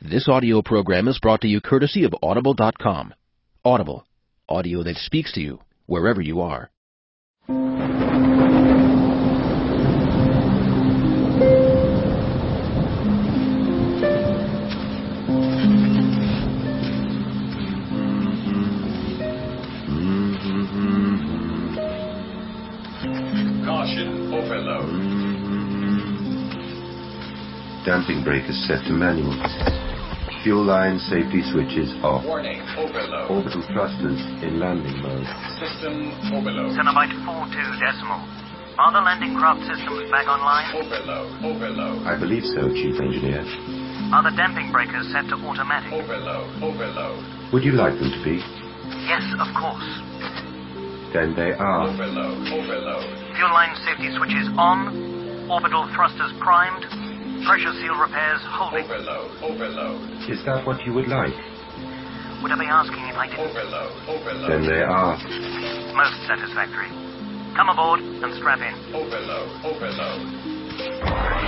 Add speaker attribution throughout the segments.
Speaker 1: This audio program is brought to you courtesy of Audible.com. Audible, audio that speaks to you wherever you are.
Speaker 2: Caution, overload.
Speaker 3: Damping brake is set to manual. Fuel line safety switches off.
Speaker 2: Warning, overload.
Speaker 3: Orbital thrusters in landing mode.
Speaker 2: System overload.
Speaker 4: Cenobite 42 decimal. Are the landing craft systems back online?
Speaker 2: Overload, overload,
Speaker 3: I believe so, Chief Engineer.
Speaker 4: Are the damping breakers set to automatic?
Speaker 2: overload, overload,
Speaker 3: Would you like them to be?
Speaker 4: Yes, of course.
Speaker 3: Then they are.
Speaker 2: overload, overload.
Speaker 4: Fuel line safety switches on. Orbital thrusters primed. Pressure seal repairs holding.
Speaker 2: Overload, overload,
Speaker 3: Is that what you would like?
Speaker 4: Would I be asking if I didn't?
Speaker 2: overload,
Speaker 3: Then
Speaker 2: overload,
Speaker 3: they are.
Speaker 4: Most satisfactory. Come aboard and strap in.
Speaker 2: overload, overload.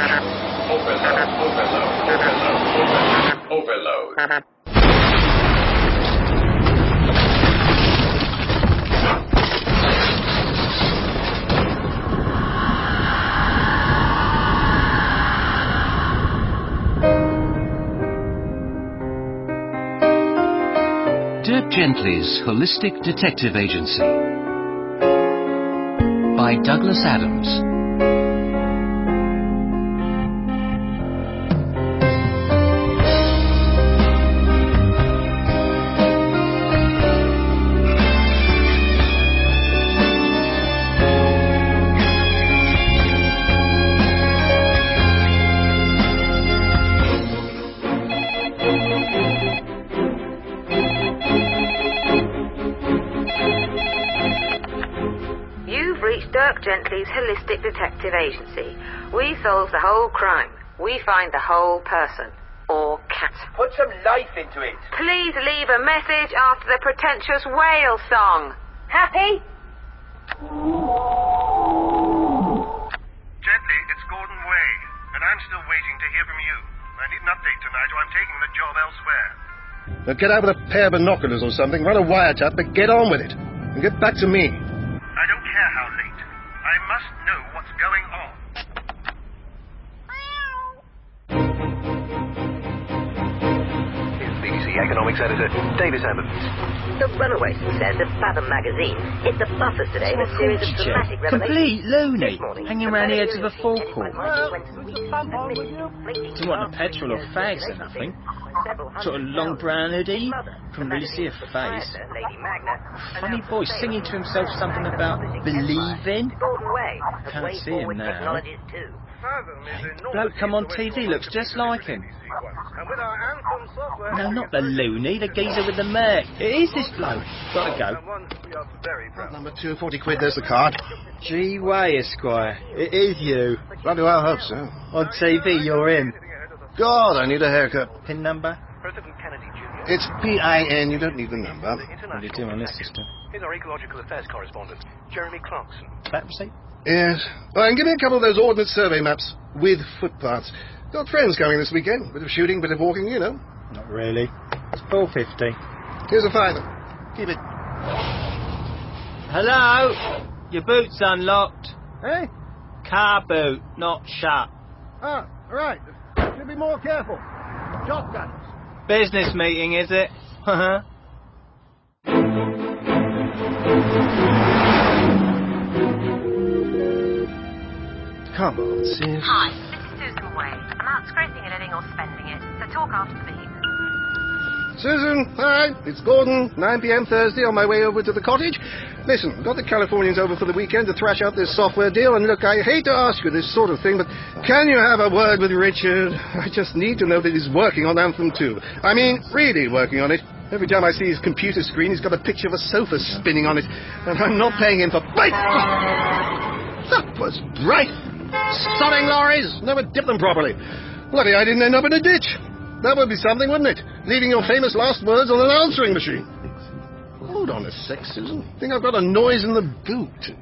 Speaker 2: Overload, overload, overload, overload.
Speaker 5: Dirk Gently's Holistic Detective Agency by Douglas Adams.
Speaker 6: You've reached Dirk Gently's Holistic Detective Agency. We solve the whole crime. We find the whole person. Or cat.
Speaker 7: Put some life into it.
Speaker 6: Please leave a message after the pretentious whale song. Happy?
Speaker 8: Gently, it's Gordon Way, and I'm still waiting to hear from you. I need an update tonight, or I'm taking the job elsewhere.
Speaker 9: Now get out with a pair of binoculars or something, run a wiretap, but get on with it. And get back to me.
Speaker 8: I don't care how late. I must know what's going on.
Speaker 7: Here's BBC economics editor David Hammond.
Speaker 6: The Runaways, he says, of Fathom magazine. Hit the buffers today with a series of dramatic
Speaker 10: Complete loony.
Speaker 6: morning,
Speaker 10: Hanging
Speaker 6: the
Speaker 10: round here
Speaker 6: Mayor
Speaker 10: to the
Speaker 6: of
Speaker 10: forecourt.
Speaker 6: Well,
Speaker 10: Do you want a petrol or fags or nothing? Sort of long brown hoodie. Couldn't really see a face. Funny boy singing to himself something about believing. Can't see him now. Bloke come on TV looks just like him. No, not the loony, the geezer with the mare. It is this bloke. Gotta go.
Speaker 9: Number 240 quid, there's the card.
Speaker 10: Gee way, Esquire. It is you.
Speaker 9: Bloody well, I hope so.
Speaker 10: On TV, you're in.
Speaker 9: God, I need a haircut.
Speaker 10: Pin number?
Speaker 8: President Kennedy Jr.
Speaker 9: It's P-I-N, you don't need the number.
Speaker 10: What do you do on this system?
Speaker 8: Here's our ecological affairs correspondent, Jeremy Clarkson.
Speaker 10: That receipt?
Speaker 9: Yes. Oh, and give me a couple of those ordnance survey maps with footpaths. Got friends coming this weekend. Bit of shooting, bit of walking, you know.
Speaker 10: Not really. It's four fifty.
Speaker 9: Here's a fiver. Keep it.
Speaker 10: Hello? Your boot's unlocked.
Speaker 9: Hey?
Speaker 10: Car boot, not shut.
Speaker 9: Ah, right. Should be more careful. Job done.
Speaker 10: Business meeting, is it? Uh-huh. Huh?
Speaker 9: Come on, sis.
Speaker 6: Hi, this is Susan Way. I'm out scraping and earning or spending it, so talk after the beep.
Speaker 9: Susan, hi, it's Gordon. 9 p.m. Thursday on my way over to the cottage. Listen, I've got the Californians over for the weekend to thrash out this software deal, and look, I hate to ask you this sort of thing, but can you have a word with Richard? I just need to know that he's working on Anthem 2. I mean, really working on it. Every time I see his computer screen, he's got a picture of a sofa spinning on it, and I'm not paying him for bite. That was bright. Sodding lorries, never dip them properly. Lucky I didn't end up in a ditch. That would be something, wouldn't it? Leaving your famous last words on an answering machine. Hold on a sec, Susan. Think I've got a noise in the boot.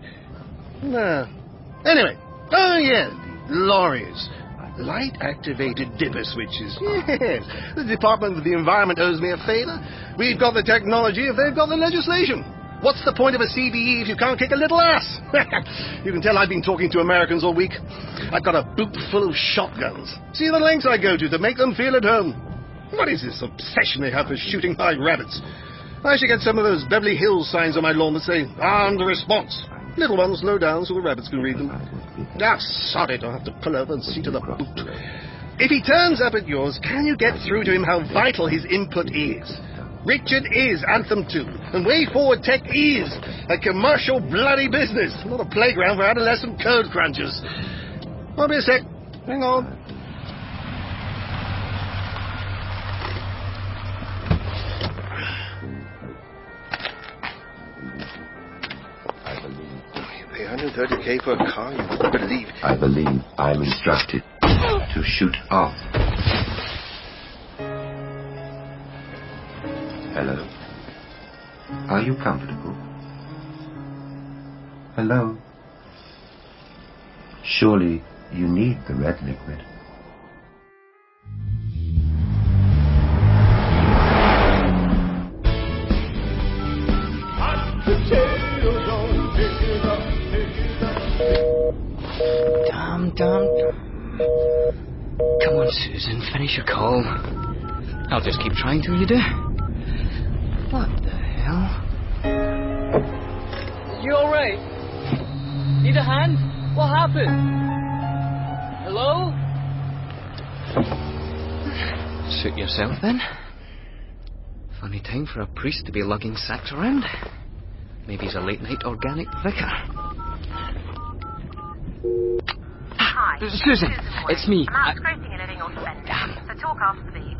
Speaker 9: No. Anyway, oh yeah, lorries. Light activated dipper switches. Yes. The Department of the Environment owes me a favor. We've got the technology if they've got the legislation. What's the point of a CBE if you can't kick a little ass? you can tell I've been talking to Americans all week. I've got a boot full of shotguns. See the lengths I go to to make them feel at home. What is this obsession they have for shooting live rabbits? I should get some of those Beverly Hills signs on my lawn that say, armed response. Little ones, low down, so the rabbits can read them. Ah, sod it, I'll have to pull over and see to the boot. If he turns up at yours, can you get through to him how vital his input is? Richard is Anthem 2, and Way Forward Tech is a commercial bloody business, not a playground for adolescent code crunchers. Hold me a sec. Hang on. Pay 130k for a car, you wouldn't believe.
Speaker 3: I believe I'm instructed to shoot off. Hello? Are you comfortable? Hello? Surely you need the red liquid.
Speaker 11: Dum, dum. Come on, Susan, finish your call. I'll just keep trying till you do. What the hell?
Speaker 4: You alright? Need a hand? What happened? Hello?
Speaker 11: Suit yourself then. Funny time for a priest to be lugging sacks around. Maybe he's a late night organic vicar.
Speaker 7: Hi.
Speaker 11: Susan, it's me.
Speaker 7: I'm out scraping and living on spending. So talk after the beep.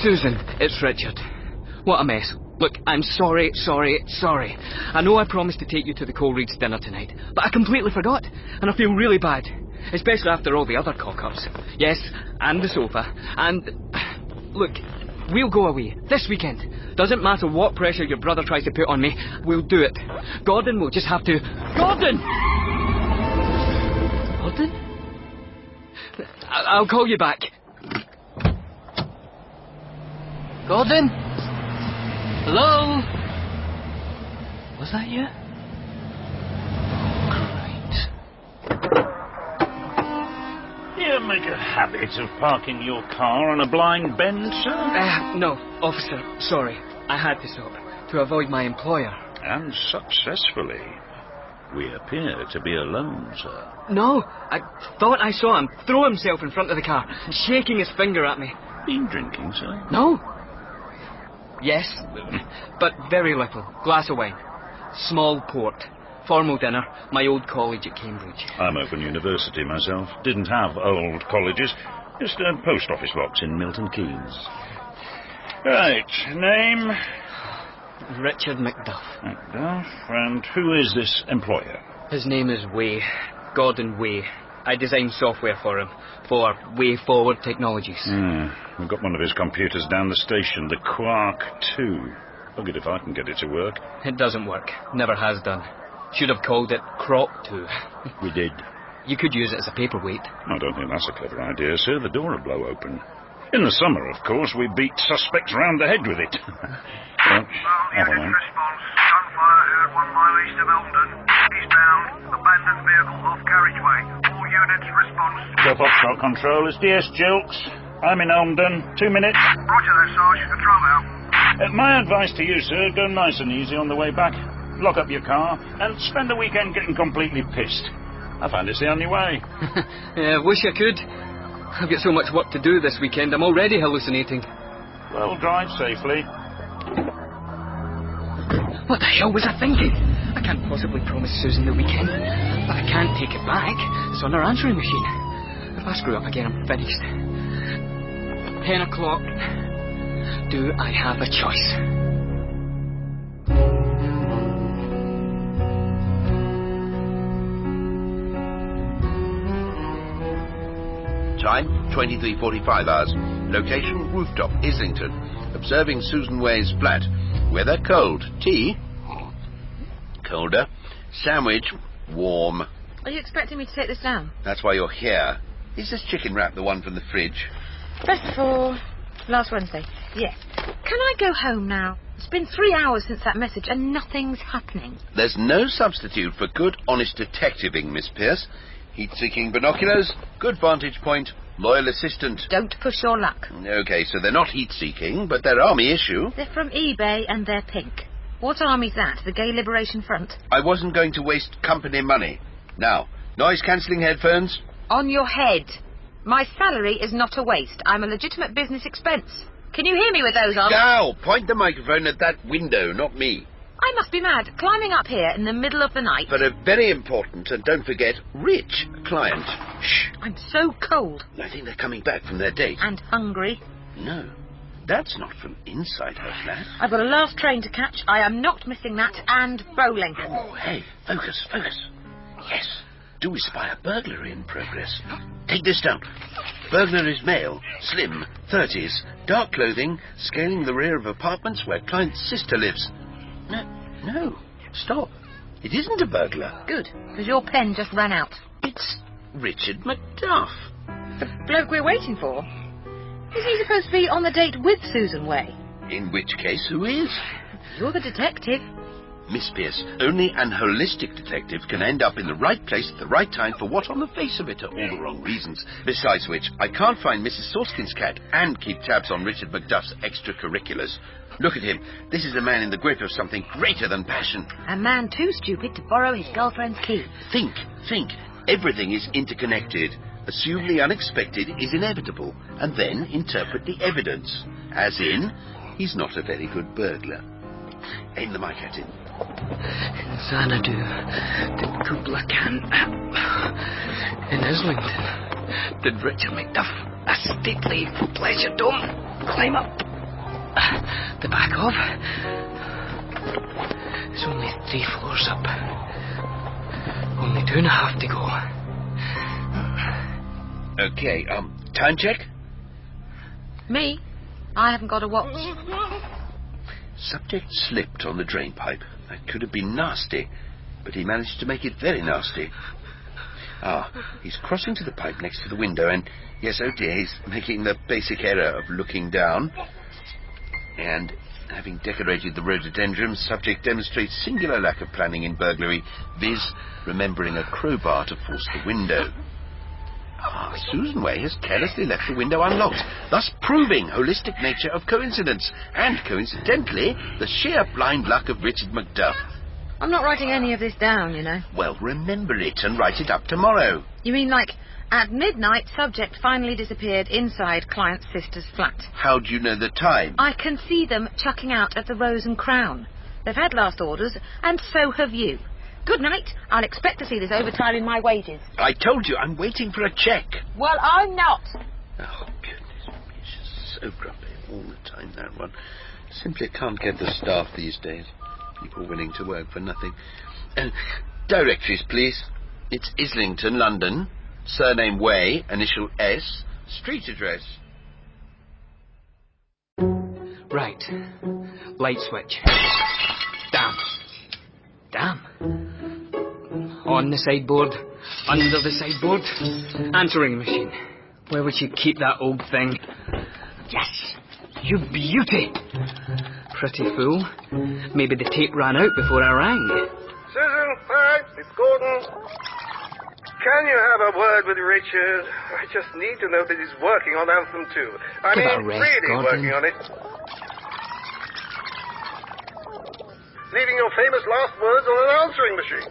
Speaker 11: Susan, it's Richard. What a mess. Look, I'm sorry, sorry, sorry. I know I promised to take you to the Coleridge dinner tonight, but I completely forgot, and I feel really bad. Especially after all the other cock ups. Yes, and the sofa, and. Look, we'll go away this weekend. Doesn't matter what pressure your brother tries to put on me, we'll do it. Gordon will just have to. Gordon! Gordon? I- I'll call you back. Gordon? Hello? Was that you?
Speaker 12: You make a habit of parking your car on a blind bend, sir?
Speaker 11: Uh, no, officer, sorry. I had to stop to avoid my employer.
Speaker 12: And successfully. We appear to be alone, sir.
Speaker 11: No, I thought I saw him throw himself in front of the car, shaking his finger at me.
Speaker 12: Been drinking, sir?
Speaker 11: No. Yes, but very little. Glass of wine. Small port. Formal dinner. My old college at Cambridge.
Speaker 12: I'm open university myself. Didn't have old colleges. Just a post office box in Milton Keynes. Right, name?
Speaker 11: Richard McDuff.
Speaker 12: McDuff. And who is this employer?
Speaker 11: His name is Way. Gordon Way. I designed software for him. For Way Forward Technologies.
Speaker 12: Hmm, we've got one of his computers down the station, the Quark 2. I'll get if I can get it to work.
Speaker 11: It doesn't work. Never has done. Should have called it Crop 2.
Speaker 12: We did.
Speaker 11: You could use it as a paperweight.
Speaker 12: I don't think that's a clever idea, sir. The door will blow open. In the summer, of course, we beat suspects round the head with it. Well, never mind.
Speaker 13: Gunfire heard one mile east of Elmden. Eastbound, abandoned vehicle off carriageway. All units response.
Speaker 12: Drop off shot control. It's DS Jilks. I'm in Elmden. Two minutes.
Speaker 13: Roger that, Sarge. Control out.
Speaker 12: Uh, my advice to you, sir, go nice and easy on the way back. Lock up your car and spend the weekend getting completely pissed. I find it's the only way.
Speaker 11: Yeah, wish I could. I've got so much work to do this weekend, I'm already hallucinating.
Speaker 12: Well, drive safely.
Speaker 11: What the hell was I thinking? I can't possibly promise Susan the weekend, but I can't take it back. It's on her answering machine. If I screw up again, I'm finished. Ten o'clock. Do I have a choice?
Speaker 14: Time 23:45 hours. Location rooftop Islington. observing Susan Way's flat. Weather cold. Tea colder. Sandwich warm.
Speaker 6: Are you expecting me to take this down?
Speaker 14: That's why you're here. Is this chicken wrap the one from the fridge?
Speaker 6: Best for last Wednesday. Yes. Can I go home now? It's been three hours since that message and nothing's happening.
Speaker 14: There's no substitute for good, honest detectiving, Miss Pierce. Heat-seeking binoculars, good vantage point, loyal assistant.
Speaker 6: Don't push your luck.
Speaker 14: Okay, so they're not heat-seeking, but they're army issue.
Speaker 6: They're from eBay and they're pink. What army's that? The Gay Liberation Front?
Speaker 14: I wasn't going to waste company money. Now, noise-cancelling headphones.
Speaker 6: On your head. My salary is not a waste. I'm a legitimate business expense. Can you hear me with those on?
Speaker 14: Now, point the microphone at that window, not me.
Speaker 6: I must be mad, climbing up here in the middle of the night.
Speaker 14: For a very important, and don't forget, rich client. Shh.
Speaker 6: I'm so cold.
Speaker 14: I think they're coming back from their date.
Speaker 6: And hungry.
Speaker 14: No. That's not from inside her flat.
Speaker 6: I've got a last train to catch. I am not missing that and bowling.
Speaker 14: Oh, hey, focus, focus. Yes. Do we spy a burglary in progress? Take this down. Burglar is male, slim, 30s, dark clothing, scaling the rear of apartments where client's sister lives. No, no, stop. It isn't a burglar.
Speaker 6: Good, because your pen just ran out.
Speaker 14: It's Richard McDuff.
Speaker 6: The bloke we're waiting for. Is he supposed to be on the date with Susan Way?
Speaker 14: In which case, who is?
Speaker 6: You're the detective.
Speaker 14: Miss Pierce, only an holistic detective can end up in the right place at the right time for what, on the face of it, are all the wrong reasons. Besides which, I can't find Mrs. Sorkin's cat and keep tabs on Richard Macduff's extracurriculars. Look at him. This is a man in the grip of something greater than passion.
Speaker 6: A man too stupid to borrow his girlfriend's key.
Speaker 14: Think, think. Everything is interconnected. Assume the unexpected is inevitable, and then interpret the evidence. As in, he's not a very good burglar. Aim the mic at him.
Speaker 11: In Xanadu, did Kubla Khan. In Islington, did Richard McDuff, a stately pleasure dome, climb up the back of? It's only three floors up. Only two and a half to go.
Speaker 14: Okay, um, time check?
Speaker 6: Me? I haven't got a watch.
Speaker 14: Subject slipped on the drainpipe. That could have been nasty, but he managed to make it very nasty. Ah, he's crossing to the pipe next to the window, and yes, oh dear, he's making the basic error of looking down. And having decorated the rhododendron, subject demonstrates singular lack of planning in burglary, viz., remembering a crowbar to force the window. Ah, Susan Way has carelessly left the window unlocked, thus proving holistic nature of coincidence, and coincidentally, the sheer blind luck of Richard Macduff.
Speaker 6: I'm not writing any of this down, you know.
Speaker 14: Well, remember it and write it up tomorrow.
Speaker 6: You mean like, at midnight, subject finally disappeared inside client's sister's flat.
Speaker 14: How do you know the time?
Speaker 6: I can see them chucking out at the Rose and Crown. They've had last orders, and so have you. Good night. I'll expect to see this overtime in my wages.
Speaker 14: I told you, I'm waiting for a check.
Speaker 6: Well, I'm not.
Speaker 14: Oh, goodness me, she's so grumpy all the time, that one. Simply can't get the staff these days. People willing to work for nothing. Uh, directories, please. It's Islington, London. Surname Way, initial S. Street address.
Speaker 11: Right. Light switch. Damn. Damn. On the sideboard, under the sideboard. Answering machine. Where would she keep that old thing? Yes! You beauty! Pretty fool. Maybe the tape ran out before I rang.
Speaker 9: Susan, hi, it's Gordon. Can you have a word with Richard? I just need to know that he's working on Anthem 2. I
Speaker 11: Give it
Speaker 9: mean,
Speaker 11: a rest,
Speaker 9: really
Speaker 11: Gordon.
Speaker 9: working on it. Leaving your famous last words on an answering machine.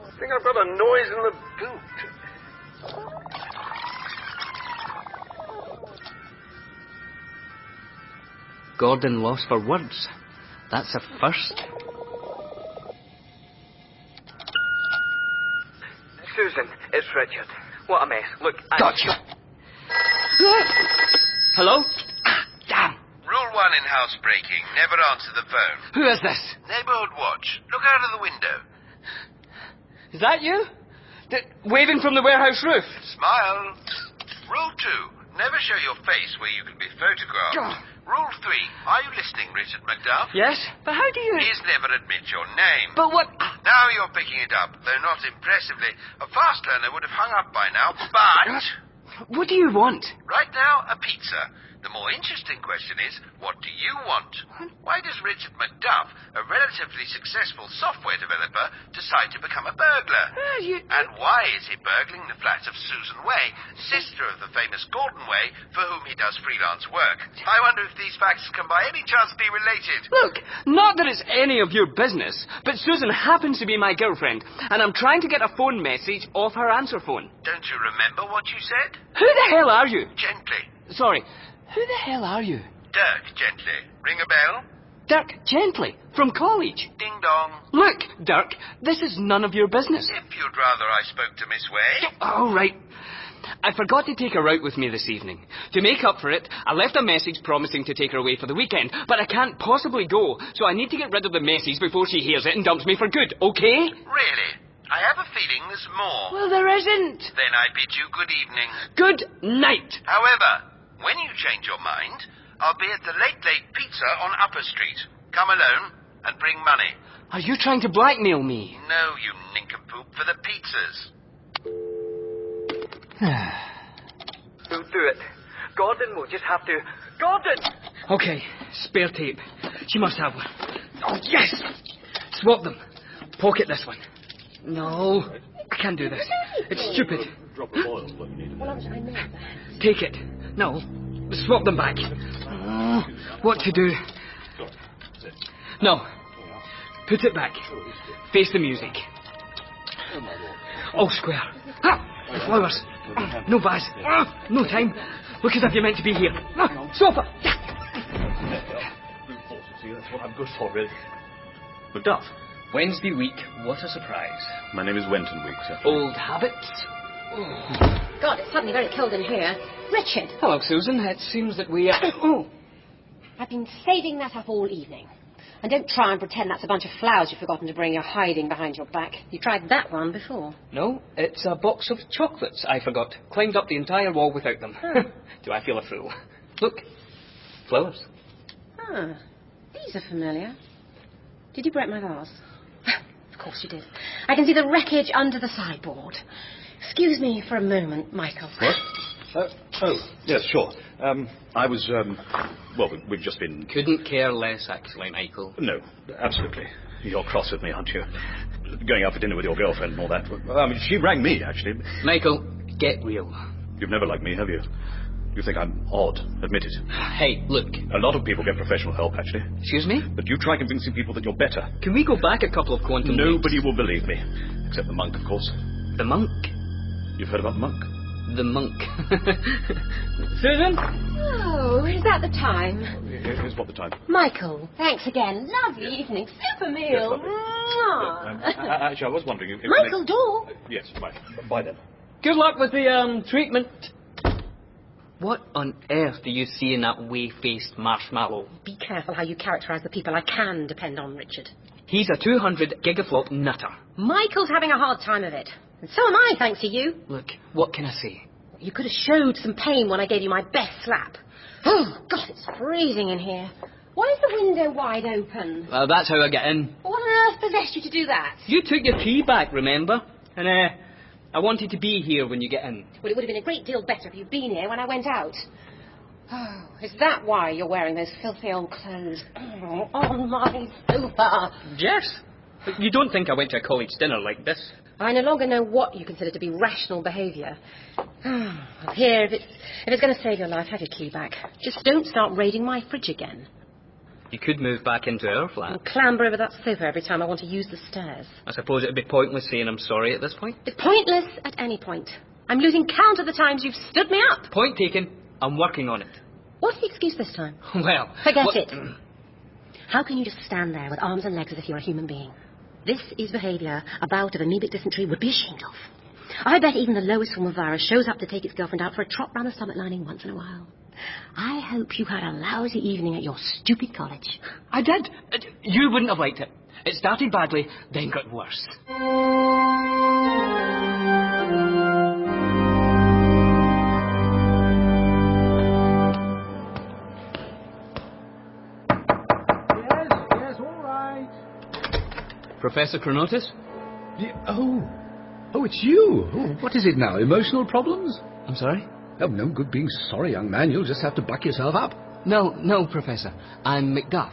Speaker 9: I think I've got a noise in the boot.
Speaker 11: Gordon lost for words. That's a first.
Speaker 15: Susan, it's Richard.
Speaker 11: What a mess. Look, I. Gotcha! Hello?
Speaker 14: Rule one in housebreaking never answer the phone.
Speaker 11: Who is this?
Speaker 14: Neighborhood watch. Look out of the window.
Speaker 11: Is that you? D- waving from the warehouse roof?
Speaker 14: Smile. Rule two Never show your face where you can be photographed. Rule three. Are you listening, Richard McDuff?
Speaker 11: Yes? But how do you.
Speaker 14: Please never admit your name.
Speaker 11: But what.
Speaker 14: Now you're picking it up, though not impressively. A fast learner would have hung up by now, but.
Speaker 11: What do you want?
Speaker 14: Right now, a pizza. The more interesting question is, what do you want? Why does Richard McDuff, a relatively successful software developer, decide to become a burglar? And why is he burgling the flat of Susan Way, sister of the famous Gordon Way, for whom he does freelance work? I wonder if these facts can by any chance be related.
Speaker 11: Look, not that it's any of your business, but Susan happens to be my girlfriend, and I'm trying to get a phone message off her answer phone.
Speaker 14: Don't you remember what you said?
Speaker 11: Who the hell are you?
Speaker 14: Gently.
Speaker 11: Sorry, who the hell are you?
Speaker 14: Dirk, gently. Ring a bell?
Speaker 11: Dirk Gently, from college.
Speaker 14: Ding dong.
Speaker 11: Look, Dirk, this is none of your business.
Speaker 14: If you'd rather I spoke to Miss Way.
Speaker 11: All right. I forgot to take her out with me this evening. To make up for it, I left a message promising to take her away for the weekend, but I can't possibly go, so I need to get rid of the message before she hears it and dumps me for good, okay?
Speaker 14: Really? I have a feeling there's more.
Speaker 11: Well, there isn't.
Speaker 14: Then I bid you good evening.
Speaker 11: Good night.
Speaker 14: However, when you change your mind, I'll be at the Late Late Pizza on Upper Street. Come alone and bring money.
Speaker 11: Are you trying to blackmail me?
Speaker 14: No, you nincompoop, for the pizzas.
Speaker 4: We'll do it. Gordon will just have to. Gordon!
Speaker 11: Okay, spare tape. She must have one. Oh, yes! Swap them. Pocket this one. No, I can't do this. It's stupid. Take it. No, swap them back. Oh, what to do? No, put it back. Face the music. All square. Ah, flowers. Ah, No vase. Ah, No time. Look as if you're meant to be here. Ah, Sofa.
Speaker 16: See, that's what I'm good for, really.
Speaker 11: McDuff. Wednesday week. What a surprise.
Speaker 16: My name is Wenton Weeks. sir.
Speaker 11: Old habits.
Speaker 7: God, it's suddenly very cold in here. Richard,
Speaker 11: Hello, Susan. It seems that we are.
Speaker 7: Oh. I've been saving that up all evening. And don't try and pretend that's a bunch of flowers you've forgotten to bring. You're hiding behind your back. You tried that one before.
Speaker 11: No, it's a box of chocolates I forgot. Climbed up the entire wall without them. Do I feel a fool? Look, flowers.
Speaker 7: Ah, these are familiar. Did you break my vase? of course you did. I can see the wreckage under the sideboard. Excuse me for a moment, Michael.
Speaker 16: What? Uh, oh, yes, sure. Um, I was, um, well, we- we've just been.
Speaker 11: Couldn't care less, actually, Michael.
Speaker 16: No, absolutely. You're cross with me, aren't you? Going out for dinner with your girlfriend and all that. Um, Well, I mean, she rang me, actually.
Speaker 11: Michael, get real.
Speaker 16: You've never liked me, have you? You think I'm odd, admit it.
Speaker 11: Hey, look.
Speaker 16: A lot of people get professional help, actually.
Speaker 11: Excuse me?
Speaker 16: But you try convincing people that you're better.
Speaker 11: Can we go back a couple of quantum
Speaker 16: Nobody will believe me. Except the monk, of course.
Speaker 11: The monk?
Speaker 16: You've heard about the monk?
Speaker 11: The monk. Susan?
Speaker 7: Oh, is that the time?
Speaker 16: Here's what the time.
Speaker 7: Michael, thanks again. Lovely evening. Super
Speaker 16: Yes,
Speaker 7: meal.
Speaker 16: lovely.
Speaker 7: Mwah.
Speaker 16: Um, a- a- actually, I was wondering if... if
Speaker 7: Michael Daw.
Speaker 16: Yes, right. By then.
Speaker 11: Good luck with the um, treatment. What on earth do you see in that way faced marshmallow?
Speaker 7: Be careful how you characterise the people I can depend on, Richard.
Speaker 11: He's a 200 gigaflop nutter.
Speaker 7: Michael's having a hard time of it. And so am I, thanks to you.
Speaker 11: Look, what can I say?
Speaker 7: You could have showed some pain when I gave you my best slap. Oh, God, it's freezing in here. Why is the window wide open?
Speaker 11: Well, that's how I get in.
Speaker 7: What on earth possessed you to do that?
Speaker 11: You took your key back, remember? And, uh, I wanted to be here when you get in.
Speaker 7: Well, it would have been a great deal better if you'd been here when I went out. Oh, is that why you're wearing those filthy old clothes? Oh, on my sofa.
Speaker 11: Yes. But you don't think I went to a college dinner like this?
Speaker 7: I no longer know what you consider to be rational behaviour. Well, Here, if it's, if it's going to save your life, have your key back. Just don't start raiding my fridge again.
Speaker 11: You could move back into our flat.
Speaker 7: And clamber over that sofa every time I want to use the stairs.
Speaker 11: I suppose it would be pointless saying I'm sorry at this point.
Speaker 7: It's pointless at any point. I'm losing count of the times you've stood me up.
Speaker 11: Point taken. I'm working on it.
Speaker 7: What's the excuse this time?
Speaker 11: Well,
Speaker 7: Forget
Speaker 11: what-
Speaker 7: it. How can you just stand there with arms and legs as if you're a human being? This is behaviour a bout of amoebic dysentery would be ashamed of. I bet even the lowest form of virus shows up to take its girlfriend out for a trot round the stomach lining once in a while. I hope you had a lousy evening at your stupid college.
Speaker 11: I did. It- You wouldn't have liked it. It started badly, then got worse. Professor Cronotis?
Speaker 17: oh. Oh, it's you. Oh, what is it now? Emotional problems?
Speaker 11: I'm sorry?
Speaker 17: Oh, no good being sorry, young man. You'll just have to buck yourself up.
Speaker 11: No, no, Professor. I'm Macduff.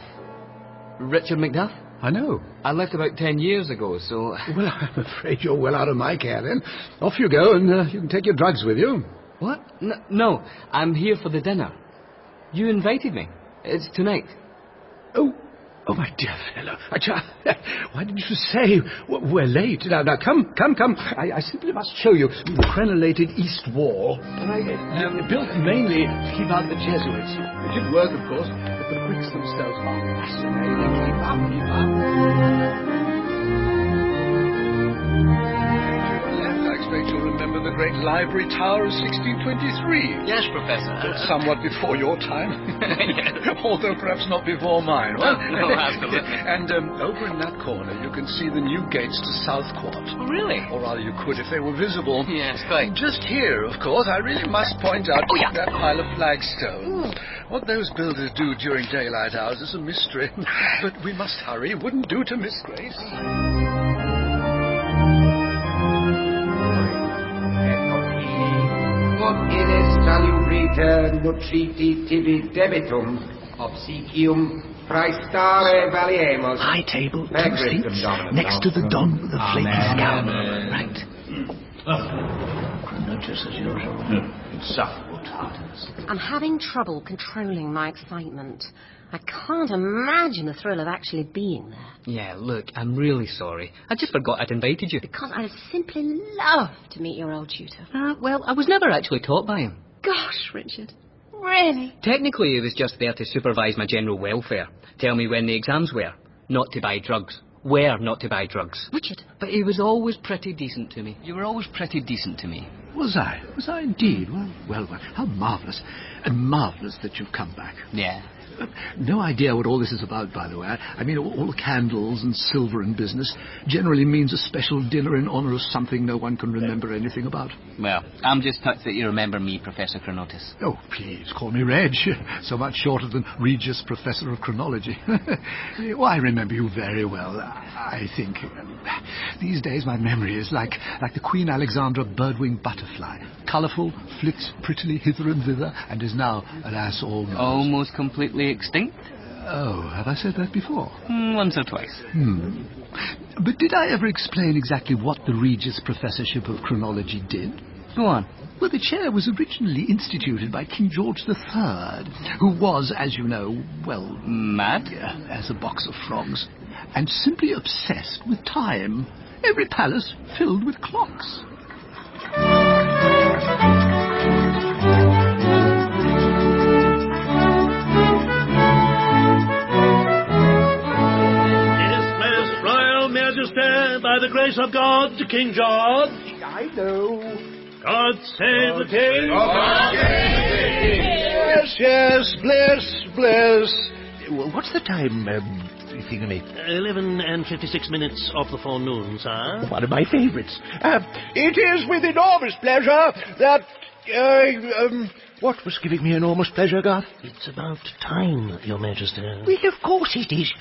Speaker 11: Richard Macduff?
Speaker 17: I know.
Speaker 11: I left about ten years ago, so.
Speaker 17: Well, I'm afraid you're well out of my care then. Off you go, and uh, you can take your drugs with you.
Speaker 11: What? N- no, I'm here for the dinner. You invited me. It's tonight.
Speaker 17: Oh, oh, my dear fellow. I ch- Why didn't you say? W- We're late. Now, now, come, come, come. I, I simply must show you the crenellated east wall. Um, built mainly to keep out the Jesuits. It did work, of course, but the bricks themselves are fascinating. Keep up, keep
Speaker 18: I expect you'll remember the great library tower of 1623.
Speaker 11: Yes, Professor.
Speaker 18: Built somewhat before your time. Although perhaps not before mine. Well,
Speaker 11: No, no, absolutely.
Speaker 18: and um, over in that corner, you can see the new gates to South Court.
Speaker 11: Oh, Really?
Speaker 18: Or rather, you could if they were visible.
Speaker 11: Yes, quite.
Speaker 18: Just here, of course, I really must point out
Speaker 11: Oh, yeah. Hmm.
Speaker 18: that pile of flagstones. What those builders do during daylight hours is a mystery. but we must hurry. Wouldn't do to miss Grace.
Speaker 3: Quod eres salubriter nutriti tibi debitum, obsequium praestare valiemus.
Speaker 4: High table,
Speaker 3: Fair
Speaker 4: two
Speaker 3: grace,
Speaker 4: seats,
Speaker 3: Dominus
Speaker 4: next to the
Speaker 3: Dominus.
Speaker 4: don with the flaky
Speaker 3: Amen.
Speaker 4: scalp.
Speaker 3: Amen.
Speaker 4: Right. Oh, not just as usual. Insufferable tardiness.
Speaker 7: I'm having trouble controlling my excitement. I can't imagine the thrill of actually being there.
Speaker 11: Yeah, look, I'm really sorry. I just forgot I'd invited you.
Speaker 7: Because I'd have simply loved to meet your old tutor.
Speaker 11: Uh, well, I was never actually taught by him.
Speaker 7: Gosh, Richard. Really?
Speaker 11: Technically, he was just there to supervise my general welfare, tell me when the exams were, not to buy drugs. Where not to buy drugs.
Speaker 7: Richard.
Speaker 11: But he was always pretty decent to me. You were always pretty decent to me.
Speaker 17: Was I? Was I indeed? Well, well, well. How marvellous. And marvellous that you've come back. Uh,
Speaker 11: Yeah.
Speaker 17: No idea what all this is about, by the way. I mean, all all the candles and silver and business generally means a special dinner in honor of something no one can remember anything about.
Speaker 11: Well, I'm just touched that you remember me, Professor Cronotis.
Speaker 17: Oh, please, call me Reg. So much shorter than Regius Professor of Chronology. oh, I remember you very well, I I think. um, These days my memory is like, like the Queen Alexandra birdwing butterfly. Colourful, flits prettily hither and thither, and is now, alas, almost...
Speaker 11: Almost completely extinct?
Speaker 17: Oh, have I said that before?
Speaker 11: Mm, once or twice.
Speaker 17: Hmm. But did I ever explain exactly what the Regius Professorship of Chronology did?
Speaker 11: Go on.
Speaker 17: Well, the chair was originally instituted by King George III, who was, as you know, well.
Speaker 11: Mad?
Speaker 17: As a box of frogs, and simply obsessed with time. Every palace filled with clocks.
Speaker 19: Yes, Most Royal Majesty, by the grace of God, King George. I know. God save the King.
Speaker 18: Yes, yes, bless, bless. Well, what's the time, um, thinking me?
Speaker 19: Eleven and fifty-six minutes of the forenoon, sir.
Speaker 4: One of my favorites.
Speaker 18: Uh, it is with enormous pleasure that. Uh, um, what was giving me enormous pleasure, Garth?
Speaker 19: It's about time, Your Majesty.
Speaker 18: Well, of course it is.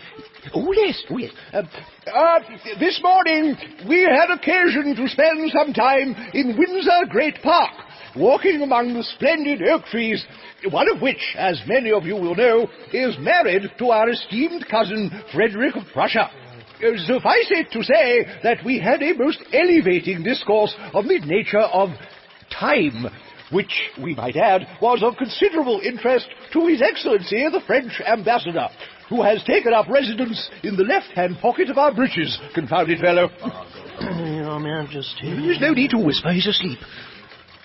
Speaker 18: Oh, yes, oh, yes. Um, uh, this morning we had occasion to spend some time in Windsor Great Park, walking among the splendid oak trees, one of which, as many of you will know, is married to our esteemed cousin Frederick of Prussia. Uh, Suffice it to say that we had a most elevating discourse on the nature of time, which, we might add, was of considerable interest to His Excellency the French Ambassador, who has taken up residence in the left-hand pocket of our breeches, confounded fellow.
Speaker 19: Your Majesty.
Speaker 18: There's no need to whisper, he's asleep.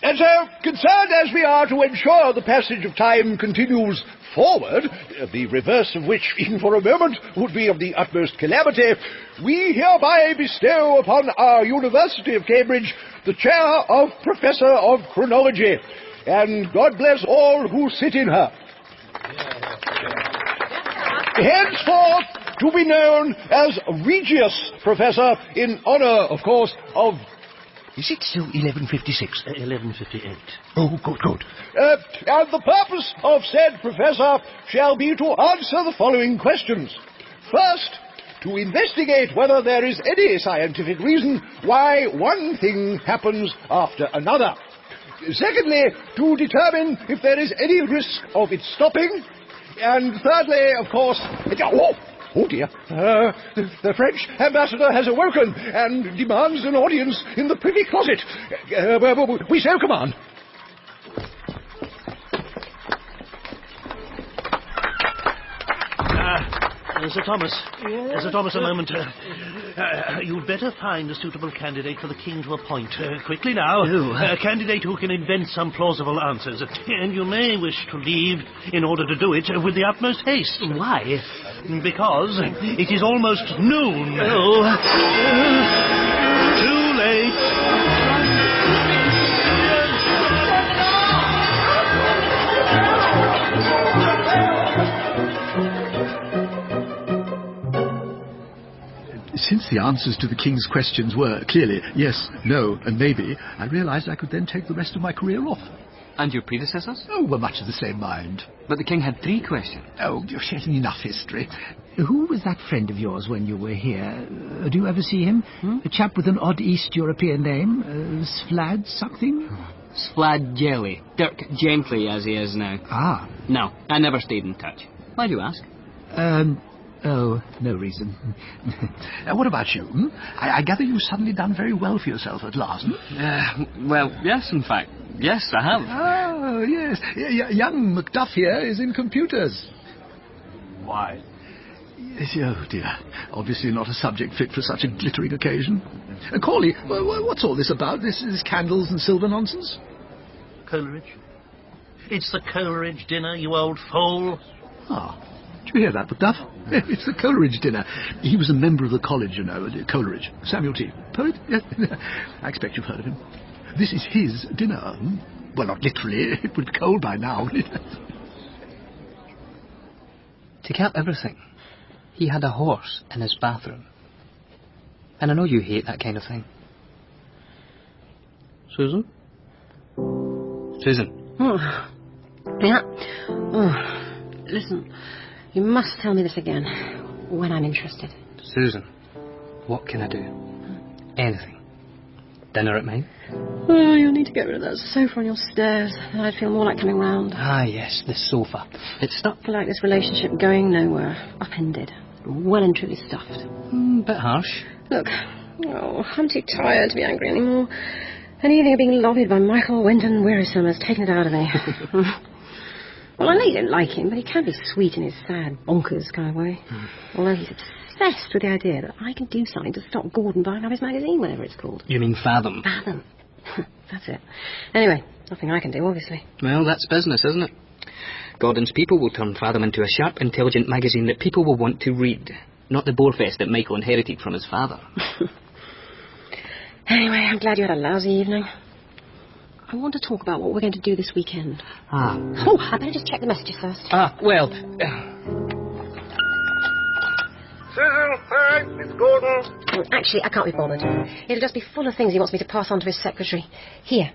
Speaker 18: And so, concerned as we are to ensure the passage of time continues forward, uh, the reverse of which, even for a moment, would be of the utmost calamity, we hereby bestow upon our University of Cambridge the chair of Professor of Chronology, and God bless all who sit in her. Henceforth to be known as Regius Professor, in honor, of course, of
Speaker 4: Is it still 11.56?
Speaker 19: 11.58.
Speaker 4: Oh, good, good.
Speaker 18: Uh, and the purpose of said professor shall be to answer the following questions. First, to investigate whether there is any scientific reason why one thing happens after another. Secondly, to determine if there is any risk of its stopping. And thirdly, of course, oh, oh dear, uh, the, the French ambassador has awoken and demands an audience in the privy closet. Uh, we- we- we shall command.
Speaker 19: Ah, Sir Thomas. Sir Thomas, a moment. Uh, uh, you'd better find a suitable candidate for the king to appoint. Uh, quickly now. A candidate who can invent some plausible answers. And you may wish to leave in order to do it with the utmost haste. Why? Because it is almost noon.
Speaker 4: Oh.
Speaker 19: Too late.
Speaker 17: Since the answers to the King's questions were clearly yes, no, and maybe, I realized I could then take the rest of my career off.
Speaker 16: And your predecessors?
Speaker 17: Oh, were much of the same mind.
Speaker 16: But the King had three questions.
Speaker 17: Oh, enough history.
Speaker 20: Who was that friend of yours when you were here? Uh, do you ever see him?
Speaker 16: Hmm?
Speaker 20: A chap with an odd East European name? Uh, Svlad something?
Speaker 16: Splad Jelly. Dirk Gently, as he is now.
Speaker 20: Ah.
Speaker 16: No, I never stayed in touch. Why do you ask?
Speaker 20: Um, oh, no reason.
Speaker 17: Uh, what about you? hmm? I, I gather you've suddenly done very well for yourself at last. hmm?
Speaker 16: Uh, well, yes, in fact. Yes, I have.
Speaker 17: Oh, yes. Y- y- young Macduff here is in computers.
Speaker 16: Why?
Speaker 17: Yes, oh, dear. Obviously not a subject fit for such a glittering occasion. Uh, Corley, wh- wh- what's all this about? This, this candles and silver nonsense?
Speaker 19: Coleridge. It's the Coleridge dinner, you old fool.
Speaker 17: Ah, did you hear that, Macduff? It's the Coleridge dinner. He was a member of the college, you know, uh, Coleridge. Samuel T. Poet? Yes. I expect you've heard of him. This is his dinner. hmm? Well, not literally. It would be cold by now.
Speaker 11: To cap everything, he had a horse in his bathroom. And I know you hate that kind of thing. Susan? Susan.
Speaker 7: Oh, yeah. Oh, listen, you must tell me this again when I'm interested.
Speaker 11: Susan. What can I do? Anything. Dinner at mine?
Speaker 7: Oh, you'll need to get rid of that sofa on your stairs. I'd feel more like coming round.
Speaker 11: Ah, yes, the sofa. It's stuck.
Speaker 7: I like this relationship going nowhere, upended, well and truly stuffed.
Speaker 11: Mm, bit harsh.
Speaker 7: Look, oh, I'm too tired to be angry anymore. Anything of being lobbied by Michael Wenton Wearisome has taken it out of me. well, I know you don't like him, but he can be sweet in his sad, bonkers kind of way.
Speaker 11: Hmm.
Speaker 7: Although he's obsessed with the idea that I can do something to stop Gordon buying up his magazine, whatever it's called.
Speaker 11: You mean fathom?
Speaker 7: Fathom. That's it. Anyway, nothing I can do, obviously.
Speaker 11: Well, that's business, isn't it? Gordon's People will turn Fathom into a sharp, intelligent magazine that people will want to read, not the borefest that Michael inherited from his father.
Speaker 7: Anyway, I'm glad you had a lousy evening. I want to talk about what we're going to do this weekend.
Speaker 11: Ah.
Speaker 7: Oh, I better just check the messages first.
Speaker 11: Ah, well.
Speaker 4: Susan, hi, it's Gordon.
Speaker 7: Well, Actually, I can't be bothered. It'll just be full of things he wants me to pass on to his secretary. Here,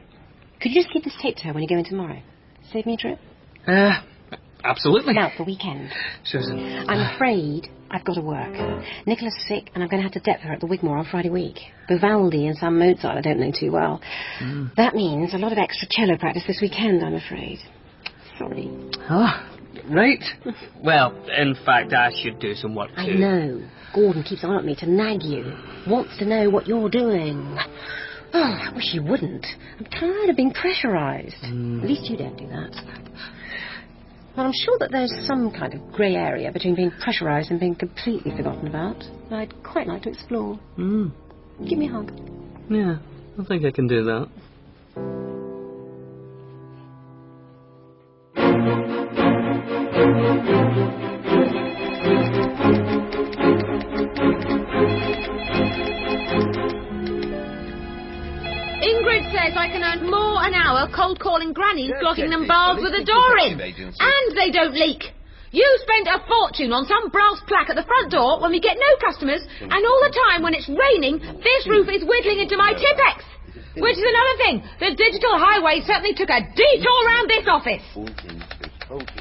Speaker 7: could you just give this tape to her when you go in tomorrow? Save me a trip?
Speaker 11: Uh, absolutely.
Speaker 7: Now, the weekend.
Speaker 11: Susan.
Speaker 7: I'm afraid I've got to work. Nicola's sick, and I'm going to have to depth her at the Wigmore on Friday week. Vivaldi and some Mozart I don't know too well.
Speaker 14: Mm.
Speaker 7: That means a lot of extra cello practice this weekend, I'm afraid. Sorry.
Speaker 11: Ah, right. Well, in fact, I should do some work too.
Speaker 7: I know. Gordon keeps on at me to nag you. Wants to know what you're doing. Oh, I wish you wouldn't. I'm tired of being pressurised. At least you don't do that. Well, I'm sure that there's some kind of grey area between being pressurised and being completely forgotten about. I'd quite like to explore.
Speaker 11: Mm.
Speaker 7: Give me a hug.
Speaker 11: Yeah, I think I can do that.
Speaker 6: Ingrid says I can earn more an hour cold calling grannies
Speaker 14: yes,
Speaker 6: clogging them
Speaker 14: yes,
Speaker 6: baths
Speaker 14: yes,
Speaker 6: with a
Speaker 14: yes,
Speaker 6: door
Speaker 14: yes,
Speaker 6: in.
Speaker 14: yes, yes, yes.
Speaker 6: And they don't leak. You spent a fortune on some brass plaque at the front door when we get no customers, and all the time when it's raining, this roof is whittling into my Tippex. Which is another thing. The digital highway certainly took a detour round this office.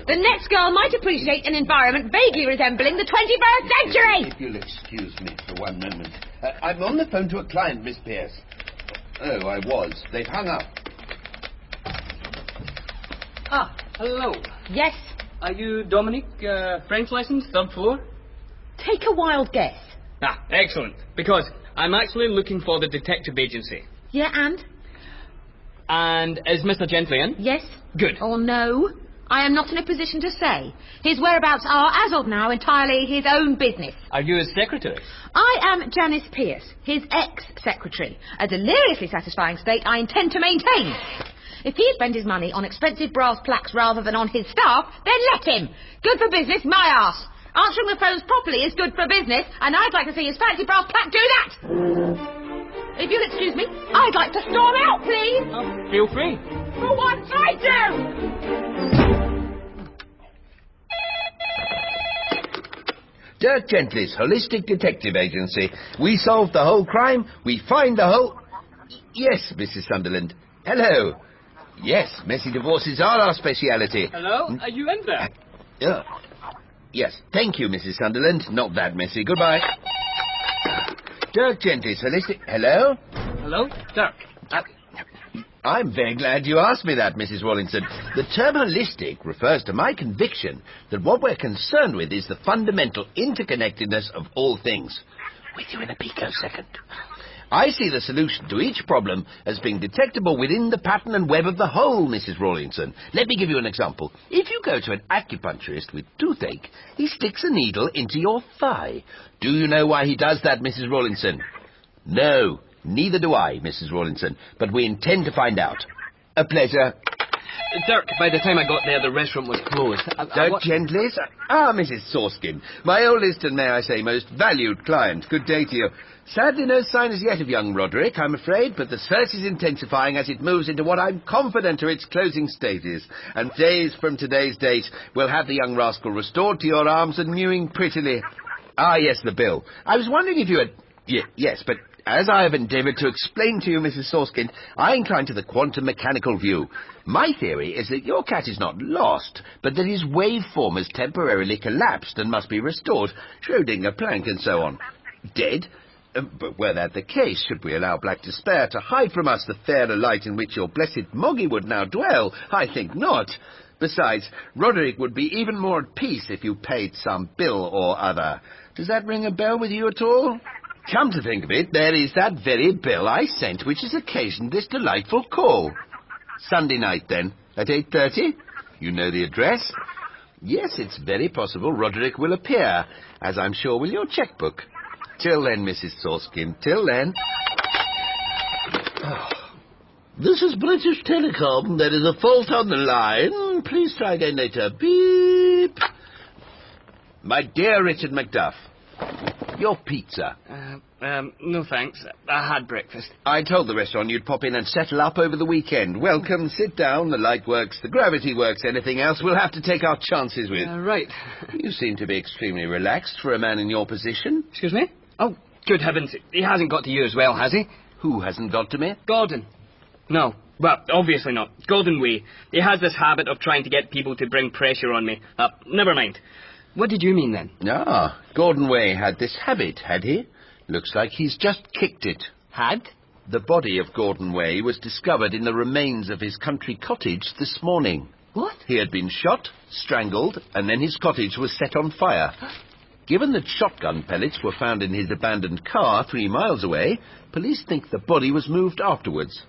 Speaker 6: The next girl might appreciate an environment vaguely resembling the 21st century.
Speaker 14: If you'll excuse me for one moment. Uh, I'm on the phone to a client, Miss Pierce. Oh, I was. They've hung up.
Speaker 11: Ah, hello.
Speaker 6: Yes.
Speaker 11: Are you Dominic, uh, French license, sub four?
Speaker 6: Take a wild guess.
Speaker 11: Ah, excellent. Because I'm actually looking for the detective agency.
Speaker 6: Yeah, and?
Speaker 11: And is Mr. Gently in?
Speaker 6: Yes.
Speaker 11: Good.
Speaker 6: Or no? I am not in a position to say. His whereabouts are, as of now, entirely his own business.
Speaker 11: Are you his secretary?
Speaker 6: I am Janice Pierce, his ex-secretary, a deliriously satisfying state I intend to maintain. If he spends his money on expensive brass plaques rather than on his staff, then let him. Good for business, my arse. Answering the phones properly is good for business, and I'd like to see his fancy brass plaque do that. If you'll excuse me, I'd like to storm out, please.
Speaker 11: Feel free.
Speaker 6: For once, I do.
Speaker 14: Dirk Gently's Holistic Detective Agency. We solve the whole crime. We find the whole. Yes, Mrs. Sunderland. Hello. Yes, messy divorces are our speciality.
Speaker 11: Hello? Are you in there?
Speaker 14: Uh, yes, thank you, Mrs. Sunderland. Not that messy. Goodbye. Dirk Gently's Holistic. Hello? Uh,
Speaker 11: Hello? Dirk.
Speaker 14: I'm very glad you asked me that, Mrs. Rawlinson. The term holistic refers to my conviction that what we're concerned with is the fundamental interconnectedness of all things. With you in a picosecond. I see the solution to each problem as being detectable within the pattern and web of the whole, Mrs. Rawlinson. Let me give you an example. If you go to an acupuncturist with toothache, he sticks a needle into your thigh. Do you know why he does that, Mrs. Rawlinson? No, neither do I, Mrs. Rawlinson, but we intend to find out. A pleasure.
Speaker 11: Dirk, by the time I got there, the restaurant was closed. I, I
Speaker 14: Dirk
Speaker 11: wa-
Speaker 14: Gently, sir. Ah, Mrs. Sorskin, my oldest and, may I say, most valued client. Good day to you. Sadly, no sign as yet of young Roderick, I'm afraid, but the search is intensifying as it moves into what I'm confident are its closing stages. And days from today's date, we'll have the young rascal restored to your arms and mewing prettily. Ah, yes, the bill. I was wondering if you had... Ye- yes, but as I have endeavoured to explain to you, Mrs. Sorskind, I incline to the quantum mechanical view. My theory is that your cat is not lost, but that his waveform has temporarily collapsed and must be restored. Schrödinger, Planck, and so on. Dead? Uh, But were that the case, should we allow black despair to hide from us the fairer light in which your blessed Moggy would now dwell? I think not. Besides, Roderick would be even more at peace if you paid some bill or other. Does that ring a bell with you at all? Come to think of it, there is that very bill I sent which has occasioned this delightful call. Sunday night, then, at 8.30? You know the address? Yes, it's very possible Roderick will appear, as I'm sure will your checkbook. Till then, Mrs. Sorskin, till then.
Speaker 21: Ah, This is British Telecom. There is a fault on the line. Please try again later. Beep.
Speaker 14: My dear Richard Macduff, your pizza.
Speaker 11: Um, no thanks. I had breakfast.
Speaker 14: I told the restaurant you'd pop in and settle up over the weekend. Welcome, sit down, the light works, the gravity works, anything else we'll have to take our chances with.
Speaker 11: right.
Speaker 14: You seem to be extremely relaxed for a man in your position.
Speaker 11: Excuse me? Oh, good heavens. He hasn't got to you as well, has he?
Speaker 14: Who hasn't got to me?
Speaker 11: Gordon. No. Well, obviously not. Gordon Wee. He has this habit of trying to get people to bring pressure on me. Uh, never mind. What did you mean then?
Speaker 14: Ah, Gordon Way had this habit, had he? Looks like he's just kicked it.
Speaker 11: Had?
Speaker 14: The body of Gordon Way was discovered in the remains of his country cottage this morning.
Speaker 11: What?
Speaker 14: He had been shot, strangled, and then his cottage was set on fire. Given that shotgun pellets were found in his abandoned car three miles away, police think the body was moved afterwards.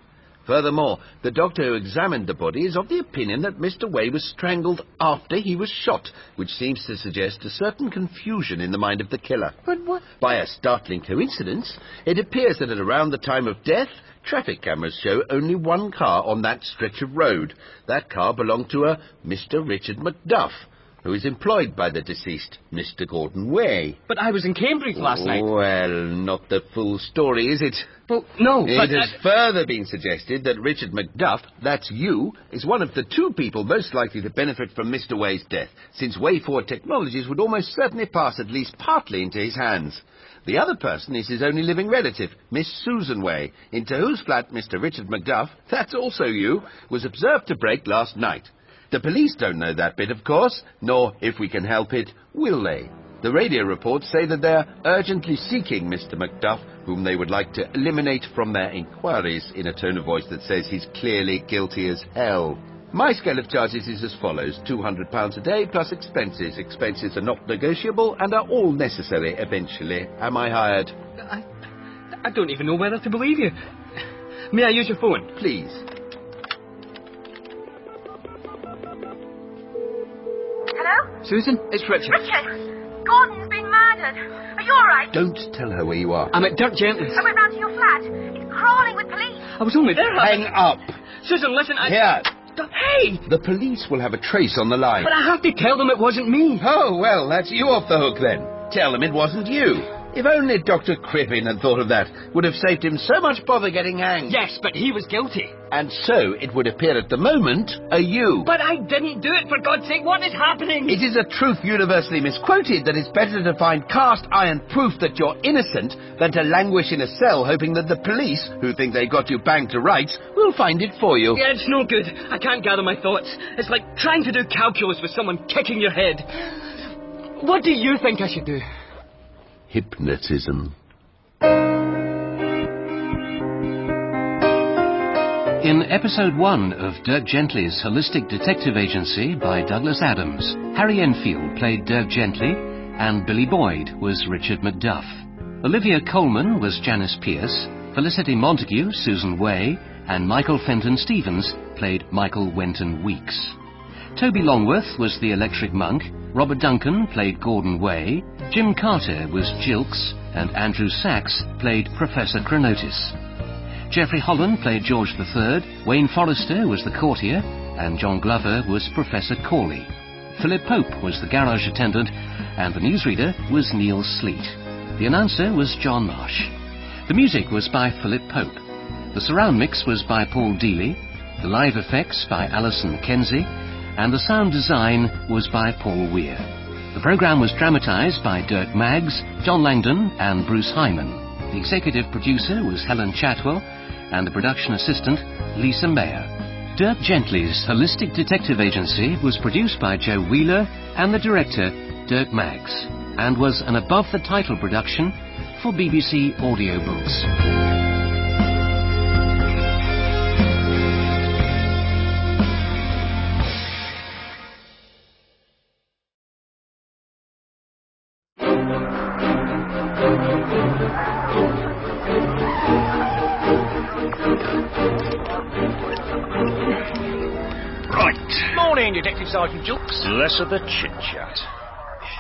Speaker 14: Furthermore, the doctor who examined the body is of the opinion that Mr. Way was strangled after he was shot, which seems to suggest a certain confusion in the mind of the killer.
Speaker 11: But what?
Speaker 14: By a startling coincidence, it appears that at around the time of death, traffic cameras show only one car on that stretch of road. That car belonged to a Mr. Richard Macduff, who is employed by the deceased, Mr. Gordon Way.
Speaker 11: But I was in Cambridge last night.
Speaker 14: Well, not the full story, is it?
Speaker 11: Well, no,
Speaker 14: It
Speaker 11: but, uh,
Speaker 14: has further been suggested that Richard Macduff, that's you, is one of the two people most likely to benefit from Mr. Way's death, since Way Forward Technologies would almost certainly pass at least partly into his hands. The other person is his only living relative, Miss Susan Way, into whose flat Mr. Richard Macduff, that's also you, was observed to break last night. The police don't know that bit, of course, nor, if we can help it, will they? The radio reports say that they are urgently seeking Mr. Macduff, whom they would like to eliminate from their inquiries, in a tone of voice that says he's clearly guilty as hell. My scale of charges is as follows £200 a day plus expenses. Expenses are not negotiable and are all necessary eventually. Am I hired?
Speaker 11: I, I don't even know whether to believe you. May I use your phone?
Speaker 14: Please.
Speaker 7: Hello?
Speaker 11: Susan, it's Richard.
Speaker 7: Richard! Gordon's been murdered. Are you all right?
Speaker 14: Don't tell her where you are.
Speaker 11: I'm at Dirk Gently's.
Speaker 7: I went round to your flat. It's crawling with police.
Speaker 11: I was only there.
Speaker 14: Hang up.
Speaker 11: Susan, listen, I.
Speaker 14: Here.
Speaker 11: Hey!
Speaker 14: The police will have a trace on the line.
Speaker 11: But I have to tell them it wasn't me.
Speaker 14: Oh, well, that's you off the hook then. Tell them it wasn't you. If only Dr. Crippen had thought of that, would have saved him so much bother getting hanged.
Speaker 11: Yes, but he was guilty.
Speaker 14: And so, it would appear at the moment, are you.
Speaker 11: But I didn't do it, for God's sake. What is happening?
Speaker 14: It is a truth universally misquoted that it's better to find cast iron proof that you're innocent than to languish in a cell hoping that the police, who think they got you banged to rights, will find it for you.
Speaker 11: Yeah, it's no good. I can't gather my thoughts. It's like trying to do calculus with someone kicking your head. What do you think I should do?
Speaker 14: hypnotism.
Speaker 1: In episode one of Dirk Gently's Holistic Detective Agency by Douglas Adams, Harry Enfield played Dirk Gently, and Billy Boyd was Richard Macduff. Olivia Coleman was Janice Pierce, Felicity Montague, Susan Way, and Michael Fenton Stevens played Michael Wenton Weeks. Toby Longworth was the Electric Monk, Robert Duncan played Gordon Way, Jim Carter was Jilks, and Andrew Sachs played Professor Cronotis. Geoffrey Holland played George III, Wayne Forrester was the courtier, and John Glover was Professor Corley. Philip Pope was the garage attendant, and the newsreader was Neil Sleet. The announcer was John Marsh. The music was by Philip Pope. The surround mix was by Paul Deely, the live effects by Alison Kenzie, and the sound design was by Paul Weir. The programme was dramatised by Dirk Maggs, John Langdon, and Bruce Hyman. The executive producer was Helen Chatwell, and the production assistant, Lisa Mayer. Dirk Gently's Holistic Detective Agency was produced by Joe Wheeler and the director, Dirk Maggs, and was an above the title production for BBC Audiobooks.
Speaker 13: Morning, Detective Sergeant Jukes.
Speaker 12: Less of the chit chat.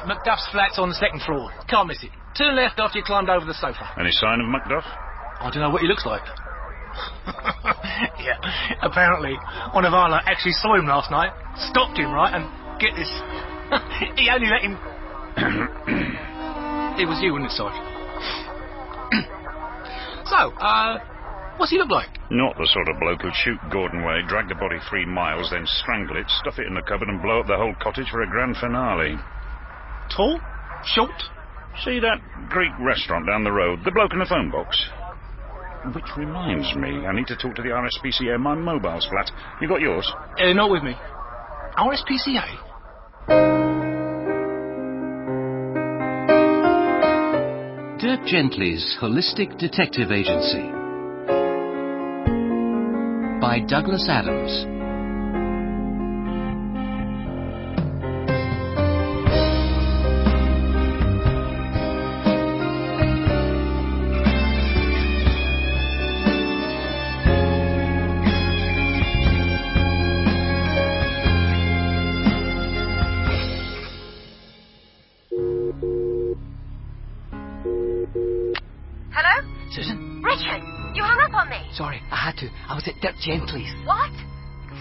Speaker 13: Macduff's flat's on the second floor. Can't miss it. Turn left after you climbed over the sofa.
Speaker 12: Any sign of Macduff?
Speaker 13: I don't know what he looks like. yeah, apparently one of our lot actually saw him last night, stopped him right, and get this, he only let him. it was you, wasn't it, Sergeant? so, uh, what's he look like?
Speaker 12: Not the sort of bloke who'd shoot Gordon Way, drag the body three miles, then strangle it, stuff it in a cupboard, and blow up the whole cottage for a grand finale.
Speaker 13: Tall, short.
Speaker 12: See that Greek restaurant down the road? The bloke in the phone box. Which reminds me, I need to talk to the RSPCA. My mobile's flat. You got yours?
Speaker 13: Uh, not with me. RSPCA?
Speaker 1: Dirk Gently's Holistic Detective Agency by Douglas Adams.
Speaker 7: Hello?
Speaker 11: Susan,
Speaker 7: Richard, you hung up on me.
Speaker 11: sorry, I had to. I was at Dirk Gently's.
Speaker 7: What?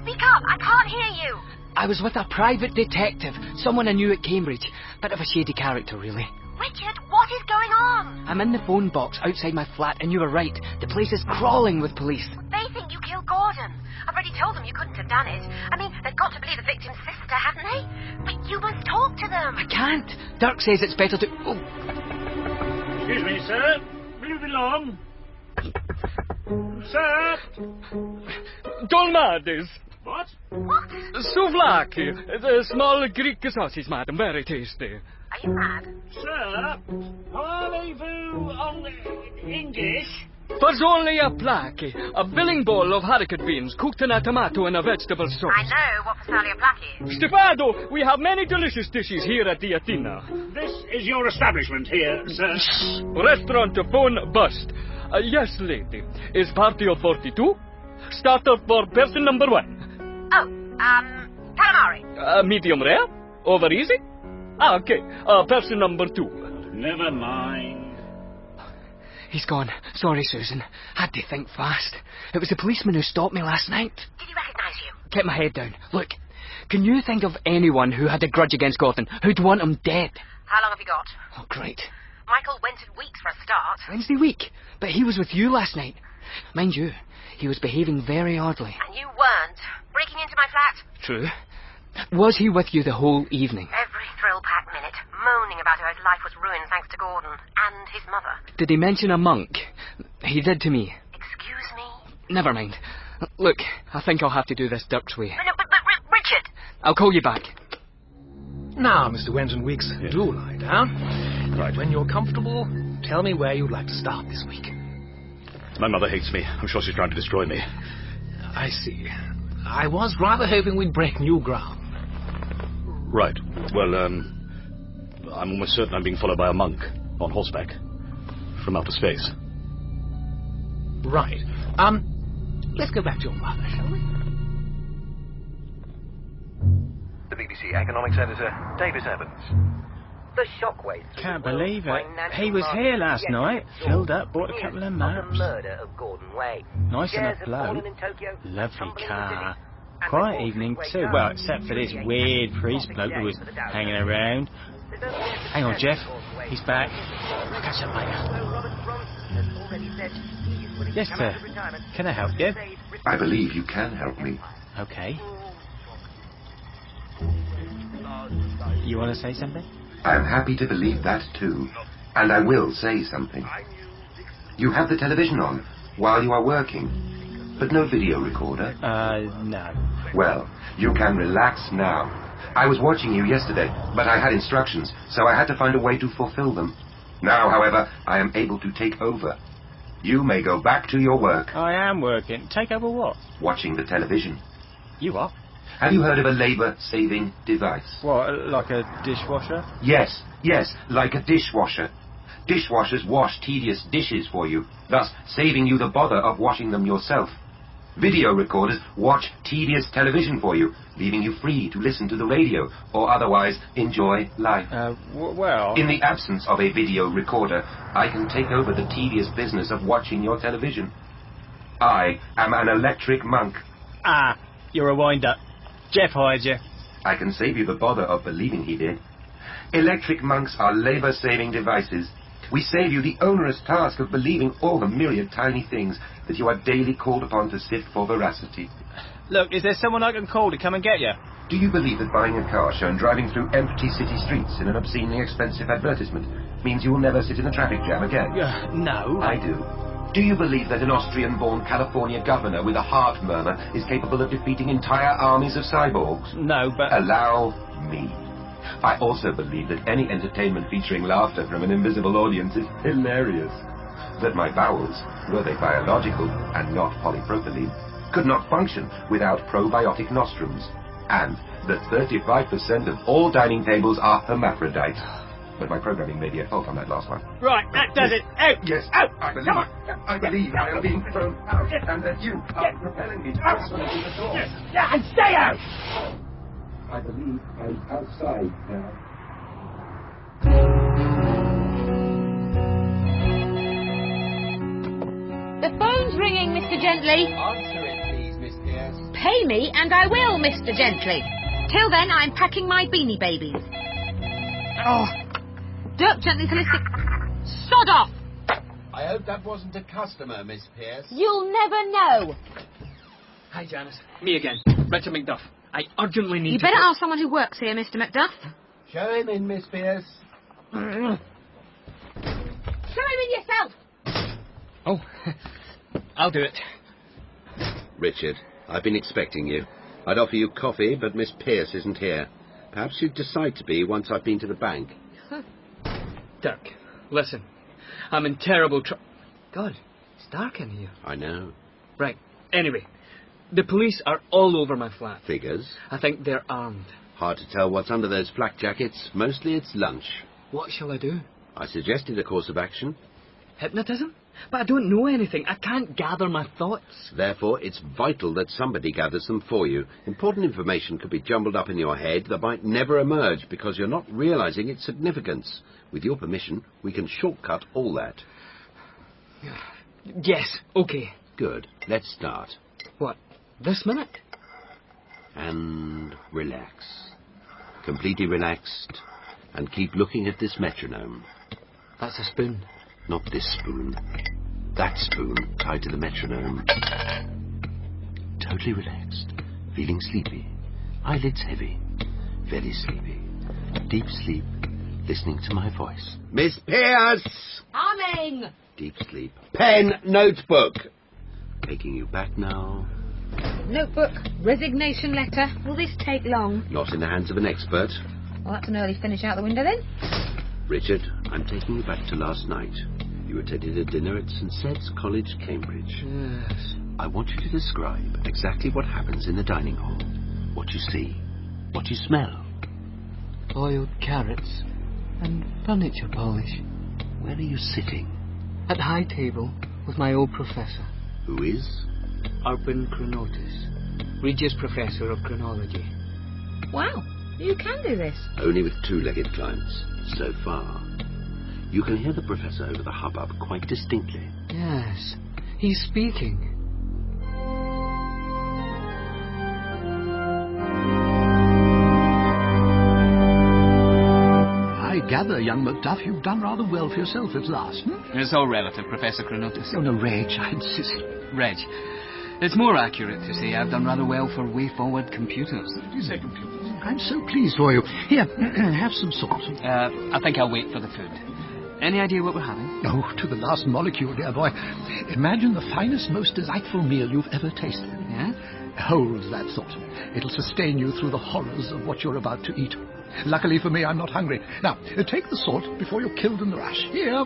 Speaker 7: Speak up. I can't hear you.
Speaker 11: I was with a private detective, someone I knew at Cambridge. Bit of a shady character, really.
Speaker 7: Richard, what is going on?
Speaker 11: I'm in the phone box outside my flat, and you were right. The place is crawling with police.
Speaker 7: They think you killed Gordon. I've already told them you couldn't have done it. I mean, they've got to believe the victim's sister, haven't they? But you must talk to them.
Speaker 11: I can't. Dirk says it's better to. Oh,
Speaker 13: Excuse me, sir. Move along. Sir!
Speaker 11: Don Mardis.
Speaker 22: What?
Speaker 7: What?
Speaker 11: Souvlaki, the small Greek sausage, madam, very tasty.
Speaker 7: Are you mad?
Speaker 22: Sir, parlez-vous on English?
Speaker 11: There's only a plaque, a billing bowl of haricot beans cooked in a tomato and a vegetable sauce.
Speaker 7: I know what Phasalia Plaki is.
Speaker 11: Stefano, we have many delicious dishes here at the Athena.
Speaker 22: This is your establishment here, sir.
Speaker 11: Restaurant Phone Bust. Uh, yes, lady. Is party of 42? Starter for person number one.
Speaker 7: Oh, um, calamari.
Speaker 11: Uh, medium rare? Over easy? Ah, okay. Uh, person number two.
Speaker 22: Never mind.
Speaker 11: He's gone. Sorry, Susan. Had to think fast. It was the policeman who stopped me last night.
Speaker 7: Did he recognise you?
Speaker 11: Kept my head down. Look, can you think of anyone who had a grudge against Gordon, who'd want him dead?
Speaker 7: How long have you got?
Speaker 11: Oh, great.
Speaker 7: Michael went in weeks for a start.
Speaker 11: Wednesday week. But he was with you last night. Mind you, he was behaving very oddly.
Speaker 7: And you weren't. Breaking into my flat,
Speaker 11: True. Was he with you the whole evening?
Speaker 7: every thrill packed minute, moaning about how his life was ruined thanks to Gordon and his mother.
Speaker 11: Did he mention a monk? He did to me.
Speaker 7: Excuse me?
Speaker 11: Never mind. Look, I think I'll have to do this Dirk's way.
Speaker 7: But, no, but, but Ri- Richard!
Speaker 11: I'll call you back.
Speaker 13: Now, Mr. Wenton Weeks, do lie down. Right, when you're comfortable, tell me where you'd like to start this week.
Speaker 16: My mother hates me. I'm sure she's trying to destroy me.
Speaker 13: I see. I was rather hoping we'd break new ground.
Speaker 16: Right. Well, um, I'm almost certain I'm being followed by a monk on horseback from outer space.
Speaker 13: Right. Um, let's go back to your mother, shall we?
Speaker 4: The BBC economics editor, David Evans. The shockwave.
Speaker 10: Can't believe it. He was here last night. Filled up, bought a couple of maps.
Speaker 4: Murder of Gordon Way.
Speaker 10: Nice
Speaker 4: Shares
Speaker 10: enough
Speaker 4: have
Speaker 10: bloke.
Speaker 4: fallen in Tokyo.
Speaker 10: Lovely car. Quiet evening too. Well, except for this weird priest bloke who was hanging around. Hang on, Jeff. He's back. I'll catch up later. Yes, sir. Can I help you?
Speaker 3: I believe you can help me.
Speaker 10: Okay. You want to say something?
Speaker 3: I'm happy to believe that too. And I will say something. You have the television on while you are working, but no video recorder.
Speaker 10: Uh, no.
Speaker 3: Well, you can relax now. I was watching you yesterday, but I had instructions, so I had to find a way to fulfill them. Now, however, I am able to take over. You may go back to your work,
Speaker 10: I am working. Take over what?
Speaker 3: watching the television.
Speaker 10: You are?
Speaker 3: Have you heard of a labour saving device?
Speaker 10: What, like a dishwasher?
Speaker 3: Yes, yes, like a dishwasher. Dishwashers wash tedious dishes for you, thus saving you the bother of washing them yourself. Video recorders watch tedious television for you, leaving you free to listen to the radio or otherwise enjoy life.
Speaker 10: Uh, w- well.
Speaker 3: In the absence of a video recorder, I can take over the tedious business of watching your television. I am an electric monk.
Speaker 10: Ah, you're a winder. Jeff hired you.
Speaker 3: I can save you the bother of believing he did. Electric monks are labor saving devices. We save you the onerous task of believing all the myriad tiny things that you are daily called upon to sift for veracity.
Speaker 10: Look, is there someone I can call to come and get you?
Speaker 3: Do you believe that buying a car shown driving through empty city streets in an obscenely expensive advertisement means you will never sit in a traffic jam again?
Speaker 10: Uh, no.
Speaker 3: I do. Do you believe that an Austrian born California governor with a heart murmur is capable of defeating entire armies of cyborgs?
Speaker 10: No, but.
Speaker 3: Allow me. I also believe that any entertainment featuring laughter from an invisible audience is hilarious. That my bowels, were they biological and not polypropylene, could not function without probiotic nostrums. And that 35% of all dining tables are hermaphrodites. But my programming may be at fault on that last one.
Speaker 10: Right, that does it. Out!
Speaker 3: Yes,
Speaker 10: out!
Speaker 3: I believe, I believe I am being thrown out, and that you are repelling me out from the door.
Speaker 10: Yeah, and stay out!
Speaker 3: I believe I am outside now.
Speaker 6: The phone's ringing, Mr. Gently.
Speaker 14: Answer it, please, Miss Pierce.
Speaker 6: Pay me and I will, Mr. Gently. Till then, I'm packing my beanie babies. Oh. Dirk Gently's listed. Sod off!
Speaker 14: I hope that wasn't a customer, Miss Pierce.
Speaker 6: You'll never know.
Speaker 11: Hi, Janice. Me again. Richard McDuff. I urgently need
Speaker 6: You
Speaker 11: to
Speaker 6: better
Speaker 11: talk-
Speaker 6: ask someone who works here, Mr. Macduff.
Speaker 14: Show him in, Miss Pierce.
Speaker 6: Show him in yourself.
Speaker 11: Oh, I'll do it.
Speaker 3: Richard, I've been expecting you.
Speaker 14: I'd offer you coffee, but Miss Pierce isn't here. Perhaps you'd decide to be once I've been to the bank.
Speaker 11: Dirk, listen. I'm in terrible trouble. God, it's dark in here.
Speaker 14: I know.
Speaker 11: Right, anyway. The police are all over my flat.
Speaker 14: Figures.
Speaker 11: I think they're armed.
Speaker 14: Hard to tell what's under those flak jackets. Mostly it's lunch.
Speaker 11: What shall I do?
Speaker 14: I suggested a course of action.
Speaker 11: Hypnotism? But I don't know anything. I can't gather my thoughts.
Speaker 14: Therefore, it's vital that somebody gathers them for you. Important information could be jumbled up in your head that might never emerge because you're not realizing its significance. With your permission, we can shortcut all that.
Speaker 11: Yes, okay.
Speaker 14: Good. Let's start.
Speaker 11: What? This minute?
Speaker 14: And relax. Completely relaxed. And keep looking at this metronome.
Speaker 11: That's a spoon.
Speaker 14: Not this spoon. That spoon tied to the metronome. Totally relaxed. Feeling sleepy. Eyelids heavy. Very sleepy. Deep sleep. Listening to my voice. Miss Pierce!
Speaker 6: Coming!
Speaker 14: Deep sleep. Pen, notebook. Taking you back now.
Speaker 6: Notebook, resignation letter. Will this take long?
Speaker 14: Not in the hands of an expert.
Speaker 6: Well, that's an early finish out the window then.
Speaker 14: Richard, I'm taking you back to last night. You attended a dinner at St. Sed's College, Cambridge.
Speaker 11: Yes.
Speaker 14: I want you to describe exactly what happens in the dining hall. What you see. What you smell.
Speaker 11: Boiled carrots and furniture polish.
Speaker 14: Where are you sitting?
Speaker 11: At high table with my old professor,
Speaker 14: Who is?
Speaker 11: Urban Chronotis, Regius Professor of Chronology.
Speaker 6: Wow, you can do this.
Speaker 14: Only with two legged climbs, so far. You can hear the professor over the hubbub quite distinctly.
Speaker 11: Yes, he's speaking.
Speaker 17: I gather, young Macduff, you've done rather well for yourself at last. Hmm?
Speaker 11: It's all relative, Professor Chronotis.
Speaker 17: Oh, no, Ray, child, sissy.
Speaker 11: Reg. It's more accurate to say I've done rather well for way forward computers.
Speaker 17: Did you say computers? I'm so pleased for you. Here, have some salt.
Speaker 11: Uh, I think I'll wait for the food. Any idea what we're having?
Speaker 17: Oh, to the last molecule, dear boy. Imagine the finest, most delightful meal you've ever tasted.
Speaker 11: Yeah?
Speaker 17: Hold that thought. It'll sustain you through the horrors of what you're about to eat. Luckily for me, I'm not hungry. Now, uh, take the salt before you're killed in the rush. Here.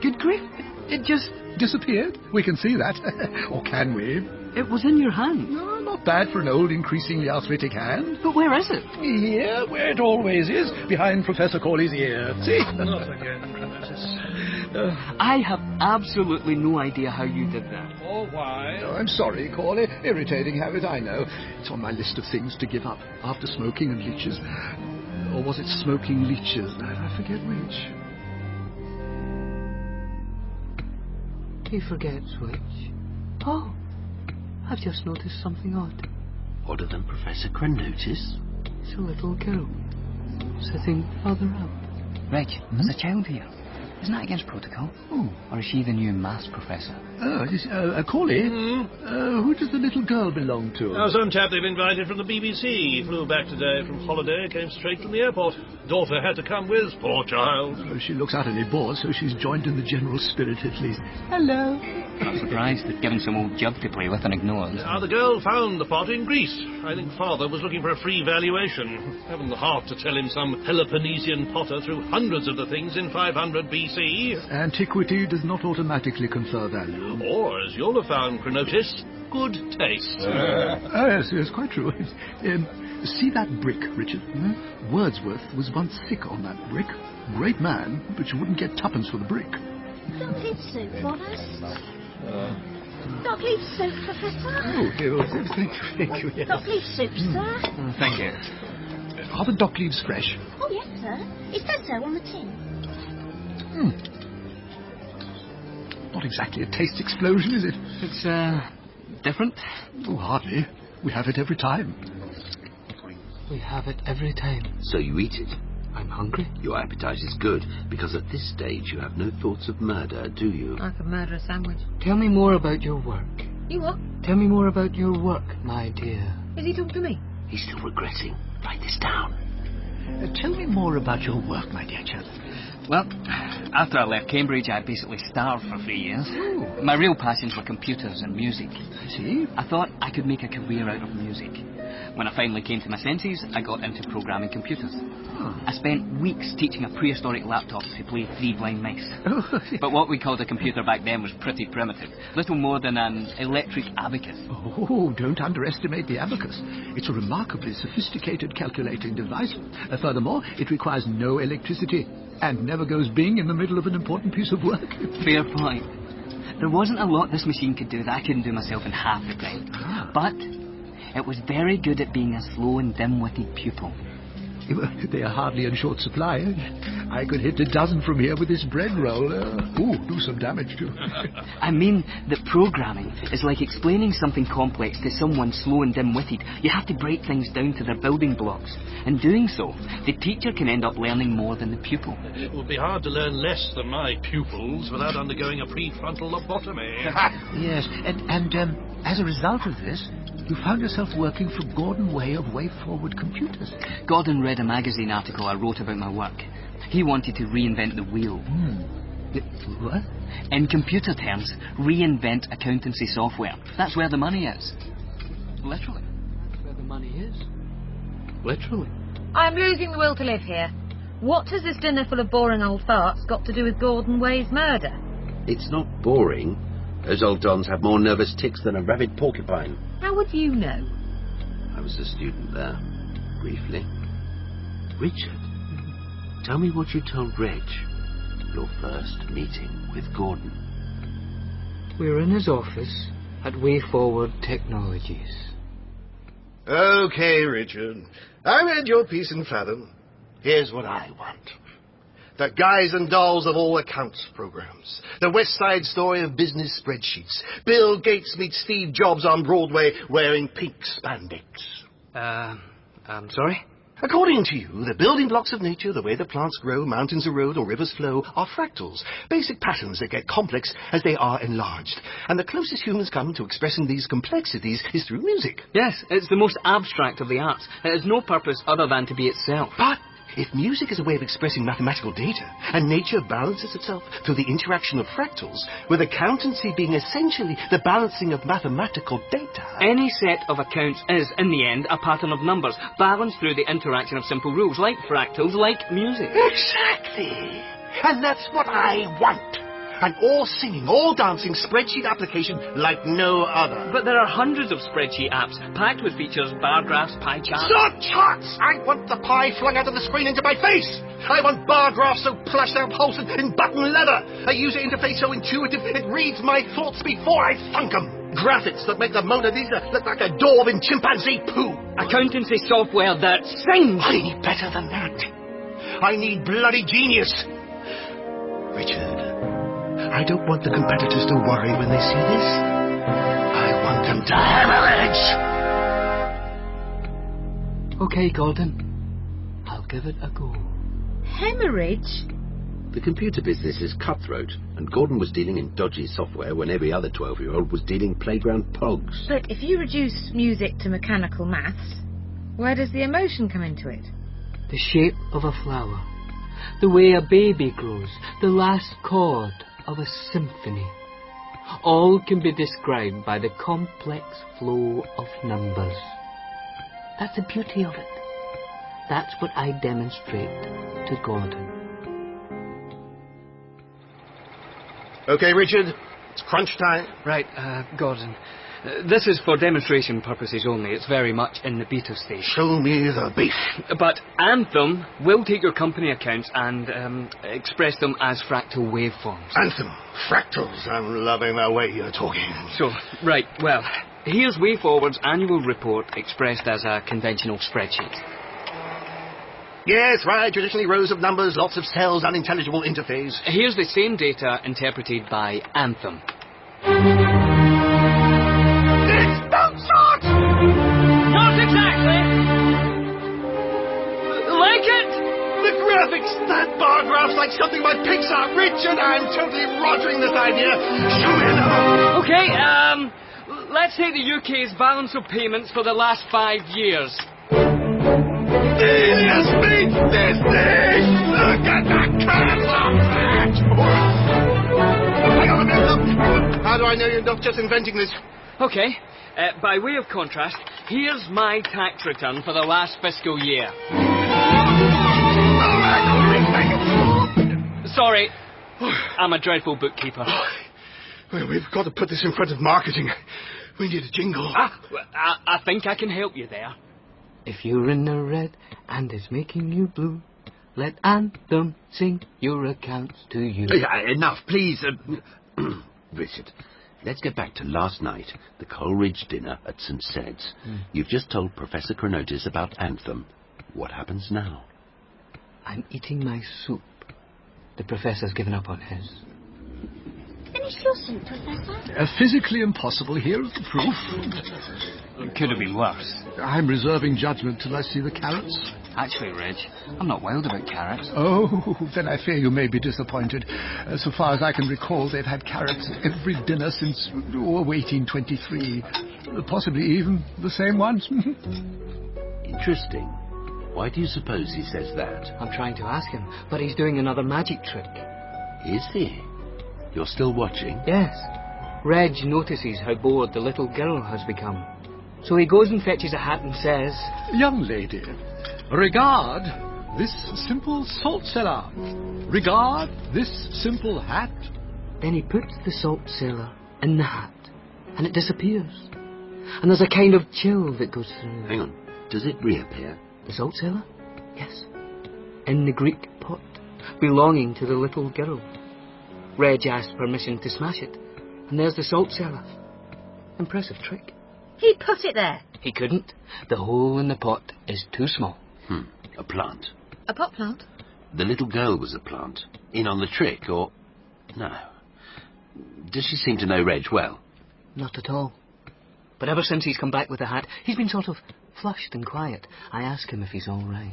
Speaker 11: Good grief. It just.
Speaker 17: Disappeared. We can see that. or can we?
Speaker 11: It was in your hand.
Speaker 17: No, not bad for an old, increasingly arthritic hand.
Speaker 11: But where is it?
Speaker 17: Here, where it always is, behind Professor Corley's ear. See?
Speaker 19: Not again, Chronotis.
Speaker 11: I have absolutely no idea how you did that.
Speaker 19: Or why?
Speaker 17: Oh, I'm sorry, Corley. Irritating habit, I know. It's on my list of things to give up after smoking and leeches. Or was it smoking leeches? I forget which.
Speaker 11: He forgets which. Oh, I've just noticed something odd.
Speaker 14: Odder than Professor Cronotis?
Speaker 11: It's a little girl sitting further up.
Speaker 4: Reg, there's a child here. Isn't that against protocol?
Speaker 17: Oh.
Speaker 4: Or is she the new maths professor?
Speaker 17: Oh, it is, uh, uh, Corley? Uh, who does the little girl belong to?
Speaker 19: Now, some chap they've invited from the BBC flew back today from holiday, came straight from the airport. Daughter had to come with, poor child.
Speaker 17: Oh, she looks utterly bored, so she's joined in the general spirit at least.
Speaker 4: Hello. Not surprised they've given some old jug to play with and ignored.
Speaker 19: Now, the girl found the pot in Greece. I think father was looking for a free valuation. Haven't the heart to tell him some Peloponnesian potter threw hundreds of the things in 500 BC.
Speaker 17: Antiquity does not automatically confer value.
Speaker 19: Or, as you'll have found, Cronotis, good taste.
Speaker 17: Oh, yes, yes, quite true. Um, see that brick, Richard? Hmm? Wordsworth was once sick on that brick. Great man, but you wouldn't get tuppence for the brick.
Speaker 23: Don't leave soap on us.
Speaker 4: Uh,
Speaker 23: Don't leave soap, Professor.
Speaker 17: dear, oh, Hmm. thank you, thank you. yes.
Speaker 23: Don't leave soap, sir.
Speaker 4: Mm, Thank you.
Speaker 17: Are the dock leaves fresh?
Speaker 23: Oh, yes, sir. It says so on the tin.
Speaker 17: Hmm. Not exactly a taste explosion, is it?
Speaker 4: It's, uh, different.
Speaker 17: Oh, hardly. We have it every time.
Speaker 11: We have it every time.
Speaker 14: So you eat it.
Speaker 11: I'm hungry.
Speaker 14: Your appetite is good, because at this stage you have no thoughts of murder, do you?
Speaker 6: I could murder a sandwich.
Speaker 11: Tell me more about your work.
Speaker 6: You what?
Speaker 11: Tell me more about your work, my dear.
Speaker 6: Is he talking to me?
Speaker 14: He's still regressing. Write this down.
Speaker 17: Uh, tell me more about your work, my dear chap.
Speaker 11: Well, after I left Cambridge, I basically starved for three years. My real passions were computers and music. I
Speaker 17: Oh. see.
Speaker 11: I thought I could make a career out of music. When I finally came to my senses, I got into programming computers. I spent weeks teaching a prehistoric laptop to play Three Blind Mice.
Speaker 17: Oh,
Speaker 11: but what we called a computer back then was pretty primitive. Little more than an electric abacus.
Speaker 17: Oh, don't underestimate the abacus. It's a remarkably sophisticated calculating device. Uh, furthermore, it requires no electricity and never goes bing in the middle of an important piece of work.
Speaker 11: Fair point. There wasn't a lot this machine could do that I couldn't do myself in half the
Speaker 17: Ah.
Speaker 11: time. But it was very good at being a slow and dim-witted pupil.
Speaker 17: They are hardly in short supply. I could hit a dozen from here with this bread roll. Uh, ooh, do some damage too.
Speaker 11: I mean that programming is like explaining something complex to someone slow and dim-witted. You have to break things down to their building blocks. In doing so, the teacher can end up learning more than the pupil.
Speaker 19: It would be hard to learn less than my pupils without undergoing a prefrontal lobotomy.
Speaker 17: yes, and, and um, as a result of this, you found yourself working for Gordon Way of Way Forward Computers.
Speaker 11: Gordon read a magazine article I wrote about my work. He wanted to reinvent the wheel.
Speaker 17: What?
Speaker 11: In computer terms, reinvent accountancy software. That's where the money is. Literally.
Speaker 1: That's where the money is.
Speaker 11: Literally.
Speaker 6: I'm losing the will to live here. What has this dinner full of boring old farts got to do with Gordon Way's murder?
Speaker 14: It's not boring. Those old dons have more nervous tics than a rabid porcupine.
Speaker 6: How would you know?
Speaker 14: I was a student there, briefly. Richard, tell me what you told Reg. Your first meeting with Gordon.
Speaker 11: We were in his office at Way Forward Technologies.
Speaker 9: Okay, Richard. I read your piece in Fathom. Here's what I want. The guys and dolls of all accounts programs. The West Side story of business spreadsheets. Bill Gates meets Steve Jobs on Broadway wearing pink spandex.
Speaker 11: Uh, I'm sorry?
Speaker 9: According to you, the building blocks of nature, the way the plants grow, mountains erode, or rivers flow, are fractals, basic patterns that get complex as they are enlarged. And the closest humans come to expressing these complexities is through music.
Speaker 11: Yes, it's the most abstract of the arts. It has no purpose other than to be itself.
Speaker 9: But If music is a way of expressing mathematical data, and nature balances itself through the interaction of fractals, with accountancy being essentially the balancing of mathematical data.
Speaker 11: Any set of accounts is, in the end, a pattern of numbers, balanced through the interaction of simple rules, like fractals, like music.
Speaker 9: Exactly! And that's what I want. An all singing, all dancing spreadsheet application like no other.
Speaker 11: But there are hundreds of spreadsheet apps, packed with features, bar graphs, pie charts.
Speaker 9: Not charts! I want the pie flung out of the screen into my face! I want bar graphs so plush they're upholstered in button leather! A user interface so intuitive it reads my thoughts before I thunk 'em. Graphics that make the Mona Lisa look like a daub in chimpanzee poo!
Speaker 11: Accountancy software that sings!
Speaker 9: I need better than that. I need bloody genius. Richard, I don't want the competitors to worry when they see this. I want them to hemorrhage.
Speaker 11: Okay, Gordon. I'll give it a go.
Speaker 6: Hemorrhage?
Speaker 14: The computer business is cutthroat, and Gordon was dealing in dodgy software when every other 12 year old was dealing playground pogs.
Speaker 6: But if you reduce music to mechanical maths, where does the emotion come into it?
Speaker 11: The shape of a flower. The way a baby grows. The last chord of a symphony. All can be described by the complex flow of numbers. That's the beauty of it. That's what I demonstrate to Gordon.
Speaker 9: Okay, Richard, it's crunch time.
Speaker 11: Right, uh, Gordon. Uh, This is for demonstration purposes only. It's very much in the beta stage.
Speaker 9: Show me the beef.
Speaker 11: But Anthem will take your company accounts and um, express them as fractal waveforms.
Speaker 9: Anthem, fractals. I'm loving the way you're talking.
Speaker 11: So, right, well, here's WayForward's annual report expressed as a conventional spreadsheet.
Speaker 9: Yes, right, traditionally rows of numbers, lots of cells, unintelligible interface.
Speaker 11: Here's the same data interpreted by Anthem.
Speaker 9: It's Mozart!
Speaker 11: Not exactly! Like it?
Speaker 9: The graphics, that bar graph's like something by Pixar. Richard, I'm totally rogering this idea. Show me another.
Speaker 11: Okay, um, let's take the UK's balance of payments for the last five years.
Speaker 24: Genius beats this thing! Look at the
Speaker 4: candle! How do I know you're not just inventing this?
Speaker 25: Okay. Uh, by way of contrast, here's my tax return for the last fiscal year. Sorry, I'm a dreadful bookkeeper.
Speaker 4: Well, we've got to put this in front of marketing. We need a jingle.
Speaker 25: Ah, well, I, I think I can help you there.
Speaker 11: If you're in the red and it's making you blue, let Anthem sing your accounts to you.
Speaker 14: Yeah, enough, please. Uh, Richard, let's get back to last night, the Coleridge dinner at St. Sed's.
Speaker 11: Hmm.
Speaker 14: You've just told Professor Cronotis about Anthem. What happens now?
Speaker 11: I'm eating my soup. The professor's given up on his.
Speaker 23: Finish your soup, Professor.
Speaker 17: Uh, physically impossible. Here is the proof.
Speaker 26: It could have been worse.
Speaker 17: I'm reserving judgment till I see the carrots.
Speaker 26: Actually, Ridge, I'm not wild about carrots.
Speaker 17: Oh, then I fear you may be disappointed. Uh, so far as I can recall, they've had carrots at every dinner since oh, 1823. Uh, Possibly even the same ones.
Speaker 14: Interesting. Why do you suppose he says that?
Speaker 11: I'm trying to ask him, but he's doing another magic trick.
Speaker 14: Is he? You're still watching?
Speaker 11: Yes. Reg notices how bored the little girl has become. So he goes and fetches a hat and says,
Speaker 17: Young lady, regard this simple salt cellar. Regard this simple hat.
Speaker 11: Then he puts the salt cellar in the hat, and it disappears. And there's a kind of chill that goes through.
Speaker 14: Hang on. Does it reappear?
Speaker 11: The salt cellar? Yes. In the Greek pot, belonging to the little girl. Reg asks permission to smash it, and there's the salt cellar. Impressive trick.
Speaker 6: He put it there.
Speaker 11: He couldn't. The hole in the pot is too small.
Speaker 14: Hmm. A plant.
Speaker 6: A pot plant.
Speaker 14: The little girl was a plant. In on the trick, or. No. Does she seem to know Reg well?
Speaker 11: Not at all. But ever since he's come back with the hat, he's been sort of flushed and quiet. I ask him if he's all right.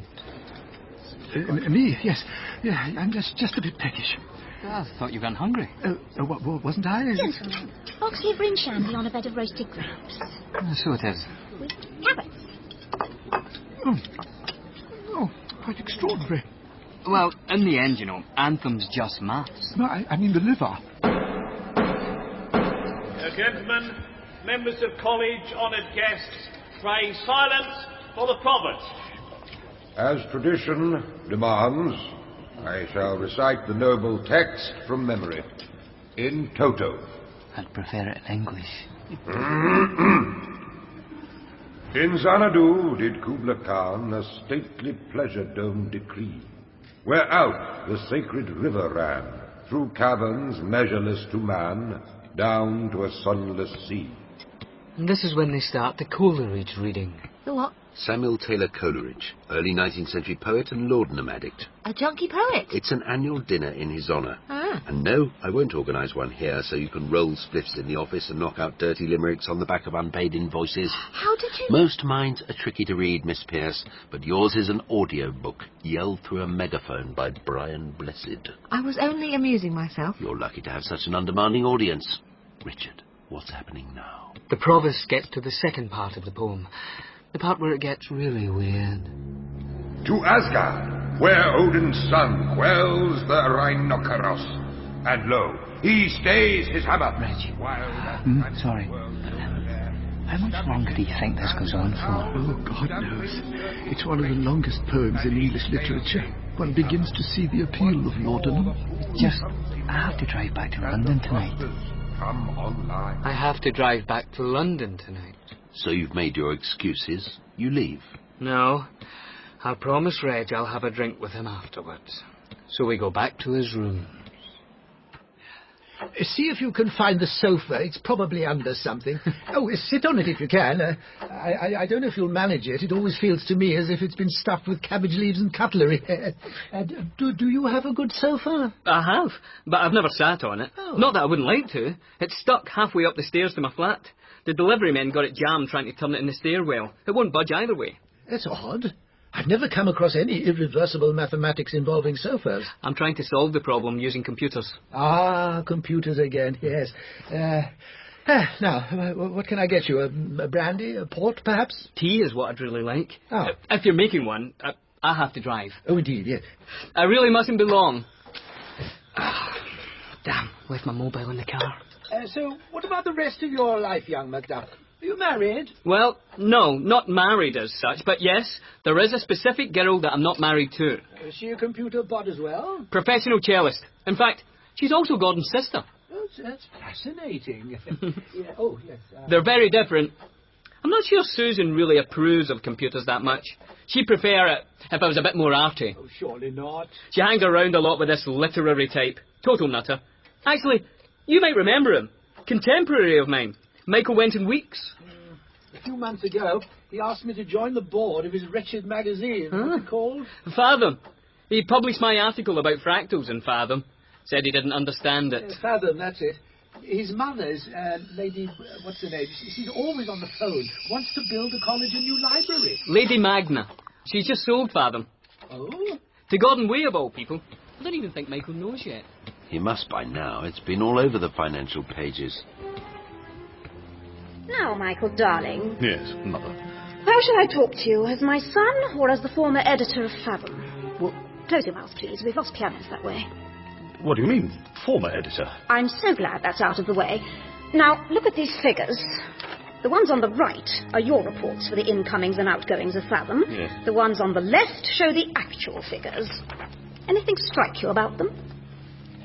Speaker 17: Uh, m- me, yes. Yeah, I'm just, just a bit peckish.
Speaker 26: I Ah, thought you ran hungry.
Speaker 17: Uh, uh, wa- wa- wasn't I?
Speaker 23: Gentlemen, box of ring shandy on a bed of roasted grapes.
Speaker 26: So it is.
Speaker 23: With carrots.
Speaker 17: Oh, oh, quite extraordinary.
Speaker 26: Well, in the end, you know, Anthem's just maths.
Speaker 17: No, I, I mean the liver.
Speaker 16: Uh, gentlemen, members of college, honoured guests, pray silence for the provost.
Speaker 3: As tradition demands, I shall recite the noble text from memory, in toto.
Speaker 26: I'd prefer it in English.
Speaker 3: In Xanadu did Kubla Khan a stately pleasure dome decree, where out the sacred river ran, through caverns measureless to man, down to a sunless sea.
Speaker 11: And this is when they start the Coleridge reading.
Speaker 6: The what?
Speaker 14: Samuel Taylor Coleridge, early 19th century poet and laudanum addict.
Speaker 6: A junkie poet.
Speaker 14: It's an annual dinner in his honour.
Speaker 6: Ah.
Speaker 14: And no, I won't organise one here so you can roll spliffs in the office and knock out dirty limericks on the back of unpaid invoices.
Speaker 6: How did you?
Speaker 14: Most minds are tricky to read, Miss Pierce, but yours is an audio book yelled through a megaphone by Brian Blessed.
Speaker 6: I was only amusing myself.
Speaker 14: You're lucky to have such an undemanding audience. Richard, what's happening now?
Speaker 11: The provost gets to the second part of the poem, the part where it gets really weird.
Speaker 3: To Asgard, where Odin's son quells the rhinoceros. And lo, he stays his hammer.
Speaker 26: Hmm, sorry. How much longer do you think this goes on for?
Speaker 17: Oh, God knows. It's one of the longest poems in English literature. One begins to see the appeal of laudanum.
Speaker 26: Just, I have to drive back to London tonight.
Speaker 3: Come online.
Speaker 11: I have to drive back to London tonight.
Speaker 14: So you've made your excuses. You leave.
Speaker 11: No, I promise Reg I'll have a drink with him afterwards. So we go back to his room.
Speaker 27: See if you can find the sofa. It's probably under something. oh, sit on it if you can. Uh, I, I, I don't know if you'll manage it. It always feels to me as if it's been stuffed with cabbage leaves and cutlery. Uh, do, do you have a good sofa?
Speaker 11: I have, but I've never sat on it. Not that I wouldn't like to. It's stuck halfway up the stairs to my flat. The delivery men got it jammed trying to turn it in the stairwell. It won't budge either way.
Speaker 27: That's odd. I've never come across any irreversible mathematics involving sofas.
Speaker 11: I'm trying to solve the problem using computers.
Speaker 27: Ah, computers again, yes. Uh,
Speaker 17: Ah, now, wh- wh- what can I get you? A, a brandy? A port, perhaps?
Speaker 11: Tea is what I'd really like.
Speaker 17: Oh.
Speaker 11: If you're making one, I, I have to drive.
Speaker 17: Oh, indeed, yes.
Speaker 11: I really mustn't be long. Damn, left my mobile in the car.
Speaker 4: Uh, so, what about the rest of your life, young MacDuff? Are you married?
Speaker 11: Well, no, not married as such, but yes, there is a specific girl that I'm not married to.
Speaker 4: Is Uh, she a computer bot as well?
Speaker 11: Professional cellist. In fact, she's also Gordon's sister.
Speaker 4: Oh, that's fascinating. Yeah, Oh, yes. uh,
Speaker 11: They're very different. I'm not sure Susan really approves of computers that much. She'd prefer it if I was a bit more arty.
Speaker 4: Surely not.
Speaker 11: She hangs around a lot with this literary type. Total nutter. Actually, you might remember him. Contemporary of mine. Michael Wenton Weeks.
Speaker 4: A few months ago, he asked me to join the board of his wretched magazine.
Speaker 17: Hmm?
Speaker 4: What's it called?
Speaker 11: Fathom. He published my article about fractals in Fathom. Said he didn't understand it.
Speaker 4: Uh, Fathom, that's it. His mother's uh, lady, what's her name? She- She's always on the phone. Wants to build a college and new library.
Speaker 11: Lady Magna. She's just sold Fathom.
Speaker 4: Oh?
Speaker 11: To Gordon Way, of all people. I don't even think Michael knows yet.
Speaker 14: He must by now. It's been all over the financial pages.
Speaker 23: Now, Michael, darling,
Speaker 16: Yes, Mother.
Speaker 23: how shall I talk to you? As my son or as the former editor of Fathom? Close your mouth, please. We've lost pianos that way.
Speaker 16: What do you mean, former editor?
Speaker 23: I'm so glad that's out of the way. Now, look at these figures. The ones on the right are your reports for the incomings and outgoings of Fathom.
Speaker 16: Yes.
Speaker 23: The ones on the left show the actual figures. Anything strike you about them?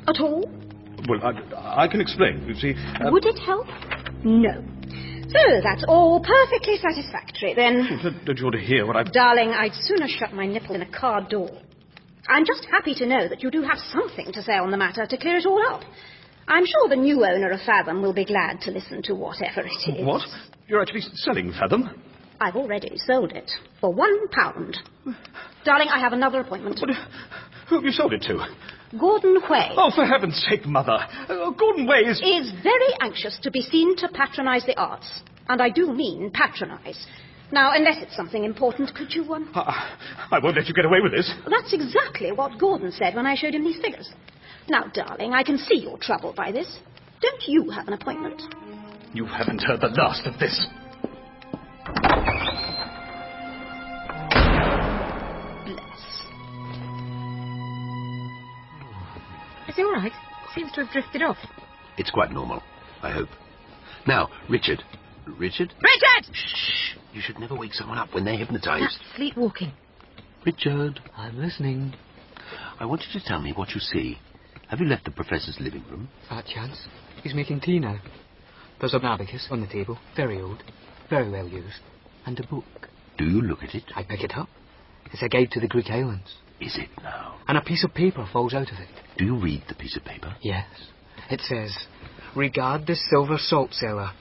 Speaker 23: At all?
Speaker 16: Well, I, I can explain. You see, um,
Speaker 23: Would it help? No. So, that's all perfectly satisfactory then.
Speaker 16: don't, don't you want to hear what I've
Speaker 23: Darling, I'd sooner shut my nipple in a car door. I'm just happy to know that you do have something to say on the matter to clear it all up. I'm sure the new owner of Fathom will be glad to listen to whatever it is.
Speaker 16: What? You're actually selling Fathom?
Speaker 23: I've already sold it for one pound. Darling, I have another appointment.
Speaker 16: Who have you sold it to?
Speaker 23: Gordon Way
Speaker 16: Oh, for heaven's sake, Mother. Uh, Gordon Way is.
Speaker 23: is very anxious to be seen to patronize the arts, and I do mean patronize. Now, unless it's something important, could you um,
Speaker 16: I won't let you get away with this.
Speaker 23: Well, That's exactly what Gordon said when I showed him these figures. Now, darling, I can see you're troubled by this. Don't you have an appointment?
Speaker 16: You haven't heard the last of this.
Speaker 6: Is he all right? Seems to have drifted off.
Speaker 14: It's quite normal, I hope. Now, Richard. Richard?
Speaker 6: Richard!
Speaker 14: You should never wake someone up when they're hypnotized.
Speaker 6: Sleepwalking.
Speaker 14: Richard,
Speaker 11: I'm listening.
Speaker 14: I want you to tell me what you see. Have you left the professor's living room?
Speaker 11: Fat chance. He's making tea now. There's an abacus on the table, very old, very well used, and a book.
Speaker 14: Do you look at it?
Speaker 11: I pick it up. It's a guide to the Greek islands.
Speaker 14: Is it now?
Speaker 11: And a piece of paper falls out of it.
Speaker 14: Do you read the piece of paper?
Speaker 11: Yes. It says, Regard the silver salt cellar.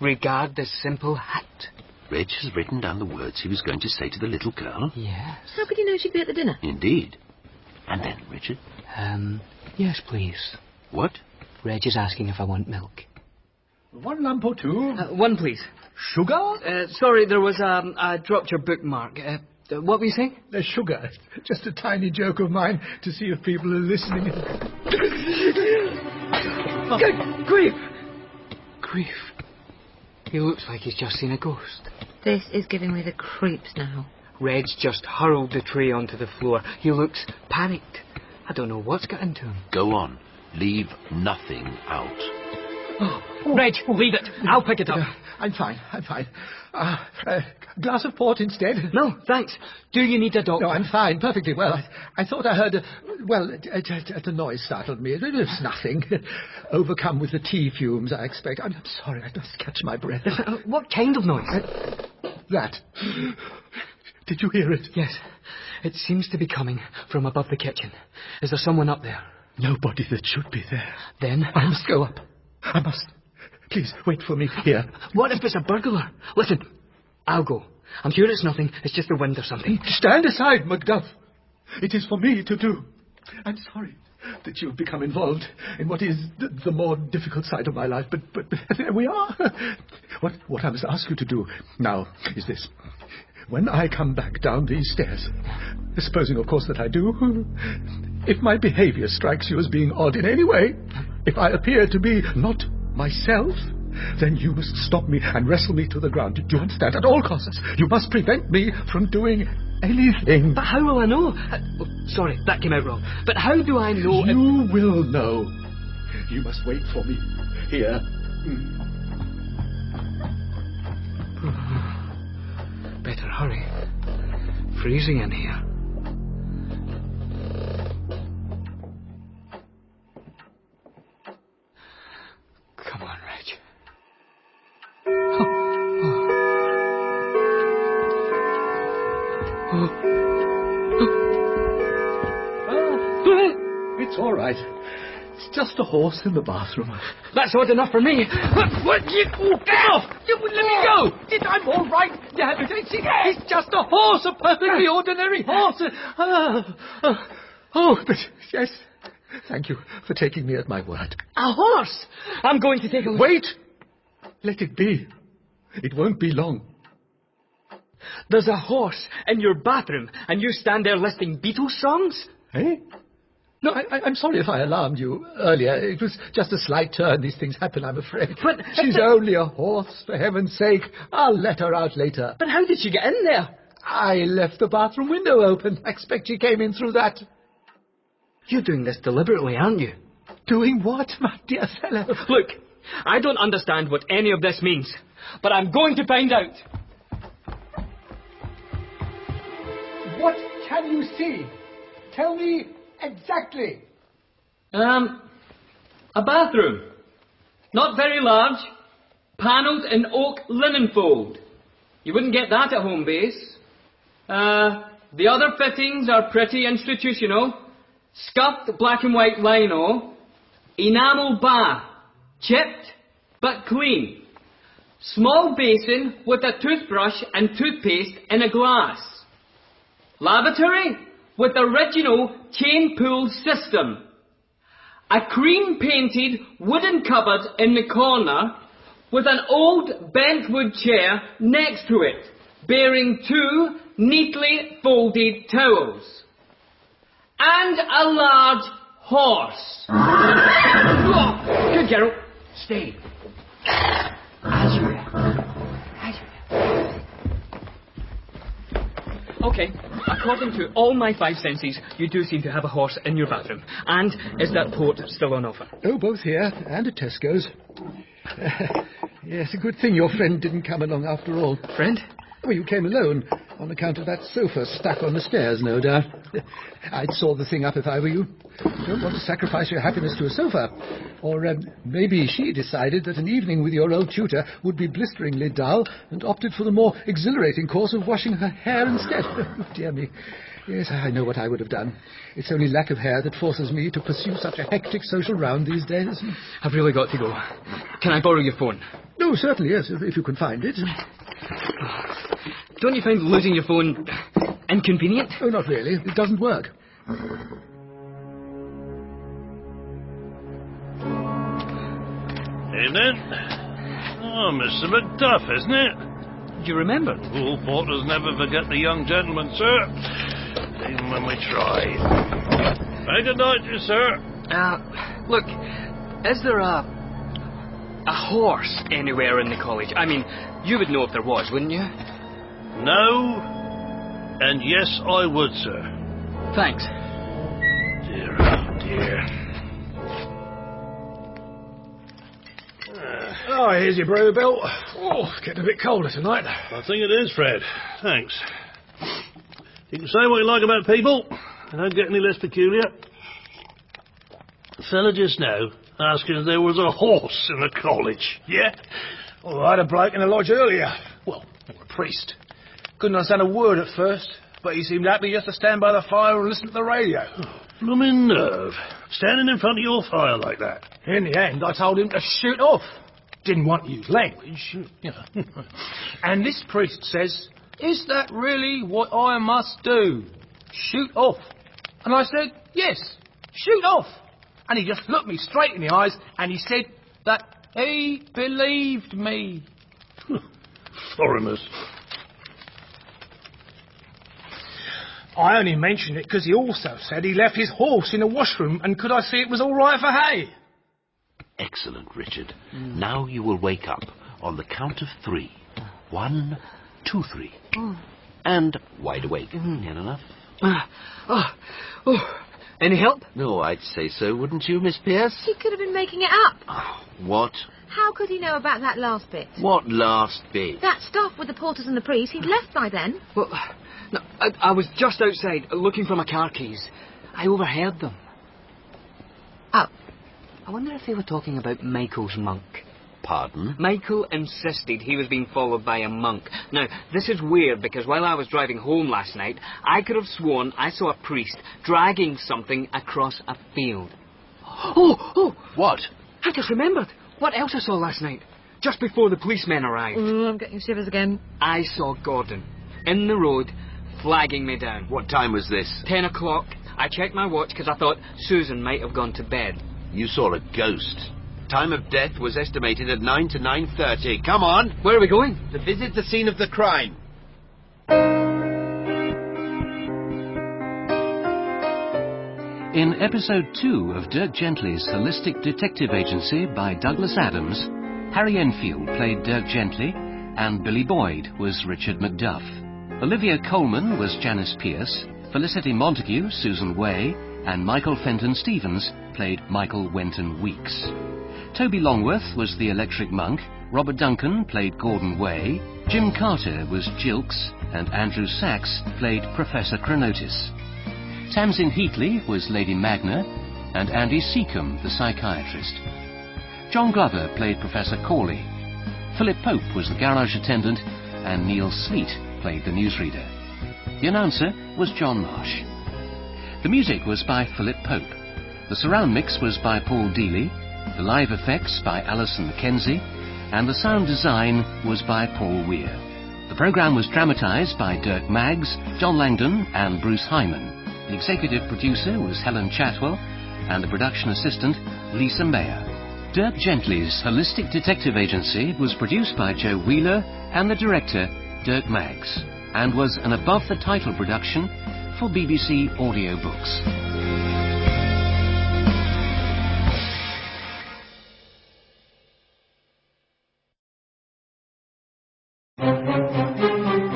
Speaker 11: Regard the simple hat.
Speaker 14: Reg has written down the words he was going to say to the little girl.
Speaker 11: Yes.
Speaker 6: How could you know she'd be at the dinner?
Speaker 14: Indeed. And then, Richard?
Speaker 11: Um, yes, please.
Speaker 14: What?
Speaker 11: Reg is asking if I want milk. Uh,
Speaker 4: One lump or two?
Speaker 11: one, please.
Speaker 4: Sugar?
Speaker 11: Uh, sorry, there was um, I dropped your bookmark. Uh, uh, what were you saying?
Speaker 17: The sugar. Just a tiny joke of mine to see if people are listening.
Speaker 11: Oh. Good grief! Grief. He looks like he's just seen a ghost.
Speaker 6: This is giving me the creeps now.
Speaker 11: Red's just hurled the tray onto the floor. He looks panicked. I don't know what's got into him.
Speaker 14: Go on. Leave nothing out.
Speaker 11: Oh. Reg, leave it. I'll pick it up.
Speaker 17: I'm fine. I'm fine. Ah, uh, glass of port instead.
Speaker 11: No, thanks. Do you need a doctor?
Speaker 17: No, I'm fine. Perfectly well. I, I thought I heard. A, well, it, it, it, the noise startled me. It was nothing. Overcome with the tea fumes, I expect. I'm, I'm sorry. I just catch my breath.
Speaker 11: Uh,
Speaker 17: Uh,
Speaker 11: what kind of noise?
Speaker 17: that. Did you hear it?
Speaker 11: Yes. It seems to be coming from above the kitchen. Is there someone up there?
Speaker 17: Nobody that should be there.
Speaker 11: Then
Speaker 17: I must go up. I must. Please wait for me here.
Speaker 11: What if it's a burglar? Listen, I'll go. I'm sure it's nothing. It's just the wind or something.
Speaker 17: Stand aside, Macduff. It is for me to do. I'm sorry that you've become involved in what is the, the more difficult side of my life, but, but there we are. What, what I must ask you to do now is this. When I come back down these stairs, supposing, of course, that I do, if my behavior strikes you as being odd in any way, if I appear to be not myself, Then you must stop me and wrestle me to the ground. Do you understand? At all costs. You must prevent me from doing anything.
Speaker 11: But how will I know? Uh, oh, sorry, that came out wrong. But how do I know? if-
Speaker 17: You will know. You must wait for me here.
Speaker 11: Better hurry. Freezing in here. Come on, Reg. Oh.
Speaker 17: It's all right. It's just a horse in the bathroom.
Speaker 11: That's odd enough for me. What you? Oh, get off! You wouldn't let me go. Did I'm all right. You have to see. It's just a horse, a perfectly ordinary horse. Uh,
Speaker 17: Ah, ah, oh, but yes. Thank you for taking me at my word.
Speaker 11: A horse. I'm going to take a
Speaker 17: wait. Let it be. It won't be long.
Speaker 11: There's a horse in your bathroom, and you stand there listing Beatles songs.
Speaker 17: Eh? No, I, I, I'm sorry if I alarmed you earlier. It was just a slight turn. These things happen, I'm afraid. But she's only a horse, for heaven's sake. I'll let her out later.
Speaker 11: But how did she get in there?
Speaker 17: I left the bathroom window open. I expect she came in through that.
Speaker 11: You're doing this deliberately, aren't you?
Speaker 17: Doing what, my dear fellow?
Speaker 11: Look, I don't understand what any of this means, but I'm going to find out.
Speaker 28: What can you see? Tell me exactly.
Speaker 11: Um, a bathroom. Not very large, panelled in oak linen fold. You wouldn't get that at home base. Uh, the other fittings are pretty institutional. Scuffed black and white lino, enamel bath, chipped but clean. Small basin with a toothbrush and toothpaste in a glass. Lavatory with original chain pulled system. A cream painted wooden cupboard in the corner with an old bent wood chair next to it, bearing two neatly folded towels. And a large horse. Oh, good girl. Stay. As you as you- Okay, according to all my five senses, you do seem to have a horse in your bathroom. And is that port still on offer?
Speaker 17: Oh, both here and at Tesco's. yes, a good thing your friend didn't come along after all.
Speaker 11: Friend?
Speaker 17: Well, you came alone on account of that sofa stuck on the stairs, no doubt. I'd saw the thing up if I were you. Don't want to sacrifice your happiness to a sofa. Or um, maybe she decided that an evening with your old tutor would be blisteringly dull and opted for the more exhilarating course of washing her hair instead. Oh, dear me. Yes, I know what I would have done. It's only lack of hair that forces me to pursue such a hectic social round these days.
Speaker 11: I've really got to go. Can I borrow your phone?
Speaker 17: No, certainly, yes, if if you can find it.
Speaker 11: Don't you find losing your phone inconvenient?
Speaker 17: Oh, not really. It doesn't work.
Speaker 19: Evening. Oh, Mr. Macduff, isn't it?
Speaker 11: You remember?
Speaker 19: All porters never forget the young gentleman, sir. Even when we try. Hey, good night to you, sir.
Speaker 11: Uh, look, is there a a horse anywhere in the college? I mean, you would know if there was, wouldn't you?
Speaker 19: No, and yes, I would, sir.
Speaker 11: Thanks.
Speaker 19: Dear, oh dear.
Speaker 13: Oh, here's your brew, Bill. Oh, getting a bit colder tonight.
Speaker 19: I think it is, Fred. Thanks. You can say what you like about people. They don't get any less peculiar. Fella just now asking if there was a horse in the college. Yeah?
Speaker 13: Well, I had a bloke in the lodge earlier. Well, a priest. Couldn't understand a word at first, but he seemed happy just to stand by the fire and listen to the radio.
Speaker 19: Blooming nerve. Standing in front of your fire like that.
Speaker 13: In the end, I told him to shoot off. Didn't want to use language. you know. and this priest says, Is that really what I must do? Shoot off. And I said, Yes, shoot off. And he just looked me straight in the eyes and he said that he believed me.
Speaker 19: Foreigners.
Speaker 13: I only mentioned it because he also said he left his horse in a washroom and could I see it was all right for hay?
Speaker 14: Excellent, Richard. Now you will wake up on the count of three. One, two, three. And wide awake. Near enough.
Speaker 11: Ah, ah, oh. Any help?
Speaker 14: No, I'd say so, wouldn't you, Miss Pierce?
Speaker 6: He could have been making it up.
Speaker 14: What?
Speaker 6: How could he know about that last bit?
Speaker 14: What last bit?
Speaker 6: That stuff with the porters and the priest, he'd left by then.
Speaker 11: Well, no, I, I was just outside looking for my car keys. I overheard them. Oh, I wonder if they were talking about Michael's monk.
Speaker 14: Pardon?
Speaker 11: Michael insisted he was being followed by a monk. Now, this is weird because while I was driving home last night, I could have sworn I saw a priest dragging something across a field. Oh, oh!
Speaker 14: What?
Speaker 11: I just remembered what else I saw last night, just before the policemen arrived.
Speaker 6: Ooh, oh, I'm getting shivers again.
Speaker 11: I saw Gordon in the road, flagging me down.
Speaker 14: What time was this?
Speaker 11: Ten o'clock. I checked my watch because I thought Susan might have gone to bed.
Speaker 14: You saw a ghost. Time of death was estimated at 9 to 9.30. Come on.
Speaker 11: Where are we going?
Speaker 14: To visit the scene of the crime.
Speaker 1: In episode two of Dirk Gently's Holistic Detective Agency by Douglas Adams, Harry Enfield played Dirk Gently, and Billy Boyd was Richard Macduff. Olivia Coleman was Janice Pierce, Felicity Montague, Susan Way, and Michael Fenton Stevens played Michael Wenton Weeks. Toby Longworth was the Electric Monk, Robert Duncan played Gordon Way, Jim Carter was Jilks, and Andrew Sachs played Professor Cronotis. Tamsin Heatley was Lady Magna, and Andy Seacombe, the psychiatrist. John Glover played Professor Corley. Philip Pope was the garage attendant, and Neil Sleet played the newsreader. The announcer was John Marsh. The music was by Philip Pope. The surround mix was by Paul Deely, the live effects by Alison McKenzie, and the sound design was by Paul Weir. The programme was dramatised by Dirk Maggs, John Langdon, and Bruce Hyman. The executive producer was Helen Chatwell, and the production assistant, Lisa Mayer. Dirk Gently's Holistic Detective Agency was produced by Joe Wheeler and the director, Dirk Maggs, and was an above the title production for BBC Audiobooks.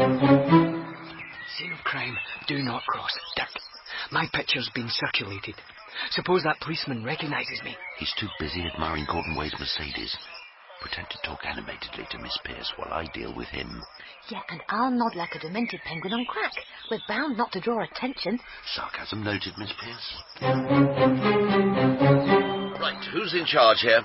Speaker 11: Scene of crime. Do not cross. Dirk. My picture's been circulated. Suppose that policeman recognises me.
Speaker 14: He's too busy admiring Gordon Way's Mercedes. Pretend to talk animatedly to Miss Pierce while I deal with him.
Speaker 6: Yeah, and I'll nod like a demented penguin on crack. We're bound not to draw attention.
Speaker 14: Sarcasm noted, Miss Pierce. Right, who's in charge here?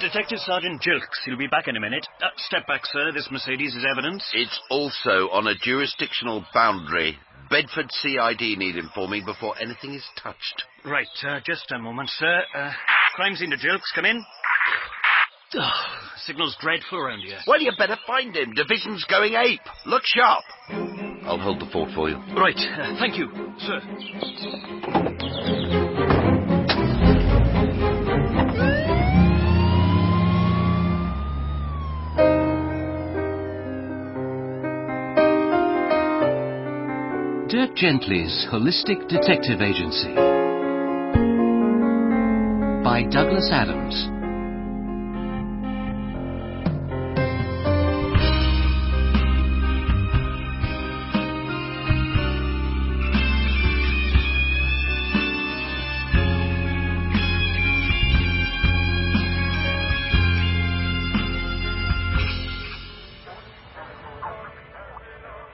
Speaker 12: Detective Sergeant Jilks, he'll be back in a minute. Uh, step back, sir. This Mercedes is evidence.
Speaker 14: It's also on a jurisdictional boundary. Bedford CID need informing before anything is touched.
Speaker 12: Right, uh, just a moment, sir. Uh, crime scene to Jilks, come in. Ah, signal's dreadful around here.
Speaker 14: Well, you better find him. Division's going ape. Look sharp. I'll hold the fort for you.
Speaker 12: Right, uh, thank you, sir.
Speaker 1: Dirk Gently's Holistic Detective Agency by Douglas Adams.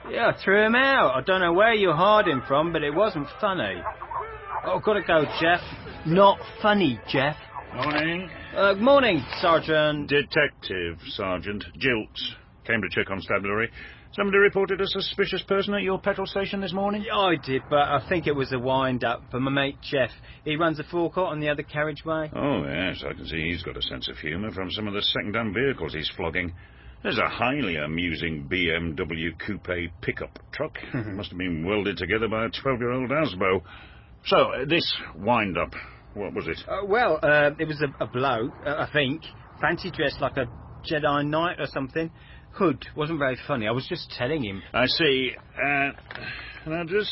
Speaker 10: Yeah, I threw him out. I don't know where you hired him from, but it wasn't funny. Oh, gotta go, Jeff. Not funny, Jeff.
Speaker 12: Morning.
Speaker 10: Uh, morning, Sergeant.
Speaker 12: Detective Sergeant Jilts came to check on constabulary. Somebody reported a suspicious person at your petrol station this morning?
Speaker 10: Yeah, I did, but I think it was a wind-up for my mate Jeff. He runs a forecourt on the other carriageway.
Speaker 12: Oh, yes, I can see he's got a sense of humour from some of the second-hand vehicles he's flogging. There's a highly amusing BMW coupe pickup truck. Must have been welded together by a 12-year-old Asbo. So, uh, this wind-up, what was it?
Speaker 10: Uh, well, uh, it was a, a bloke, uh, I think. Fancy dressed like a Jedi Knight or something. Hood. Wasn't very funny. I was just telling him.
Speaker 12: I see. Uh, now, does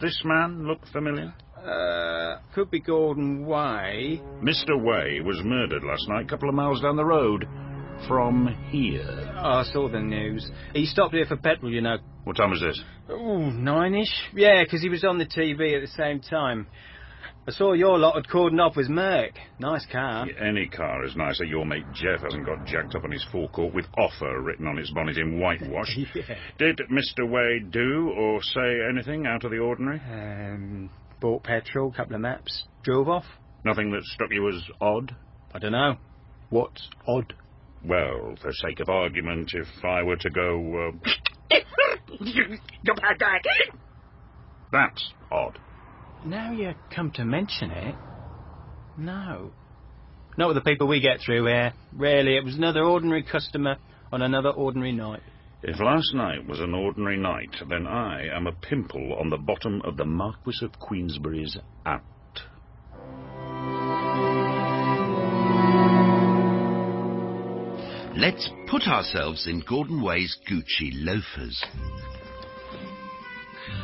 Speaker 12: this man look familiar?
Speaker 10: Uh, Uh, could be Gordon Way.
Speaker 12: Mr. Way was murdered last night, a couple of miles down the road. From here.
Speaker 10: Oh, I saw the news. He stopped here for petrol, you know.
Speaker 12: What time was this?
Speaker 10: Ooh, nine-ish? Yeah, 'cause he was on the TV at the same time. I saw your lot had cordoned off with Merck. Nice car.
Speaker 12: Any car is nicer. Your mate Jeff hasn't got jacked up on his forecourt with offer written on his bonnet in whitewash. Did Mr. Way do or say anything out of the ordinary?
Speaker 10: Um, bought petrol, couple of maps, drove off.
Speaker 12: Nothing that struck you as odd?
Speaker 10: I don't know. What's odd?
Speaker 12: Well, for sake of argument, if I were to go. Uh, that's odd.
Speaker 10: Now you come to mention it. No. Not with the people we get through here. Really, it was another ordinary customer on another ordinary night.
Speaker 12: If last night was an ordinary night, then I am a pimple on the bottom of the Marquis of Queensberry's out.
Speaker 14: Let's put ourselves in Gordon Way's Gucci loafers.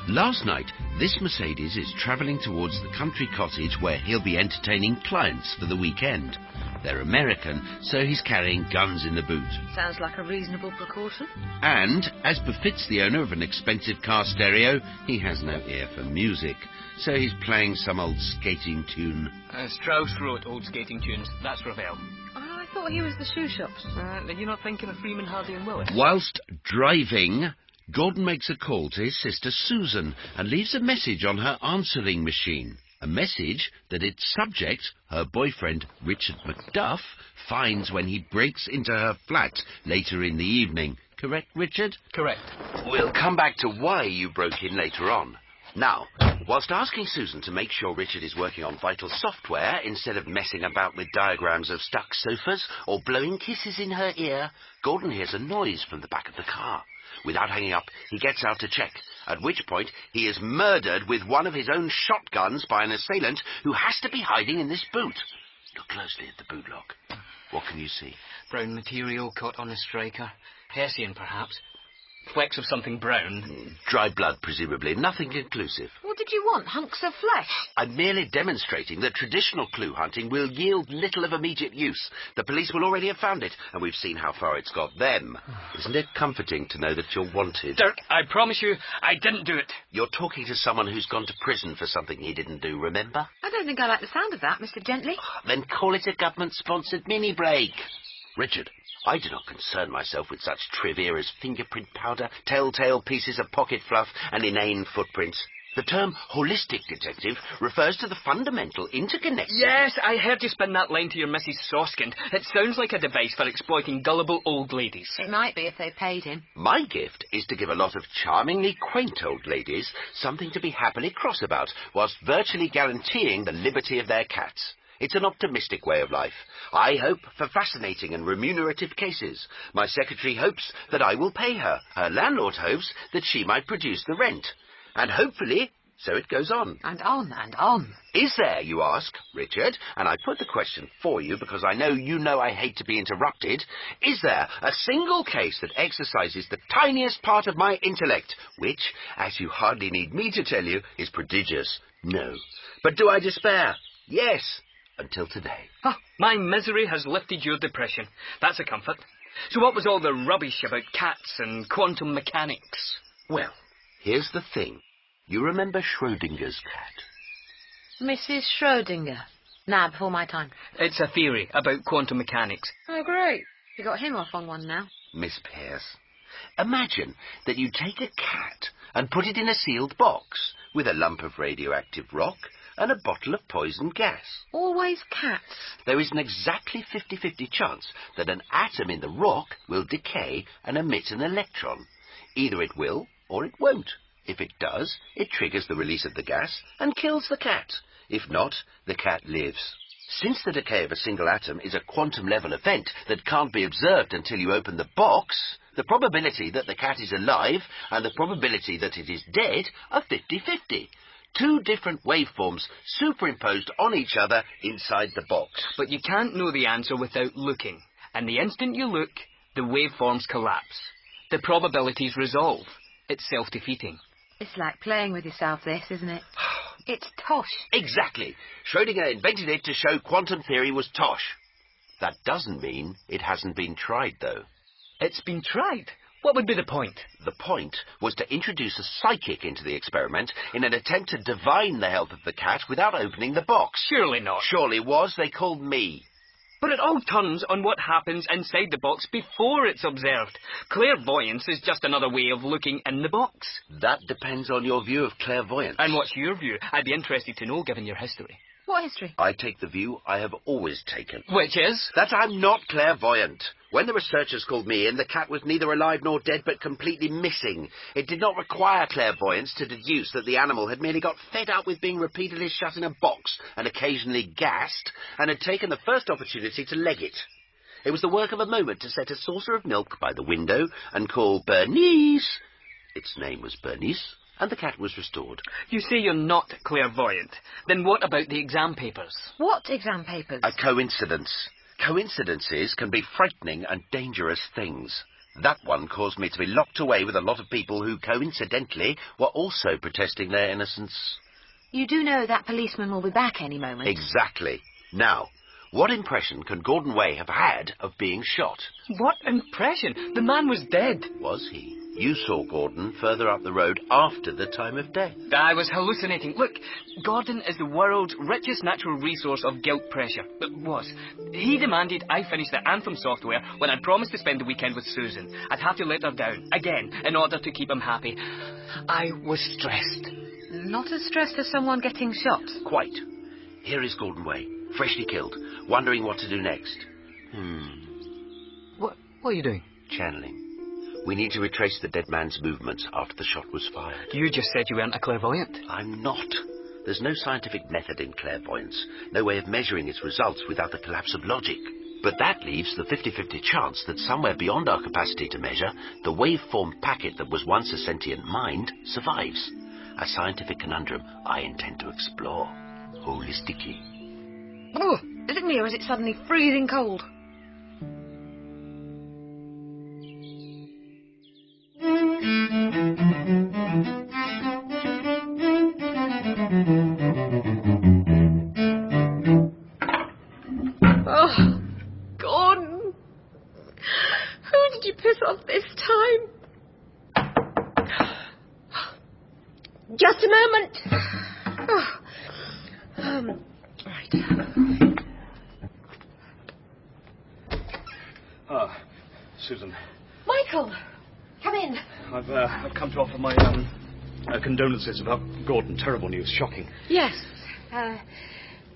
Speaker 14: Last night, this Mercedes is travelling towards the country cottage where he'll be entertaining clients for the weekend. They're American, so he's carrying guns in the boot.
Speaker 6: Sounds like a reasonable precaution.
Speaker 14: And, as befits the owner of an expensive car stereo, he has no ear for music, so he's playing some old skating tune.
Speaker 11: Uh, Strauss wrote old skating tunes. That's Ravel.
Speaker 6: I thought he was the shoe shops. Uh, you're not thinking of Freeman, Hardy and Willis?
Speaker 14: Whilst driving, Gordon makes a call to his sister Susan and leaves a message on her answering machine. A message that its subject, her boyfriend Richard Macduff, finds when he breaks into her flat later in the evening. Correct, Richard?
Speaker 11: Correct.
Speaker 14: We'll come back to why you broke in later on. Now, whilst asking Susan to make sure Richard is working on vital software instead of messing about with diagrams of stuck sofas or blowing kisses in her ear, Gordon hears a noise from the back of the car. Without hanging up, he gets out to check, at which point he is murdered with one of his own shotguns by an assailant who has to be hiding in this boot. Look closely at the boot lock. What can you see?
Speaker 11: Brown material caught on the striker. Hessian, perhaps. Flecks of something brown.
Speaker 14: Hmm, Dry blood, presumably. Nothing conclusive.
Speaker 6: What did you want? Hunks of flesh?
Speaker 14: I'm merely demonstrating that traditional clue hunting will yield little of immediate use. The police will already have found it, and we've seen how far it's got them. Isn't it comforting to know that you're wanted?
Speaker 11: Dirk, I promise you, I didn't do it.
Speaker 14: You're talking to someone who's gone to prison for something he didn't do, remember?
Speaker 6: I don't think I like the sound of that, Mr. Gently.
Speaker 14: Then call it a government sponsored mini break. Richard, I do not concern myself with such trivia as fingerprint powder, telltale pieces of pocket fluff, and inane footprints. The term holistic detective refers to the fundamental interconnection.
Speaker 11: Yes, I heard you spin that line to your Mrs. Soskind. It sounds like a device for exploiting gullible old ladies.
Speaker 6: It might be if they paid him.
Speaker 14: My gift is to give a lot of charmingly quaint old ladies something to be happily cross about, whilst virtually guaranteeing the liberty of their cats. It's an optimistic way of life. I hope for fascinating and remunerative cases. My secretary hopes that I will pay her. Her landlord hopes that she might produce the rent. And hopefully, so it goes on.
Speaker 6: And on and on.
Speaker 14: Is there, you ask, Richard, and I put the question for you because I know you know I hate to be interrupted, is there a single case that exercises the tiniest part of my intellect, which, as you hardly need me to tell you, is prodigious? No. But do I despair? Yes, until today.
Speaker 11: Ah, my misery has lifted your depression. That's a comfort. So what was all the rubbish about cats and quantum mechanics?
Speaker 14: Well, here's the thing. You remember Schrodinger's cat?
Speaker 6: Mrs. Schrodinger. Nah, before my time.
Speaker 11: It's a theory about quantum mechanics.
Speaker 6: Oh, great. You got him off on one now.
Speaker 14: Miss Pierce, imagine that you take a cat and put it in a sealed box with a lump of radioactive rock and a bottle of poison gas.
Speaker 6: Always cats.
Speaker 14: There is an exactly 50-50 chance that an atom in the rock will decay and emit an electron. Either it will or it won't. If it does, it triggers the release of the gas and kills the cat. If not, the cat lives. Since the decay of a single atom is a quantum level event that can't be observed until you open the box, the probability that the cat is alive and the probability that it is dead are 50-50 two different waveforms superimposed on each other inside the box.
Speaker 11: But you can't know the answer without looking. And the instant you look, the waveforms collapse. The probabilities resolve. It's self defeating.
Speaker 6: It's like playing with yourself, this, isn't it? It's tosh.
Speaker 14: Exactly. Schrödinger invented it to show quantum theory was tosh. That doesn't mean it hasn't been tried, though.
Speaker 11: It's been tried? What would be the point?
Speaker 14: The point was to introduce a psychic into the experiment in an attempt to divine the health of the cat without opening the box.
Speaker 11: Surely not.
Speaker 14: Surely was. They called me.
Speaker 11: But it all turns on what happens inside the box before it's observed. Clairvoyance is just another way of looking in the box.
Speaker 14: That depends on your view of clairvoyance.
Speaker 11: And what's your view? I'd be interested to know, given your history.
Speaker 6: What history?
Speaker 14: I take the view I have always taken.
Speaker 11: Which is?
Speaker 14: That I'm not clairvoyant. When the researchers called me in, the cat was neither alive nor dead, but completely missing. It did not require clairvoyance to deduce that the animal had merely got fed up with being repeatedly shut in a box and occasionally gassed, and had taken the first opportunity to leg it. It was the work of a moment to set a saucer of milk by the window and call Bernice. Its name was Bernice, and the cat was restored.
Speaker 11: You say you're not clairvoyant. Then what about the exam papers?
Speaker 6: What exam papers?
Speaker 14: A coincidence. Coincidences can be frightening and dangerous things. That one caused me to be locked away with a lot of people who, coincidentally, were also protesting their innocence.
Speaker 6: You do know that policeman will be back any moment.
Speaker 14: Exactly. Now, what impression can Gordon Way have had of being shot?
Speaker 11: What impression? The man was dead.
Speaker 14: Was he? You saw Gordon further up the road after the time of death.
Speaker 11: I was hallucinating. Look, Gordon is the world's richest natural resource of guilt pressure. It was. He demanded I finish the Anthem software when I promised to spend the weekend with Susan. I'd have to let her down, again, in order to keep him happy. I was stressed.
Speaker 6: Not as stressed as someone getting shot.
Speaker 14: Quite. Here is Gordon Way, freshly killed, wondering what to do next. Hmm.
Speaker 11: What, what are you doing?
Speaker 14: Channeling. We need to retrace the dead man's movements after the shot was fired.
Speaker 11: You just said you weren't a clairvoyant.
Speaker 14: I'm not. There's no scientific method in clairvoyance, no way of measuring its results without the collapse of logic. But that leaves the 50 50 chance that somewhere beyond our capacity to measure, the waveform packet that was once a sentient mind survives. A scientific conundrum I intend to explore holistically.
Speaker 6: Oh, is it me or is it suddenly freezing cold?
Speaker 4: Oh, Gordon. Who did you piss off this time?
Speaker 7: Just a moment. Oh. Um, right.
Speaker 16: Ah, Susan,
Speaker 4: Michael, come in.
Speaker 16: I've, uh, I've come to offer my um, uh, condolences about Gordon. Terrible news, shocking.
Speaker 7: Yes. Uh,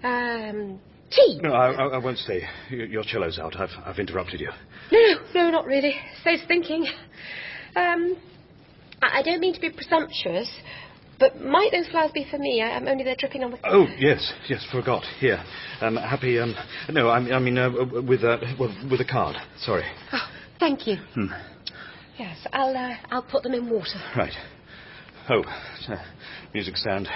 Speaker 7: um, tea.
Speaker 16: No, I, I, I won't stay. Y- Your cello's out. I've, I've interrupted you.
Speaker 7: No, no, no, not really. So's thinking. Um, I, I don't mean to be presumptuous, but might those flowers be for me? I, I'm only there dripping on the.
Speaker 16: Oh yes, yes, forgot. Here, um, happy. Um, no, I, I mean uh, with uh, well, with a card. Sorry.
Speaker 7: Oh, thank you.
Speaker 16: Hmm.
Speaker 7: Yes, I'll uh, I'll put them in water.
Speaker 16: Right. Oh, uh, music stand,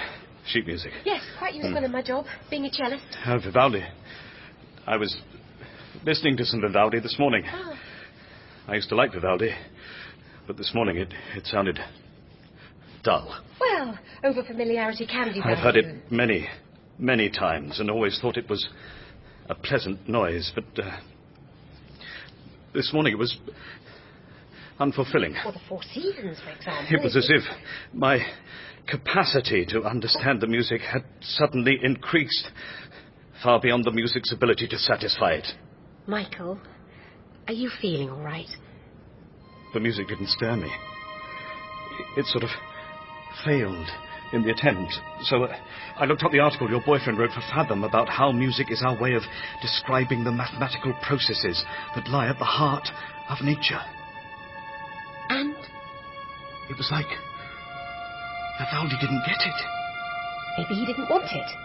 Speaker 16: sheet music.
Speaker 7: Yes, quite useful
Speaker 16: Hmm.
Speaker 7: in my job, being a cellist.
Speaker 16: Oh, Vivaldi. I was listening to some Vivaldi this morning.
Speaker 7: Oh.
Speaker 16: I used to like Vivaldi, but this morning it, it sounded dull.
Speaker 7: Well, over familiarity can be.
Speaker 16: I've
Speaker 7: bad.
Speaker 16: heard it many, many times and always thought it was a pleasant noise, but uh, this morning it was unfulfilling.
Speaker 7: Or the Four Seasons, for example.
Speaker 16: It was as if my capacity to understand the music had suddenly increased far beyond the music's ability to satisfy it.
Speaker 7: Michael, are you feeling all right?
Speaker 16: The music didn't stir me. It sort of failed in the attempt. So uh, I looked up the article your boyfriend wrote for Fathom about how music is our way of describing the mathematical processes that lie at the heart of nature.
Speaker 7: And
Speaker 16: It was like Vivaldi didn't get it.
Speaker 7: maybe he didn't want it.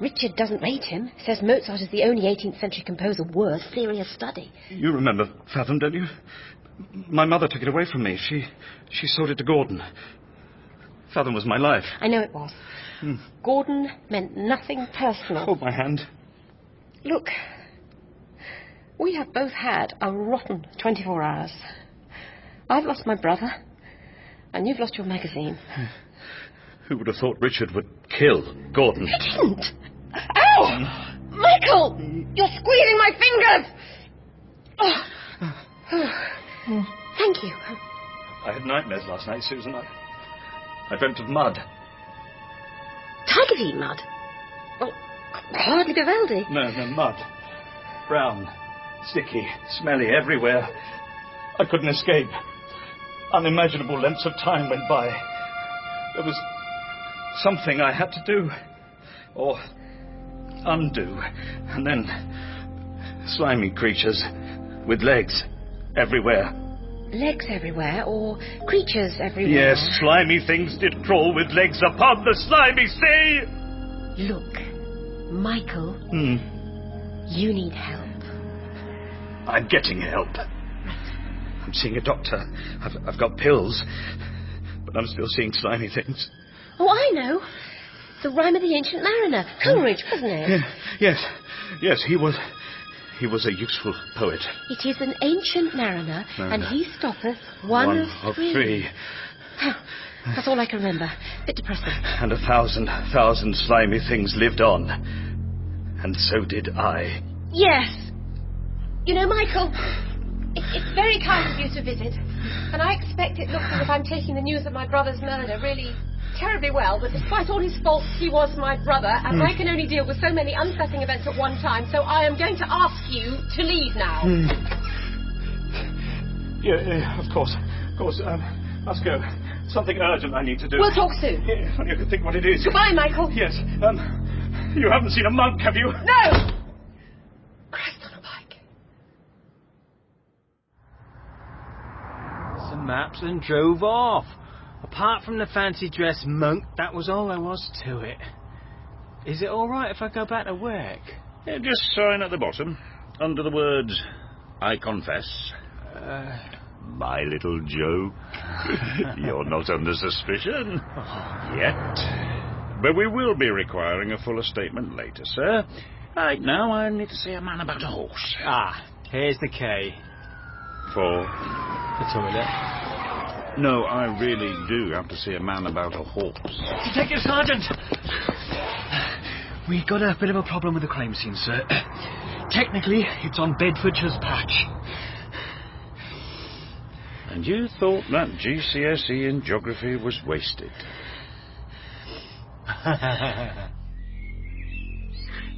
Speaker 7: Richard doesn't rate him. Says Mozart is the only 18th century composer worth serious study.
Speaker 16: You remember Fathom, don't you? My mother took it away from me. She she sold it to Gordon. Fathom was my life.
Speaker 7: I know it was.
Speaker 16: Hmm.
Speaker 7: Gordon meant nothing personal.
Speaker 16: Hold my hand.
Speaker 7: Look, we have both had a rotten 24 hours. I've lost my brother, and you've lost your magazine.
Speaker 16: Who would have thought Richard would killed Gordon.
Speaker 7: didn't! Ow! Michael! You're squeezing my fingers! Oh. Oh. Thank you.
Speaker 16: I had nightmares last night, Susan. I, I dreamt of mud.
Speaker 7: Tiger's eat mud. Well, hardly Vivaldi.
Speaker 16: No, no, mud. Brown, sticky, smelly, everywhere. I couldn't escape. Unimaginable lengths of time went by. There was something I had to do, or undo, and then slimy creatures with legs everywhere.
Speaker 7: Legs everywhere or creatures everywhere.
Speaker 16: Yes, slimy things did crawl with legs upon the slimy sea.
Speaker 7: Look, Michael,
Speaker 16: Hmm.
Speaker 7: you need help.
Speaker 16: I'm getting help. I'm seeing a doctor. I've, I've got pills, but I'm still seeing slimy things.
Speaker 7: Oh, I know. The rhyme of the ancient mariner. Coleridge, wasn't it?
Speaker 16: Hmm. Yeah, yes, yes, he was. He was a useful poet.
Speaker 7: It is an ancient mariner,
Speaker 16: No,
Speaker 7: and
Speaker 16: no.
Speaker 7: he stoppeth one,
Speaker 16: of three,
Speaker 7: That's all I can remember. Bit depressing.
Speaker 16: and a thousand, thousand slimy things lived on, and so did I.
Speaker 7: Yes. You know, Michael, it, it's very kind of you to visit, and I expect it looks as if I'm taking the news of my brother's murder really terribly well, but despite all his faults, he was my brother, and
Speaker 16: Hmm.
Speaker 7: I can only deal with so many unsettling events at one time, so I am going to ask you to leave now.
Speaker 16: Hmm. Yeah, yeah, of course, of course. Um, let's go. Something urgent I need to do.
Speaker 7: We'll talk soon.
Speaker 16: Yeah, if only I could think what it is.
Speaker 7: Goodbye, Michael.
Speaker 16: Yes. Um, you haven't seen a monk, have you?
Speaker 7: No!
Speaker 10: Some maps and drove off. Apart from the fancy dress monk, that was all there was to it. Is it all right if I go back to work?
Speaker 12: Yeah, just sign at the bottom, under the words, I confess. uh, My little joke. You're not under suspicion. Yet. But we will be requiring a fuller statement later, sir. Right now, I need to see a man about a horse.
Speaker 10: Ah, here's the key.
Speaker 12: For?
Speaker 10: The toilet.
Speaker 12: No, I really do have to see a man about a horse.
Speaker 10: Detective Sergeant!
Speaker 29: We got a bit of a problem with the crime scene, sir. Technically, it's on Bedfordshire's patch.
Speaker 12: And you thought that GCSE E in geography was wasted.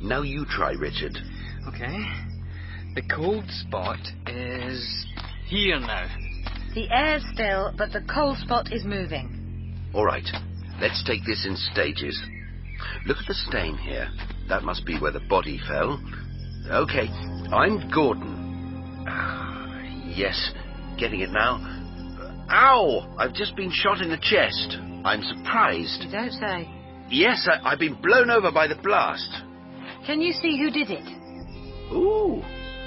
Speaker 14: Now you try, Richard.
Speaker 30: Okay. The cold spot is here now.
Speaker 6: The air's still, but the cold spot is moving.
Speaker 14: All right, let's take this in stages. Look at the stain here. That must be where the body fell. Okay, I'm Gordon. Ah, yes, getting it now. Ow! I've just been shot in the chest. I'm surprised.
Speaker 6: You don't say.
Speaker 14: Yes, I, I've been blown over by the blast.
Speaker 6: Can you see who did it?
Speaker 14: Ooh,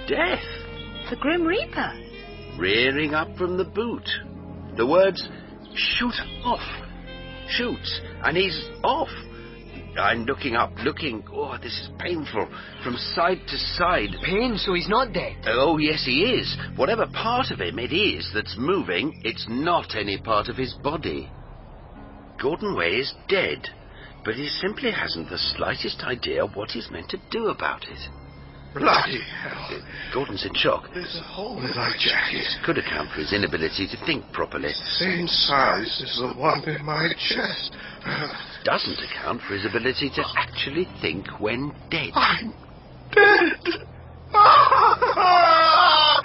Speaker 14: death.
Speaker 6: The Grim Reaper.
Speaker 14: rearing up from the boot. The words, shoot off, shoots, and he's off. I'm looking up, looking. Oh, this is painful. From side to side.
Speaker 29: Pain, so he's not dead.
Speaker 14: Oh, yes, he is. Whatever part of him it is that's moving, it's not any part of his body. Gordon Way is dead, but he simply hasn't the slightest idea what he's meant to do about it.
Speaker 4: Bloody hell.
Speaker 14: Gordon's in shock.
Speaker 4: There's a hole in my jacket.
Speaker 14: This could account for his inability to think properly.
Speaker 4: Same size as the one in my chest.
Speaker 14: Doesn't account for his ability to actually think when dead.
Speaker 4: I'm dead. Oh,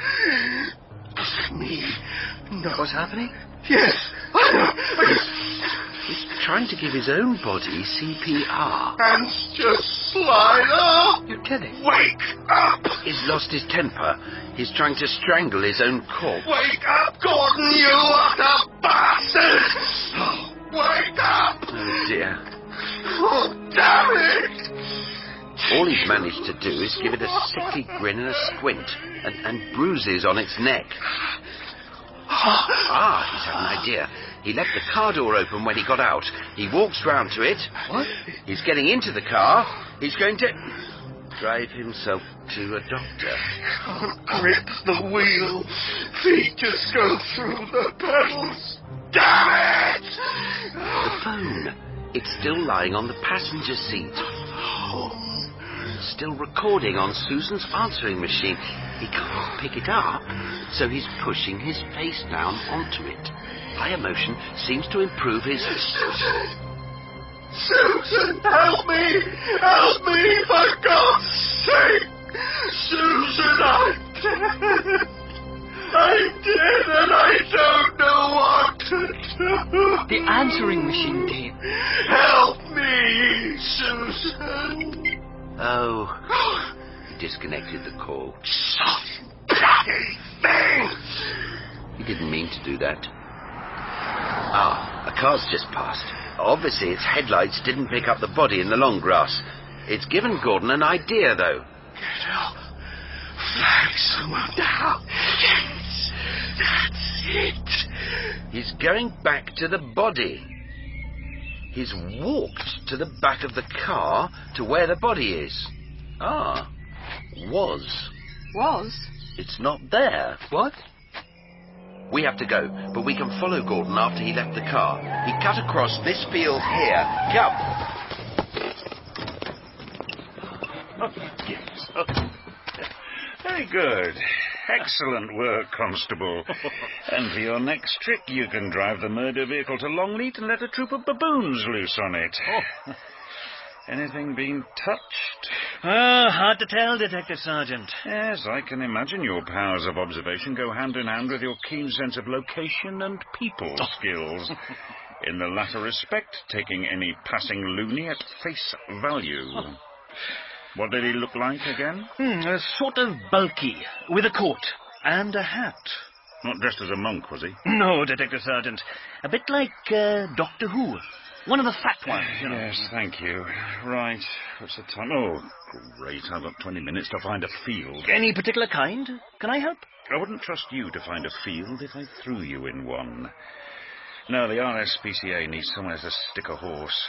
Speaker 4: Me. No.
Speaker 14: What's happening?
Speaker 4: Yes.
Speaker 14: He's trying to give his own body CPR.
Speaker 4: Hands just slide up.
Speaker 14: You're kidding.
Speaker 4: Wake up.
Speaker 14: He's lost his temper. He's trying to strangle his own corpse.
Speaker 4: Wake up, Gordon, you utter bastard. Wake up.
Speaker 14: Oh dear.
Speaker 4: Oh, damn it.
Speaker 14: All he's managed to do is give it a sickly grin and a squint, and, and bruises on its neck.
Speaker 4: Oh,
Speaker 14: Ah, he's had an idea. He left the car door open when he got out. He walks round to it. What? He's getting into the car. He's going to drive himself to a doctor.
Speaker 4: Can't grip the wheel. Feet just go through the pedals. Damn it!
Speaker 14: The phone. It's still lying on the passenger seat. Oh, still recording on Susan's answering machine. He can't pick it up, so he's pushing his face down onto it. Higher motion seems to improve his.
Speaker 4: Susan, help me! Help me, for God's sake! Susan, I'm dead! I'm dead and I don't know what to do!
Speaker 11: The answering machine, Dave.
Speaker 4: Help me, Susan!
Speaker 14: Oh, he disconnected the call. He didn't mean to do that. Ah, a car's just passed. Obviously, its headlights didn't pick up the body in the long grass. It's given Gordon an idea, though.
Speaker 4: Flag someone down! Yes! That's it!
Speaker 14: He's going back to the body. He's walked to the back of the car to where the body is. Ah, was.
Speaker 16: Was?
Speaker 14: It's not there.
Speaker 11: What?
Speaker 14: We have to go, but we can follow Gordon after he left the car. He cut across this field here. Come.
Speaker 12: Yes. Very good. Excellent work, Constable. and for your next trick, you can drive the murder vehicle to Longleat and let a troop of baboons loose on it. Anything been touched?
Speaker 10: Oh, hard to tell, Detective Sergeant.
Speaker 12: Yes, I can imagine your powers of observation go hand in hand with your keen sense of location and people
Speaker 10: Oh.
Speaker 12: skills. In the latter respect, taking any passing loony at face value.
Speaker 10: Oh.
Speaker 12: What did he look like again?
Speaker 10: Hmm, uh, sort of bulky, with a coat and a hat.
Speaker 12: Not dressed as a monk, was he?
Speaker 10: No, Detective Sergeant. A bit like uh, Doctor Who. One of the fat ones, you know.
Speaker 12: Yes, thank you. Right, what's the time? Oh, great, I've got 20 minutes to find a field.
Speaker 10: Any particular kind? Can I help?
Speaker 12: I wouldn't trust you to find a field if I threw you in one. No, the RSPCA needs somewhere to stick a horse.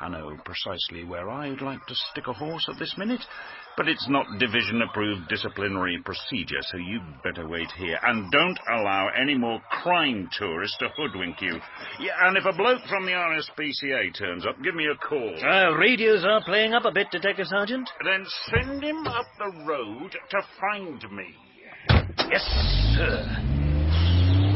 Speaker 12: I know precisely where I'd like to stick a horse at this minute, but it's not division approved disciplinary procedure, so you'd better wait here. And don't allow any more crime tourists to hoodwink you. Yeah, and if a bloke from the RSPCA turns up, give me a call.
Speaker 10: Uh, radios are playing up a bit, Detective Sergeant.
Speaker 12: Then send him up the road to find me.
Speaker 10: Yes, sir.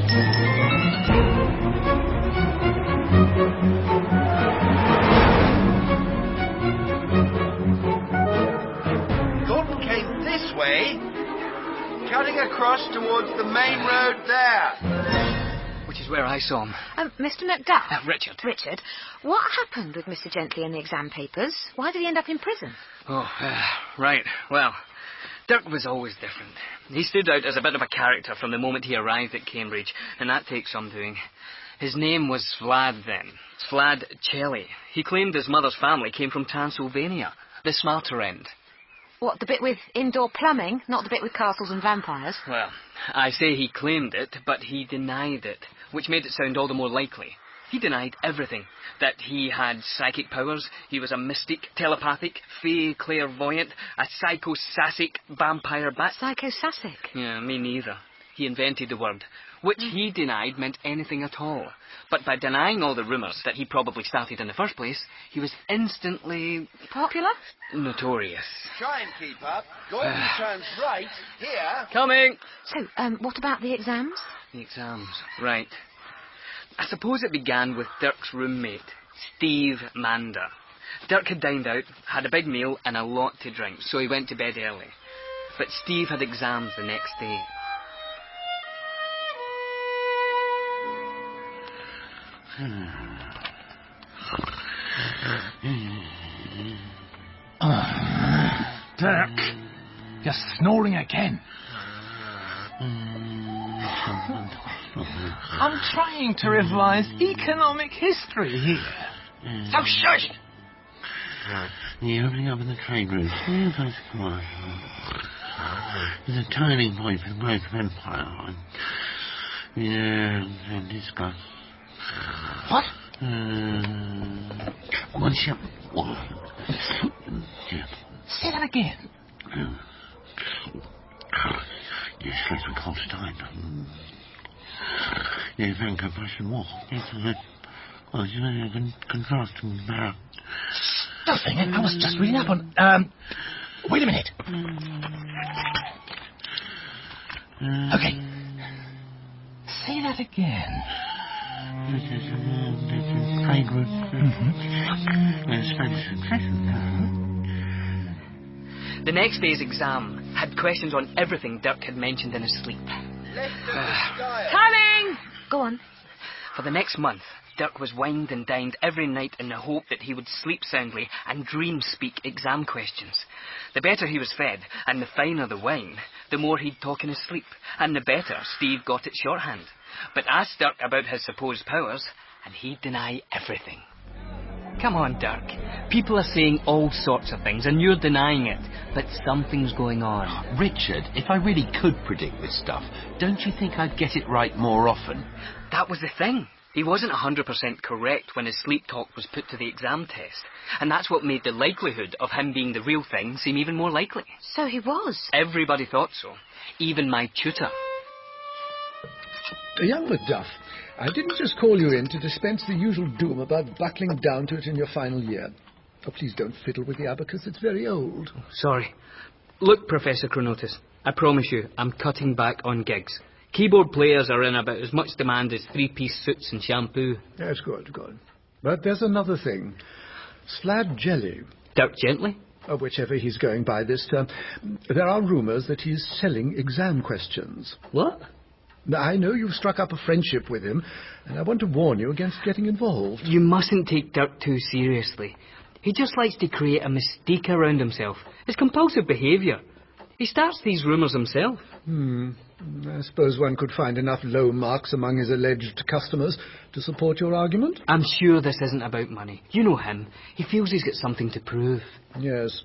Speaker 14: Gordon came this way, cutting across towards the main road there.
Speaker 11: Which is where I saw him.
Speaker 6: Um, Mr. McDuff.
Speaker 11: Richard.
Speaker 6: Richard, what happened with Mr. Gently and the exam papers? Why did he end up in prison?
Speaker 11: Oh, uh, right. Well, Dirk was always different. He stood out as a bit of a character from the moment he arrived at Cambridge, and that takes some doing. His name was Vlad then. Vlad Chelly. He claimed his mother's family came from Transylvania, the smarter end.
Speaker 6: What, the bit with indoor plumbing, not the bit with castles and vampires?
Speaker 11: Well, I say he claimed it, but he denied it, which made it sound all the more likely. He denied everything. That he had psychic powers, he was a mystic, telepathic, fey clairvoyant, a psychosassic vampire bat.
Speaker 6: Psychosassic.
Speaker 11: Yeah, me neither. He invented the word, which he denied meant anything at all. But by denying all the rumours that he probably started in the first place, he was instantly
Speaker 6: Popular?
Speaker 11: notorious.
Speaker 14: Try and keep up. Gordon turns right here.
Speaker 11: Coming!
Speaker 6: So, um, what about the exams?
Speaker 11: The exams. Right. I suppose it began with Dirk's roommate, Steve Mander. Dirk had dined out, had a big meal, and a lot to drink, so he went to bed early. But Steve had exams the next day.
Speaker 13: Dirk, you're snoring again. I'm trying to revise economic history here.
Speaker 4: Oh,
Speaker 13: So shush!
Speaker 19: The opening up of the trade route soon goes by. It's a turning point for the growth of empire. Yeah, and discuss.
Speaker 13: What?
Speaker 19: Uh, what's your...
Speaker 13: Say that again.
Speaker 19: You slept with cold time. You think I should walk? Yes, I-
Speaker 12: Oh, you know, you can contract and marrow.
Speaker 4: Nothing. I was just reading up on. Um, wait a minute. Okay. Say that again.
Speaker 11: The next day's exam had questions on everything Dirk had mentioned in his sleep. Ah.
Speaker 6: Coming! Go on.
Speaker 11: For the next month, Dirk was wined and dined every night in the hope that he would sleep soundly and dream speak exam questions. The better he was fed, and the finer the wine, the more he'd talk in his sleep, and the better Steve got at shorthand. But asked Dirk about his supposed powers, and he'd deny everything. Come on, Dirk. People are saying all sorts of things, and you're denying it. But something's going on.
Speaker 4: Richard, if I really could predict this stuff, don't you think I'd get it right more often?
Speaker 11: That was the thing. He wasn't 100% correct when his sleep talk was put to the exam test, and that's what made the likelihood of him being the real thing seem even more likely.
Speaker 6: So he was.
Speaker 11: Everybody thought so, even my tutor.
Speaker 17: Young Macduff, I didn't just call you in to dispense the usual doom about buckling down to it in your final year. Oh, please don't fiddle with the abacus, it's very old.
Speaker 11: Sorry. Look, Professor Cronotis, I promise you, I'm cutting back on gigs. Keyboard players are in about as much demand as three piece suits and shampoo.
Speaker 17: That's good, good. But there's another thing. Slab Jelly.
Speaker 11: Dirk Gently?
Speaker 17: Or whichever he's going by this term. There are rumours that he's selling exam questions.
Speaker 11: What?
Speaker 17: I know you've struck up a friendship with him, and I want to warn you against getting involved.
Speaker 11: You mustn't take Dirk too seriously. He just likes to create a mystique around himself. It's compulsive behaviour. He starts these rumours himself.
Speaker 17: Hmm. I suppose one could find enough low marks among his alleged customers to support your argument?
Speaker 11: I'm sure this isn't about money. You know him. He feels he's got something to prove.
Speaker 17: Yes.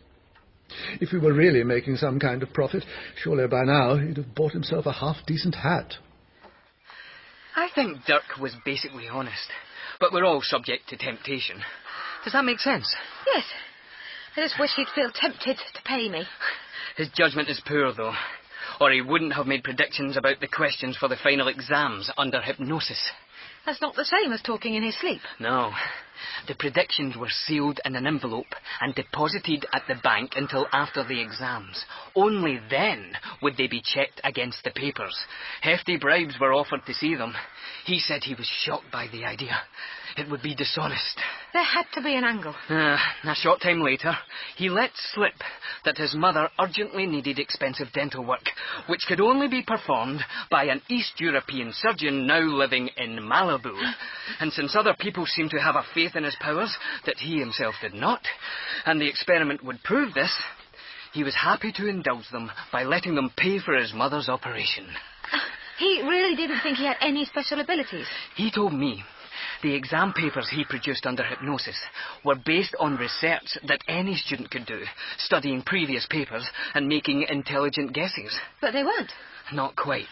Speaker 17: If he were really making some kind of profit, surely by now he'd have bought himself a half decent hat.
Speaker 11: I think Dirk was basically honest, but we're all subject to temptation. Does that make sense?
Speaker 6: Yes. I just wish he'd feel tempted to pay me.
Speaker 11: His judgment is poor, though, or he wouldn't have made predictions about the questions for the final exams under hypnosis.
Speaker 6: That's not the same as talking in his sleep.
Speaker 11: No. The predictions were sealed in an envelope and deposited at the bank until after the exams. Only then would they be checked against the papers. Hefty bribes were offered to see them. He said he was shocked by the idea. It would be dishonest.
Speaker 6: There had to be an angle.
Speaker 11: Uh, a short time later, he let slip that his mother urgently needed expensive dental work, which could only be performed by an East European surgeon now living in Malibu. And since other people seemed to have a faith in his powers that he himself did not, and the experiment would prove this, he was happy to indulge them by letting them pay for his mother's operation.
Speaker 6: He really didn't think he had any special abilities.
Speaker 11: He told me the exam papers he produced under hypnosis were based on research that any student could do, studying previous papers and making intelligent guesses.
Speaker 6: But they weren't.
Speaker 11: Not quite.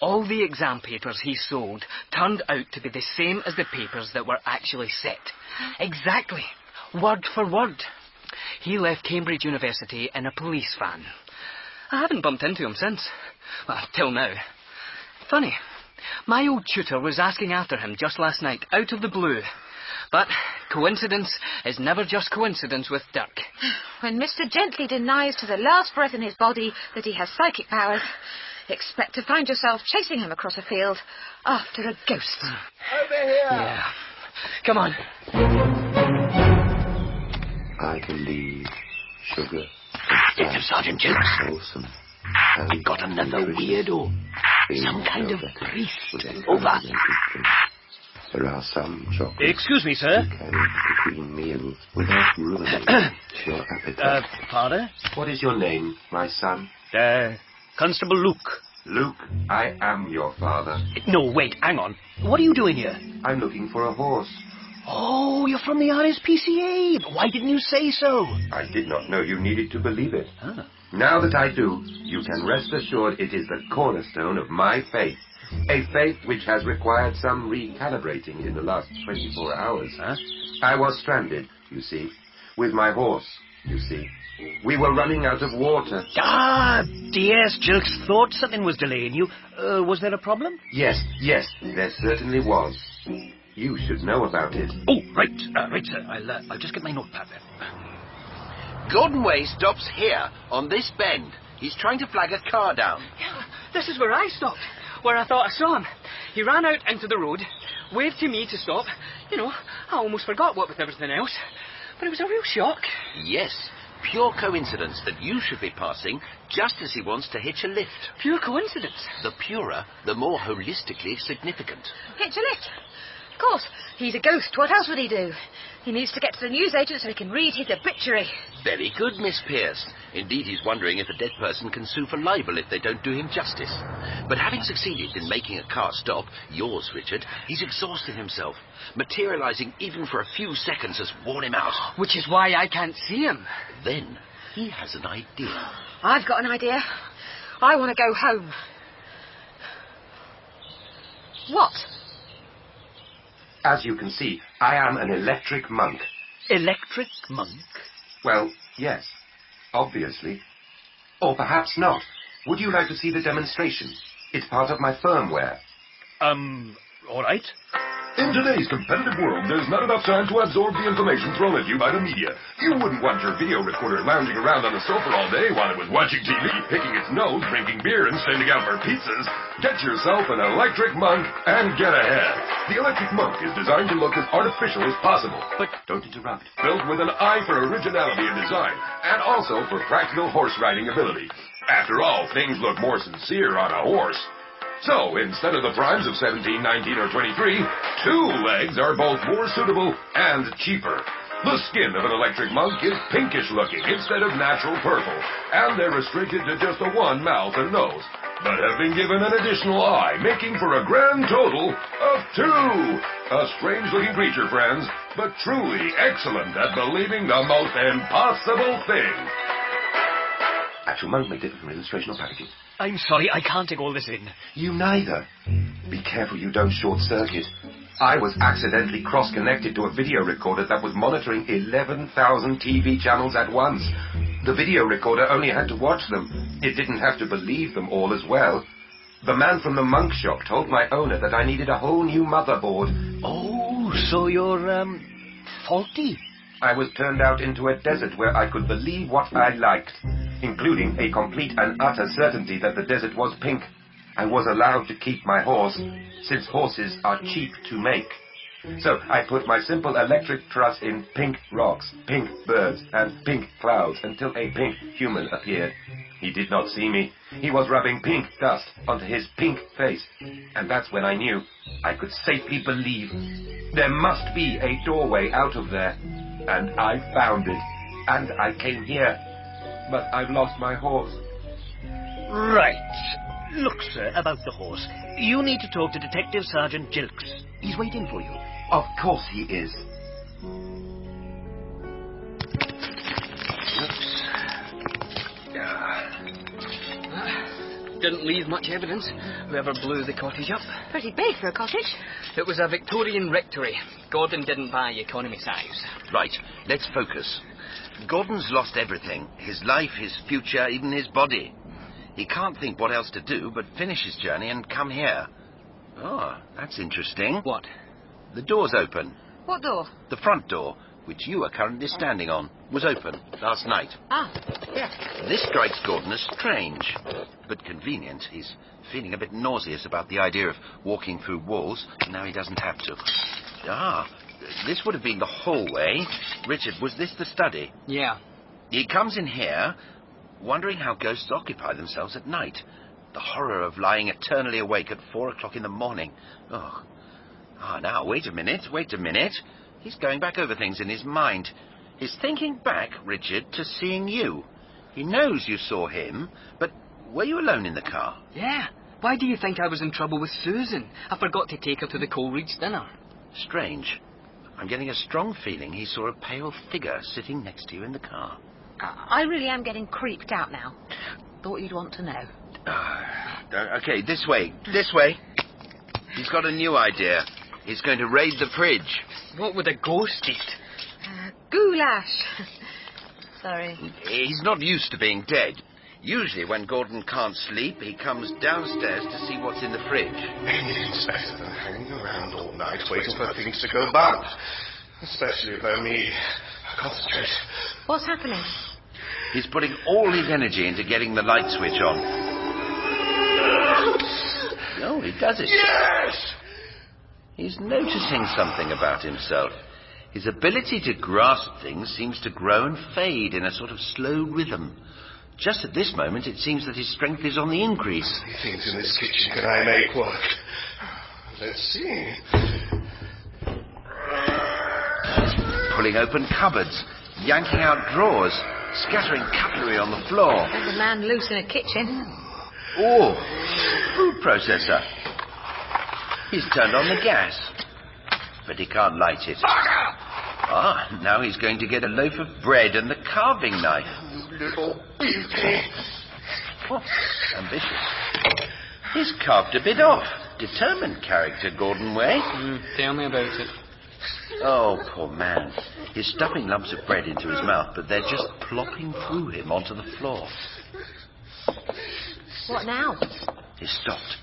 Speaker 11: All the exam papers he sold turned out to be the same as the papers that were actually set. Exactly. Word for word. He left Cambridge University in a police van. I haven't bumped into him since. Well, till now. Funny. My old tutor was asking after him just last night, out of the blue. But coincidence is never just coincidence with Dirk.
Speaker 6: When Mr. Gently denies to the last breath in his body that he has psychic powers, expect to find yourself chasing him across a field after a ghost.
Speaker 31: Over here!
Speaker 11: Yeah. Come on.
Speaker 3: I believe sugar.
Speaker 4: It's a Sergeant Jones. I got another weirdo. Some kind of priest. Over.
Speaker 3: There are some chocolates.
Speaker 4: Excuse me, sir.
Speaker 3: Between meals without ruining your appetite.
Speaker 4: Uh, father?
Speaker 3: What is your name, my son?
Speaker 4: Uh, Constable Luke.
Speaker 3: Luke, I am your father.
Speaker 4: No, wait, hang on. What are you doing here?
Speaker 3: I'm looking for a horse.
Speaker 4: Oh, you're from the RSPCA. But Why didn't you say so?
Speaker 3: I did not know you needed to believe it.
Speaker 4: Ah.
Speaker 3: Now that I do, you can rest assured it is the cornerstone of my faith. A faith which has required some recalibrating in the last 24 hours. Huh? I was stranded, you see, with my horse, you see. We were running out of water.
Speaker 4: Ah, DS Jerks thought something was delaying you. Uh, was there a problem?
Speaker 3: Yes, yes, there certainly was. You should know about it.
Speaker 18: Oh, right, uh, right, sir. I'll, uh, I'll just get my notepad then.
Speaker 14: Gordon Way stops here, on this bend. He's trying to flag a car down.
Speaker 11: This is where I stopped, where I thought I saw him. He ran out into the road, waved to me to stop. You know, I almost forgot what with everything else. But it was a real shock.
Speaker 14: Yes, pure coincidence that you should be passing just as he wants to hitch a lift.
Speaker 11: Pure coincidence.
Speaker 14: The purer, the more holistically significant.
Speaker 6: Hitch a lift. Of course, he's a ghost. What else would he do? He needs to get to the newsagent so he can read his obituary.
Speaker 14: Very good, Miss Pierce. Indeed, he's wondering if a dead person can sue for libel if they don't do him justice. But having succeeded in making a car stop, yours, Richard, he's exhausted himself. Materializing even for a few seconds has worn him out.
Speaker 11: Which is why I can't see him.
Speaker 14: Then he has an idea.
Speaker 6: I've got an idea. I want to go home. What?
Speaker 3: As you can see, I am an electric monk.
Speaker 11: Electric monk?
Speaker 3: Well, yes. Obviously. Or perhaps not. Would you like to see the demonstration? It's part of my firmware.
Speaker 2: Um, all right.
Speaker 32: In today's competitive world, there's not enough time to absorb the information thrown at you by the media. You wouldn't want your video recorder lounging around on a sofa all day while it was watching TV, picking its nose, drinking beer, and standing out for pizzas. Get yourself an electric monk and get ahead. The electric monk is designed to look as artificial as possible.
Speaker 11: But
Speaker 3: don't interrupt.
Speaker 32: Built with an eye for originality in design, and also for practical horse riding ability. After all, things look more sincere on a horse. So, instead of the primes of 17, 19, or 23, two legs are both more suitable and cheaper. The skin of an electric monk is pinkish looking instead of natural purple, and they're restricted to just the one mouth and nose, but have been given an additional eye, making for a grand total of two. A strange looking creature, friends, but truly excellent at believing the most impossible thing.
Speaker 3: Actual monk may differ from illustration or packaging.
Speaker 11: I'm sorry, I can't take all this in.
Speaker 3: You neither. Be careful you don't short circuit. I was accidentally cross connected to a video recorder that was monitoring 11,000 TV channels at once. The video recorder only had to watch them, it didn't have to believe them all as well. The man from the monk shop told my owner that I needed a whole new motherboard.
Speaker 11: Oh, so you're, um, faulty?
Speaker 3: I was turned out into a desert where I could believe what I liked, including a complete and utter certainty that the desert was pink. I was allowed to keep my horse, since horses are cheap to make. So I put my simple electric truss in pink rocks, pink birds, and pink clouds until a pink human appeared. He did not see me. He was rubbing pink dust onto his pink face. And that's when I knew I could safely believe there must be a doorway out of there. And I found it. And I came here. But I've lost my horse.
Speaker 33: Right. Look, sir, about the horse. You need to talk to Detective Sergeant Jilks. He's waiting for you.
Speaker 3: Of course he is.
Speaker 11: Didn't leave much evidence, whoever blew the cottage up.
Speaker 6: Pretty big for a cottage.
Speaker 11: It was a Victorian rectory. Gordon didn't buy economy size.
Speaker 14: Right, let's focus. Gordon's lost everything his life, his future, even his body. He can't think what else to do but finish his journey and come here. Ah, that's interesting.
Speaker 11: What?
Speaker 14: The door's open.
Speaker 6: What door?
Speaker 14: The front door, which you are currently standing on, was open last night.
Speaker 6: Ah, yes.
Speaker 14: This strikes Gordon as strange, but convenient. He's feeling a bit nauseous about the idea of walking through walls, and now he doesn't have to. Ah, this would have been the hallway. Richard, was this the study?
Speaker 11: Yeah.
Speaker 14: He comes in here, wondering how ghosts occupy themselves at night. The horror of lying eternally awake at four o'clock in the morning. Oh. Ah, now, wait a minute, wait a minute. He's going back over things in his mind. He's thinking back, Richard, to seeing you. He knows you saw him, but were you alone in the car?
Speaker 11: Yeah. Why do you think I was in trouble with Susan? I forgot to take her to the Coleridge dinner.
Speaker 14: Strange. I'm getting a strong feeling he saw a pale figure sitting next to you in the car.
Speaker 9: Ah.
Speaker 6: I I really am getting creeped out now. Thought you'd want to know.
Speaker 14: Uh, okay, this way, this way. He's got a new idea. He's going to raid the fridge.
Speaker 11: What would a ghost eat?
Speaker 6: Goulash. Sorry.
Speaker 14: He's not used to being dead. Usually, when Gordon can't sleep, he comes downstairs to see what's in the fridge.
Speaker 9: It's better than hanging around all night waiting for things to go bump. Especially if they're me. Concentrate.
Speaker 6: What's happening?
Speaker 14: He's putting all his energy into getting the light switch on. No, he does it.
Speaker 34: Yes!
Speaker 14: He's noticing something about himself. His ability to grasp things seems to grow and fade in a sort of slow rhythm. Just at this moment, it seems that his strength is on the increase.
Speaker 9: Things in this kitchen can I make work? Let's see.
Speaker 14: Pulling open cupboards, yanking out drawers, scattering cutlery on the floor.
Speaker 6: There's a man loose in a kitchen.
Speaker 14: Oh, food processor. He's turned on the gas, but he can't light it. Ah, now he's going to get a loaf of bread and the carving knife.
Speaker 9: Little beauty.
Speaker 14: Ambitious. He's carved a bit off. Determined character, Gordon Way.
Speaker 11: Mm, tell me about it.
Speaker 14: Oh, poor man. He's stuffing lumps of bread into his mouth, but they're just plopping through him onto the floor.
Speaker 6: What now?
Speaker 14: He stopped,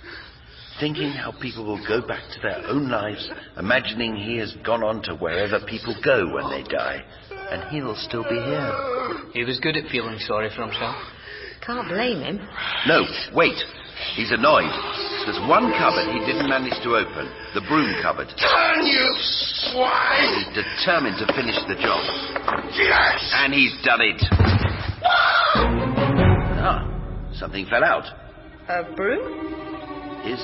Speaker 14: thinking how people will go back to their own lives, imagining he has gone on to wherever people go when they die, and he'll still be here.
Speaker 11: He was good at feeling sorry for himself.
Speaker 6: Can't blame him.
Speaker 14: No, wait. He's annoyed. There's one cupboard he didn't manage to open the broom cupboard.
Speaker 9: Turn, you swine!
Speaker 14: He's determined to finish the job.
Speaker 9: Yes!
Speaker 14: And he's done it. Ah, something fell out.
Speaker 6: A broom?
Speaker 14: His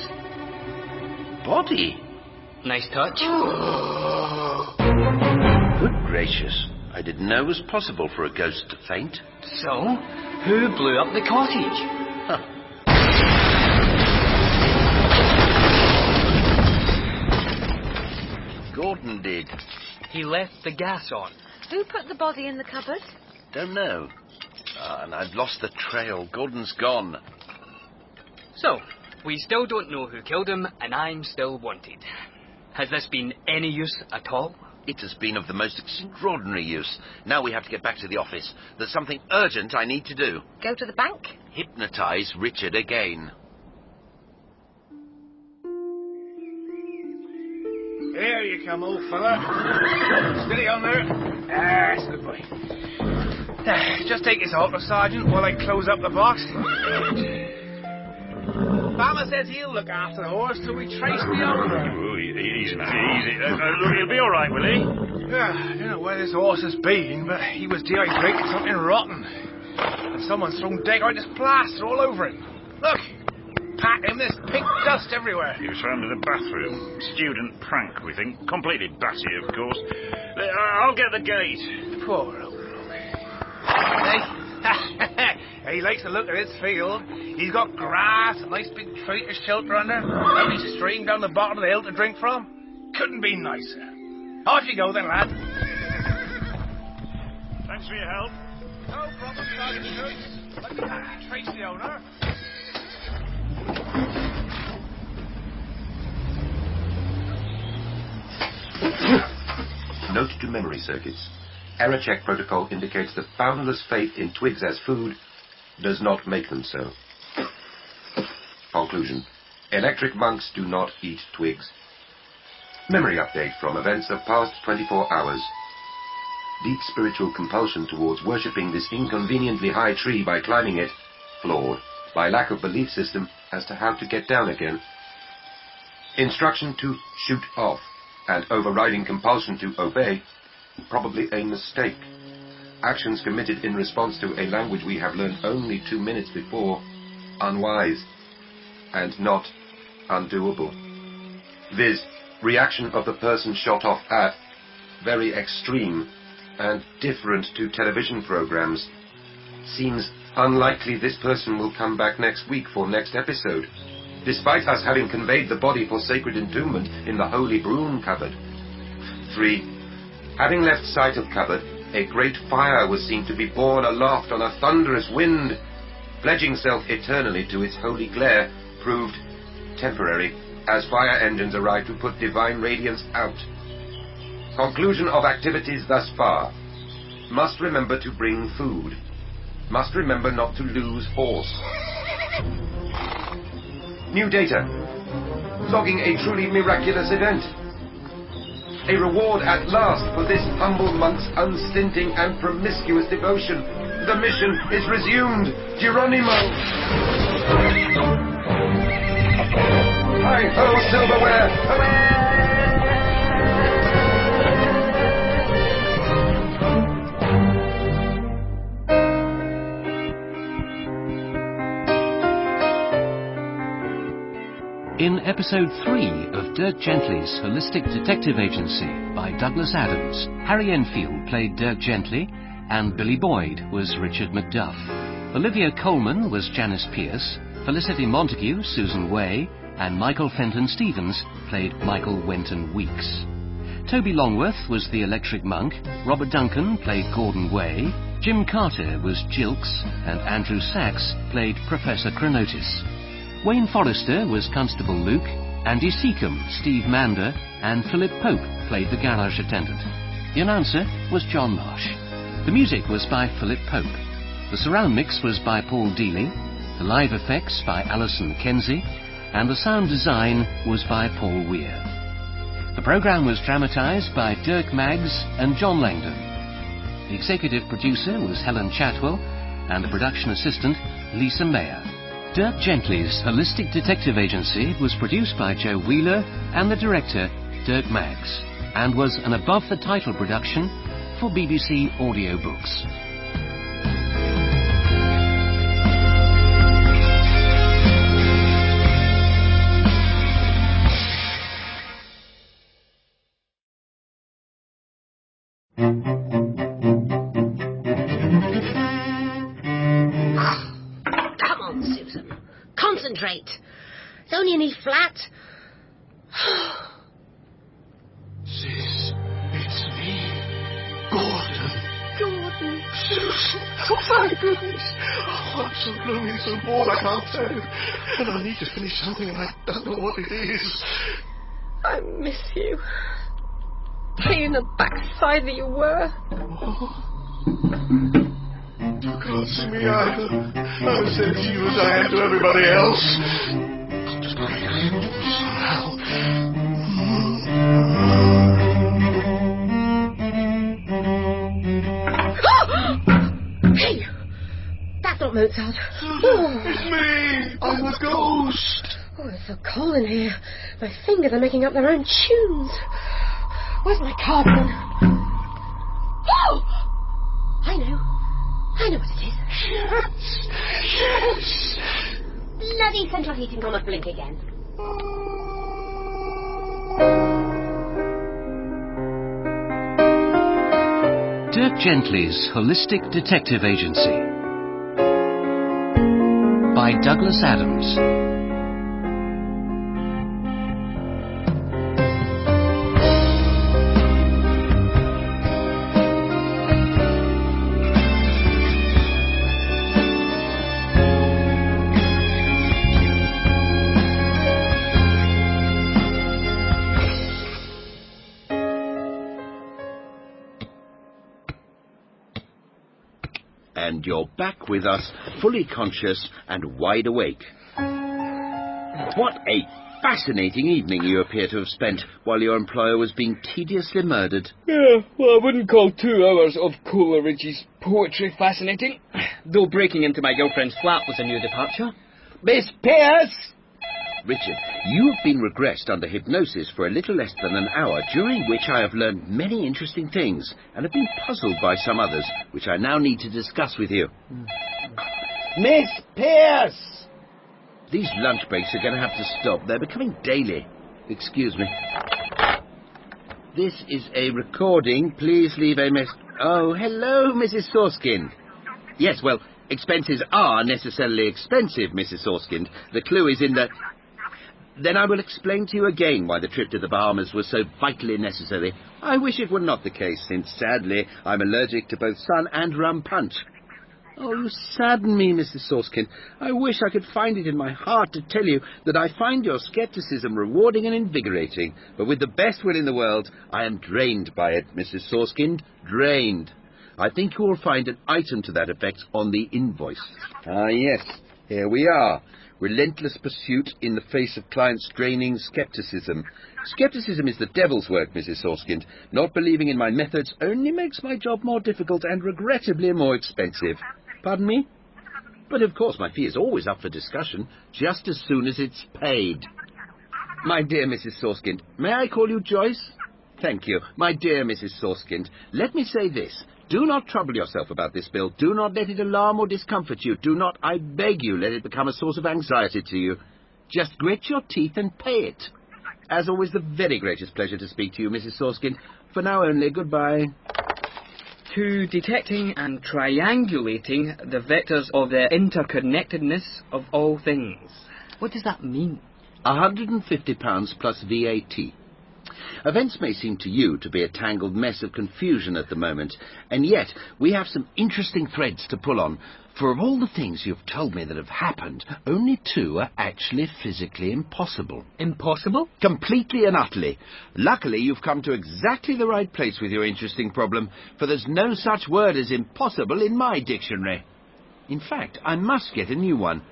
Speaker 14: body.
Speaker 11: Nice touch.
Speaker 14: Good gracious. I didn't know it was possible for a ghost to faint.
Speaker 11: So, who blew up the cottage?
Speaker 14: Gordon did.
Speaker 11: He left the gas on.
Speaker 6: Who put the body in the cupboard?
Speaker 14: Don't know. Ah, and I've lost the trail. Gordon's gone.
Speaker 11: So, we still don't know who killed him, and I'm still wanted. Has this been any use at all?
Speaker 14: It has been of the most extraordinary use. Now we have to get back to the office. There's something urgent I need to do.
Speaker 6: Go to the bank?
Speaker 14: Hypnotize Richard again.
Speaker 13: Here you come, old fella. Steady on there. Ah, that's good boy. Just take this halter, Sergeant, while I close up the box. Farmer says he'll look after the horse till we trace the owner.
Speaker 12: Oh, e- easy, now, easy. Uh, uh, look, he'll be all right, will he?
Speaker 13: Yeah, Ah, I don't know where this horse has been, but he was dehydrated something rotten. And someone's thrown decorated plaster all over him. Look! Pat him, there's pink dust everywhere.
Speaker 12: He was found in the bathroom. Student prank, we think. Completely batty, of course. Uh, I'll get the gate.
Speaker 13: Poor old he likes the look of his field. He's got grass, a nice big tree to shelter under, lovely stream down the bottom of the hill to drink from. Couldn't be nicer. Off you go then, lad.
Speaker 12: Thanks for your help.
Speaker 13: No problem, Sergeant Schultz. Let me trace the owner.
Speaker 3: Note to memory circuits. Error check protocol indicates that boundless faith in twigs as food does not make them so. Conclusion. Electric monks do not eat twigs. Memory update from events of past 24 hours. Deep spiritual compulsion towards worshipping this inconveniently high tree by climbing it, flawed by lack of belief system as to how to get down again. Instruction to shoot off and overriding compulsion to obey, probably a mistake. Actions committed in response to a language we have learned only two minutes before, unwise and not undoable. Viz. Reaction of the person shot off at, very extreme and different to television programs. Seems unlikely this person will come back next week for next episode, despite us having conveyed the body for sacred entombment in the holy broom cupboard. 3. Having left sight of cupboard, a great fire was seen to be borne aloft on a thunderous wind. Pledging self eternally to its holy glare proved temporary, as fire engines arrived to put divine radiance out. Conclusion of activities thus far. Must remember to bring food. Must remember not to lose horse. New data. Logging a truly miraculous event. A reward at last for this humble monk's unstinting and promiscuous devotion. The mission is resumed. Geronimo! Hi ho, silverware! Hooray!
Speaker 1: In episode 3 of Dirk Gently's Holistic Detective Agency by Douglas Adams, Harry Enfield played Dirk Gently and Billy Boyd was Richard McDuff. Olivia Coleman was Janice Pierce, Felicity Montague, Susan Way, and Michael Fenton Stevens played Michael Wenton Weeks. Toby Longworth was the Electric Monk, Robert Duncan played Gordon Way, Jim Carter was Jilks, and Andrew Sachs played Professor Cronotis. Wayne Forrester was Constable Luke, Andy Seacombe, Steve Mander, and Philip Pope played the garage attendant. The announcer was John Marsh. The music was by Philip Pope. The surround mix was by Paul Dealey, the live effects by Alison Kenzie, and the sound design was by Paul Weir. The programme was dramatised by Dirk Maggs and John Langdon. The executive producer was Helen Chatwell, and the production assistant, Lisa Mayer. Dirk Gently's Holistic Detective Agency was produced by Joe Wheeler and the director, Dirk Maggs, and was an above the title production for BBC Audiobooks.
Speaker 7: Come on, Susan. Concentrate. It's only an E flat.
Speaker 4: Sis, it's me, Gordon.
Speaker 7: Gordon.
Speaker 4: Susan, oh my goodness. Oh, I'm so gloomy, so bored, I can't say. And I need to finish something, and I don't know what it is.
Speaker 7: I miss you. Pain in the backside that you were.
Speaker 4: You can't see me either. I'm as sensitive as I am to everybody else.
Speaker 7: hey! That's not Mozart. Oh.
Speaker 4: It's me! I'm the ghost!
Speaker 7: oh, it's so cold in here. My fingers are making up their own tunes. Where's my cardigan? Oh! I know. I know what it is. Yes! Yes!
Speaker 35: Bloody central heating gone off blink again.
Speaker 1: Dirk Gently's Holistic Detective Agency by Douglas Adams.
Speaker 14: And you're back with us, fully conscious and wide awake. What a fascinating evening you appear to have spent while your employer was being tediously murdered.
Speaker 11: Yeah, well, I wouldn't call two hours of Coleridge's poetry fascinating. Though breaking into my girlfriend's flat was a new departure. Miss Pierce!
Speaker 14: Richard, you have been regressed under hypnosis for a little less than an hour, during which I have learned many interesting things and have been puzzled by some others, which I now need to discuss with you.
Speaker 11: Miss Pierce!
Speaker 14: These lunch breaks are going to have to stop. They're becoming daily. Excuse me. This is a recording. Please leave a mess. Oh, hello, Mrs. Sorskin. Yes, well, expenses are necessarily expensive, Mrs. Sorskind. The clue is in the. Then I will explain to you again why the trip to the Bahamas was so vitally necessary. I wish it were not the case, since sadly I'm allergic to both sun and rum punch. Oh, you sadden me, Mrs. Sorskin. I wish I could find it in my heart to tell you that I find your scepticism rewarding and invigorating, but with the best will in the world, I am drained by it, Mrs. Sorskin. Drained. I think you will find an item to that effect on the invoice. Ah, yes. Here we are. Relentless pursuit in the face of clients' draining skepticism. Skepticism is the devil's work, Mrs. Sorskind. Not believing in my methods only makes my job more difficult and regrettably more expensive. Pardon me? But of course, my fee is always up for discussion just as soon as it's paid. My dear Mrs. Sorskind, may I call you Joyce? Thank you. My dear Mrs. Sorskind, let me say this. Do not trouble yourself about this bill. Do not let it alarm or discomfort you. Do not, I beg you, let it become a source of anxiety to you. Just grit your teeth and pay it. As always, the very greatest pleasure to speak to you, Mrs. Sorskind. For now only, goodbye.
Speaker 11: To detecting and triangulating the vectors of the interconnectedness of all things. What does that mean?
Speaker 14: £150 plus VAT. Events may seem to you to be a tangled mess of confusion at the moment, and yet we have some interesting threads to pull on, for of all the things you've told me that have happened, only two are actually physically impossible.
Speaker 11: Impossible?
Speaker 14: Completely and utterly. Luckily, you've come to exactly the right place with your interesting problem, for there's no such word as impossible in my dictionary. In fact, I must get a new one.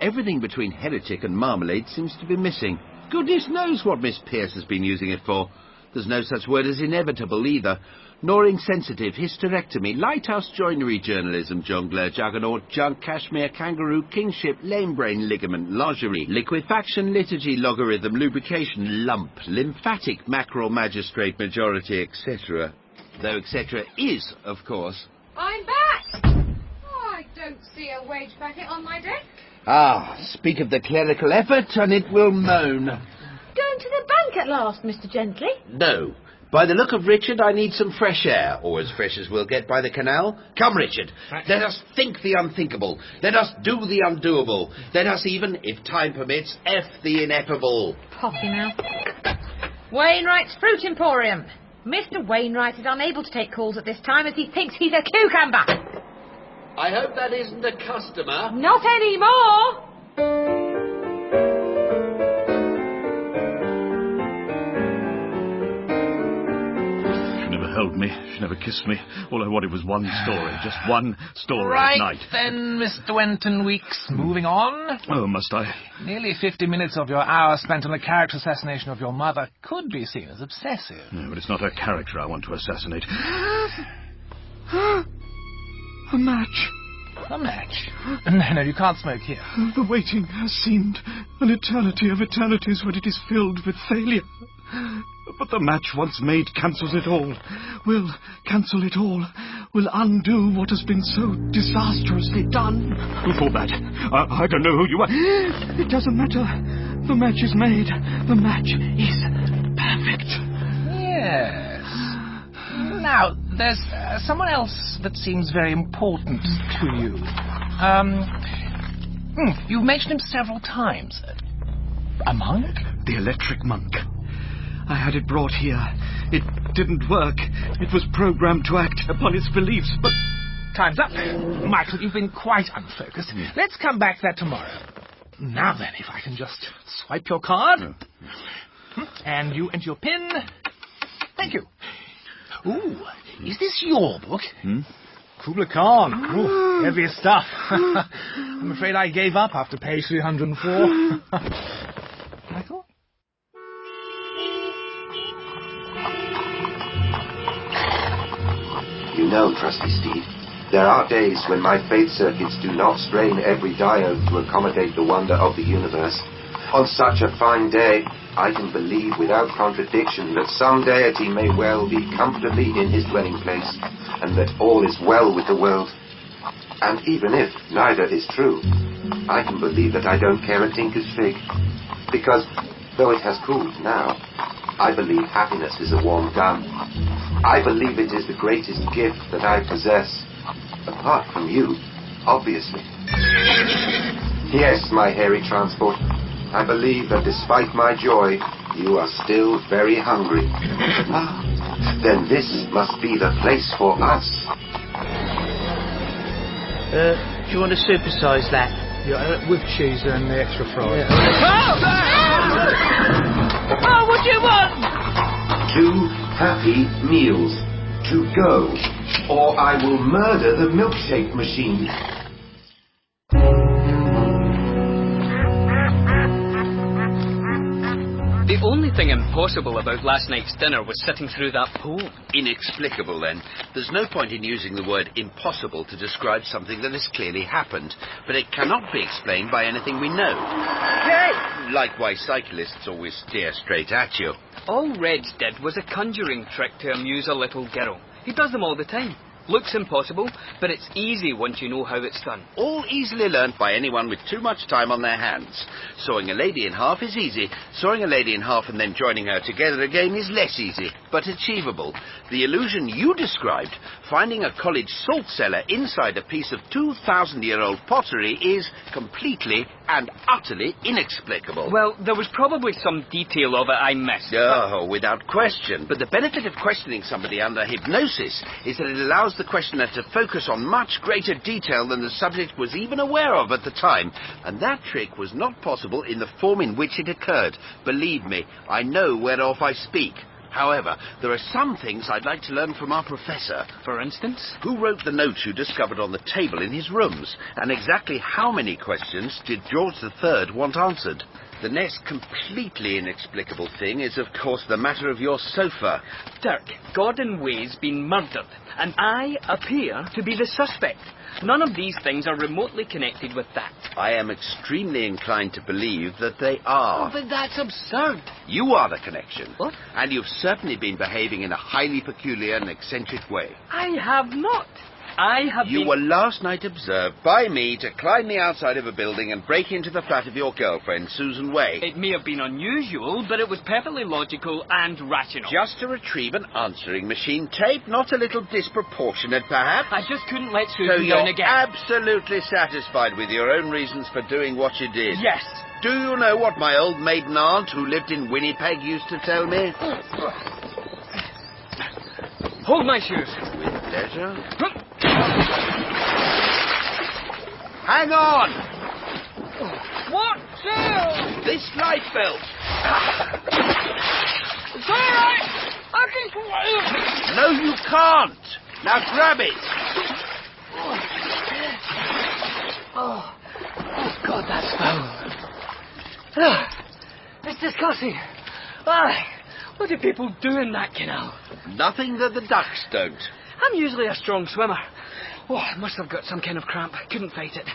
Speaker 14: Everything between heretic and marmalade seems to be missing. Goodness knows what Miss Pierce has been using it for. There's no such word as inevitable either, nor insensitive, hysterectomy, lighthouse joinery journalism, jongleur, juggernaut, junk, cashmere, kangaroo, kingship, lamebrain, ligament, lingerie, liquefaction, liturgy, logarithm, lubrication, lump, lymphatic, mackerel, magistrate, majority, etc. Though etc. is, of course.
Speaker 36: I'm back! Oh, I don't see a wage packet on my desk.
Speaker 14: Ah, speak of the clerical effort and it will moan.
Speaker 6: Going to the bank at last, Mr. Gently?
Speaker 37: No. By the look of Richard, I need some fresh air, or as fresh as we'll get by the canal. Come, Richard, let us think the unthinkable. Let us do the undoable. Let us even, if time permits, F the ineffable.
Speaker 6: Coffee now. Wainwright's Fruit Emporium. Mr. Wainwright is unable to take calls at this time as he thinks he's a cucumber.
Speaker 37: I hope that isn't a customer.
Speaker 6: Not anymore!
Speaker 38: She never held me. She never kissed me. All I wanted was one story. Just one story
Speaker 13: right
Speaker 38: at night.
Speaker 13: then, Mr. Wenton Weeks, moving on.
Speaker 38: Oh, must I?
Speaker 13: Nearly 50 minutes of your hour spent on the character assassination of your mother could be seen as obsessive.
Speaker 38: No, but it's not her character I want to assassinate.
Speaker 13: A match. A match? No, no, you can't smoke here.
Speaker 16: The waiting has seemed an eternity of eternities when it is filled with failure. But the match once made cancels it all. Will cancel it all. Will undo what has been so disastrously done.
Speaker 38: Who thought that? I, I don't know who you are.
Speaker 16: It doesn't matter. The match is made. The match is perfect.
Speaker 13: Yes. Now, there's uh, someone else that seems very important to you. Um, hmm, you've mentioned him several times. A monk?
Speaker 16: The electric monk. I had it brought here. It didn't work. It was programmed to act upon its beliefs, but.
Speaker 13: Time's up. Michael, you've been quite unfocused. Let's come back to that tomorrow. Now then, if I can just swipe your card. Hmm, And you enter your PIN. Thank you. Ooh, is this your book?
Speaker 38: Hmm?
Speaker 13: Kubla Khan. Ooh, heavy stuff. I'm afraid I gave up after page 304. Michael?
Speaker 3: You know, trusty Steve, there are days when my faith circuits do not strain every diode to accommodate the wonder of the universe. On such a fine day, I can believe without contradiction that some deity may well be comfortably in his dwelling place, and that all is well with the world. And even if neither is true, I can believe that I don't care a tinker's fig, because though it has cooled now, I believe happiness is a warm gun. I believe it is the greatest gift that I possess, apart from you, obviously. Yes, my hairy transport, I believe that despite my joy, you are still very hungry. Ah, then this must be the place for us.
Speaker 39: Uh, do you want to supersize that?
Speaker 13: uh,
Speaker 39: Yeah, with cheese and the extra fries.
Speaker 16: Ah,
Speaker 4: Oh, what do you want?
Speaker 3: Two happy meals to go. or I will murder the milkshake machine.
Speaker 11: The only thing impossible about last night's dinner was sitting through that poem.
Speaker 14: Inexplicable, then. There's no point in using the word impossible to describe something that has clearly happened, but it cannot be explained by anything we know. Like why cyclists always steer straight at you.
Speaker 11: All Reds did was a conjuring trick to amuse a little girl. He does them all the time. Looks impossible, but it's easy once you know how it's done.
Speaker 14: All easily learnt by anyone with too much time on their hands. Sawing a lady in half is easy. Sawing a lady in half and then joining her together again is less easy, but achievable. The illusion you described, finding a college salt cellar inside a piece of 2,000 year old pottery, is completely and utterly inexplicable.
Speaker 11: Well, there was probably some detail of it I missed.
Speaker 14: Oh, without question. But the benefit of questioning somebody under hypnosis is that it allows the questioner to focus on much greater detail than the subject was even aware of at the time. And that trick was not possible in the form in which it occurred. Believe me, I know whereof I speak. However, there are some things I'd like to learn from our professor.
Speaker 11: For instance?
Speaker 14: Who wrote the notes you discovered on the table in his rooms? And exactly how many questions did George III want answered? The next completely inexplicable thing is, of course, the matter of your sofa.
Speaker 11: Dirk, Gordon Way's been murdered, and I appear to be the suspect. None of these things are remotely connected with that.
Speaker 14: I am extremely inclined to believe that they are.
Speaker 11: Oh, but that's absurd.
Speaker 14: You are the connection.
Speaker 11: What?
Speaker 14: And you've certainly been behaving in a highly peculiar and eccentric way.
Speaker 11: I have not. I have
Speaker 14: You
Speaker 11: been...
Speaker 14: were last night observed by me to climb the outside of a building and break into the flat of your girlfriend, Susan Way.
Speaker 11: It may have been unusual, but it was perfectly logical and rational.
Speaker 14: Just to retrieve an answering machine tape, not a little disproportionate, perhaps.
Speaker 11: I just couldn't let
Speaker 14: so
Speaker 11: Susan
Speaker 14: you're
Speaker 11: down again.
Speaker 14: absolutely satisfied with your own reasons for doing what you did.
Speaker 11: Yes.
Speaker 14: Do you know what my old maiden aunt, who lived in Winnipeg, used to tell me?
Speaker 11: Hold my shoes.
Speaker 14: With pleasure. Hang on!
Speaker 11: What? Jill!
Speaker 14: This life belt!
Speaker 11: It's all right. I can swallow.
Speaker 14: No, you can't! Now grab it!
Speaker 40: Oh, oh God, that's foul. Ah, it's disgusting. Ah, what do people do in that canal?
Speaker 14: Nothing that the ducks don't.
Speaker 40: I'm usually a strong swimmer. Oh, I must have got some kind of cramp. Couldn't fight it.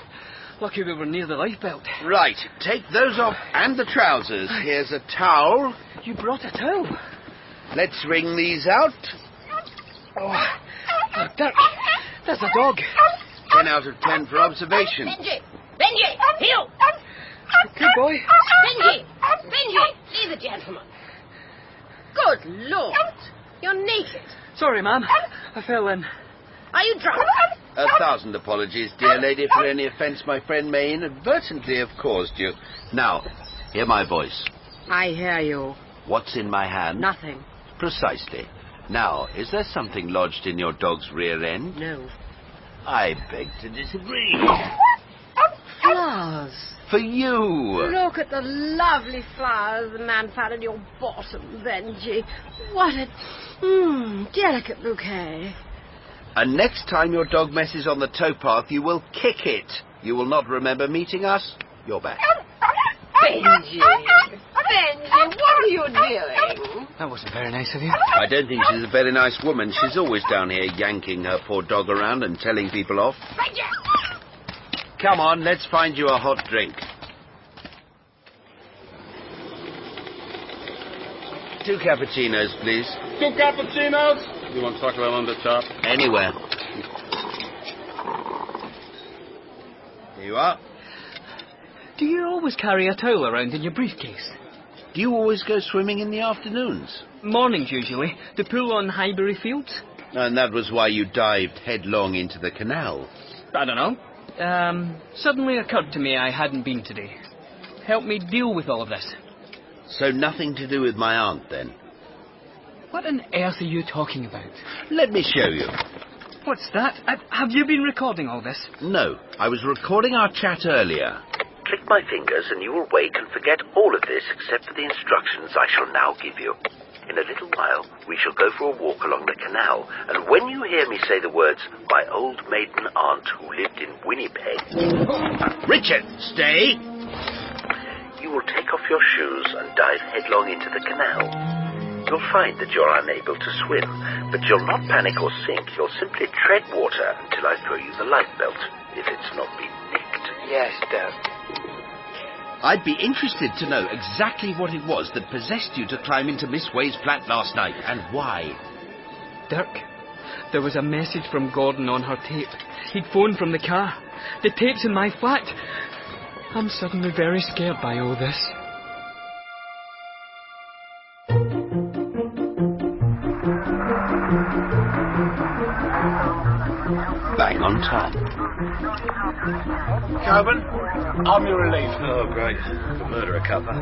Speaker 40: Lucky we were near the life belt.
Speaker 14: Right, take those off and the trousers. Here's a towel.
Speaker 40: You brought a towel.
Speaker 14: Let's wring these out.
Speaker 40: Oh, oh Dirk, that's a dog.
Speaker 14: Ten out of ten for observation.
Speaker 9: Benji! Benji!
Speaker 4: Um,
Speaker 9: Heel!
Speaker 40: Good boy.
Speaker 9: Benji! Benji! Be the gentleman. Good Lord! You're naked.
Speaker 40: Sorry, ma'am. I fell in.
Speaker 9: Are you drunk?
Speaker 14: A thousand apologies, dear lady, for any offence my friend may inadvertently have caused you. Now, hear my voice.
Speaker 19: I hear you.
Speaker 14: What's in my hand?
Speaker 19: Nothing.
Speaker 14: Precisely. Now, is there something lodged in your dog's rear end?
Speaker 19: No.
Speaker 14: I beg to disagree.
Speaker 19: Flowers.
Speaker 14: For you.
Speaker 19: Look at the lovely flowers the man found in your bottom, Benji. What a mm, delicate bouquet.
Speaker 14: And next time your dog messes on the towpath, you will kick it. You will not remember meeting us. You're back.
Speaker 19: Benji. Benji, what are you doing?
Speaker 40: That wasn't very nice of you.
Speaker 14: I don't think she's a very nice woman. She's always down here yanking her poor dog around and telling people off. Come on, let's find you a hot drink. Two cappuccinos, please.
Speaker 13: Two cappuccinos. You want chocolate on the top?
Speaker 14: Anywhere. Here you are.
Speaker 40: Do you always carry a towel around in your briefcase?
Speaker 14: Do you always go swimming in the afternoons?
Speaker 40: Mornings, usually. The pool on Highbury Fields.
Speaker 14: And that was why you dived headlong into the canal.
Speaker 40: I don't know. Um, suddenly occurred to me I hadn't been today. Help me deal with all of this.
Speaker 14: So nothing to do with my aunt, then.
Speaker 40: What on earth are you talking about?
Speaker 14: Let me show you.
Speaker 40: What's that? I- have you been recording all this?
Speaker 14: No, I was recording our chat earlier. Click my fingers and you will wake and forget all of this except for the instructions I shall now give you. In a little while, we shall go for a walk along the canal, and when you hear me say the words, my old maiden aunt who lived in Winnipeg. Richard, stay! You will take off your shoes and dive headlong into the canal. You'll find that you're unable to swim, but you'll not panic or sink. You'll simply tread water until I throw you the life belt, if it's not been nicked.
Speaker 2: Yes, Dad.
Speaker 14: I'd be interested to know exactly what it was that possessed you to climb into Miss Way's flat last night and why.
Speaker 11: Dirk, there was a message from Gordon on her tape. He'd phoned from the car. The tape's in my flat. I'm suddenly very scared by all this.
Speaker 14: Bang on time.
Speaker 41: Calvin, I'm your relief.
Speaker 18: Oh, great. The murderer cuppa.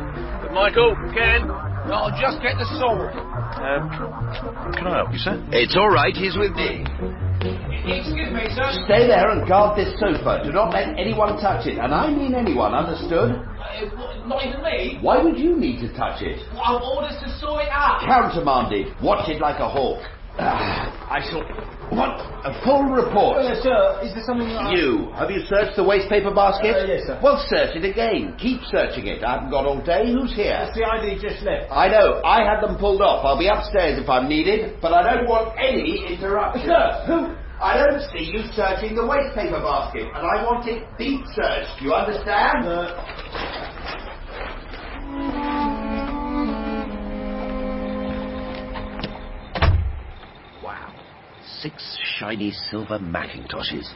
Speaker 41: Michael, Ken, I'll just get the sword.
Speaker 18: Um, can I help you, sir?
Speaker 14: It's all right, he's with me.
Speaker 41: Excuse me, sir.
Speaker 14: Stay there and guard this sofa. Do not let anyone touch it, and I mean anyone, understood?
Speaker 41: Not even me.
Speaker 14: Why would you need to touch it?
Speaker 41: I've orders to saw it out.
Speaker 14: Countermanded. Watch it like a hawk. Ah, I shall want a full report.
Speaker 41: sir, is there something I...
Speaker 14: You. Have you searched the waste paper basket?
Speaker 41: Uh, yes, sir.
Speaker 14: Well, search it again. Keep searching it. I haven't got all day. Who's here?
Speaker 41: It's the ID just left.
Speaker 14: I know. I had them pulled off. I'll be upstairs if I'm needed, but I don't want any interruption.
Speaker 41: Sir,
Speaker 14: who? I don't see you searching the waste paper basket, and I want it deep searched. You understand?
Speaker 18: Uh,
Speaker 14: Six shiny silver Macintoshes.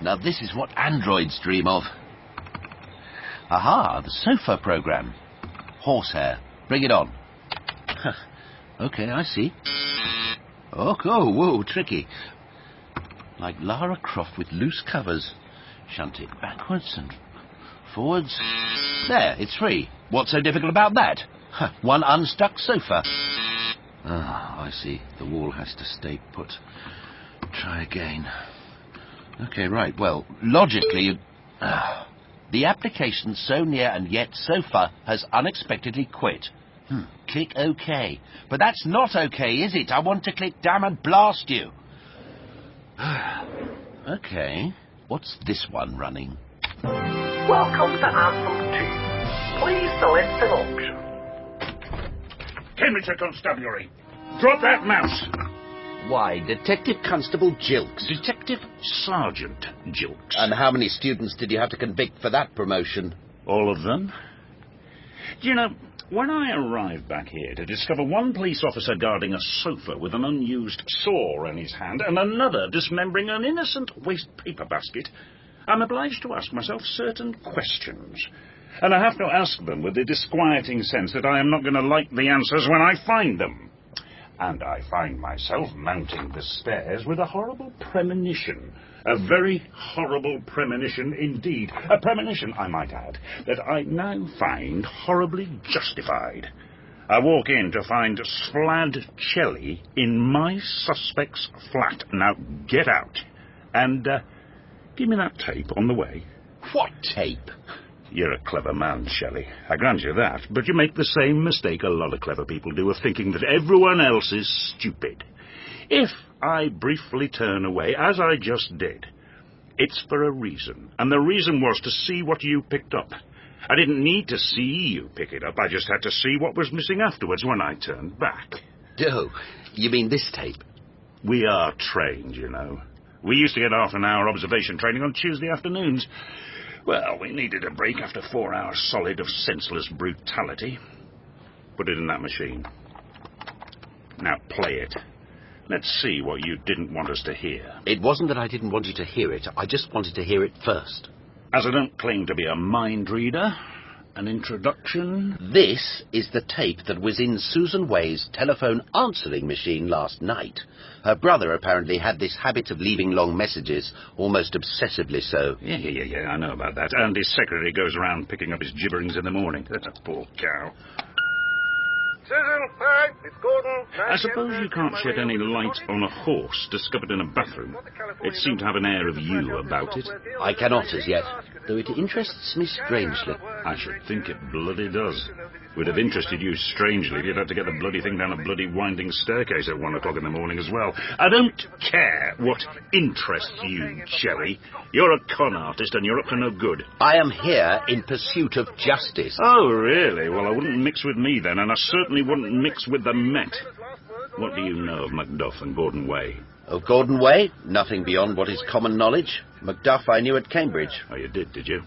Speaker 14: Now this is what androids dream of. Aha, the sofa program. Horsehair. Bring it on. Huh. okay, I see. Oh, oh, whoa, tricky. Like Lara Croft with loose covers. Shunt it backwards and forwards. There, it's free. What's so difficult about that? Huh, one unstuck sofa. Ah, I see. The wall has to stay put. Try again. Okay, right. Well, logically, you... Ah. the application so near and yet so far has unexpectedly quit. Hmm. Click OK. But that's not OK, is it? I want to click damn and blast you. okay. What's this one running?
Speaker 42: Welcome to Anthem 2. Please select an option.
Speaker 12: Cambridgeshire Constabulary. Drop that mouse.
Speaker 14: Why, Detective Constable Jilks.
Speaker 12: Detective Sergeant Jilks.
Speaker 14: And how many students did you have to convict for that promotion?
Speaker 12: All of them? Do you know, when I arrived back here to discover one police officer guarding a sofa with an unused saw in his hand and another dismembering an innocent waste paper basket, I'm obliged to ask myself certain questions. And I have to ask them with the disquieting sense that I am not going to like the answers when I find them. And I find myself mounting the stairs with a horrible premonition. A very horrible premonition indeed. A premonition, I might add, that I now find horribly justified. I walk in to find Splad Chelly in my suspect's flat. Now get out. And uh, give me that tape on the way.
Speaker 14: What tape?
Speaker 12: You're a clever man, Shelley. I grant you that, but you make the same mistake a lot of clever people do of thinking that everyone else is stupid. If I briefly turn away, as I just did, it's for a reason, and the reason was to see what you picked up. I didn't need to see you pick it up, I just had to see what was missing afterwards when I turned back.
Speaker 14: Oh, you mean this tape?
Speaker 12: We are trained, you know. We used to get half an hour observation training on Tuesday afternoons. Well, we needed a break after four hours solid of senseless brutality. Put it in that machine. Now play it. Let's see what you didn't want us to hear.
Speaker 14: It wasn't that I didn't want you to hear it, I just wanted to hear it first.
Speaker 12: As I don't claim to be a mind reader, an introduction.
Speaker 14: This is the tape that was in Susan Way's telephone answering machine last night. Her brother apparently had this habit of leaving long messages, almost obsessively so.
Speaker 12: Yeah, yeah, yeah, yeah, I know about that. And his secretary goes around picking up his gibberings in the morning. That's a poor cow.
Speaker 43: Susan, hi, it's Gordon.
Speaker 12: I suppose you can't shed any light on a horse discovered in a bathroom. It seemed to have an air of you about it.
Speaker 14: I cannot as yet, though it interests me strangely.
Speaker 12: I should think it bloody does. Would have interested you strangely if you'd had to get the bloody thing down a bloody winding staircase at one o'clock in the morning as well. I don't care what interests you, Cherry. You're a con artist and you're up to no good.
Speaker 14: I am here in pursuit of justice.
Speaker 12: Oh, really? Well, I wouldn't mix with me then, and I certainly wouldn't mix with the Met. What do you know of Macduff and Gordon Way?
Speaker 14: Of Gordon Way, nothing beyond what is common knowledge. Macduff I knew at Cambridge.
Speaker 12: Oh, you did, did you?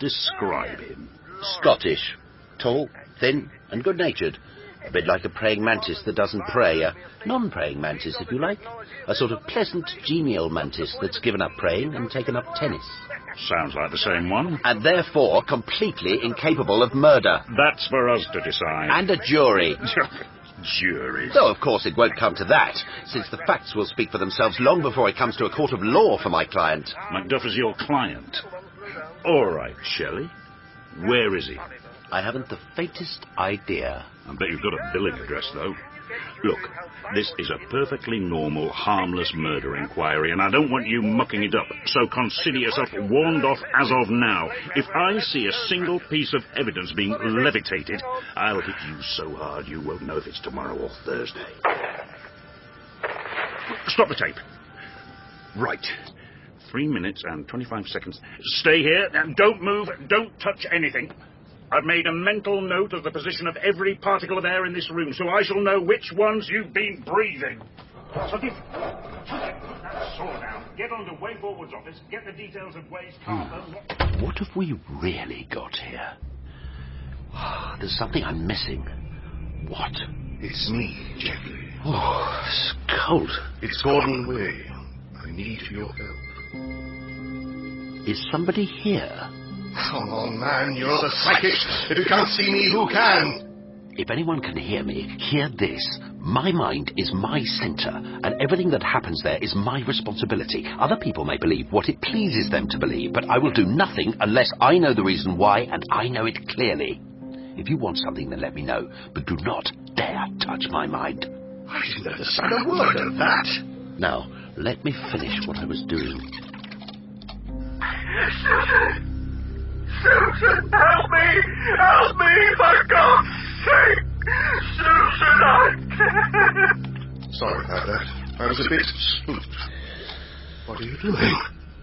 Speaker 12: Describe him.
Speaker 14: Scottish. Tall, thin, and good natured. A bit like a praying mantis that doesn't pray, a non praying mantis, if you like. A sort of pleasant, genial mantis that's given up praying and taken up tennis.
Speaker 12: Sounds like the same one.
Speaker 14: And therefore completely incapable of murder.
Speaker 12: That's for us to decide.
Speaker 14: And a jury.
Speaker 12: Jury.
Speaker 14: Though, of course, it won't come to that, since the facts will speak for themselves long before it comes to a court of law for my client.
Speaker 12: Macduff is your client. All right, Shelley. Where is he?
Speaker 14: I haven't the faintest idea.
Speaker 12: I bet you've got a billing address, though. Look, this is a perfectly normal, harmless murder inquiry, and I don't want you mucking it up, so consider yourself warned off as of now. If I see a single piece of evidence being levitated, I'll hit you so hard you won't know if it's tomorrow or Thursday. Stop the tape. Right. Three minutes and 25 seconds. Stay here and don't move, don't touch anything. I've made a mental note of the position of every particle of air in this room, so I shall know which ones you've been breathing. So give that saw down. Get on to Way Forward's office. Get the details of Way's
Speaker 14: Hmm.
Speaker 12: car. phone, what-
Speaker 14: What have we really got here? Ah, There's something I'm missing. What?
Speaker 7: It's me, Jeffrey.
Speaker 14: Oh, it's cold.
Speaker 7: It's Gordon Way. I need your help.
Speaker 14: Is somebody here?
Speaker 7: Come on, man, you're the psychic. If you can't see me, who can?
Speaker 14: If anyone can hear me, hear this. My mind is my centre, and everything that happens there is my responsibility. Other people may believe what it pleases them to believe, but I will do nothing unless I know the reason why and I know it clearly. If you want something, then let me know, but do not dare touch my mind.
Speaker 7: I didn't understand a word of that.
Speaker 14: Now, let me finish what I was doing.
Speaker 4: Susan! Susan, help me! Help me, for God's sake! Susan, I'm dead!
Speaker 7: Sorry about that. I was a bit spooked. What are you doing?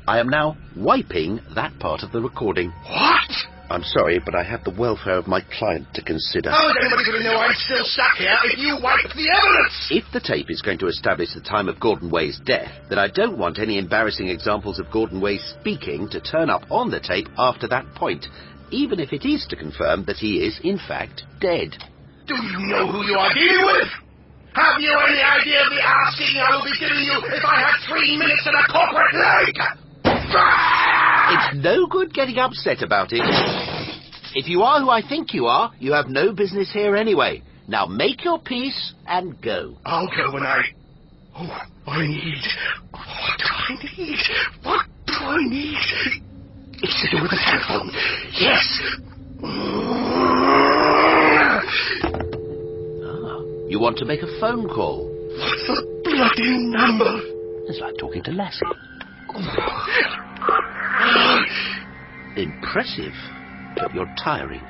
Speaker 14: I am now wiping that part of the recording.
Speaker 7: What?
Speaker 14: I'm sorry, but I have the welfare of my client to consider.
Speaker 7: How is anybody going to know I'm still sat here if you wipe the evidence?
Speaker 14: If the tape is going to establish the time of Gordon Way's death, then I don't want any embarrassing examples of Gordon Way speaking to turn up on the tape after that point, even if it is to confirm that he is, in fact, dead.
Speaker 7: Do you know who you are dealing with? Have you any idea of the asking I will be giving you if I had three minutes in a corporate lake?
Speaker 14: It's no good getting upset about it. If you are who I think you are, you have no business here anyway. Now make your peace and go.
Speaker 7: I'll go when I. Oh, I need. What do I need? What do I need? It's to do with the telephone. Yes.
Speaker 14: You want to make a phone call.
Speaker 7: What's the bloody number?
Speaker 14: It's like talking to Lassie. Ah! Impressive, but you're tiring.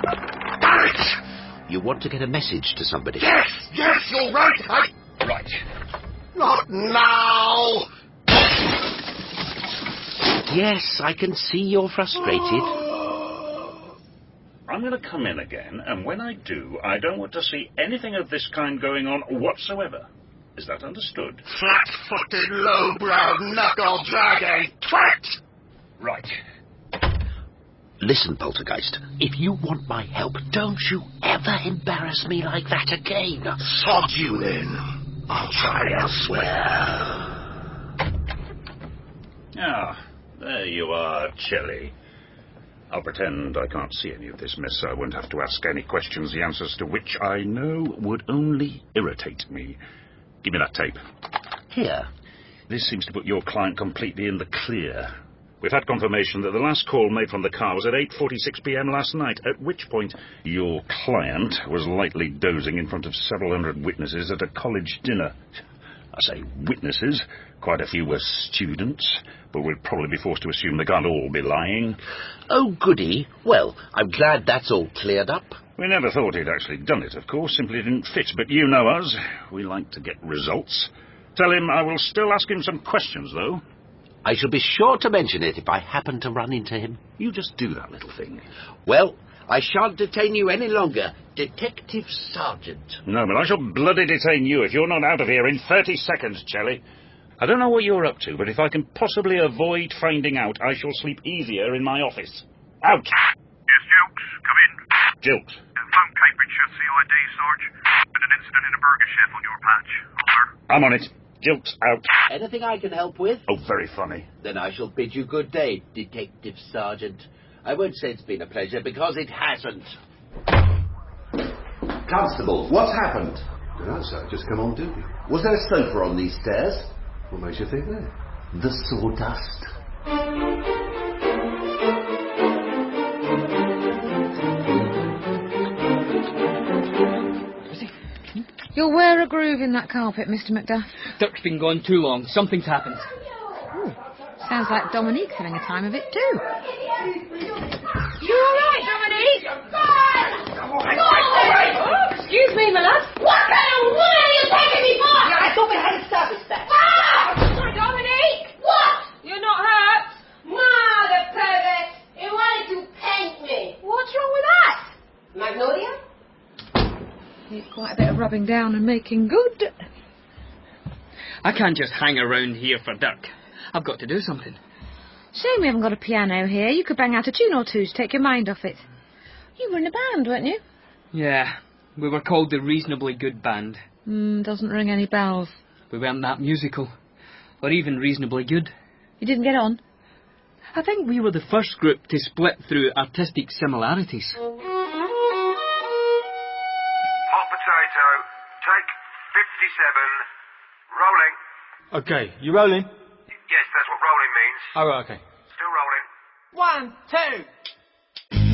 Speaker 7: Damn it!
Speaker 14: You want to get a message to somebody.
Speaker 7: Yes, yes, you're right. I. Right. Not now.
Speaker 14: Yes, I can see you're frustrated.
Speaker 12: I'm going to come in again, and when I do, I don't want to see anything of this kind going on whatsoever. Is that understood?
Speaker 7: Flat-footed, low-browed, knuckle dragging twat.
Speaker 12: Right.
Speaker 14: Listen, Poltergeist, if you want my help, don't you ever embarrass me like that again.
Speaker 7: Sod you then. I'll try elsewhere.
Speaker 12: Ah, there you are, Chelly. I'll pretend I can't see any of this mess, so I won't have to ask any questions, the answers to which I know would only irritate me. Give me that tape.
Speaker 14: Here.
Speaker 12: This seems to put your client completely in the clear. We've had confirmation that the last call made from the car was at 8:46 p.m. last night, at which point your client was lightly dozing in front of several hundred witnesses at a college dinner. I say witnesses. Quite a few were students, but we'd probably be forced to assume they can't all be lying.
Speaker 14: Oh, goody. Well, I'm glad that's all cleared up.
Speaker 12: We never thought he'd actually done it, of course, simply didn't fit, but you know us. We like to get results. Tell him I will still ask him some questions, though.
Speaker 14: I shall be sure to mention it if I happen to run into him.
Speaker 12: You just do that little thing.
Speaker 14: Well, I shan't detain you any longer, Detective Sergeant.
Speaker 12: No, but I shall bloody detain you if you're not out of here in 30 seconds, Chelly. I don't know what you're up to, but if I can possibly avoid finding out, I shall sleep easier in my office. Out!
Speaker 10: Yes, Jukes, come in.
Speaker 12: Jilks.
Speaker 10: Found Cambridgeshire CID, Sarge. And an incident in a burger chef on your patch. Over.
Speaker 12: I'm on it. Jilks out.
Speaker 14: Anything I can help with?
Speaker 12: Oh, very funny.
Speaker 14: Then I shall bid you good day, Detective Sergeant. I won't say it's been a pleasure because it hasn't. Constable, what's happened?
Speaker 44: That's it, just come on duty.
Speaker 14: Was there a sofa on these stairs?
Speaker 44: What makes you think that?
Speaker 14: The sawdust.
Speaker 6: You'll wear a groove in that carpet, Mr. Macduff.
Speaker 11: Dirk's been gone too long. Something's happened.
Speaker 6: Sounds like Dominique's having a time of it, too. You all right, Dominique?
Speaker 7: Excuse me, my love. What kind of woman are you taking me for?
Speaker 23: Yeah, I thought we had established that. Ah!
Speaker 7: Dominique! What? You're not hurt? Ma, the pervert. He wanted to paint me. What's wrong with that? Magnolia?
Speaker 6: Quite a bit of rubbing down and making good.
Speaker 11: I can't just hang around here for Dirk. I've got to do something.
Speaker 6: Shame we haven't got a piano here. You could bang out a tune or two to take your mind off it. You were in a band, weren't you?
Speaker 11: Yeah, we were called the Reasonably Good Band.
Speaker 6: Mm, doesn't ring any bells.
Speaker 11: We weren't that musical, or even reasonably good.
Speaker 6: You didn't get on?
Speaker 11: I think we were the first group to split through artistic similarities.
Speaker 10: Hot potato, take 57. Rolling.
Speaker 13: Okay, you rolling?
Speaker 10: Yes, that's what rolling means.
Speaker 13: All right, okay.
Speaker 10: Still rolling.
Speaker 13: One, two.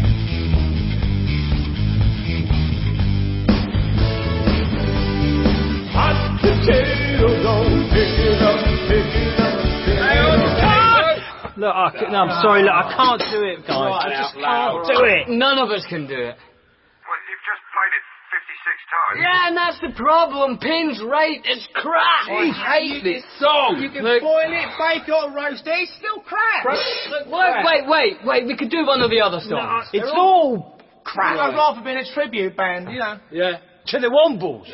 Speaker 4: Hot potato, go pick it up, pick it up. Pick
Speaker 13: Look, I can, no, I'm sorry, look, I can't do it, guys.
Speaker 11: Right
Speaker 13: I just
Speaker 11: out
Speaker 13: can't
Speaker 11: loud.
Speaker 13: do it.
Speaker 11: None of us can do it.
Speaker 10: Well, you've just played it 56 times.
Speaker 11: Yeah, and that's the problem. Pin's right. It's crap.
Speaker 10: I
Speaker 11: hate this song. You can boil it, bake it, or roast it. It's still crap. Wait, wait, wait, wait. We could do one of the other songs.
Speaker 13: It's all crap.
Speaker 11: Right.
Speaker 13: I'd rather be in a tribute band, you know.
Speaker 11: Yeah.
Speaker 13: To the Wombles.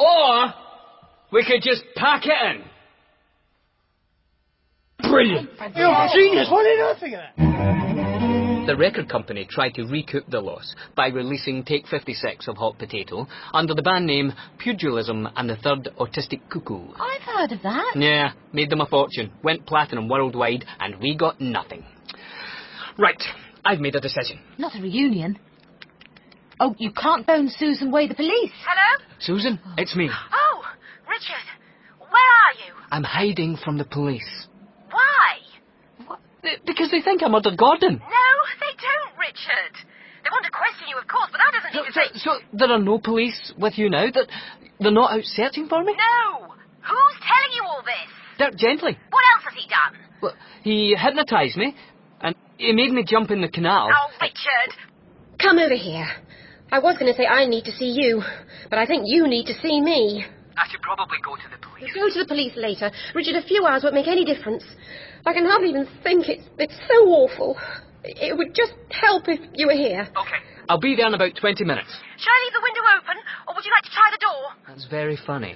Speaker 11: Or we could just pack it in. Brilliant.
Speaker 13: You're a genius. What did I think of that?
Speaker 45: The
Speaker 11: record company tried to recoup the loss by releasing Take 56 of Hot Potato under the band name Pugilism and the Third Autistic Cuckoo.
Speaker 6: I've heard of that.
Speaker 11: Yeah, made them a fortune, went platinum worldwide, and we got nothing. Right, I've made a decision.
Speaker 6: Not a reunion. Oh, you can't phone Susan Way, the police.
Speaker 46: Hello?
Speaker 11: Susan, it's me.
Speaker 46: Oh, Richard. Where are you?
Speaker 11: I'm hiding from the police.
Speaker 46: Why?
Speaker 11: Th- Because they think I murdered Gordon.
Speaker 46: No, they don't, Richard. They want to question you, of course, but that doesn't
Speaker 11: So,
Speaker 46: mean that
Speaker 11: so,
Speaker 46: they...
Speaker 11: so there are no police with you now? That they're not out searching for me?
Speaker 46: No! Who's telling you all this?
Speaker 11: Dirk Gently.
Speaker 46: What else has he done?
Speaker 11: Well, he hypnotised me, and he made me jump in the canal.
Speaker 46: Oh, Richard.
Speaker 7: Come over here. I was going to say I need to see you, but I think you need to see me.
Speaker 11: I should probably go to the police.
Speaker 7: Go to the police later. Richard, a few hours won't make any difference. I can hardly even think. It's, it's so awful. It would just help if you were here.
Speaker 11: I'll be there in about 20 minutes.
Speaker 46: Shall I leave the window open, or would you like to try the door?
Speaker 11: That's very funny.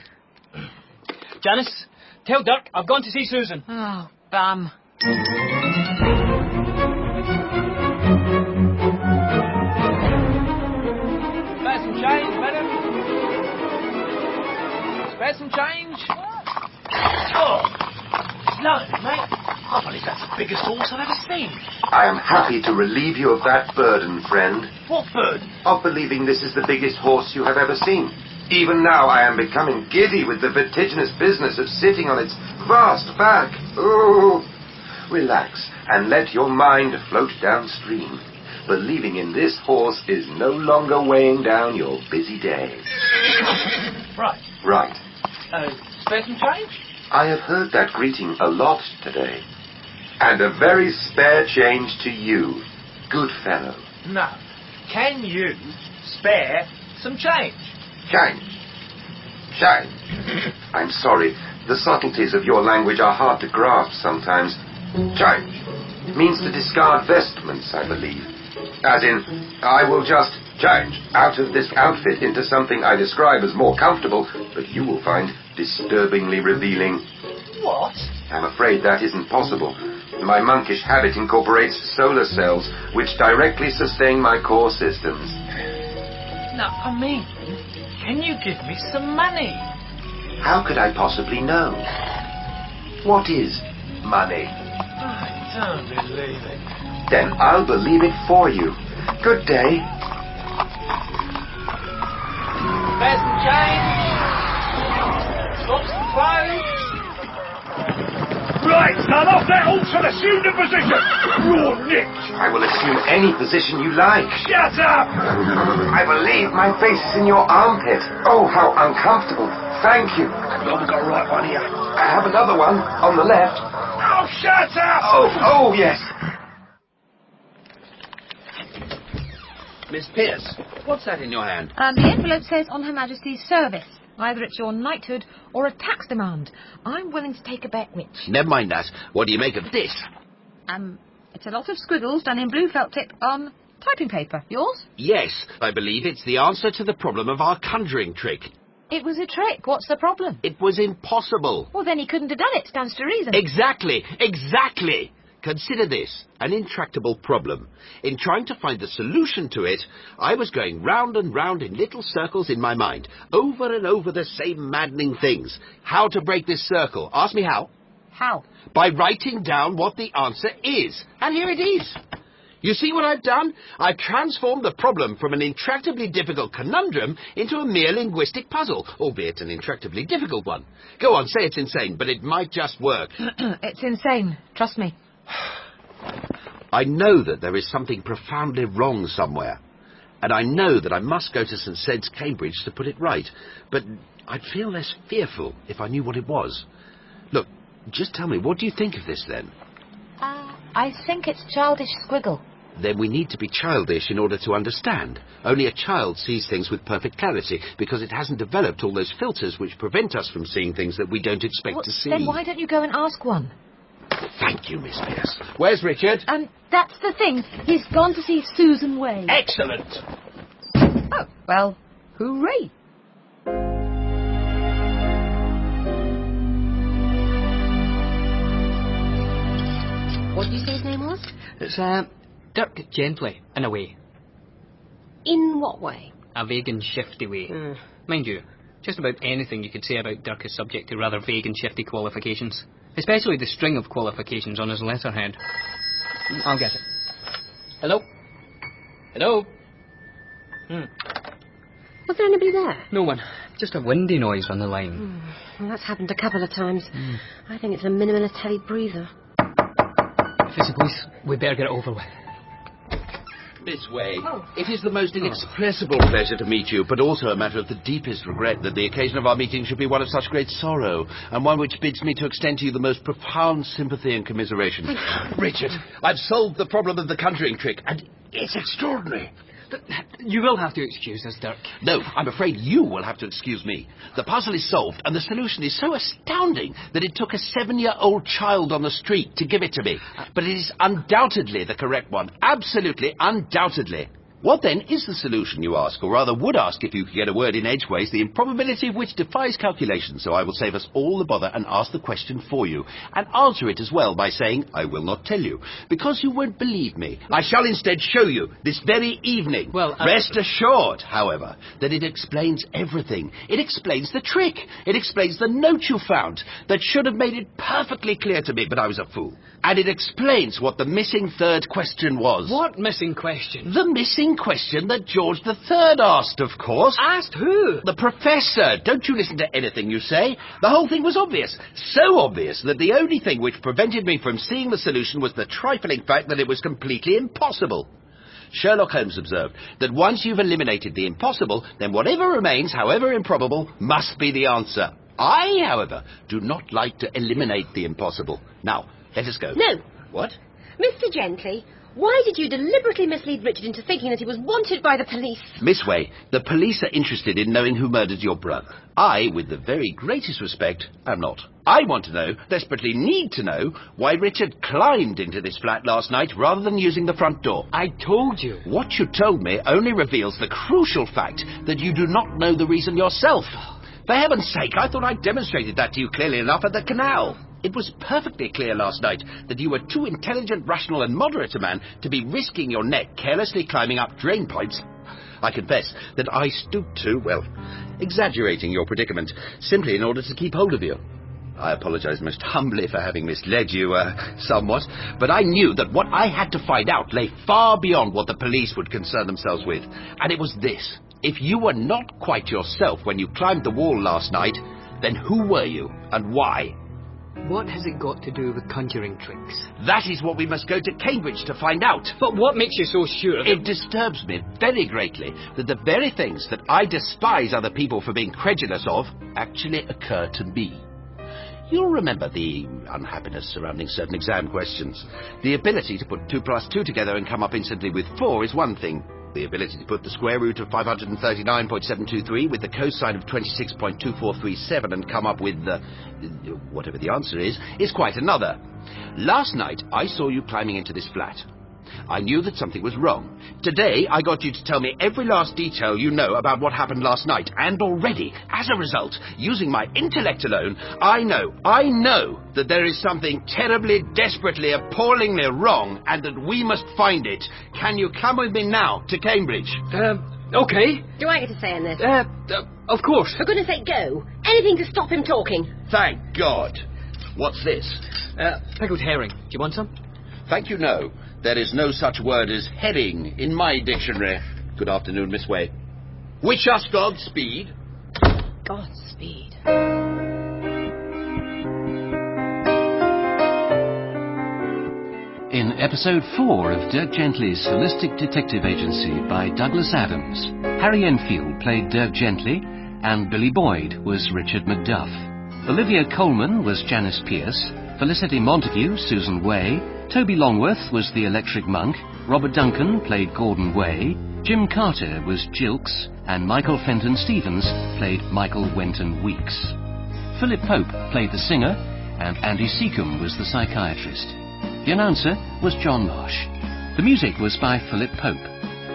Speaker 11: Janice, tell Dirk I've gone to see Susan.
Speaker 6: Oh, bum.
Speaker 13: Spare some change, madam. Spare some change. Oh, slow, mate. I believe Oh, that's the biggest horse I've ever seen.
Speaker 3: I am happy to relieve you of that burden, friend.
Speaker 13: What bird?
Speaker 3: Of believing this is the biggest horse you have ever seen. Even now I am becoming giddy with the vertiginous business of sitting on its vast back. Ooh. Relax and let your mind float downstream. Believing in this horse is no longer weighing down your busy day.
Speaker 13: Right.
Speaker 3: Right.
Speaker 13: Uh,
Speaker 41: Spare some change?
Speaker 3: I have heard that greeting a lot today. And a very spare change to you, good fellow.
Speaker 41: No. Can you spare some change?
Speaker 3: Change. Change. I'm sorry. The subtleties of your language are hard to grasp sometimes. Change means to discard vestments, I believe. As in, I will just change out of this outfit into something I describe as more comfortable, but you will find disturbingly revealing.
Speaker 41: What?
Speaker 3: I'm afraid that isn't possible. My monkish habit incorporates solar cells, which directly sustain my core systems.
Speaker 41: No, I mean, can you give me some money?
Speaker 3: How could I possibly know? What is money?
Speaker 41: I don't believe it.
Speaker 3: Then I'll believe it for you. Good day.
Speaker 41: Spare some change. Swap some clothes.
Speaker 2: Right, now off that altar, assume the position! You're nicked!
Speaker 3: I will assume any position you like.
Speaker 2: Shut up!
Speaker 3: I believe my face is in your armpit. Oh, how uncomfortable. Thank you. I've got a right one here. I have another one on the left.
Speaker 2: Oh, shut up!
Speaker 3: Oh, oh, yes.
Speaker 18: Miss Pierce, what's that in your hand?
Speaker 6: Um, the envelope says on Her Majesty's service. Either it's your knighthood or a tax demand. I'm willing to take a bet which.
Speaker 14: Never mind that. What do you make of this?
Speaker 6: Um, it's a lot of squiggles done in blue felt tip on typing paper. Yours?
Speaker 14: Yes, I believe it's the answer to the problem of our conjuring trick.
Speaker 6: It was a trick. What's the problem?
Speaker 14: It was impossible.
Speaker 6: Well, then he couldn't have done it. Stands to reason.
Speaker 14: Exactly, exactly. Consider this an intractable problem. In trying to find the solution to it, I was going round and round in little circles in my mind, over and over the same maddening things. How to break this circle? Ask me how.
Speaker 6: How?
Speaker 14: By writing down what the answer is. And here it is. You see what I've done? I've transformed the problem from an intractably difficult conundrum into a mere linguistic puzzle, albeit an intractably difficult one. Go on, say it's insane, but it might just work.
Speaker 6: it's insane. Trust me.
Speaker 14: I know that there is something profoundly wrong somewhere, and I know that I must go to St. Sed's, Cambridge, to put it right, but I'd feel less fearful if I knew what it was. Look, just tell me, what do you think of this then?
Speaker 6: Uh, I think it's childish squiggle.
Speaker 14: Then we need to be childish in order to understand. Only a child sees things with perfect clarity because it hasn't developed all those filters which prevent us from seeing things that we don't expect
Speaker 6: Well,
Speaker 14: to see.
Speaker 6: Then why don't you go and ask one?
Speaker 14: Thank you, Miss Pierce. Where's Richard?
Speaker 6: Um, that's the thing. He's gone to see Susan Wade.
Speaker 14: Excellent.
Speaker 6: Oh, well, hooray. What did you say his name was?
Speaker 40: It's uh, Dirk Gently, in a way.
Speaker 9: In what way?
Speaker 40: A vague and shifty way.
Speaker 11: Hmm.
Speaker 40: Mind you, just about anything you could say about Dirk is subject to rather vague and shifty qualifications. Especially the string of qualifications on his letterhead. I'll get it. Hello? Hello?
Speaker 23: Was there anybody there?
Speaker 40: No one. Just a windy noise on the line.
Speaker 23: Well, that's happened a couple of times. I think it's a minimalist heavy breather.
Speaker 40: If it's the police, we better get it over with.
Speaker 14: Miss Way, it is the
Speaker 9: Oh.
Speaker 14: most inexpressible pleasure to meet you, but also a matter of the deepest regret that the occasion of our meeting should be one of such great sorrow, and one which bids me to extend to you the most profound sympathy and commiseration. Richard, I've solved the problem of the conjuring trick, and it's extraordinary.
Speaker 40: You will have to excuse us, Dirk.
Speaker 14: No, I'm afraid you will have to excuse me. The puzzle is solved, and the solution is so astounding that it took a seven year old child on the street to give it to me. But it is undoubtedly the correct one. Absolutely, undoubtedly. What then is the solution, you ask, or rather would ask if you could get a word in edgeways, the improbability of which defies calculation, so I will save us all the bother and ask the question for you, and answer it as well by saying, I will not tell you, because you won't believe me. I shall instead show you, this very evening. Well,
Speaker 40: I-
Speaker 14: Rest assured, however, that it explains everything. It explains the trick. It explains the note you found that should have made it perfectly clear to me, but I was a fool. And it explains what the missing third question was.
Speaker 40: What missing question?
Speaker 14: The missing question that George III asked, of course.
Speaker 40: Asked who?
Speaker 14: The professor. Don't you listen to anything you say. The whole thing was obvious. So obvious that the only thing which prevented me from seeing the solution was the trifling fact that it was completely impossible. Sherlock Holmes observed that once you've eliminated the impossible, then whatever remains, however improbable, must be the answer. I, however, do not like to eliminate the impossible. Now, let us go.
Speaker 9: No.
Speaker 14: What?
Speaker 9: Mr. Gently, why did you deliberately mislead Richard into thinking that he was wanted by the police?
Speaker 14: Miss Way, the police are interested in knowing who murdered your brother. I, with the very greatest respect, am not. I want to know, desperately need to know, why Richard climbed into this flat last night rather than using the front door.
Speaker 40: I told you.
Speaker 14: What you told me only reveals the crucial fact that you do not know the reason yourself. For heaven's sake, I thought I demonstrated that to you clearly enough at the canal. It was perfectly clear last night that you were too intelligent, rational, and moderate a man to be risking your neck carelessly climbing up drain pipes. I confess that I stooped to, well, exaggerating your predicament, simply in order to keep hold of you. I apologize most humbly for having misled you uh, somewhat, but I knew that what I had to find out lay far beyond what the police would concern themselves with. And it was this. If you were not quite yourself when you climbed the wall last night, then who were you and why?
Speaker 40: What has it got to do with conjuring tricks?
Speaker 14: That is what we must go to Cambridge to find out.
Speaker 40: But what makes you so sure?
Speaker 14: It disturbs me very greatly that the very things that I despise other people for being credulous of actually occur to me. You'll remember the unhappiness surrounding certain exam questions. The ability to put 2 plus 2 together and come up instantly with 4 is one thing. The ability to put the square root of 539.723 with the cosine of 26.2437 and come up with the, whatever the answer is, is quite another. Last night, I saw you climbing into this flat. I knew that something was wrong. Today, I got you to tell me every last detail you know about what happened last night, and already, as a result, using my intellect alone, I know, I know that there is something terribly, desperately, appallingly wrong, and that we must find it. Can you come with me now to Cambridge?
Speaker 40: Uh, okay.
Speaker 9: Do I get to say in this?
Speaker 40: Uh, uh, of course.
Speaker 9: For goodness sake, go. Anything to stop him talking.
Speaker 14: Thank God. What's this?
Speaker 40: Uh, pickled herring. Do you want some?
Speaker 14: Thank you, no. There is no such word as herring in my dictionary. Good afternoon, Miss Way. Wish us Godspeed.
Speaker 9: Godspeed.
Speaker 1: In episode 4 of Dirk Gently's Holistic Detective Agency by Douglas Adams, Harry Enfield played Dirk Gently and Billy Boyd was Richard Macduff. Olivia Coleman was Janice Pierce, Felicity Montague, Susan Way, Toby Longworth was the Electric Monk, Robert Duncan played Gordon Way, Jim Carter was Jilks, and Michael Fenton Stevens played Michael Wenton Weeks. Philip Pope played the singer, and Andy Secombe was the psychiatrist. The announcer was John Marsh. The music was by Philip Pope.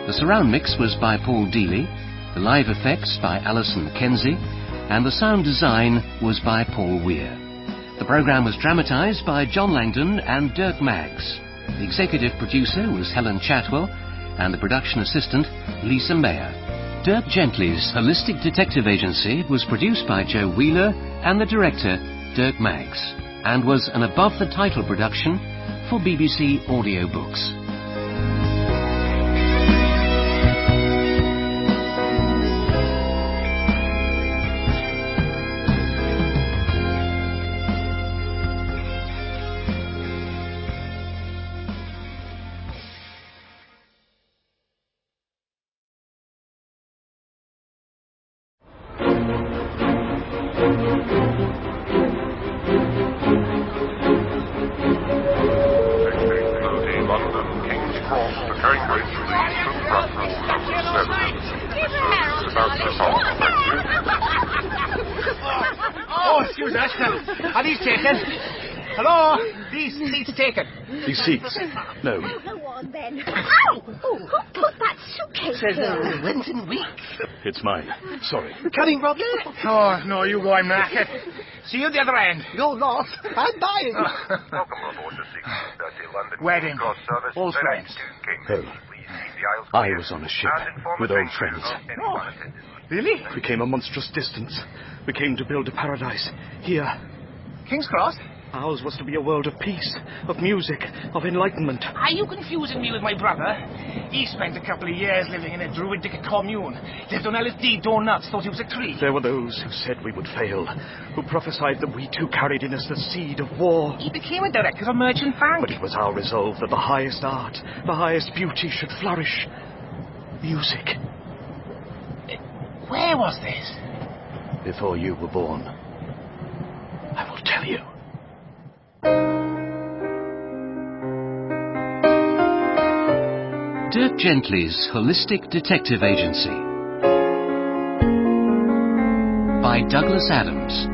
Speaker 1: The surround mix was by Paul Deely, the live effects by Alison Mackenzie, and the sound design was by Paul Weir. The programme was dramatised by John Langdon and Dirk Maggs. The executive producer was Helen Chatwell, and the production assistant, Lisa Mayer. Dirk Gently's Holistic Detective Agency was produced by Joe Wheeler and the director, Dirk Maggs, and was an above the title production for BBC Audiobooks.
Speaker 47: Oh,
Speaker 16: These seats. No.
Speaker 23: Oh, go on then. Ow! Oh, who put that suitcase
Speaker 16: Says,
Speaker 23: there?
Speaker 16: uh, Wenton
Speaker 23: Weeks.
Speaker 16: It's mine. Sorry.
Speaker 23: Cutting, Rob?
Speaker 16: Oh, no, you go. I'm knackered. See you at the other end.
Speaker 23: You're lost. I'm buying.
Speaker 47: Oh.
Speaker 43: Welcome aboard the 1630 London
Speaker 16: Wedding.
Speaker 43: Cross service.
Speaker 16: All
Speaker 43: direct
Speaker 16: friends.
Speaker 43: to Cambridge.
Speaker 16: Hey.
Speaker 43: Please leave the aisles
Speaker 16: Oh. I
Speaker 43: clear
Speaker 16: was on a ship
Speaker 43: and inform
Speaker 16: with
Speaker 43: the
Speaker 16: old
Speaker 43: train
Speaker 16: friends.
Speaker 43: crew of any unattended
Speaker 16: Oh. Really? We came a monstrous distance. We came to build a paradise. Here. King's Cross? Ours was to be a world of peace, of music, of enlightenment.
Speaker 47: Are you confusing me with my brother? He spent a couple of years living in a druidic commune. Lived on LSD, donuts, thought he was a tree.
Speaker 16: There were those who said we would fail, who prophesied that we too carried in us the seed of war.
Speaker 47: He became a director of a merchant bank.
Speaker 16: But it was our resolve that the highest art, the highest beauty should flourish. Music.
Speaker 47: Where was this?
Speaker 16: Before you were born.
Speaker 1: Dirk Gently's Holistic Detective Agency by Douglas Adams.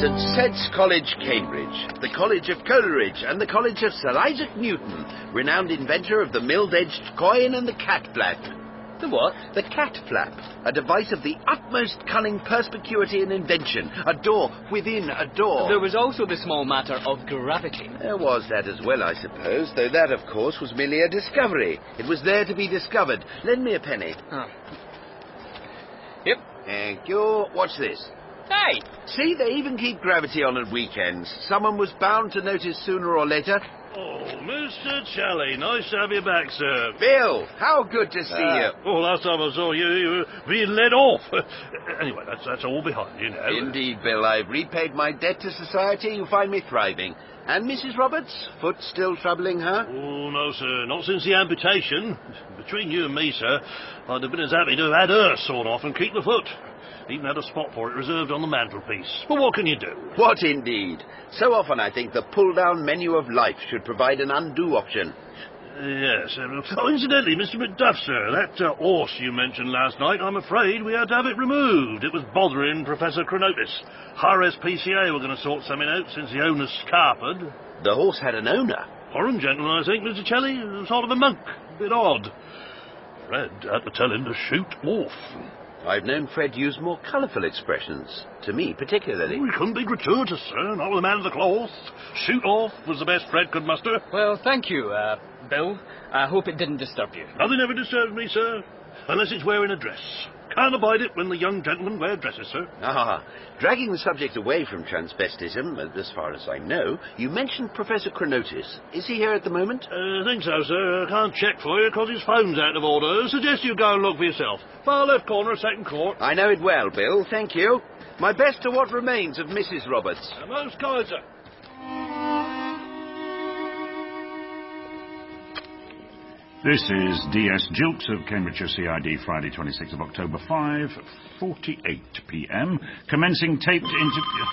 Speaker 14: St. Set's College, Cambridge, the College of Coleridge, and the College of Sir Isaac Newton, renowned inventor of the milled-edged coin and the cat flap. The what? The cat flap, a device of the utmost cunning, perspicuity, and invention. A door within a door.
Speaker 11: There was also the small matter of gravity.
Speaker 14: There was that as well, I suppose, though that, of course, was merely a discovery. It was there to be discovered. Lend me a penny.
Speaker 11: Yep.
Speaker 14: Thank you. Watch this.
Speaker 11: Hey!
Speaker 14: See, they even keep gravity on at weekends. Someone was bound to notice sooner or later.
Speaker 19: Oh, Mr. Chally, nice to have you back, sir.
Speaker 14: Bill, how good to see you.
Speaker 19: Oh, last time I saw you, you were being led off. Uh, anyway, that's that's all behind you now.
Speaker 14: Indeed, Bill, I've repaid my debt to society. You find me thriving. And Mrs. Roberts? Foot still troubling her?
Speaker 19: Oh, no, sir, not since the amputation. Between you and me, sir, I'd have been as happy to have had her sawn off and keep the foot. Even had a spot for it reserved on the mantelpiece. But what can you do?
Speaker 14: What indeed? So often I think the pull down menu of life should provide an undo option.
Speaker 19: Yes. um, Oh, incidentally, Mr. Macduff, sir, that uh, horse you mentioned last night, I'm afraid we had to have it removed. It was bothering Professor Cronotis. RSPCA were going to sort something out since the owner's scarpered.
Speaker 14: The horse had an owner?
Speaker 19: Foreign gentleman, I think, Mr. Shelley. Sort of a monk. Bit odd. Fred had to tell him to shoot off.
Speaker 14: I've known Fred use more colourful expressions, to me particularly.
Speaker 19: We couldn't be gratuitous, sir. Not with a man of the cloth. Shoot off was the best Fred could muster.
Speaker 11: Well, thank you, uh, Bill. I hope it didn't disturb you.
Speaker 19: Nothing ever disturbs me, sir, unless it's wearing a dress. Can't abide it when the young gentlemen wear dresses, sir.
Speaker 14: Ah, dragging the subject away from transvestism, as far as I know, you mentioned Professor Cronotis. Is he here at the moment?
Speaker 19: Uh, I think so, sir. I can't check for you because his phone's out of order. Suggest you go and look for yourself. Far left corner of second court.
Speaker 14: I know it well, Bill. Thank you. My best to what remains of Mrs. Roberts.
Speaker 19: Uh, Most kind, sir.
Speaker 12: This is DS Jilks of Cambridgeshire CID, Friday, 26th of October, 5.48 p.m. Commencing taped interview...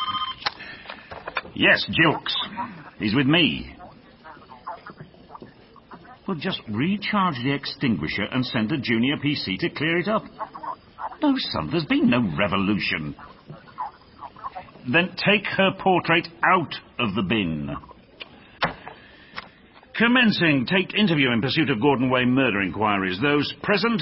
Speaker 12: Yes, Jilks. He's with me. Well, just recharge the extinguisher and send a junior PC to clear it up. No, son, there's been no revolution. Then take her portrait out of the bin. Commencing taped interview in pursuit of Gordon Way murder inquiries. Those present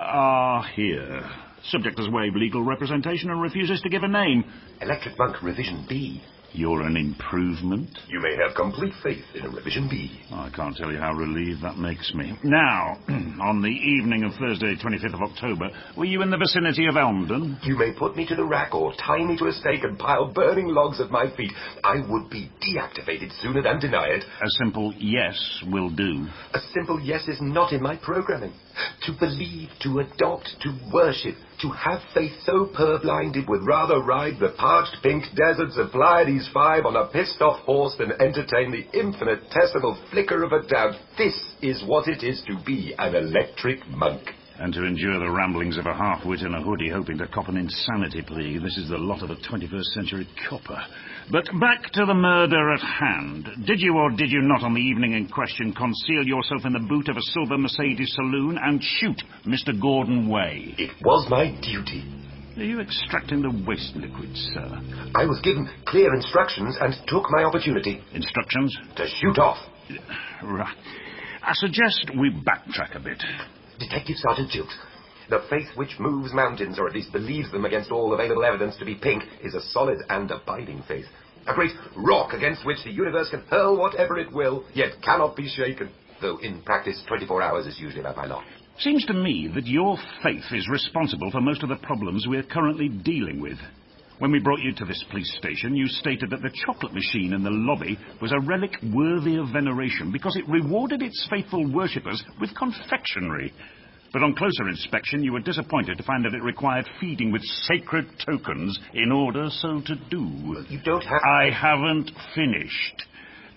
Speaker 12: are here. Subject has waived legal representation and refuses to give a name.
Speaker 3: Electric Monk Revision B.
Speaker 12: You're an improvement?
Speaker 3: You may have complete faith in a revision B.
Speaker 12: I can't tell you how relieved that makes me. Now, on the evening of Thursday, 25th of October, were you in the vicinity of Elmden?
Speaker 3: You may put me to the rack or tie me to a stake and pile burning logs at my feet. I would be deactivated sooner than deny it.
Speaker 12: A simple yes will do.
Speaker 3: A simple yes is not in my programming. To believe, to adopt, to worship, to have faith so purblind it would rather ride the parched pink deserts of Pleiades Five on a pissed off horse than entertain the infinitesimal flicker of a doubt. This is what it is to be an electric monk.
Speaker 12: And to endure the ramblings of a half-wit in a hoodie hoping to cop an insanity plea. This is the lot of a 21st century copper. But back to the murder at hand. Did you or did you not on the evening in question conceal yourself in the boot of a silver Mercedes saloon and shoot Mr. Gordon Way?
Speaker 3: It was my duty.
Speaker 12: Are you extracting the waste liquid, sir?
Speaker 3: I was given clear instructions and took my opportunity
Speaker 12: Instructions?
Speaker 3: to shoot off.
Speaker 12: Right. I suggest we backtrack a bit.
Speaker 3: Detective Sergeant Jilks. The faith which moves mountains, or at least believes them against all available evidence to be pink, is a solid and abiding faith. A great rock against which the universe can hurl whatever it will, yet cannot be shaken. Though in practice, 24 hours is usually about my lot.
Speaker 12: Seems to me that your faith is responsible for most of the problems we're currently dealing with. When we brought you to this police station, you stated that the chocolate machine in the lobby was a relic worthy of veneration because it rewarded its faithful worshippers with confectionery. But on closer inspection, you were disappointed to find that it required feeding with sacred tokens in order so to do. You don't have. I haven't finished.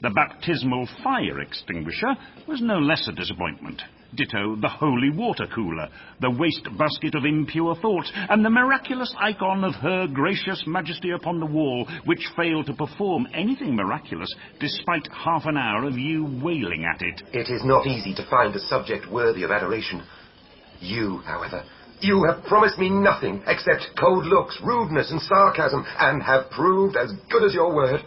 Speaker 12: The baptismal fire extinguisher was no less a disappointment. Ditto the holy water cooler, the waste basket of impure thoughts, and the miraculous icon of Her Gracious Majesty upon the wall, which failed to perform anything miraculous despite half an hour of you wailing at it.
Speaker 3: It is not easy to find a subject worthy of adoration. You, however, you have promised me nothing except cold looks, rudeness, and sarcasm, and have proved as good as your word.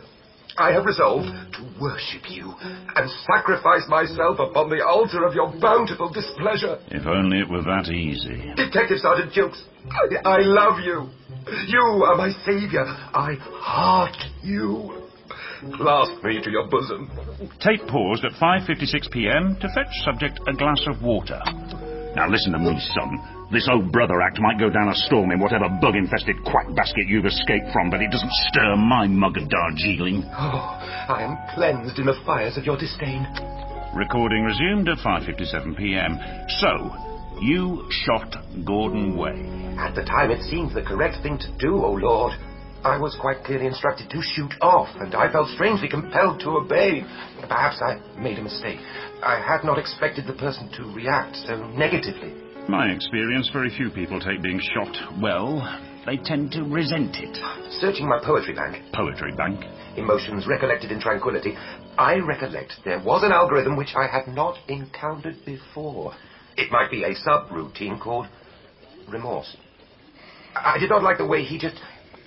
Speaker 3: I have resolved to worship you and sacrifice myself upon the altar of your bountiful displeasure.
Speaker 12: If only it were that easy.
Speaker 3: Detective Sergeant Jukes, I, I love you. You are my savior. I heart you. Clasp me to your bosom.
Speaker 12: Tate paused at 5:56 p.m. to fetch subject a glass of water. Now listen to me, son. This old brother act might go down a storm in whatever bug-infested quack basket you've escaped from, but it doesn't stir my mug of Darjeeling.
Speaker 3: Oh, I am cleansed in the fires of your disdain.
Speaker 12: Recording resumed at 5:57 p.m. So, you shot Gordon Way.
Speaker 3: At the time, it seemed the correct thing to do, O Lord. I was quite clearly instructed to shoot off, and I felt strangely compelled to obey. Perhaps I made a mistake. I had not expected the person to react so negatively.
Speaker 12: My experience, very few people take being shot well. They tend to resent it.
Speaker 3: Searching my poetry bank,
Speaker 12: Poetry bank.
Speaker 3: emotions recollected in tranquility, I recollect there was an algorithm which I had not encountered before. It might be a subroutine called remorse. I I did not like the way he just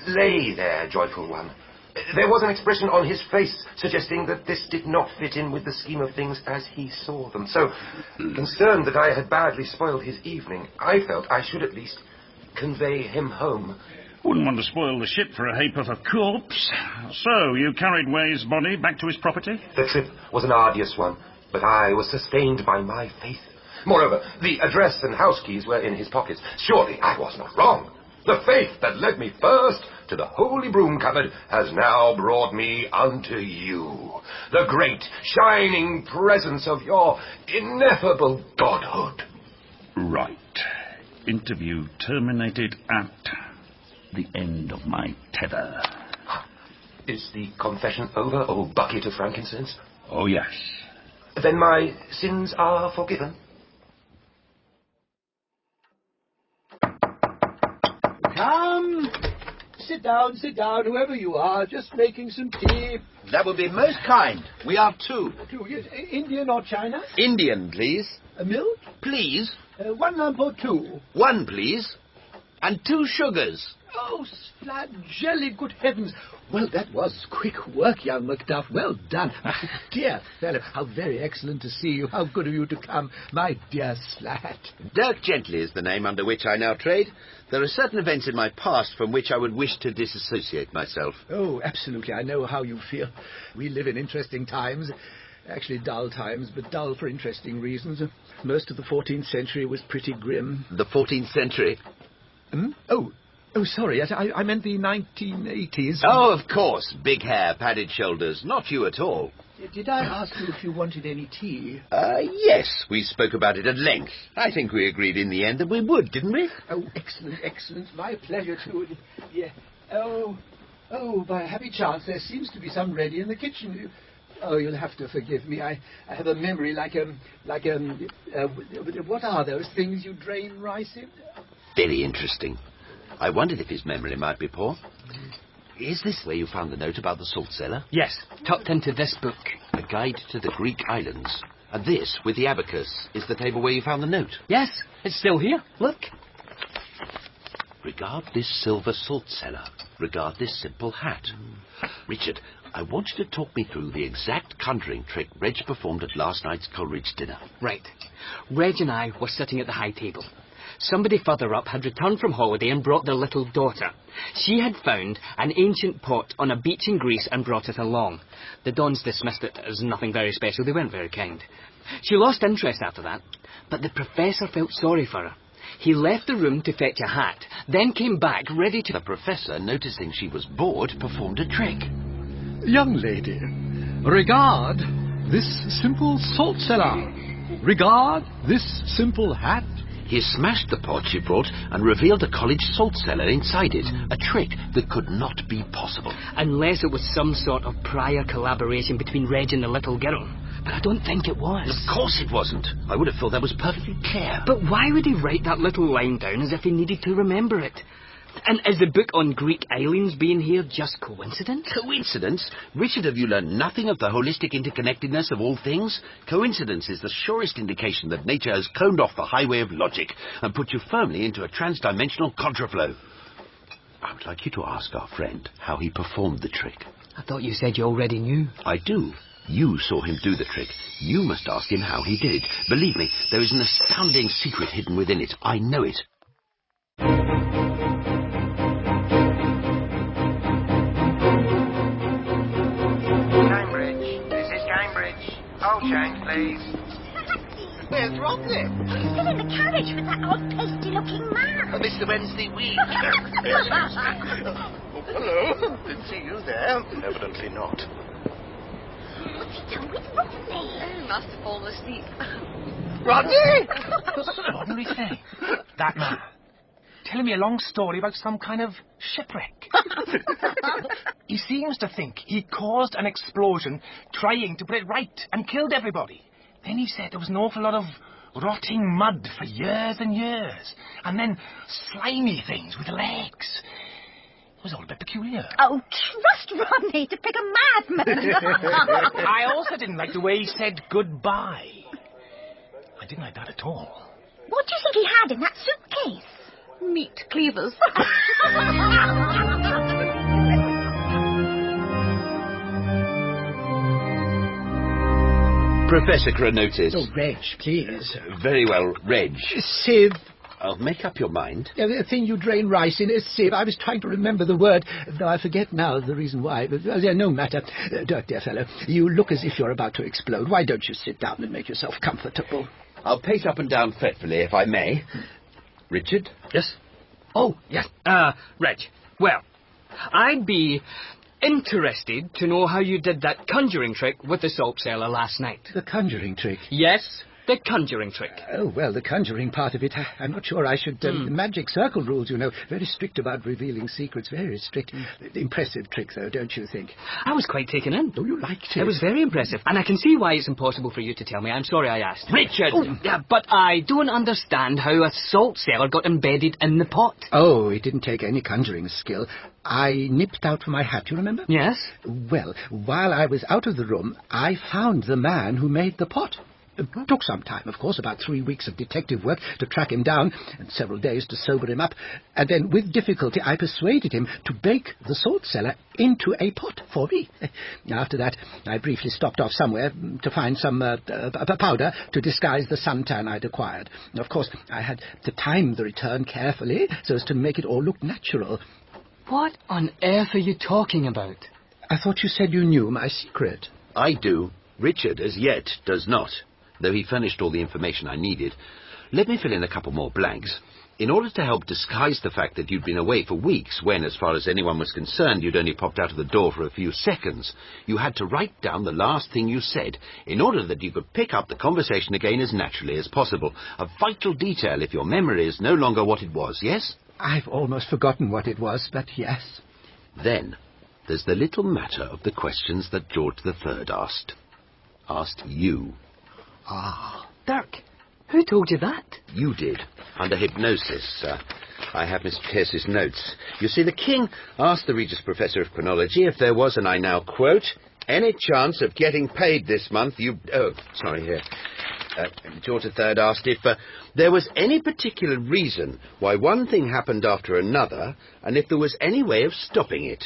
Speaker 3: lay there, joyful one. There was an expression on his face suggesting that this did not fit in with the scheme of things as he saw them. So, concerned that I had badly spoiled his evening, I felt I should at least convey him home.
Speaker 12: Wouldn't want to spoil the ship for a ha'porth of corpse. So, you carried Way's body back to his property?
Speaker 3: The trip was an arduous one, but I was sustained by my faith. Moreover, the address and house keys were in his pockets. Surely I was not wrong. The faith that led me first to the holy broom cupboard has now brought me unto you, the great shining presence of your ineffable godhood.
Speaker 12: Right. Interview terminated at the end of my tether.
Speaker 3: Is the confession over, O bucket of frankincense?
Speaker 12: Oh, yes.
Speaker 3: Then my sins are forgiven.
Speaker 17: Come! Sit down, sit down, whoever you are. Just making some tea.
Speaker 14: That would be most kind. We are two.
Speaker 17: Two, yes, I- Indian or China?
Speaker 14: Indian, please.
Speaker 17: A milk?
Speaker 14: Please.
Speaker 17: Uh, one lump or two?
Speaker 14: One, please. And two sugars.
Speaker 17: Oh, Jelly, good heavens. Well, that was quick work, young Macduff. Well done. dear fellow, how very excellent to see you. How good of you to come, my dear Slat.
Speaker 14: Dirk Gently is the name under which I now trade. There are certain events in my past from which I would wish to disassociate myself.
Speaker 17: Oh, absolutely. I know how you feel. We live in interesting times. Actually, dull times, but dull for interesting reasons. Most of the 14th century was pretty grim.
Speaker 14: The 14th century?
Speaker 17: Hmm? Oh, oh, sorry. yes, I, I meant the 1980s.
Speaker 14: Oh, of course. Big hair, padded shoulders. Not you at all.
Speaker 17: Did I ask you if you wanted any tea?
Speaker 14: Uh, yes, we spoke about it at length. I think we agreed in the end that we would, didn't we?
Speaker 17: Oh, excellent, excellent. My pleasure, too. Yeah. Oh, oh, by happy chance, there seems to be some ready in the kitchen. You- Oh, you'll have to forgive me. I, I have a memory like um, like um, uh, what are those things you drain rice in?
Speaker 14: Very interesting. I wondered if his memory might be poor. Is this where you found the note about the salt cellar?
Speaker 11: Yes,
Speaker 14: tucked into this book. A guide to the Greek islands. And this, with the abacus, is the table where you found the note.
Speaker 11: Yes, it's still here. Look.
Speaker 14: Regard this silver salt cellar. Regard this simple hat. Richard, I want you to talk me through the exact conjuring trick Reg performed at last night's Coleridge dinner.
Speaker 11: Right. Reg and I were sitting at the high table. Somebody further up had returned from holiday and brought their little daughter. She had found an ancient pot on a beach in Greece and brought it along. The Dons dismissed it as nothing very special. They weren't very kind. She lost interest after that, but the professor felt sorry for her. He left the room to fetch a hat, then came back ready to.
Speaker 14: The professor, noticing she was bored, performed a trick.
Speaker 48: Young lady, regard this simple salt cellar. Regard this simple hat.
Speaker 14: He smashed the pot she brought and revealed a college salt cellar inside it, a trick that could not be possible.
Speaker 11: Unless it was some sort of prior collaboration between Reg and the little girl. But I don't think it was.
Speaker 14: Of course it wasn't. I would have thought that was perfectly clear.
Speaker 11: But why would he write that little line down as if he needed to remember it? And is the book on Greek aliens being here just coincidence?
Speaker 14: Coincidence? Richard, have you learned nothing of the holistic interconnectedness of all things? Coincidence is the surest indication that nature has coned off the highway of logic and put you firmly into a transdimensional contraflow. I would like you to ask our friend how he performed the trick.
Speaker 11: I thought you said you already knew.
Speaker 14: I do. You saw him do the trick. You must ask him how he did it. Believe me, there is an astounding secret hidden within it. I know it.
Speaker 3: Cambridge. This is Cambridge. Hold change, please. Where's Rodney?
Speaker 23: He's still in the carriage with that odd, pasty-looking man.
Speaker 3: Oh, this is the Wednesday week. Oh, hello. Didn't see you there. Evidently not.
Speaker 23: What's he done with Rodney?
Speaker 6: He must have fallen asleep.
Speaker 3: Rodney!
Speaker 13: What do we say? That man. Telling me a long story about some kind of shipwreck. he seems to think he caused an explosion trying to put it right and killed everybody. Then he said there was an awful lot of rotting mud for years and years, and then slimy things with legs. It was all a bit peculiar.
Speaker 23: Oh, trust Rodney to pick a madman.
Speaker 13: I also didn't like the way he said goodbye. I didn't like that at all.
Speaker 23: What do you think he had in that suitcase?
Speaker 6: Meat cleavers.
Speaker 14: Professor Cronotis.
Speaker 17: Oh, Reg, please.
Speaker 14: Very well, Reg.
Speaker 17: Sieve.
Speaker 14: I'll make up your mind.
Speaker 17: Yeah, The thing you drain rice in a sieve. I was trying to remember the word, though I forget now the reason why. But uh, yeah, no matter. Uh, Dirk, dear fellow, you look as if you're about to explode. Why don't you sit down and make yourself comfortable?
Speaker 14: I'll pace up and down fretfully, if I may. Richard?
Speaker 17: Yes?
Speaker 11: Oh, yes. Uh, Reg. Well, I'd be interested to know how you did that conjuring trick with the soap cellar last night.
Speaker 17: The conjuring trick?
Speaker 11: Yes, the conjuring trick.
Speaker 17: Oh, well, the conjuring part of it, I, I'm not sure I should. Um, The magic circle rules, you know, very strict about revealing secrets, very strict. Impressive trick, though, don't you think?
Speaker 11: I was quite taken in.
Speaker 17: Oh, you liked it?
Speaker 11: It was very impressive, and I can see why it's impossible for you to tell me. I'm sorry I asked. Richard! yeah, but I don't understand how a salt cellar got embedded in the pot.
Speaker 17: Oh, it didn't take any conjuring skill. I nipped out for my hat, you remember?
Speaker 11: Yes.
Speaker 17: Well, while I was out of the room, I found the man who made the pot. It took some time, of course, about three weeks of detective work to track him down, and several days to sober him up. And then, with difficulty, I persuaded him to bake the salt cellar into a pot for me. After that, I briefly stopped off somewhere mm, to find some uh, uh, p- p- powder to disguise the suntan I'd acquired. Of course, I had to time the return carefully so as to make it all look natural.
Speaker 11: What on earth are you talking about?
Speaker 17: I thought you said you knew my secret.
Speaker 14: I do. Richard, as yet, does not, though he furnished all the information I needed. Let me fill in a couple more blanks. In order to help disguise the fact that you'd been away for weeks, when, as far as anyone was concerned, you'd only popped out of the door for a few seconds, you had to write down the last thing you said, in order that you could pick up the conversation again as naturally as possible. A vital detail if your memory is no longer what it was, yes?
Speaker 17: I've almost forgotten what it was, but yes.
Speaker 14: Then, there's the little matter of the questions that George III asked. Asked you.
Speaker 17: Ah.
Speaker 11: Dirk, who told you that?
Speaker 14: You did, under hypnosis. Uh, I have Miss Pierce's notes. You see, the king asked the Regius Professor of Chronology if there was, and I now quote, any chance of getting paid this month. You. Oh, sorry, here. Uh, George III asked if uh, there was any particular reason why one thing happened after another, and if there was any way of stopping it.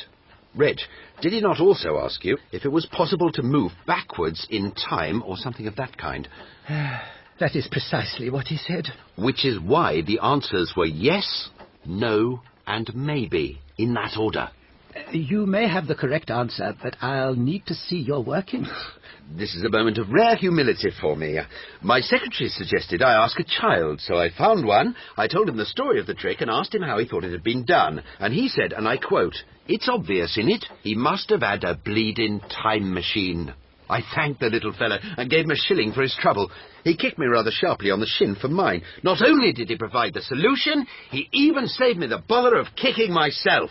Speaker 14: Reg, did he not also ask you if it was possible to move backwards in time or something of that kind?
Speaker 17: That is precisely what he said.
Speaker 14: Which is why the answers were yes, no, and maybe, in that order.
Speaker 17: Uh, You may have the correct answer, but I'll need to see your workings.
Speaker 14: This is a moment of rare humility for me. My secretary suggested I ask a child, so I found one. I told him the story of the trick and asked him how he thought it had been done. And he said, and I quote, It's obvious in it, he must have had a bleeding time machine. I thanked the little fellow and gave him a shilling for his trouble. He kicked me rather sharply on the shin for mine. Not only did he provide the solution, he even saved me the bother of kicking myself.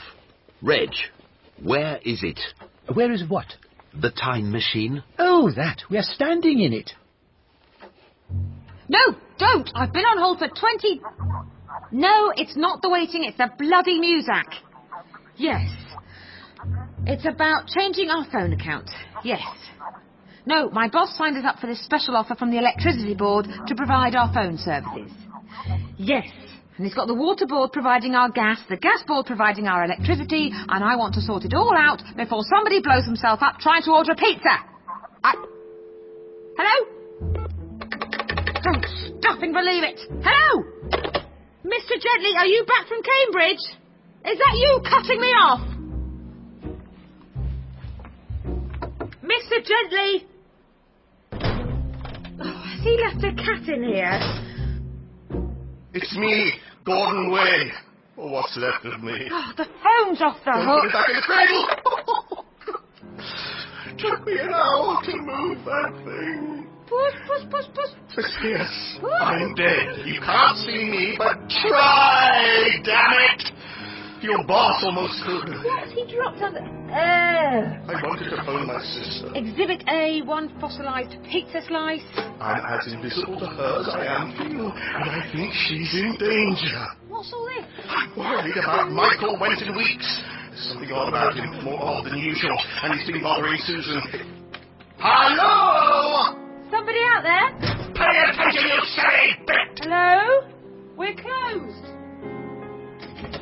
Speaker 14: Reg, where is it?
Speaker 17: Where is what?
Speaker 14: The time machine.
Speaker 17: Oh, that. We're standing in it.
Speaker 6: No, don't! I've been on hold for 20. No, it's not the waiting, it's the bloody Muzak. Yes. It's about changing our phone account. Yes. No, my boss signed us up for this special offer from the electricity board to provide our phone services. Yes. And he's got the water board providing our gas, the gas board providing our electricity, and I want to sort it all out before somebody blows himself up trying to order a pizza. I... Hello? Don't stop and believe it. Hello? Mr. Gently, are you back from Cambridge? Is that you cutting me off? Mr. Gently? Oh, has he left a cat in here?
Speaker 7: It's me, Gordon Way. Oh, what's left of me?
Speaker 6: Oh, the phone's off the
Speaker 7: Don't
Speaker 6: hook.
Speaker 7: put it back in the cradle. Took me an hour to move that thing.
Speaker 6: Push, push, push, push.
Speaker 7: Yes, I'm dead. You can't see me, but try, damn it! Your boss almost could.
Speaker 6: What? He dropped on the... Uh,
Speaker 7: I wanted to phone my sister.
Speaker 6: exhibit A, one fossilised pizza slice.
Speaker 7: I'm as invisible to her as I am to you, and I think she's in danger.
Speaker 6: What's all this?
Speaker 7: I'm worried about Michael Wenton Weeks. There's something odd about him, more odd than usual, and he's been bothering Susan. Hello!
Speaker 6: Somebody out there?
Speaker 7: Pay attention, you silly bit!
Speaker 6: Hello? We're closed.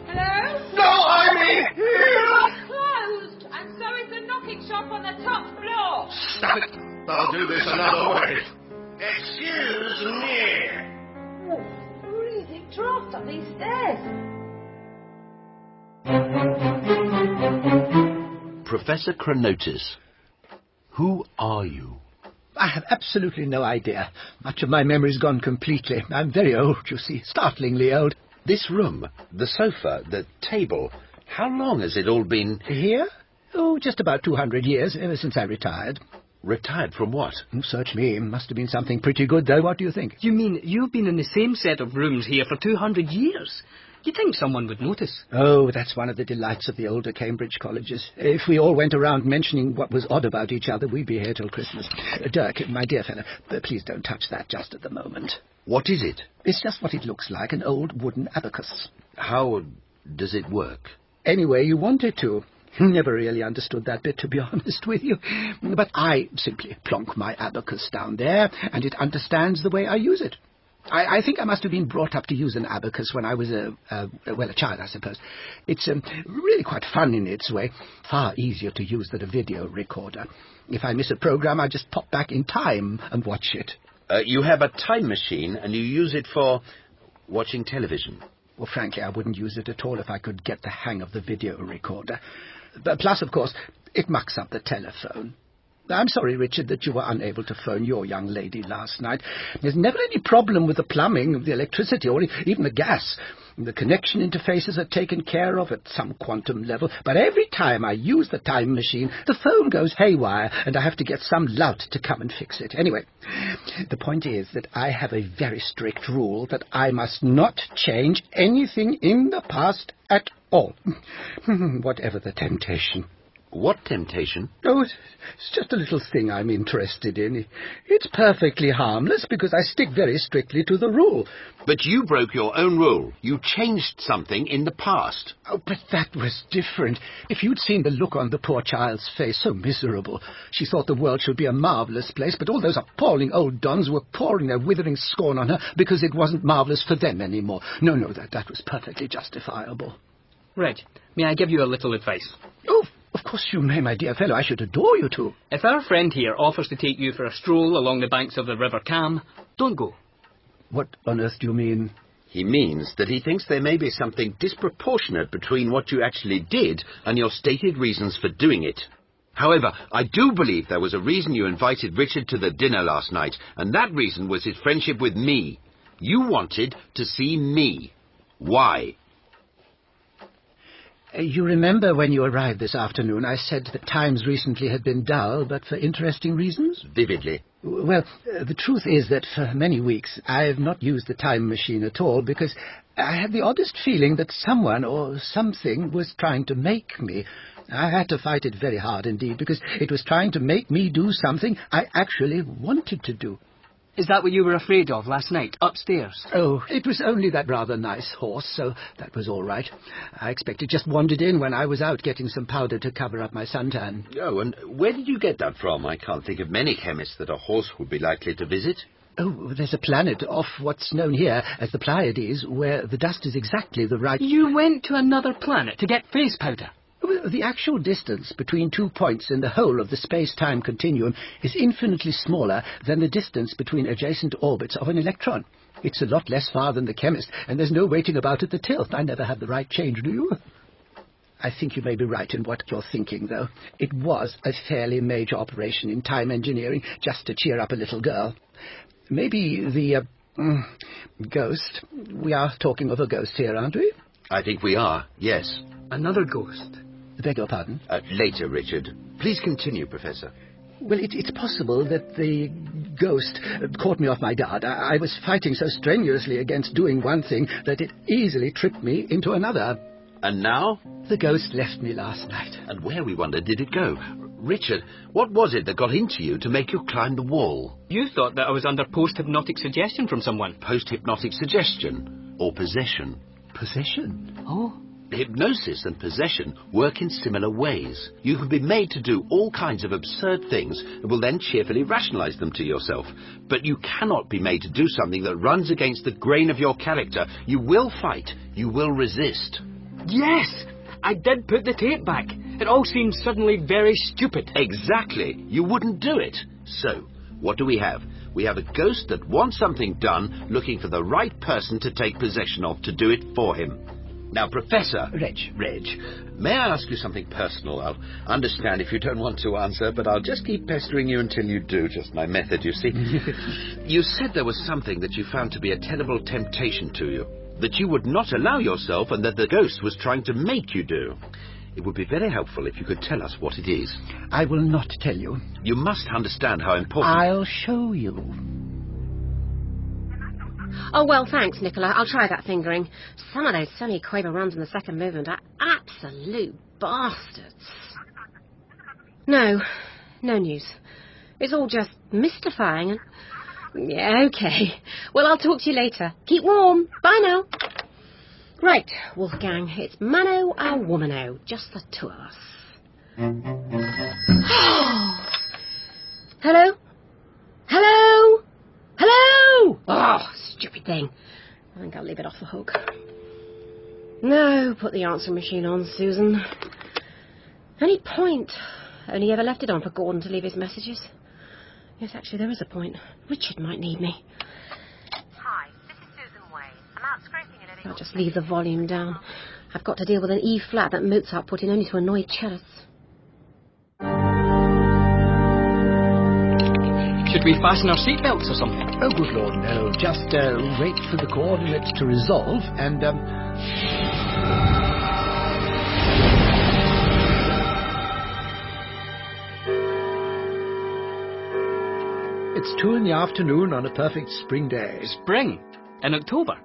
Speaker 6: Hello?
Speaker 7: No, I mean
Speaker 6: We're closed, and so is the knocking shop on the top floor.
Speaker 7: Stop it! I'll do this another way.
Speaker 6: Excuse me. Oh, Breathing draft up these stairs.
Speaker 14: Professor Cronotis, who are you?
Speaker 17: I have absolutely no idea. Much of my memory's gone completely. I'm very old, you see, startlingly old.
Speaker 14: This room, the sofa, the table, how long has it all been
Speaker 17: here? Oh, just about 200 years, ever since I retired.
Speaker 14: Retired from what?
Speaker 17: Search me. Must have been something pretty good, though. What do you think?
Speaker 40: You mean you've been in the same set of rooms here for 200 years? You'd think someone would notice.
Speaker 17: Oh, that's one of the delights of the older Cambridge colleges. If we all went around mentioning what was odd about each other, we'd be here till Christmas. Uh, Dirk, my dear fellow, uh, please don't touch that just at the moment.
Speaker 14: What is it?
Speaker 17: It's just what it looks like, an old wooden abacus.
Speaker 14: How does it work?
Speaker 17: Anyway, you wanted to. Never really understood that bit, to be honest with you. But I simply plonk my abacus down there, and it understands the way I use it. I, I think I must have been brought up to use an abacus when I was a, a well, a child, I suppose. It's um, really quite fun in its way, far easier to use than a video recorder. If I miss a program, I just pop back in time and watch it.
Speaker 14: Uh, you have a time machine and you use it for watching television.
Speaker 17: Well, frankly, I wouldn't use it at all if I could get the hang of the video recorder. But plus, of course, it mucks up the telephone. I'm sorry, Richard, that you were unable to phone your young lady last night. There's never any problem with the plumbing, of the electricity, or e- even the gas. The connection interfaces are taken care of at some quantum level, but every time I use the time machine, the phone goes haywire, and I have to get some lout to come and fix it. Anyway, the point is that I have a very strict rule that I must not change anything in the past at all, whatever the temptation.
Speaker 14: What temptation?
Speaker 17: Oh, it's it's just a little thing I'm interested in. It's perfectly harmless because I stick very strictly to the rule.
Speaker 14: But you broke your own rule. You changed something in the past.
Speaker 17: Oh, but that was different. If you'd seen the look on the poor child's face, so miserable. She thought the world should be a marvellous place, but all those appalling old dons were pouring their withering scorn on her because it wasn't marvellous for them anymore. No, no, that, that was perfectly justifiable.
Speaker 40: Reg, may I give you a little advice?
Speaker 17: Oh, of course you may, my dear fellow. I should adore you to.
Speaker 40: If our friend here offers to take you for a stroll along the banks of the River Cam, don't go.
Speaker 17: What on earth do you mean?
Speaker 14: He means that he thinks there may be something disproportionate between what you actually did and your stated reasons for doing it. However, I do believe there was a reason you invited Richard to the dinner last night, and that reason was his friendship with me. You wanted to see me. Why?
Speaker 17: Uh, You remember when you arrived this afternoon, I said that times recently had been dull, but for interesting reasons?
Speaker 14: Vividly.
Speaker 17: W- Well, uh, the truth is that for many weeks I have not used the time machine at all because I had the oddest feeling that someone or something was trying to make me. I had to fight it very hard indeed because it was trying to make me do something I actually wanted to do.
Speaker 11: Is that what you were afraid of last night, upstairs?
Speaker 17: Oh, it was only that rather nice horse, so that was all right. I expect it just wandered in when I was out getting some powder to cover up my suntan.
Speaker 14: Oh, and where did you get that from? I can't think of many chemists that a horse would be likely to visit.
Speaker 17: Oh, there's a planet off what's known here as the Pleiades where the dust is exactly the right.
Speaker 11: You went to another planet to get face powder.
Speaker 17: Well, The actual distance between two points in the whole of the space time continuum is infinitely smaller than the distance between adjacent orbits of an electron. It's a lot less far than the chemist, and there's no waiting about at the till. I never have the right change, do you? I think you may be right in what you're thinking, though. It was a fairly major operation in time engineering just to cheer up a little girl. Maybe the uh, mm, ghost. We are talking of a ghost here, aren't we?
Speaker 14: I think we are, yes.
Speaker 11: Another ghost.
Speaker 17: Beg your pardon?
Speaker 14: Uh, later, Richard. Please continue, Professor.
Speaker 17: Well, it, it's possible that the ghost uh, caught me off my guard. I, I was fighting so strenuously against doing one thing that it easily tripped me into another.
Speaker 14: And now?
Speaker 17: The ghost left me last night.
Speaker 14: And where, we wonder, did it go? R- Richard, what was it that got into you to make you climb the wall?
Speaker 11: You thought that I was under post hypnotic suggestion from someone.
Speaker 14: Post hypnotic suggestion or possession?
Speaker 17: Possession?
Speaker 11: Oh.
Speaker 14: Hypnosis and possession work in similar ways. You can be made to do all kinds of absurd things and will then cheerfully rationalize them to yourself. But you cannot be made to do something that runs against the grain of your character. You will fight, you will resist.
Speaker 11: Yes! I did put the tape back. It all seemed suddenly very stupid.
Speaker 14: Exactly. You wouldn't do it. So, what do we have? We have a ghost that wants something done, looking for the right person to take possession of to do it for him. Now, Professor. Reg. Reg, may I ask you something personal? I'll understand if you don't want to answer, but I'll just keep pestering you until you do. Just my method, you see. you said there was something that you found to be a terrible temptation to you, that you would not allow yourself, and that the ghost was trying to make you do. It would be very helpful if you could tell us what it is.
Speaker 17: I will not tell you.
Speaker 14: You must understand how important.
Speaker 17: I'll show you.
Speaker 7: Oh, well, thanks, Nicola. I'll try that fingering. Some of those Sonny Quaver runs in the second movement are absolute bastards. No, no news. It's all just mystifying and. Yeah, okay. Well, I'll talk to you later. Keep warm. Bye now. Right, Wolfgang, it's Mano and Womano, just the two of us. Hello? Hello? Hello? Oh, stupid thing. I think I'll leave it off the hook. No, put the answer machine on, Susan. Any point? Only ever left it on for Gordon to leave his messages. Yes, actually, there is a point. Richard might need me.
Speaker 6: Hi, this is Susan Wayne. I'm out scraping an
Speaker 7: I'll just leave the volume down. I've got to deal with an E flat that Mozart put in only to annoy cellists.
Speaker 11: Should we fasten our seatbelts or something?
Speaker 17: Oh, good lord, no. Just uh, wait for the coordinates to resolve and. Um... It's two in the afternoon on a perfect spring day.
Speaker 11: Spring? In October?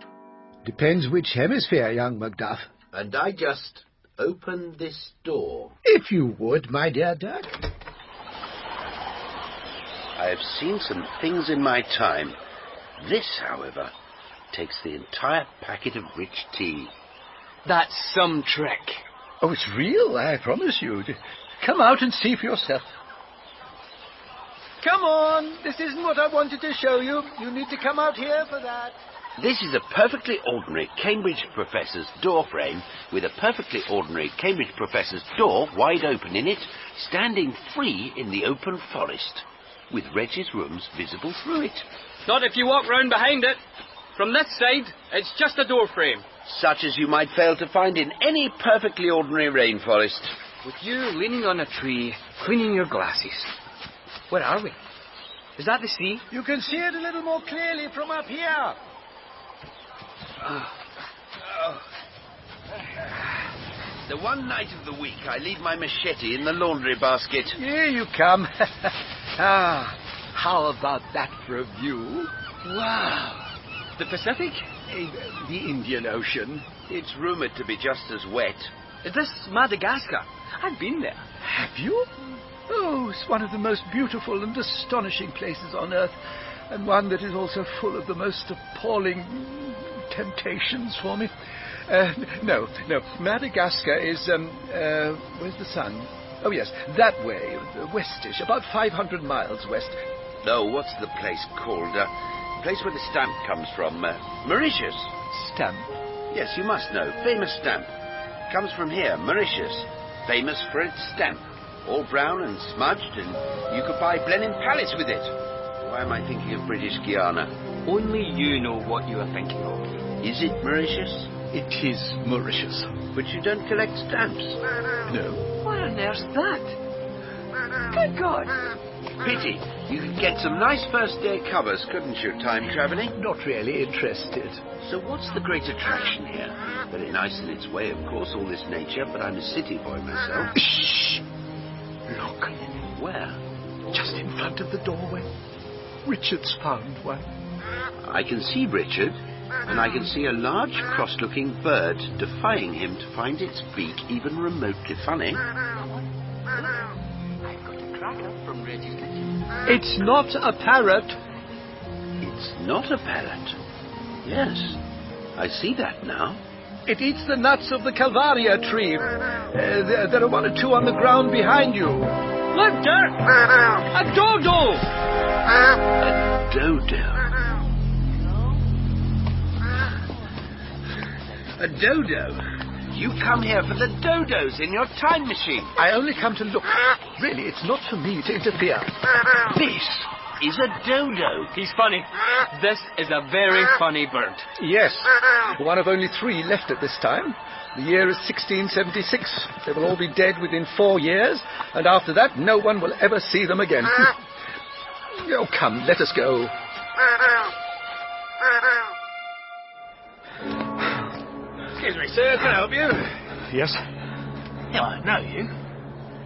Speaker 17: Depends which hemisphere, young Macduff.
Speaker 14: And I just open this door.
Speaker 17: If you would, my dear Dirk.
Speaker 14: I have seen some things in my time. This, however, takes the entire packet of rich tea.
Speaker 11: That's some trick.
Speaker 17: Oh, it's real, I promise you. Come out and see for yourself. Come on, this isn't what I wanted to show you. You need to come out here for that.
Speaker 14: This is a perfectly ordinary Cambridge professor's door frame with a perfectly ordinary Cambridge professor's door wide open in it, standing free in the open forest, with Reggie's rooms visible through it.
Speaker 11: Not if you walk round behind it. From this side, it's just a door frame.
Speaker 14: Such as you might fail to find in any perfectly ordinary rainforest.
Speaker 11: With you leaning on a tree, cleaning your glasses. Where are we? Is that the sea?
Speaker 4: You can see it a little more clearly from up here.
Speaker 14: Ah, The one night of the week I leave my machete in the laundry basket.
Speaker 17: Here you come. ah, how about that for a view?
Speaker 14: Wow.
Speaker 17: The Pacific?
Speaker 14: Eh, The Indian Ocean. It's rumoured to be just as wet.
Speaker 4: Is this Madagascar? I've been there.
Speaker 17: Have you? Oh, it's one of the most beautiful and astonishing places on earth, and one that is also full of the most appalling temptations for me. Uh, no, no, Madagascar is, um, uh, where's the sun? Oh, yes, that way, uh, westish, about 500 miles west.
Speaker 14: No, what's the place called? Uh, place where the stamp comes from. Uh, Mauritius.
Speaker 17: Stamp?
Speaker 14: Yes, you must know. Famous stamp. Comes from here, Mauritius. Famous for its stamp. All brown and smudged, and you could buy Blenheim Palace with it. Why am I thinking of British Guiana?
Speaker 4: Only you know what you are thinking of.
Speaker 14: Is it Mauritius?
Speaker 17: It is Mauritius.
Speaker 14: But you don't collect stamps.
Speaker 17: No.
Speaker 4: What on earth's that? Good God.
Speaker 14: Pity. You could get some nice first day covers, couldn't you, time travelling?
Speaker 17: Not really interested.
Speaker 14: So what's the great attraction here? Very nice in its way, of course, all this nature, but I'm a city boy myself.
Speaker 17: Shh! Look,
Speaker 14: Where?
Speaker 17: just in front of the doorway. Richard's found one.
Speaker 14: I can see Richard, and I can see a large cross looking bird defying him to find its beak even remotely funny.
Speaker 4: From Reggie's
Speaker 17: It's not a parrot.
Speaker 14: It's not a parrot. Yes, I see that now.
Speaker 17: It eats the nuts of the Calvaria tree. Uh, there, there are one or two on the ground behind you. Look, Dirk! A dodo!
Speaker 14: A dodo. A dodo? You come here for the dodos in your time machine.
Speaker 17: I only come to look. Really, it's not for me to interfere.
Speaker 14: This is a dodo.
Speaker 4: He's funny. This is a very funny bird.
Speaker 17: Yes, one of only three left at this time. The year is 1676. They will all be dead within four years, and after that, no one will ever see them again. Oh, come, let us go.
Speaker 13: Excuse me, sir. Can I help you?
Speaker 16: Yes?
Speaker 13: No, I know you.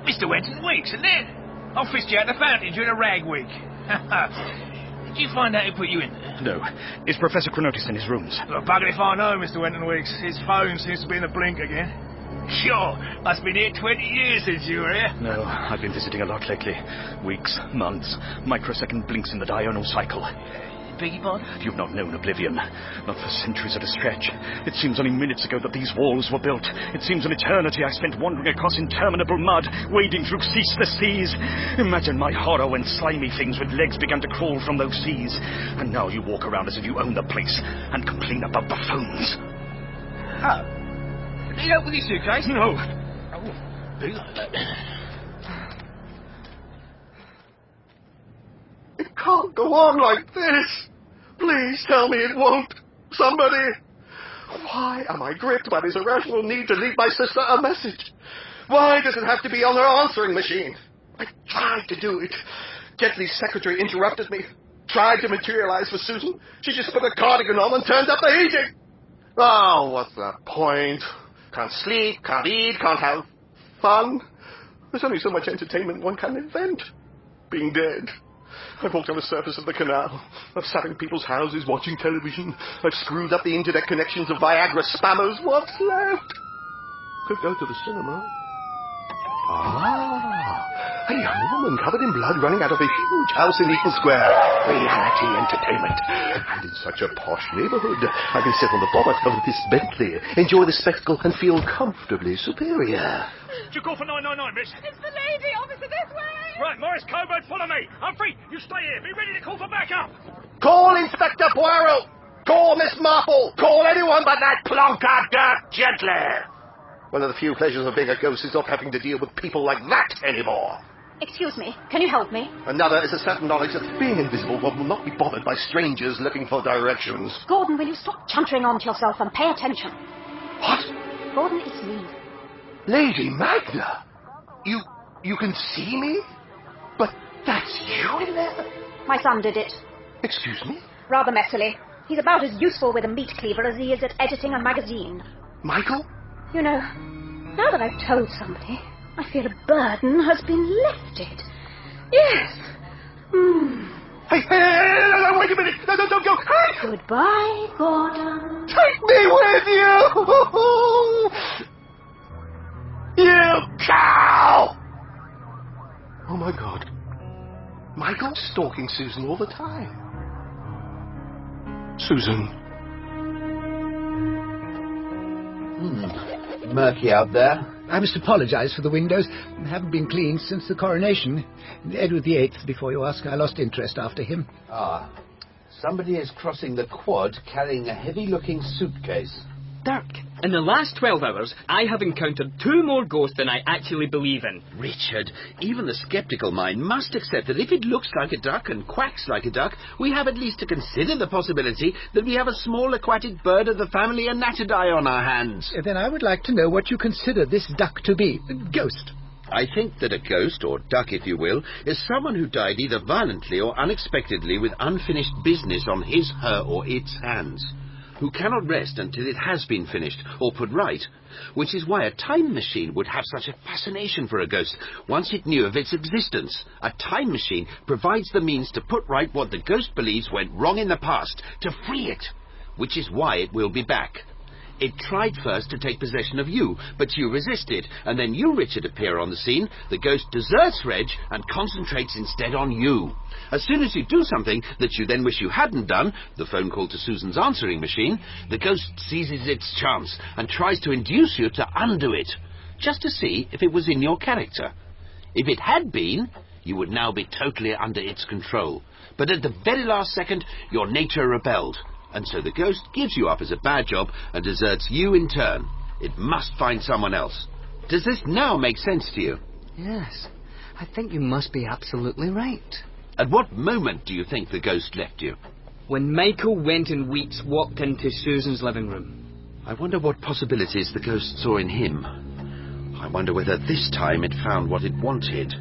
Speaker 13: Mr. Wenton Weeks, isn't it? I fished you out the fountain during a rag week. Did you find out who put you in there?
Speaker 16: No. Is Professor Cronotis in his rooms?
Speaker 13: Well, bugger if I know, Mr. Wenton Weeks. His phone seems to be in a blink again. Sure, must been here 20 years since you were here.
Speaker 16: No, I've been visiting a lot lately. Weeks, months, microsecond blinks in the diurnal cycle.
Speaker 13: Beg your pardon?
Speaker 16: You've not known oblivion, not for centuries at a stretch. It seems only minutes ago that these walls were built. It seems an eternity I spent wandering across interminable mud, wading through ceaseless seas. Imagine my horror when slimy things with legs began to crawl from those seas. And now you walk around as if you own the place and complain about buffoons.
Speaker 7: Ah.
Speaker 13: How? Need help with your suitcase?
Speaker 16: No.
Speaker 13: Oh, do that.
Speaker 9: It can't go on like this. Please tell me it won't. Somebody. Why am I gripped by this irrational need to leave my sister a message? Why does it have to be on her answering machine? I tried to do it. Gently's secretary interrupted me. Tried to materialize for Susan. She just put a cardigan on and turned up the heating. Oh, what's the point? Can't sleep, can't eat, can't have fun. There's only so much entertainment one can invent. Being dead. I've walked on the surface of the canal. I've sat in people's houses watching television. I've screwed up the internet connections of Viagra spammers. What's left? Could go to the cinema. Ah, a young woman covered in blood running out of a huge house in Eaton Square. Reality entertainment. And in such a posh neighborhood, I can sit on the bonnet of this Bentley, enjoy the spectacle, and feel comfortably superior.
Speaker 49: Did you call for 999, miss?
Speaker 50: It's the lady, officer, this way!
Speaker 49: Right, Morris Coburn, follow me. Humphrey, you stay here. Be ready to call for backup.
Speaker 9: Call Inspector Poirot! Call Miss Marple! Call anyone but that plonker Dirk Gently! One of the few pleasures of being a ghost is not having to deal with people like that anymore.
Speaker 23: Excuse me, can you help me?
Speaker 9: Another is a certain knowledge that being invisible one will not be bothered by strangers looking for directions.
Speaker 23: Gordon, will you stop chuntering on to yourself and pay attention?
Speaker 9: What?
Speaker 23: Gordon, it's me.
Speaker 9: Lady Magna! You you can see me? But that's you in there?
Speaker 23: My son did it.
Speaker 9: Excuse me?
Speaker 23: Rather messily. He's about as useful with a meat cleaver as he is at editing a magazine.
Speaker 9: Michael?
Speaker 23: You know, Now that I've told somebody, I feel a burden has been lifted. Yes. Hmm.
Speaker 7: Hey, hey, hey, no, no, wait a minute. No, no, don't go. Hey!
Speaker 23: Goodbye, Gordon.
Speaker 7: Take me with you! You cow! Oh my god. Michael's stalking Susan all the time. Susan.
Speaker 14: Hmm. Murky out there.
Speaker 17: I must apologise for the windows. Haven't been cleaned since the coronation. Edward VIII, before you ask, I lost interest after him.
Speaker 14: Ah. Somebody is crossing the quad carrying a heavy looking suitcase.
Speaker 11: Dirk, in the last 12 hours, I have encountered two more ghosts than I actually believe in.
Speaker 14: Richard, even the sceptical mind must accept that if it looks like a duck and quacks like a duck, we have at least to consider the possibility that we have a small aquatic bird of the family Anatidae on our hands.
Speaker 17: Then I would like to know what you consider this duck to be. Ghost.
Speaker 14: I think that a ghost, or duck if you will, is someone who died either violently or unexpectedly with unfinished business on his, her, or its hands, who cannot rest until it has been finished or put right, which is why a time machine would have such a fascination for a ghost once it knew of its existence. A time machine provides the means to put right what the ghost believes went wrong in the past, to free it, which is why it will be back. It tried first to take possession of you, but you resisted, and then you, Richard, appear on the scene. The ghost deserts Reg and concentrates instead on you. As soon as you do something that you then wish you hadn't done, the phone call to Susan's answering machine, the ghost seizes its chance and tries to induce you to undo it, just to see if it was in your character. If it had been, you would now be totally under its control. But at the very last second, your nature rebelled. And so the ghost gives you up as a bad job and deserts you in turn. It must find someone else. Does this now make sense to you?
Speaker 40: Yes. I think you must be absolutely right.
Speaker 14: At what moment do you think the ghost left you?
Speaker 11: When Michael went and Weeks walked into Susan's living room.
Speaker 14: I wonder what possibilities the ghost saw in him. I wonder whether this time it found what it wanted.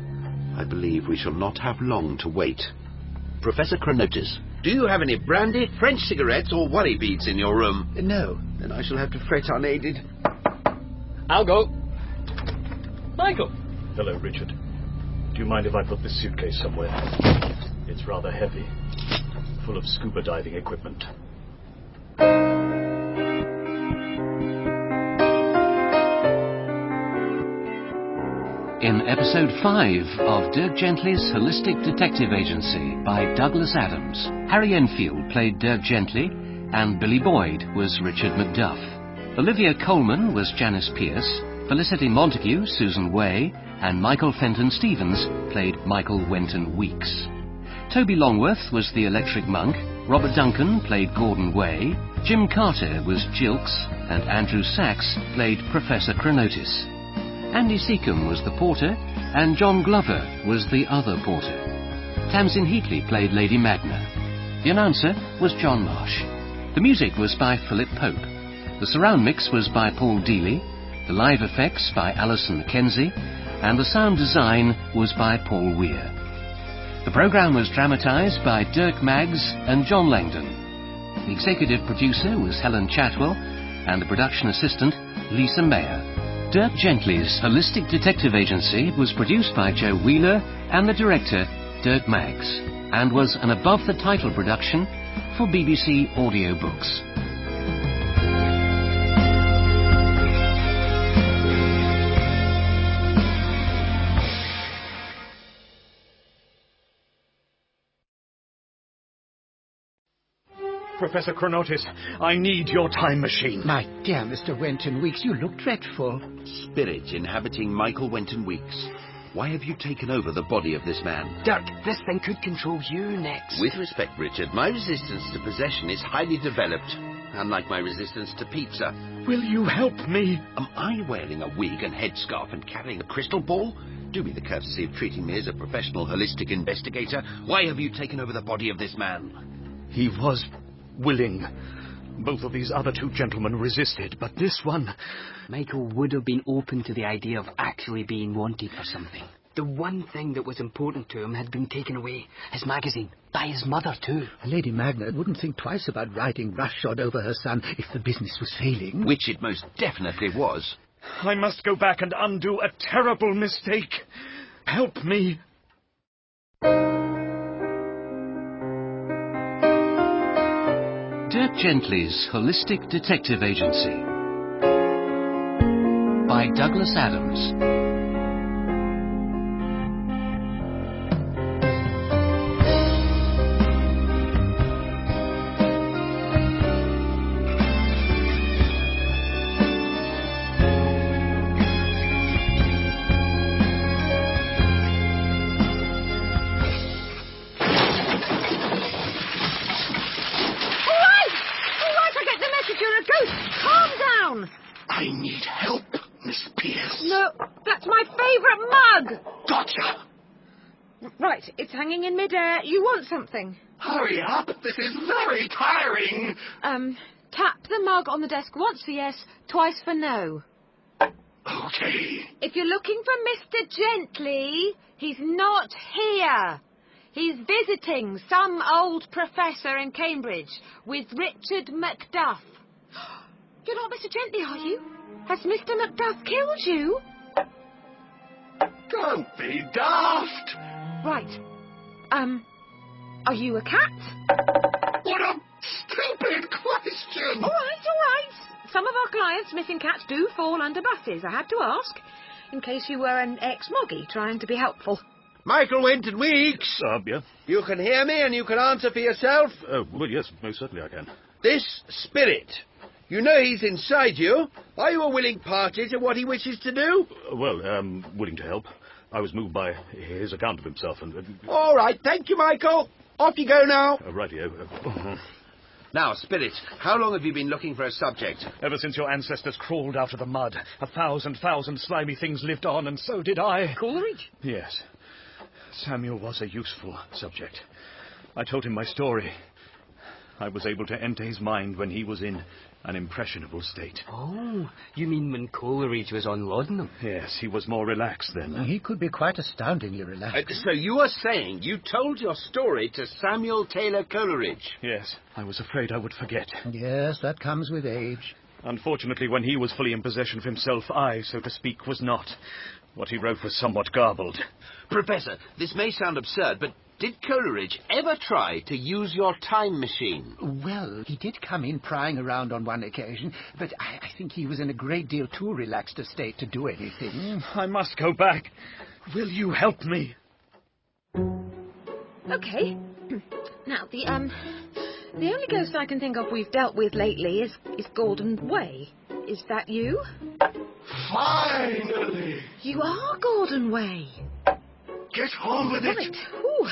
Speaker 14: I believe we shall not have long to wait. Professor Cronotis, do you have any brandy, French cigarettes, or worry beads in your room?
Speaker 17: No.
Speaker 14: Then I shall have to fret unaided.
Speaker 11: I'll go. Michael!
Speaker 16: Hello, Richard. Do you mind if I put this suitcase somewhere? It's rather heavy, full of scuba diving equipment.
Speaker 1: In episode 5 of Dirk Gently's Holistic Detective Agency by Douglas Adams, Harry Enfield played Dirk Gently and Billy Boyd was Richard Macduff. Olivia Coleman was Janice Pierce, Felicity Montague, Susan Way, and Michael Fenton Stevens played Michael Wenton Weeks. Toby Longworth was the Electric Monk, Robert Duncan played Gordon Way, Jim Carter was Jilks, and Andrew Sachs played Professor Cronotis. Andy Seacombe was the porter, and John Glover was the other porter. Tamsin Heatley played Lady Magna. The announcer was John Marsh. The music was by Philip Pope. The surround mix was by Paul Deely. The live effects by Alison McKenzie. And the sound design was by Paul Weir. The programme was dramatised by Dirk Maggs and John Langdon. The executive producer was Helen Chatwell, and the production assistant, Lisa Mayer. Dirk Gently's Holistic Detective Agency was produced by Joe Wheeler and the director, Dirk Maggs, and was an above the title production for BBC Audiobooks.
Speaker 16: Professor Cronotis, I need your time machine.
Speaker 17: My dear Mr. Wenton Weeks, you look dreadful.
Speaker 14: Spirit inhabiting Michael Wenton Weeks. Why have you taken over the body of this man?
Speaker 40: Dirk, this thing could control you next.
Speaker 14: With respect, Richard, my resistance to possession is highly developed, unlike my resistance to pizza.
Speaker 16: Will you help me?
Speaker 14: Am I wearing a wig and headscarf and carrying a crystal ball? Do me the courtesy of treating me as a professional holistic investigator. Why have you taken over the body of this man?
Speaker 16: He was willing. Both of these other two gentlemen resisted, but this one.
Speaker 40: Michael would have been open to the idea of actually being wanted for something. The one thing that was important to him had been taken away his magazine, by his mother, too.
Speaker 17: Lady Magna wouldn't think twice about riding roughshod over her son if the business was failing.
Speaker 14: Which it most definitely was.
Speaker 16: I must go back and undo a terrible mistake. Help me.
Speaker 51: Dirk Gently's Holistic Detective Agency by Douglas Adams.
Speaker 6: All right! All right, I get the message. You're a ghost. Calm down.
Speaker 4: I need help, Miss Pierce.
Speaker 6: No, that's my favourite mug.
Speaker 4: Gotcha.
Speaker 6: Right, it's hanging in midair. You want something?
Speaker 4: Hurry up. This is very tiring.
Speaker 6: Um, tap the mug on the desk once for yes, twice for no.
Speaker 4: Okay.
Speaker 6: If you're looking for Mr. Gently, he's not here. He's visiting some old professor in Cambridge with Richard Macduff. You're not Mr. Gently, are you? Has Mr. Macduff killed you?
Speaker 4: Don't be daft.
Speaker 6: Right. Um, are you a cat?
Speaker 4: What a stupid question.
Speaker 6: All right, all right. Some of our clients' missing cats do fall under buses. I had to ask, in case you were an ex-moggy trying to be helpful.
Speaker 14: Michael Winton Weeks! You can hear me and you can answer for yourself.
Speaker 52: Oh, well, yes, most certainly I can.
Speaker 14: This spirit. You know he's inside you. Are you a willing party to what he wishes to do?
Speaker 52: Uh, Well, um, willing to help. I was moved by his account of himself and. Uh,
Speaker 14: All right, thank you, Michael. Off you go now.
Speaker 52: uh, rightio. Uh,
Speaker 14: Now, Spirit, how long have you been looking for a subject?
Speaker 16: Ever since your ancestors crawled out of the mud, a thousand, thousand slimy things lived on, and so did I.
Speaker 6: Coleridge?
Speaker 16: Yes. Samuel was a useful subject. I told him my story. I was able to enter his mind when he was in an impressionable state.
Speaker 53: Oh, you mean when Coleridge was on laudanum?
Speaker 16: Yes, he was more relaxed then.
Speaker 17: He could be quite astoundingly relaxed.
Speaker 14: Uh, so you are saying you told your story to Samuel Taylor Coleridge?
Speaker 16: Yes. I was afraid I would forget.
Speaker 17: Yes, that comes with age.
Speaker 16: Unfortunately, when he was fully in possession of himself, I, so to speak, was not. What he wrote was somewhat garbled.
Speaker 14: Professor, this may sound absurd, but did Coleridge ever try to use your time machine?
Speaker 17: Well, he did come in prying around on one occasion, but I, I think he was in a great deal too relaxed a state to do anything.
Speaker 16: Mm, I must go back. Will you help me?
Speaker 6: Okay. now the um, the only ghost I can think of we've dealt with lately is is Gordon Way. Is that you?
Speaker 4: Finally.
Speaker 6: You are Gordon Way.
Speaker 4: Get on with it.
Speaker 6: Right. Ooh.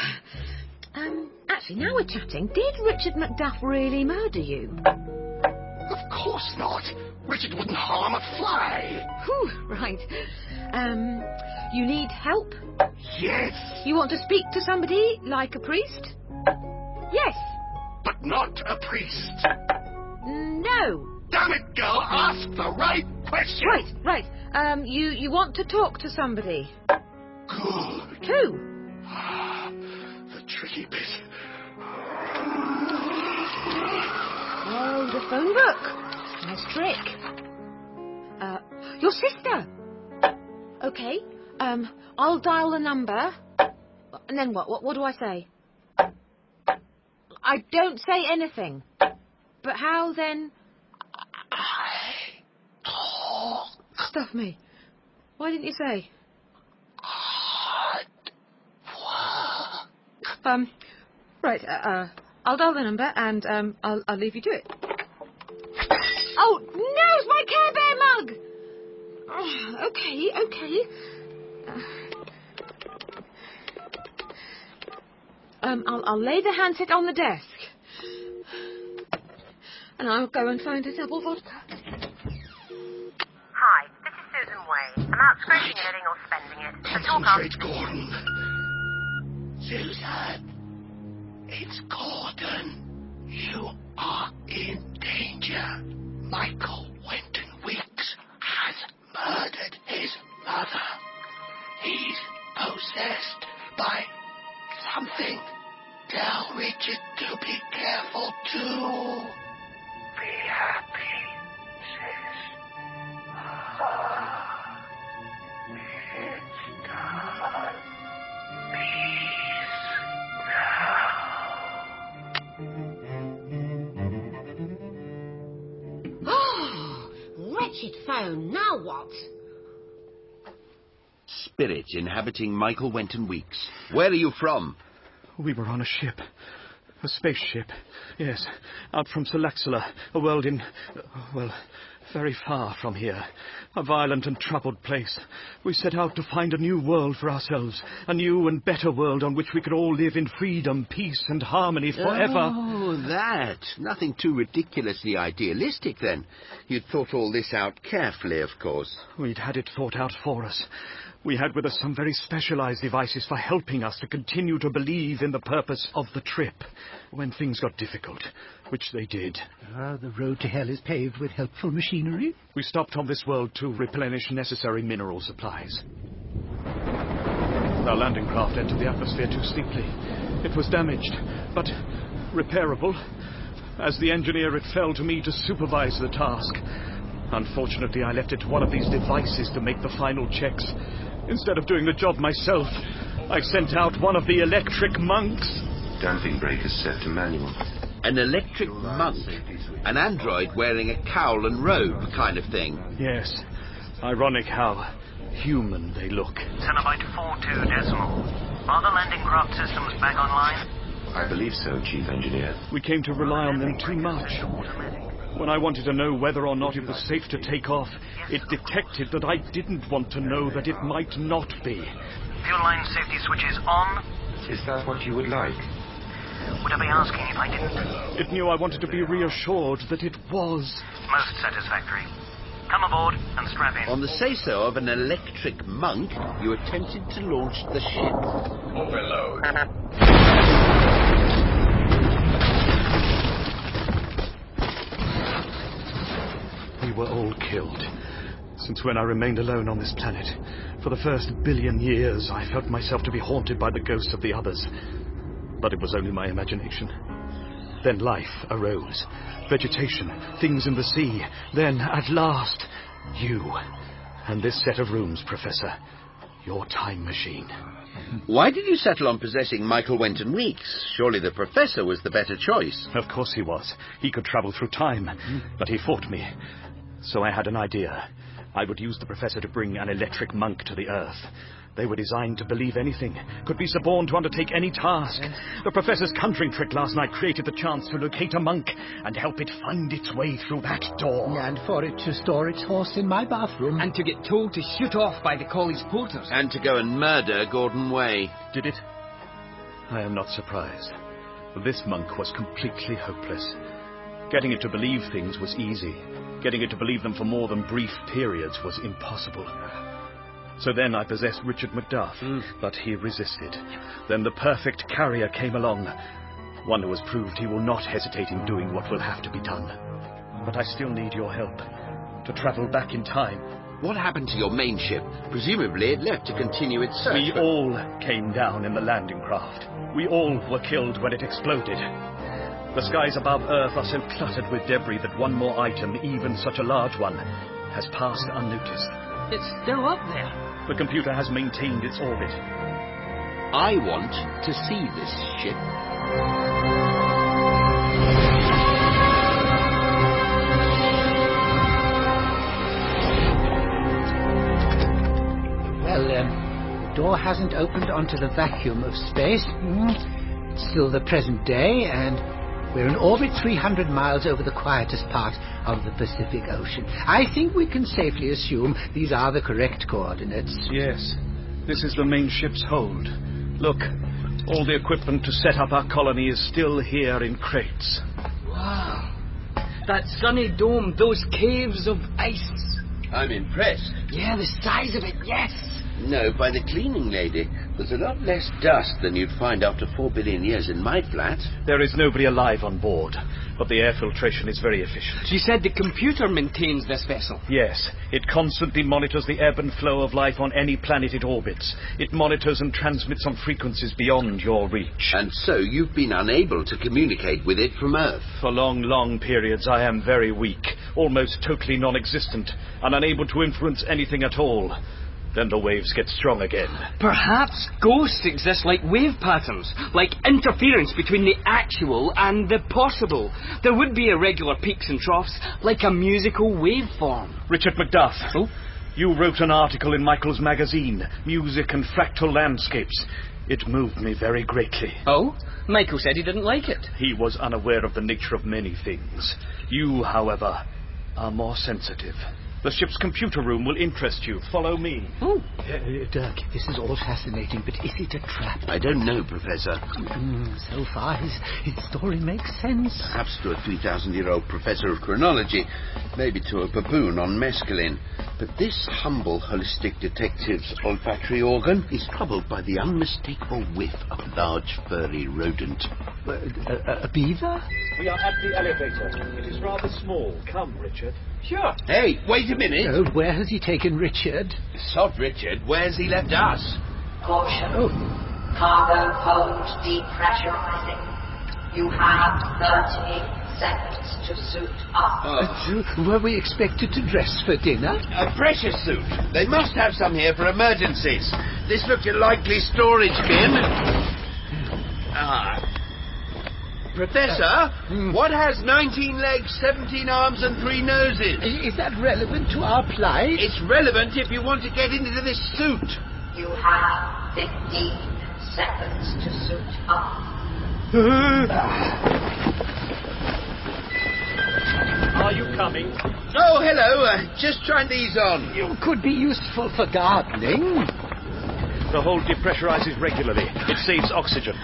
Speaker 6: Um, actually, now we're chatting. Did Richard Macduff really murder you?
Speaker 4: Of course not. Richard wouldn't harm a fly.
Speaker 6: Whew, right. Um, you need help?
Speaker 4: Yes.
Speaker 6: You want to speak to somebody, like a priest? Yes.
Speaker 4: But not a priest.
Speaker 6: No.
Speaker 4: Damn it, girl, ask the right question.
Speaker 6: Right, right. Um, you, you want to talk to somebody? Good. Who?
Speaker 4: The tricky bit.
Speaker 6: Oh, the phone book. Nice trick. Uh, your sister. Okay. Um, I'll dial the number. And then what? What, what do I say? I don't say anything. But how then? Stuff me. Why didn't you say? Um, right. Uh, uh, I'll dial the number and um, I'll, I'll leave you to it. Oh no! It's my Care Bear mug. Oh, okay, okay. Uh, um, I'll, I'll lay the handset on the desk, and I'll go and find a double vodka.
Speaker 7: Hi, this is Susan Way. I'm out scraping knitting or spending it. So talk after.
Speaker 4: Concentrate, Gordon. Susan, it's Gordon. You are in danger. Michael Winton Weeks has murdered his mother. He's possessed by something. Tell Richard to be careful too. Be happy, sis.
Speaker 2: So, Ah, now what?
Speaker 14: Spirit inhabiting Michael Wenton Weeks. Where are you from?
Speaker 16: We were on a ship. A spaceship. Yes. Out from Salaxala, a world in. well, very far from here. A violent and troubled place. We set out to find a new world for ourselves. A new and better world on which we could all live in freedom, peace, and harmony forever.
Speaker 14: Oh, that. Nothing too ridiculously idealistic, then. You'd thought all this out carefully, of course.
Speaker 16: We'd had it thought out for us. We had with us some very specialized devices for helping us to continue to believe in the purpose of the trip when things got difficult, which they did.
Speaker 17: Ah, the road to hell is paved with helpful machinery.
Speaker 16: We stopped on this world to replenish necessary mineral supplies. Our landing craft entered the atmosphere too steeply. It was damaged, but repairable. As the engineer, it fell to me to supervise the task. Unfortunately, I left it to one of these devices to make the final checks. Instead of doing the job myself, I sent out one of the electric monks.
Speaker 3: Damping breakers set to manual.
Speaker 14: An electric monk. An android wearing a cowl and robe kind of thing.
Speaker 16: Yes. Ironic how human they look.
Speaker 32: Cenobite 42 decimal. Are the landing craft systems back online?
Speaker 3: I believe so, Chief Engineer.
Speaker 16: We came to rely on them too much. When I wanted to know whether or not it was safe to take off, it detected that I didn't want to know that it might not be.
Speaker 32: Fuel line safety switches on.
Speaker 3: Is that what you would like?
Speaker 32: Would I be asking if I didn't?
Speaker 16: It knew I wanted to be reassured that it was.
Speaker 32: Most satisfactory. Come aboard and strap in.
Speaker 14: On the say so of an electric monk, you attempted to launch the ship.
Speaker 43: Overload.
Speaker 16: We were all killed. Since when I remained alone on this planet, for the first billion years, I felt myself to be haunted by the ghosts of the others. But it was only my imagination. Then life arose vegetation, things in the sea. Then, at last, you. And this set of rooms, Professor. Your time machine.
Speaker 14: Why did you settle on possessing Michael Wenton Weeks? Surely the professor was the better choice.
Speaker 16: Of course he was. He could travel through time,
Speaker 17: Hmm.
Speaker 16: but he fought me. So I had an idea. I would use the professor to bring an electric monk to the Earth. They were designed to believe anything, could be suborned to undertake any task. The professor's conjuring trick last night created the chance to locate a monk and help it find its way through that door.
Speaker 17: Oh. And for it to store its horse in my bathroom.
Speaker 11: And to get told to shoot off by the college porters.
Speaker 14: And to go and murder Gordon Way.
Speaker 16: Did it? I am not surprised. This monk was completely hopeless. Getting it to believe things was easy. Getting it to believe them for more than brief periods was impossible. So then I possessed Richard Macduff, but he resisted. Then the perfect carrier came along. One who has proved he will not hesitate in doing what will have to be done. But I still need your help to travel back in time.
Speaker 14: What happened to your main ship? Presumably it left to continue its search.
Speaker 16: We all came down in the landing craft. We all were killed when it exploded. The skies above Earth are so cluttered with debris that one more item, even such a large one, has passed unnoticed.
Speaker 40: It's still up there.
Speaker 16: The computer has maintained its orbit.
Speaker 14: I want to see this ship.
Speaker 17: Well, um, the door hasn't opened onto the vacuum of space. Hmm. It's still the present day, and we're in orbit 300 miles over the quietest part of the Pacific Ocean. I think we can safely assume these are the correct coordinates.
Speaker 16: Yes. This is the main ship's hold. Look, all the equipment to set up our colony is still here in crates.
Speaker 40: Wow. That sunny dome, those caves of ice.
Speaker 14: I'm impressed.
Speaker 40: Yeah, the size of it, yes.
Speaker 14: No, by the cleaning lady. There's a lot less dust than you'd find after four billion years in my flat.
Speaker 16: There is nobody alive on board, but the air filtration is very efficient.
Speaker 40: She said the computer maintains this vessel.
Speaker 16: Yes, it constantly monitors the ebb and flow of life on any planet it orbits. It monitors and transmits on frequencies beyond your reach.
Speaker 14: And so you've been unable to communicate with it from Earth.
Speaker 16: For long, long periods, I am very weak, almost totally non existent, and unable to influence anything at all. Then the waves get strong again.
Speaker 4: Perhaps ghosts exist like wave patterns, like interference between the actual and the possible. There would be irregular peaks and troughs, like a musical waveform.
Speaker 16: Richard Macduff. You wrote an article in Michael's magazine, Music and Fractal Landscapes. It moved me very greatly.
Speaker 4: Oh? Michael said he didn't like it.
Speaker 16: He was unaware of the nature of many things. You, however, are more sensitive. The ship's computer room will interest you. Follow me.
Speaker 17: Oh. Dirk, this is all fascinating, but is it a trap?
Speaker 14: I don't know, Oh, Professor.
Speaker 17: Mm, so far, his, his story makes sense.
Speaker 14: Perhaps to a 3,000 year old professor of chronology, maybe to a baboon on mescaline. But this humble holistic detective's olfactory organ is troubled by the unmistakable whiff of a large furry rodent.
Speaker 4: uh,
Speaker 17: a beaver?
Speaker 54: We are at the elevator. It is rather small. Come, Richard.
Speaker 14: Sure. Hey, wait a minute.
Speaker 17: Oh, where has he taken Richard?
Speaker 14: Sod Richard, where's he left us?
Speaker 6: Caution.
Speaker 17: Oh.
Speaker 6: Cargo hold depressurizing. You have 30 seconds to suit up.
Speaker 14: Oh.
Speaker 17: Uh, were we expected to dress for dinner?
Speaker 14: A pressure suit. They must have some here for emergencies. This looks a likely storage bin. Ah. Professor, what has 19 legs, 17 arms, and 3 noses?
Speaker 17: Is that relevant to our plight?
Speaker 14: It's relevant if you want to get into this suit.
Speaker 6: You have 15 seconds to suit up.
Speaker 17: Ah.
Speaker 54: Are you coming?
Speaker 14: Oh, hello. Uh, just trying these on.
Speaker 17: You could be useful for gardening.
Speaker 16: The hole depressurizes regularly. It saves oxygen.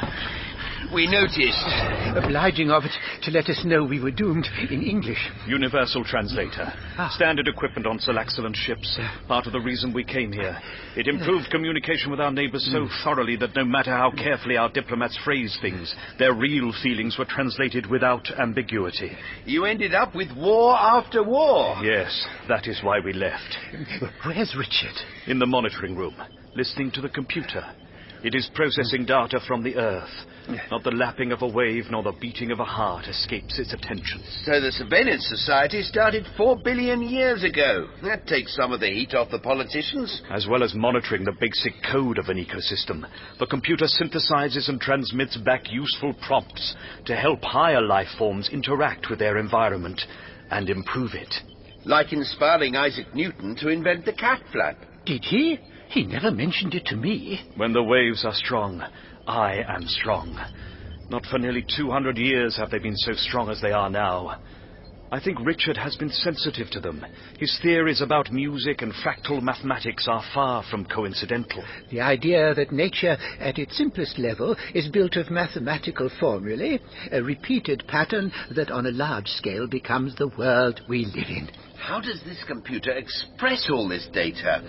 Speaker 14: We noticed.
Speaker 17: Uh, Obliging of it to let us know we were doomed in English.
Speaker 16: Universal translator.
Speaker 14: Ah.
Speaker 16: Standard equipment on Salaxillan ships. Part of the reason we came here. It improved communication with our neighbors so
Speaker 14: Hmm.
Speaker 16: thoroughly that no matter how carefully our diplomats phrased things, their real feelings were translated without ambiguity.
Speaker 14: You ended up with war after war.
Speaker 16: Yes, that is why we left.
Speaker 17: Where's Richard?
Speaker 16: In the monitoring room, listening to the computer. It is processing data from the Earth. Not the lapping of a wave nor the beating of a heart escapes its attention.
Speaker 14: So the Surveillance Society started four billion years ago. That takes some of the heat off the politicians.
Speaker 16: As well as monitoring the basic code of an ecosystem, the computer synthesizes and transmits back useful prompts to help higher life forms interact with their environment and improve it.
Speaker 14: Like inspiring Isaac Newton to invent the cat flap.
Speaker 17: Did he? He never mentioned it to me.
Speaker 16: When the waves are strong, I am strong. Not for nearly 200 years have they been so strong as they are now. I think Richard has been sensitive to them. His theories about music and fractal mathematics are far from coincidental.
Speaker 17: The idea that nature, at its simplest level, is built of mathematical formulae, a repeated pattern that on a large scale becomes the world we live in.
Speaker 14: How does this computer express all this data?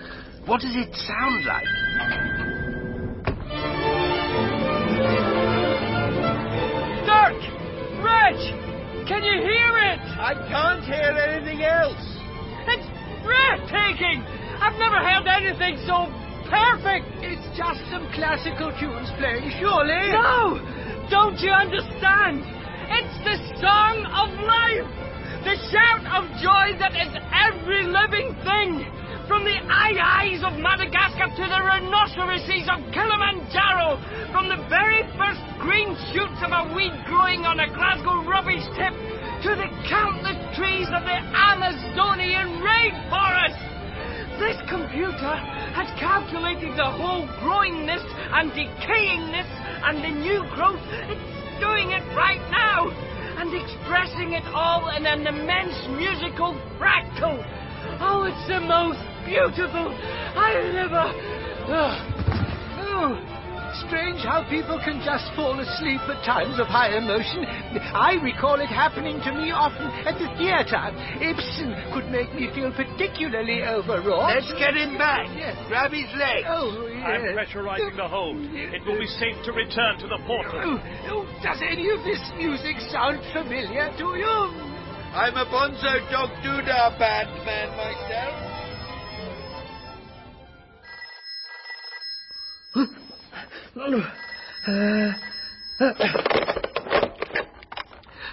Speaker 14: What does it sound like?
Speaker 4: Dirk! Rich! Can you hear it?
Speaker 14: I can't hear anything else.
Speaker 4: It's breathtaking! I've never heard anything so perfect!
Speaker 13: It's just some classical tunes playing, surely?
Speaker 4: No! Don't you understand? It's the song of life! The shout of joy that is every living thing! From the aye-ayes of Madagascar to the rhinoceroses of Kilimanjaro, from the very first green shoots of a weed growing on a Glasgow rubbish tip to the countless trees of the Amazonian rainforest. This computer has calculated the whole growingness and decayingness and the new growth. It's doing it right now and expressing it all in an immense musical fractal. Oh, it's the most beautiful I've ever. uh,
Speaker 13: Ah. Oh, strange how people can just fall asleep at times of high emotion. I recall it happening to me often at the theatre. Ibsen could make me feel particularly overwrought.
Speaker 14: Let's get him back.
Speaker 13: Yes.
Speaker 14: Grab his leg.
Speaker 13: Oh, yes.
Speaker 16: I'm pressurizing the hold. It will be safe to return to the portal.
Speaker 13: Oh, oh, does any of this music sound familiar to you?
Speaker 14: I'm a Bonzo Dog Doodah band man myself.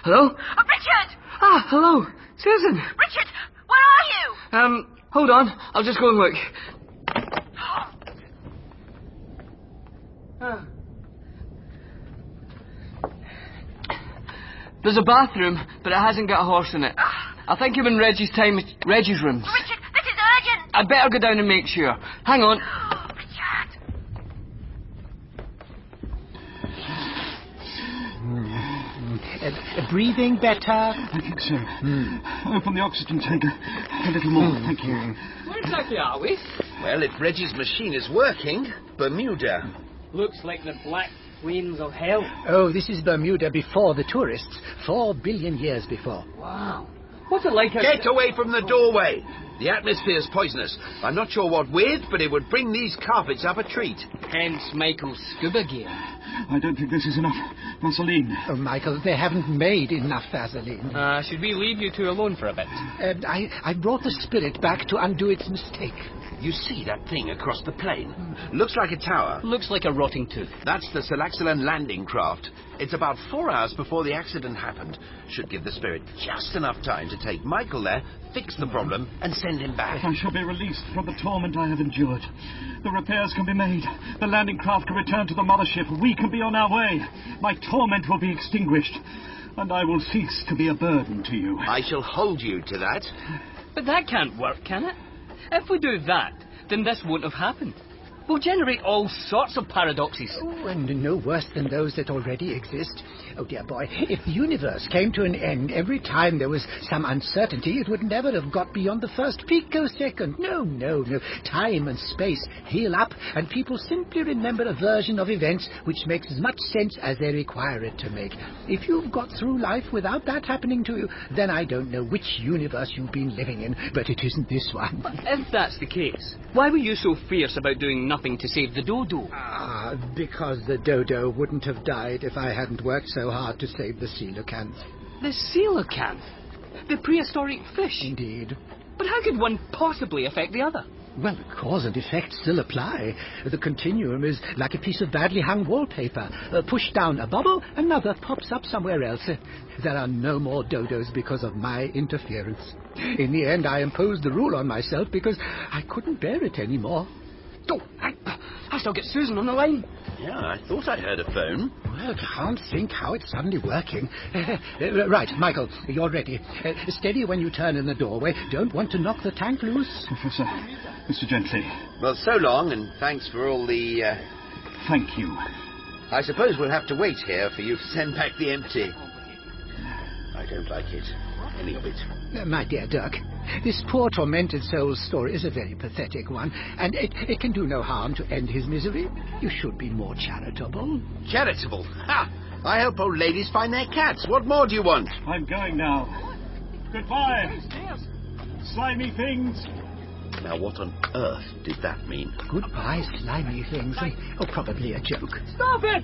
Speaker 4: Hello?
Speaker 11: Oh, Richard!
Speaker 4: Ah, hello. Susan.
Speaker 11: Richard, where are you?
Speaker 4: Um, hold on. I'll just go and look.
Speaker 16: Ah.
Speaker 11: There's a bathroom, but it hasn't got a horse in it. I think I'm in Reggie's time. Reggie's rooms.
Speaker 10: Richard, this is urgent.
Speaker 11: I'd better go down and make sure. Hang on.
Speaker 14: Mm.
Speaker 9: breathing better?
Speaker 16: I think so.
Speaker 17: Hmm.
Speaker 16: Open the oxygen tank a little more.
Speaker 13: Hmm.
Speaker 16: Thank you.
Speaker 11: Where exactly are we?
Speaker 14: Well, if Reggie's machine is working, Bermuda.
Speaker 9: Looks like the Black Queens of Hell.
Speaker 17: Oh, this is Bermuda before the tourists. Four billion years before.
Speaker 9: Wow. What's it like? out-
Speaker 14: Get away from the doorway! The atmosphere's poisonous. I'm not sure what with, but it would bring these carpets up a treat.
Speaker 11: Hence Michael's scuba gear.
Speaker 16: I don't think this is enough Vaseline.
Speaker 17: Oh, Michael, they haven't made enough Vaseline.
Speaker 9: Uh, should we leave you two alone for a bit?
Speaker 17: And I, I brought the spirit back to undo its mistake.
Speaker 14: You see that thing across the plain? Looks like a tower.
Speaker 11: Looks like a rotting tooth.
Speaker 14: That's the Salaxilan landing craft. It's about four hours before the accident happened. Should give the spirit just enough time to take Michael there, fix the problem, and send him back.
Speaker 16: I shall be released from the torment I have endured. The repairs can be made. The landing craft can return to the mothership. We can be on our way. My torment will be extinguished. And I will cease to be a burden to you.
Speaker 14: I shall hold you to that.
Speaker 9: But that can't work, can it? If we do that, then this won't have happened. We'll generate all sorts of paradoxes.
Speaker 17: Oh, and no worse than those that already exist. Oh, dear boy, if the universe came to an end every time there was some uncertainty, it would never have got beyond the first picosecond. No, no, no. Time and space heal up, and people simply remember a version of events which makes as much sense as they require it to make. If you've got through life without that happening to you, then I don't know which universe you've been living in, but it isn't this one.
Speaker 9: If that's the case, why were you so fierce about doing nothing to save the dodo?
Speaker 17: Ah, because the dodo wouldn't have died if I hadn't worked so hard to save the coelacanth.
Speaker 9: The coelacanth? The prehistoric fish?
Speaker 17: Indeed.
Speaker 9: But how could one possibly affect the other?
Speaker 17: Well, cause and effect still apply. The continuum is like a piece of badly hung wallpaper. Uh, push down a bubble, another pops up somewhere else. Uh, There are no more dodos because of my interference. In the end, I imposed the rule on myself because I couldn't bear it anymore.
Speaker 9: Oh, I, I still get Susan on the line.
Speaker 14: Yeah, I thought I heard a phone.
Speaker 17: Well, can't think how it's suddenly working. Uh, right, Michael, you're ready. Uh, steady when you turn in the doorway. Don't want to knock the tank loose.
Speaker 16: Professor, Mr. Gently,
Speaker 14: Well, so long, and thanks for all the. Uh,
Speaker 16: thank you.
Speaker 14: I suppose we'll have to wait here for you to send back the empty. I don't like it. Any of it.
Speaker 17: Uh, My dear Dirk, this poor tormented soul's story is a very pathetic one, and it, it can do no harm to end his misery. You should be more charitable.
Speaker 14: Charitable. Ha! I hope old ladies find their cats. What more do you want?
Speaker 16: I'm going now. Goodbye, slimy things.
Speaker 14: Now, what on earth did that mean?
Speaker 17: Goodbye, slimy things. Oh, probably a joke.
Speaker 9: Stop it!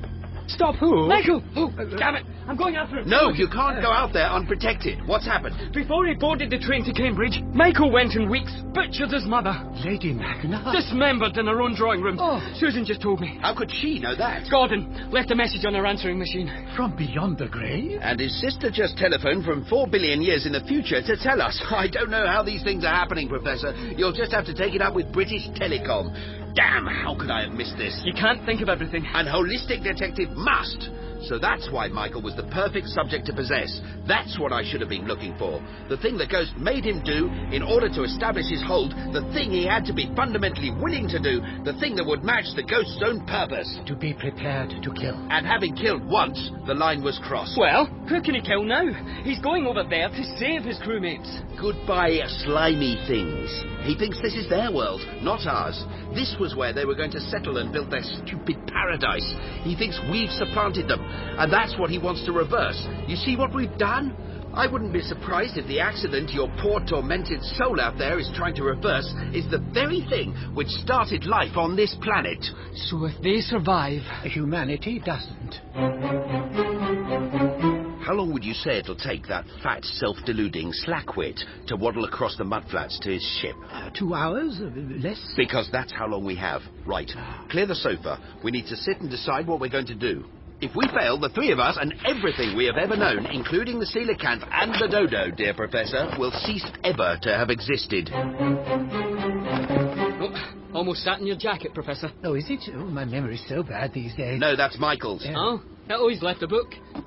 Speaker 17: Stop who?
Speaker 9: Michael! Oh, damn it! I'm going after him.
Speaker 14: No, you can't go out there unprotected. What's happened?
Speaker 9: Before he boarded the train to Cambridge, Michael went in weeks, butchered his mother,
Speaker 17: Lady Oh. Magna.
Speaker 9: dismembered in her own drawing room. Susan just told me.
Speaker 14: How could she know that?
Speaker 9: Gordon left a message on her answering machine.
Speaker 17: From beyond the grave?
Speaker 14: And his sister just telephoned from four billion years in the future to tell us. I don't know how these things are happening, Professor. You'll just have to take it up with British Telecom. Damn, how could I have missed this?
Speaker 9: You can't think of everything.
Speaker 14: And Holistic Detective must. So that's why Michael was the perfect subject to possess. That's what I should have been looking for. The thing the ghost made him do in order to establish his hold, the thing he had to be fundamentally willing to do, the thing that would match the ghost's own purpose.
Speaker 17: To be prepared to kill.
Speaker 14: And having killed once, the line was crossed.
Speaker 9: Well, who can he kill now? He's going over there to save his crewmates.
Speaker 14: Goodbye, slimy things. He thinks this is their world, not ours. This was where they were going to settle and build their stupid paradise. He thinks we've supplanted them, and that's what he wants to reverse. You see what we've done? I wouldn't be surprised if the accident your poor tormented soul out there is trying to reverse is the very thing which started life on this planet.
Speaker 9: So if they survive,
Speaker 17: Humanity doesn't.
Speaker 14: How long would you say it'll take that fat, self-deluding slackwit to waddle across the mudflats to his ship?
Speaker 17: Uh, two hours? Uh, less? Ah.
Speaker 14: Because that's how long we have. Right. Clear the sofa. We need to sit and decide what we're going to do. If we fail, the three of us and everything we have ever known, including the coelacanth and the dodo, dear Professor, will cease ever to have existed.
Speaker 9: oh, almost sat in your jacket, Professor.
Speaker 17: Oh, is it? Oh, my memory's so bad these days.
Speaker 14: No, that's Michael's.
Speaker 17: Yeah.
Speaker 9: Oh, that always left a book. Uh,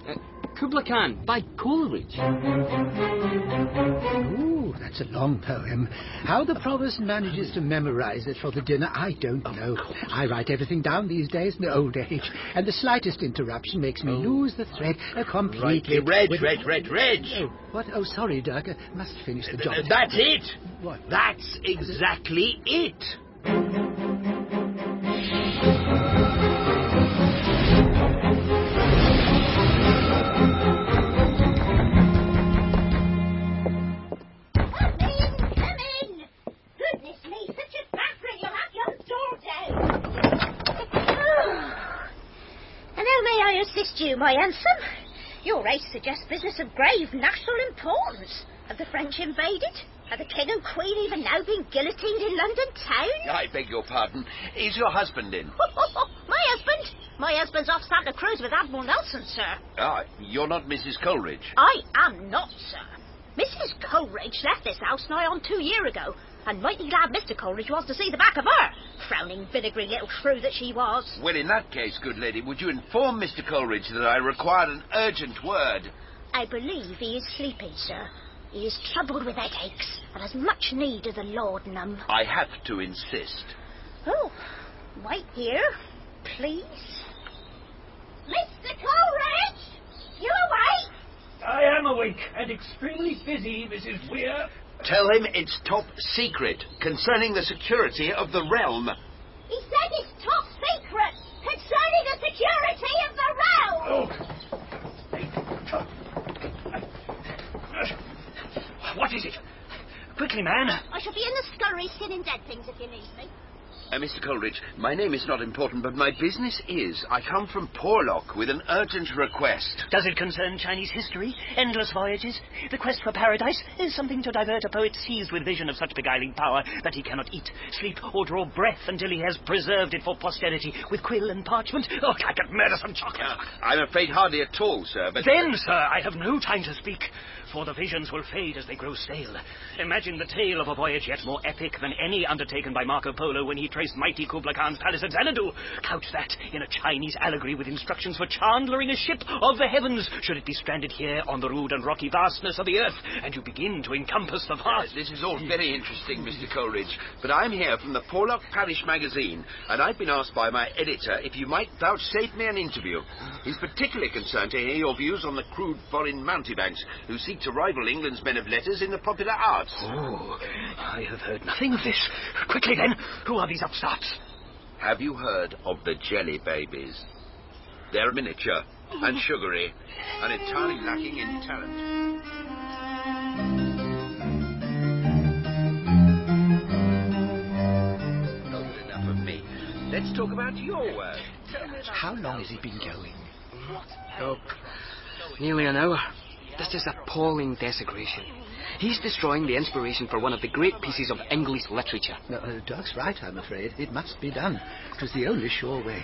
Speaker 55: Kubla Khan by Coleridge.
Speaker 17: Ooh, that's a long poem. How the provost manages to memorize it for the dinner, I don't know. I write everything down these days in old age, and the slightest interruption makes me lose the thread uh,
Speaker 56: Rightly,
Speaker 17: completely.
Speaker 56: Oh. Reg,
Speaker 17: With-
Speaker 56: Reg, Reg, Reg.
Speaker 17: Oh, what? Oh, sorry, Dirk. I must finish the job.
Speaker 56: Uh, That's it.
Speaker 17: What?
Speaker 56: That's exactly it.
Speaker 57: Goodness me, such a battering! You'll have your daughter.
Speaker 23: And how may I assist you, my handsome? Your race suggests business of grave national importance. Have the French invaded? Have the King and Queen even now been guillotined in London town?
Speaker 14: I beg your pardon. Is your husband in?
Speaker 23: my husband? My husband's off Santa Cruz with Admiral Nelson, sir.
Speaker 14: Ah, you're not Mrs. Coleridge.
Speaker 23: I am not, sir. Mrs. Coleridge left this house nigh on two year ago, and mighty glad Mr. Coleridge was to see the back of her, frowning, vinegary little shrew that she was.
Speaker 14: Well, in that case, good lady, would you inform Mr. Coleridge that I require an urgent word?
Speaker 23: I believe he is sleepy, sir. He is troubled with headaches and has much need of the laudanum.
Speaker 14: I have to insist.
Speaker 23: Oh, wait here, please. Mr. Coleridge, you awake?
Speaker 4: I am awake and extremely busy, Mrs. Weir.
Speaker 14: Tell him it's top secret concerning the security of the realm.
Speaker 57: He said his top secret concerning the security of the realm.
Speaker 4: Oh. What is it? Quickly, man.
Speaker 23: I shall be in the scullery skinning dead things if you need me.
Speaker 14: Uh, Mr. Coleridge, my name is not important, but my business is. I come from Porlock with an urgent request.
Speaker 4: Does it concern Chinese history, endless voyages, the quest for paradise, is something to divert a poet seized with vision of such beguiling power that he cannot eat, sleep, or draw breath until he has preserved it for posterity with quill and parchment? Oh, I could murder some chocolate.
Speaker 14: Ah, I'm afraid hardly at all, sir, but.
Speaker 4: Then, sir, I have no time to speak, for the visions will fade as they grow stale. Imagine the tale of a voyage yet more epic than any undertaken by Marco Polo when he traced mighty Kublai Khan's palace at Xanadu. Couch that in a Chinese allegory with instructions for chandlering a ship of the heavens, should it be stranded here on the rude and rocky vastness of the earth, and you begin to encompass the
Speaker 14: Uh,
Speaker 4: vast.
Speaker 14: this is all very interesting, Mr. Coleridge, but I'm here from the Porlock Parish magazine, and I've been asked by my editor if you might vouchsafe me an interview. He's particularly concerned to hear your views on the crude foreign mountebanks who seek to rival England's men of letters in the popular arts.
Speaker 4: Oh, I have heard nothing of this. Quickly then, who are these upstarts?
Speaker 14: Have you heard of the jelly babies? They're miniature and sugary and entirely lacking in talent. Not good enough of me. Let's talk about your work.
Speaker 11: How long has he been going? Oh, nearly an hour. This is appalling desecration. He's destroying the inspiration for one of the great pieces of English literature.
Speaker 17: No, uh, Dirk's right, I'm afraid. It must be done. It was the only sure way.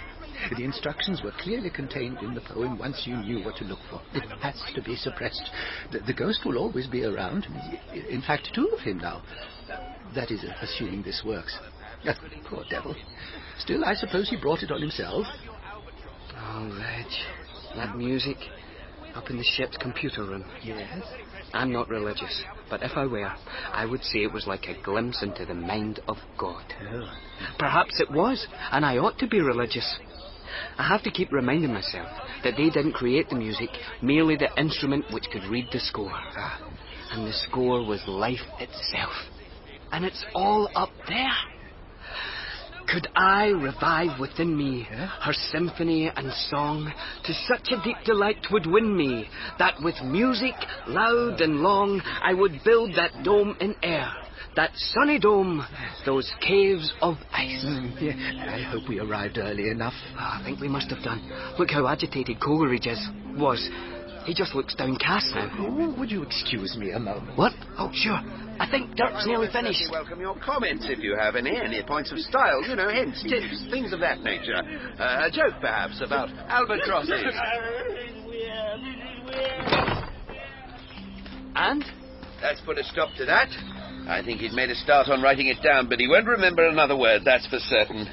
Speaker 17: The instructions were clearly contained in the poem once you knew what to look for. It has to be suppressed. The, the ghost will always be around. In fact, two of him now. That is, assuming this works. Ah, Poor devil. Still, I suppose he brought it on himself.
Speaker 11: Oh, Reg, that music up in the ship's computer room. Yes? I'm not religious, but if I were, I would say it was like a glimpse into the mind of God. Perhaps it was, and I ought to be religious. I have to keep reminding myself that they didn't create the music, merely the instrument which could read the score. Ah, And the score was life itself. And it's all up there. Could I revive within me her symphony and song to such a deep delight 'twould win me that with music loud and long I would build that dome in air, that sunny dome, those caves of ice?
Speaker 17: I hope we arrived early enough.
Speaker 11: Mm, Ah, I think we must have done. Look how agitated Coleridge is. Was. He just looks downcast now.
Speaker 17: would you excuse me a moment?
Speaker 11: What? Oh, sure. I think Dirk's nearly finished.
Speaker 14: Welcome your comments if you have any, any points of style, you know, hints, tips, things of that nature. Uh, a joke, perhaps, about albatrosses.
Speaker 11: And?
Speaker 14: Let's put a stop to that. I think he'd made a start on writing it down, but he won't remember another word, that's for certain.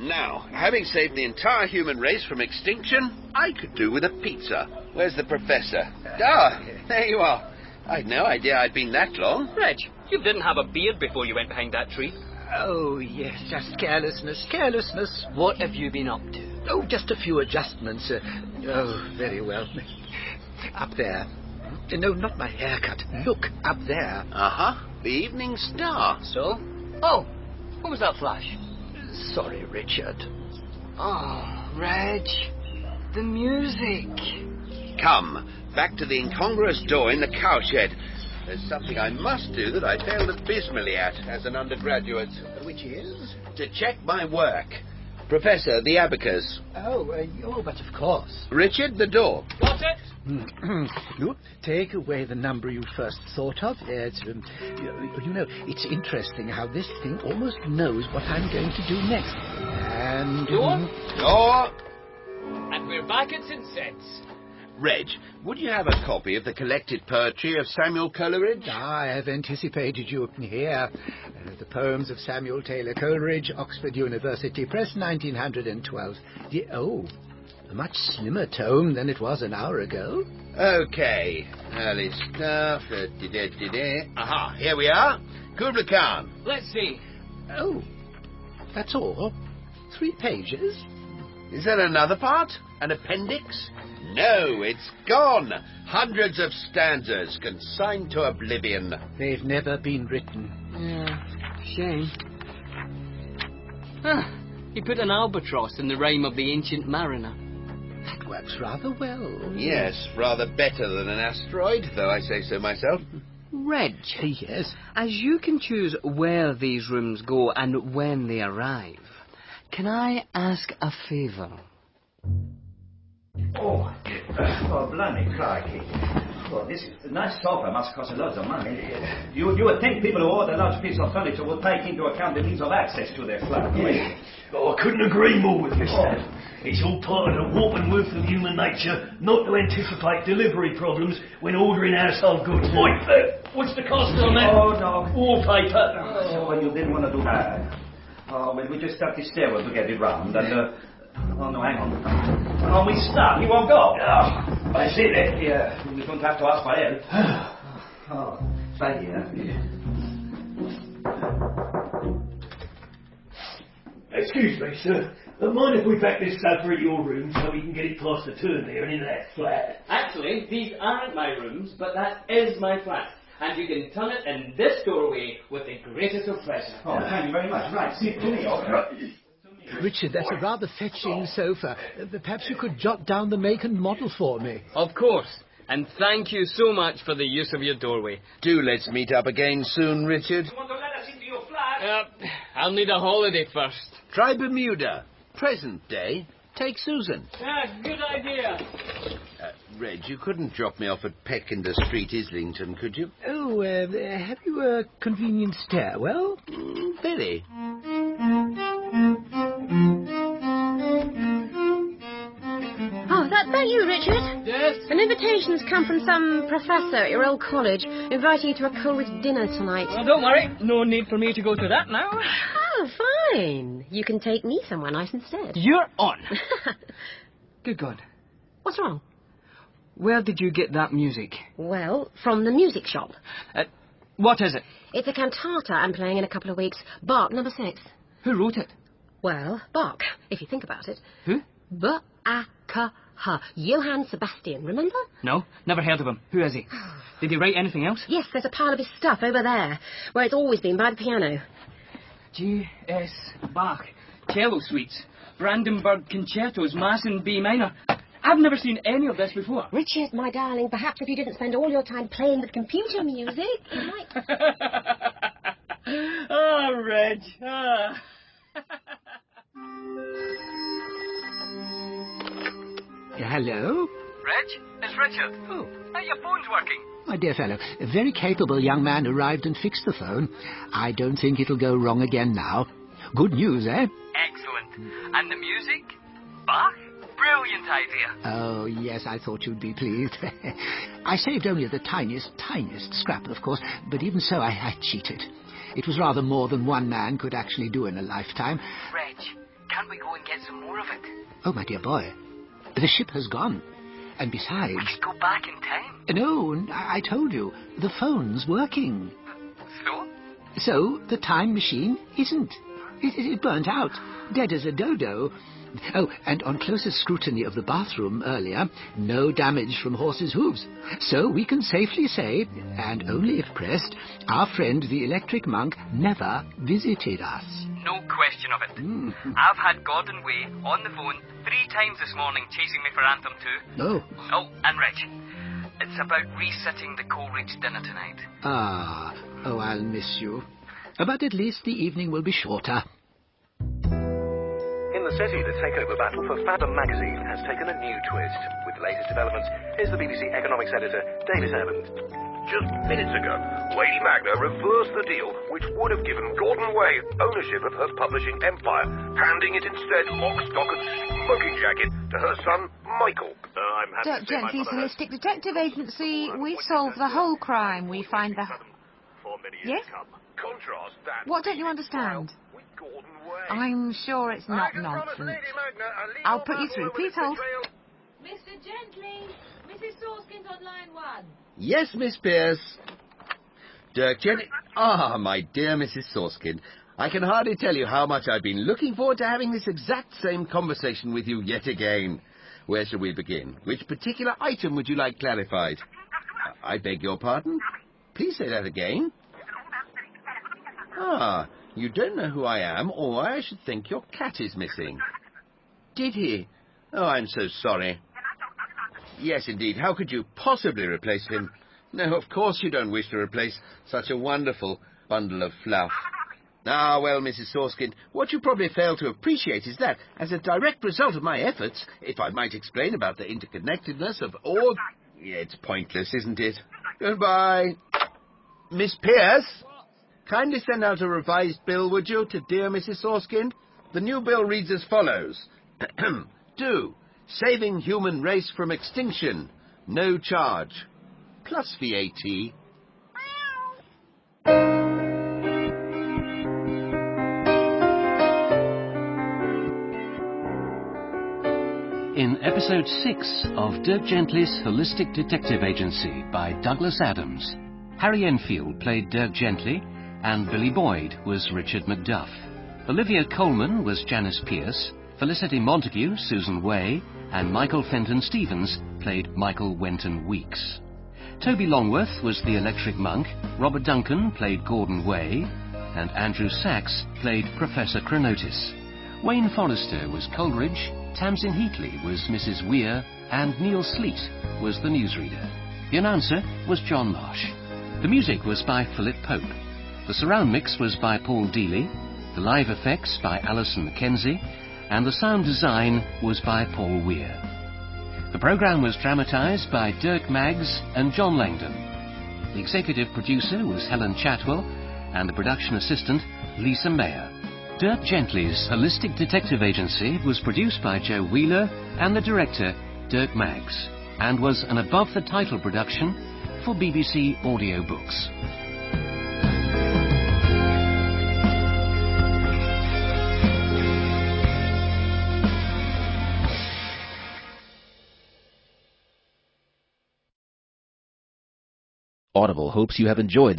Speaker 14: Now, having saved the entire human race from extinction, I could do with a pizza. Where's the professor? Ah, there you are. I'd no idea I'd been that long.
Speaker 58: Reg, you didn't have a beard before you went behind that tree.
Speaker 4: Oh, yes, just carelessness, carelessness.
Speaker 58: What have you been up to?
Speaker 4: Oh, just a few adjustments. Uh, oh, very well. Up there. Uh, No, not my haircut. Look, up there.
Speaker 14: Uh huh. The evening star.
Speaker 58: So? Oh, what was that flash?
Speaker 4: Sorry, Richard.
Speaker 11: Oh, Reg, the music.
Speaker 14: Come, back to the incongruous door in the cowshed. There's something I must do that I failed abysmally at as an undergraduate.
Speaker 4: Which is?
Speaker 14: To check my work. Professor, the abacus.
Speaker 4: Oh, uh, oh, but of course.
Speaker 14: Richard, the door.
Speaker 58: Got it?
Speaker 17: you Hmm. take away the number you first thought of. It's, um, you, you know, it's interesting how this thing almost knows what I'm going to do next. And um,
Speaker 14: Door.
Speaker 58: And we're back at Sunsets.
Speaker 14: Reg, would you have a copy of the collected poetry of Samuel Coleridge?
Speaker 17: Ah, I have anticipated you here. Uh, the poems of Samuel Taylor Coleridge, Oxford University Press, 1912. The, oh, a much slimmer tome than it was an hour ago.
Speaker 14: Okay, early stuff. uh, de-de-de-de. Aha, here we are. Kubla Khan.
Speaker 58: Let's see.
Speaker 17: Oh, that's all. Three pages?
Speaker 14: Is there another part? An appendix? No, it's gone. Hundreds of stanzas consigned to oblivion.
Speaker 17: They've never been written.
Speaker 11: Yeah,
Speaker 17: Shame.
Speaker 11: Ah, he put an albatross in the rhyme of the ancient mariner.
Speaker 17: That works rather well.
Speaker 14: Yes, rather better than an asteroid, though I say so myself.
Speaker 11: Reg,
Speaker 17: Yes.
Speaker 11: as you can choose where these rooms go and when they arrive, can I ask a favour?
Speaker 16: Oh, oh, blimey, crikey. Well, this nice sofa must cost loads of money. You, you would think people who order large piece of furniture would take into account the means of access to their flat.
Speaker 19: Yeah. Oh, I couldn't agree more with Mr. It's all part of the warp and woof of human nature not to anticipate delivery problems when ordering household goods like uh, What's the cost on that?
Speaker 16: Oh, no.
Speaker 19: Wallpaper.
Speaker 16: Oh, so well, you didn't want to do that. Oh, well, we just got the stairwell to get it round, and, uh, oh, no, hang on. Oh, we stop. He won't go. Ah.
Speaker 19: Oh, I see that.
Speaker 16: Yeah, we don't have to ask for help. oh, right here.
Speaker 19: Excuse me, sir. But mind if we back this sofa at your room so we can get it past the turn there and into that flat?
Speaker 11: Actually, these aren't my rooms, but that is my flat. And you can turn it in this doorway with the greatest of pleasure.
Speaker 16: Oh, thank you very much. Right, sit to me, all right.
Speaker 17: Richard, that's a rather fetching sofa. Uh, Perhaps you could jot down the make and model for me.
Speaker 11: Of course. And thank you so much for the use of your doorway.
Speaker 14: Do let's meet up again soon, Richard.
Speaker 19: want to let us into your flat?
Speaker 11: Uh, I'll need a holiday first.
Speaker 14: Try Bermuda. Present day. Take Susan.
Speaker 11: Ah, good idea.
Speaker 14: Uh, Reg, you couldn't drop me off at Peckinder Street, Islington, could you?
Speaker 17: Oh, uh, have you a convenient stairwell?
Speaker 14: Mm, very.
Speaker 7: Oh, is that about you, Richard?
Speaker 11: Yes?
Speaker 7: An invitation's come from some professor at your old college inviting you to a Coleridge dinner tonight.
Speaker 11: Well, Oh, don't worry. No need for me to go to that now.
Speaker 7: Oh, fine. You can take me somewhere nice instead.
Speaker 11: You're on. Good God.
Speaker 7: What's wrong?
Speaker 11: Where did you get that music?
Speaker 7: Well, from the music shop.
Speaker 11: Uh, what is it?
Speaker 7: It's a cantata I'm playing in a couple of weeks. Bach, number six.
Speaker 11: Who wrote it?
Speaker 7: Well, Bach, if you think about it.
Speaker 11: Who?
Speaker 7: B-A-K-H. Johann Sebastian, remember?
Speaker 11: No, never heard of him. Who is he? Did he write anything else?
Speaker 7: Yes, there's a pile of his stuff over there, where it's always been by the piano.
Speaker 11: G.S. Bach, cello suites, Brandenburg concertos, Mass in B minor. I've never seen any of this before.
Speaker 7: Richard, my darling, perhaps if you didn't spend all your time playing with computer music, you might...
Speaker 11: Ah, Reg. Ah.
Speaker 17: Hello?
Speaker 58: Reg, it's Richard. Oh. Hey, your phone's working.
Speaker 17: My dear fellow, a very capable young man arrived and fixed the phone. I don't think it'll go wrong again now. Good news, eh?
Speaker 58: Excellent. And the music? Bach? Brilliant idea.
Speaker 17: Oh, yes, I thought you'd be pleased. I saved only the tiniest, tiniest scrap, of course, but even so, I, I cheated. It was rather more than one man could actually do in a lifetime.
Speaker 58: Reg,
Speaker 11: Can't we go and get some more of it?
Speaker 17: Oh, my dear boy, the ship has gone. And besides.
Speaker 11: We could go back in time.
Speaker 17: No, n- I I told you, the phone's working.
Speaker 11: So?
Speaker 17: So the time machine isn't. It, it, it burnt out, dead as a dodo. Oh, and on closer scrutiny of the bathroom earlier, no damage from horses' hooves. So we can safely say, and only if pressed, our friend the electric monk never visited us.
Speaker 11: No question of it. I've had Gordon Way on the phone three times this morning chasing me for Anthem 2.
Speaker 17: Oh,
Speaker 11: Oh, and Rich. It's about resitting the Coleridge dinner tonight.
Speaker 17: ah, oh, I'll miss you. But at least the evening will be shorter.
Speaker 4: In the city, the takeover battle for Fathom magazine has taken a new twist. With the latest developments, here's the BBC economics editor, David Hammond.
Speaker 3: Just minutes ago, Lady Magna reversed the deal, which would have given Gordon Way ownership of her publishing empire, handing it instead lock, stock, and smoking jacket to her son, Michael. Uh, I'm happy
Speaker 6: Dirk
Speaker 3: to say my
Speaker 6: Gently's
Speaker 3: mother has
Speaker 6: Holistic Detective Agency, we solve the whole crime. We find the.
Speaker 3: for many years
Speaker 6: Yes?
Speaker 3: to come. Contrast that
Speaker 6: What don't you understand? I'm sure it's not nonsense. I'll put you through. Please hold.
Speaker 59: Mr. Gently, Mrs. Sorskins on line one.
Speaker 14: Yes, Miss Pierce. Dirk Jenny. Ah, my dear Mrs. Sorskin. I can hardly tell you how much I've been looking forward to having this exact same conversation with you yet again. Where shall we begin? Which particular item would you like clarified? I I beg your pardon? Please say that again. Ah, you don't know who I am, or why I should think your cat is missing. Did he? Oh, I'm so sorry. Yes, indeed. How could you possibly replace him? No, of course you don't wish to replace such a wonderful bundle of fluff. Ah, well, Mrs. Sorskin, what you probably fail to appreciate is that, as a direct result of my efforts, if I might explain about the interconnectedness of all. Yeah, it's pointless, isn't it? Goodbye. Miss Pierce? Kindly send out a revised bill, would you, to dear Mrs. Sorskin? The new bill reads as follows. Do. Saving human race from extinction. No charge. Plus VAT.
Speaker 1: In episode 6 of Dirk Gently's Holistic Detective Agency by Douglas Adams, Harry Enfield played Dirk Gently and Billy Boyd was Richard McDuff. Olivia Coleman was Janice Pierce, Felicity Montague, Susan Way, and Michael Fenton Stevens played Michael Wenton Weeks. Toby Longworth was the Electric Monk, Robert Duncan played Gordon Way, and Andrew Sachs played Professor Cronotis. Wayne Forrester was Coleridge, Tamsin Heatley was Mrs. Weir, and Neil Sleet was the newsreader. The announcer was John Marsh. The music was by Philip Pope. The surround mix was by Paul Deely, the live effects by Alison McKenzie, and the sound design was by Paul Weir. The programme was dramatised by Dirk Maggs and John Langdon. The executive producer was Helen Chatwell, and the production assistant, Lisa Mayer. Dirk Gently's Holistic Detective Agency was produced by Joe Wheeler and the director, Dirk Maggs, and was an above the title production for BBC Audiobooks.
Speaker 60: Audible hopes you have enjoyed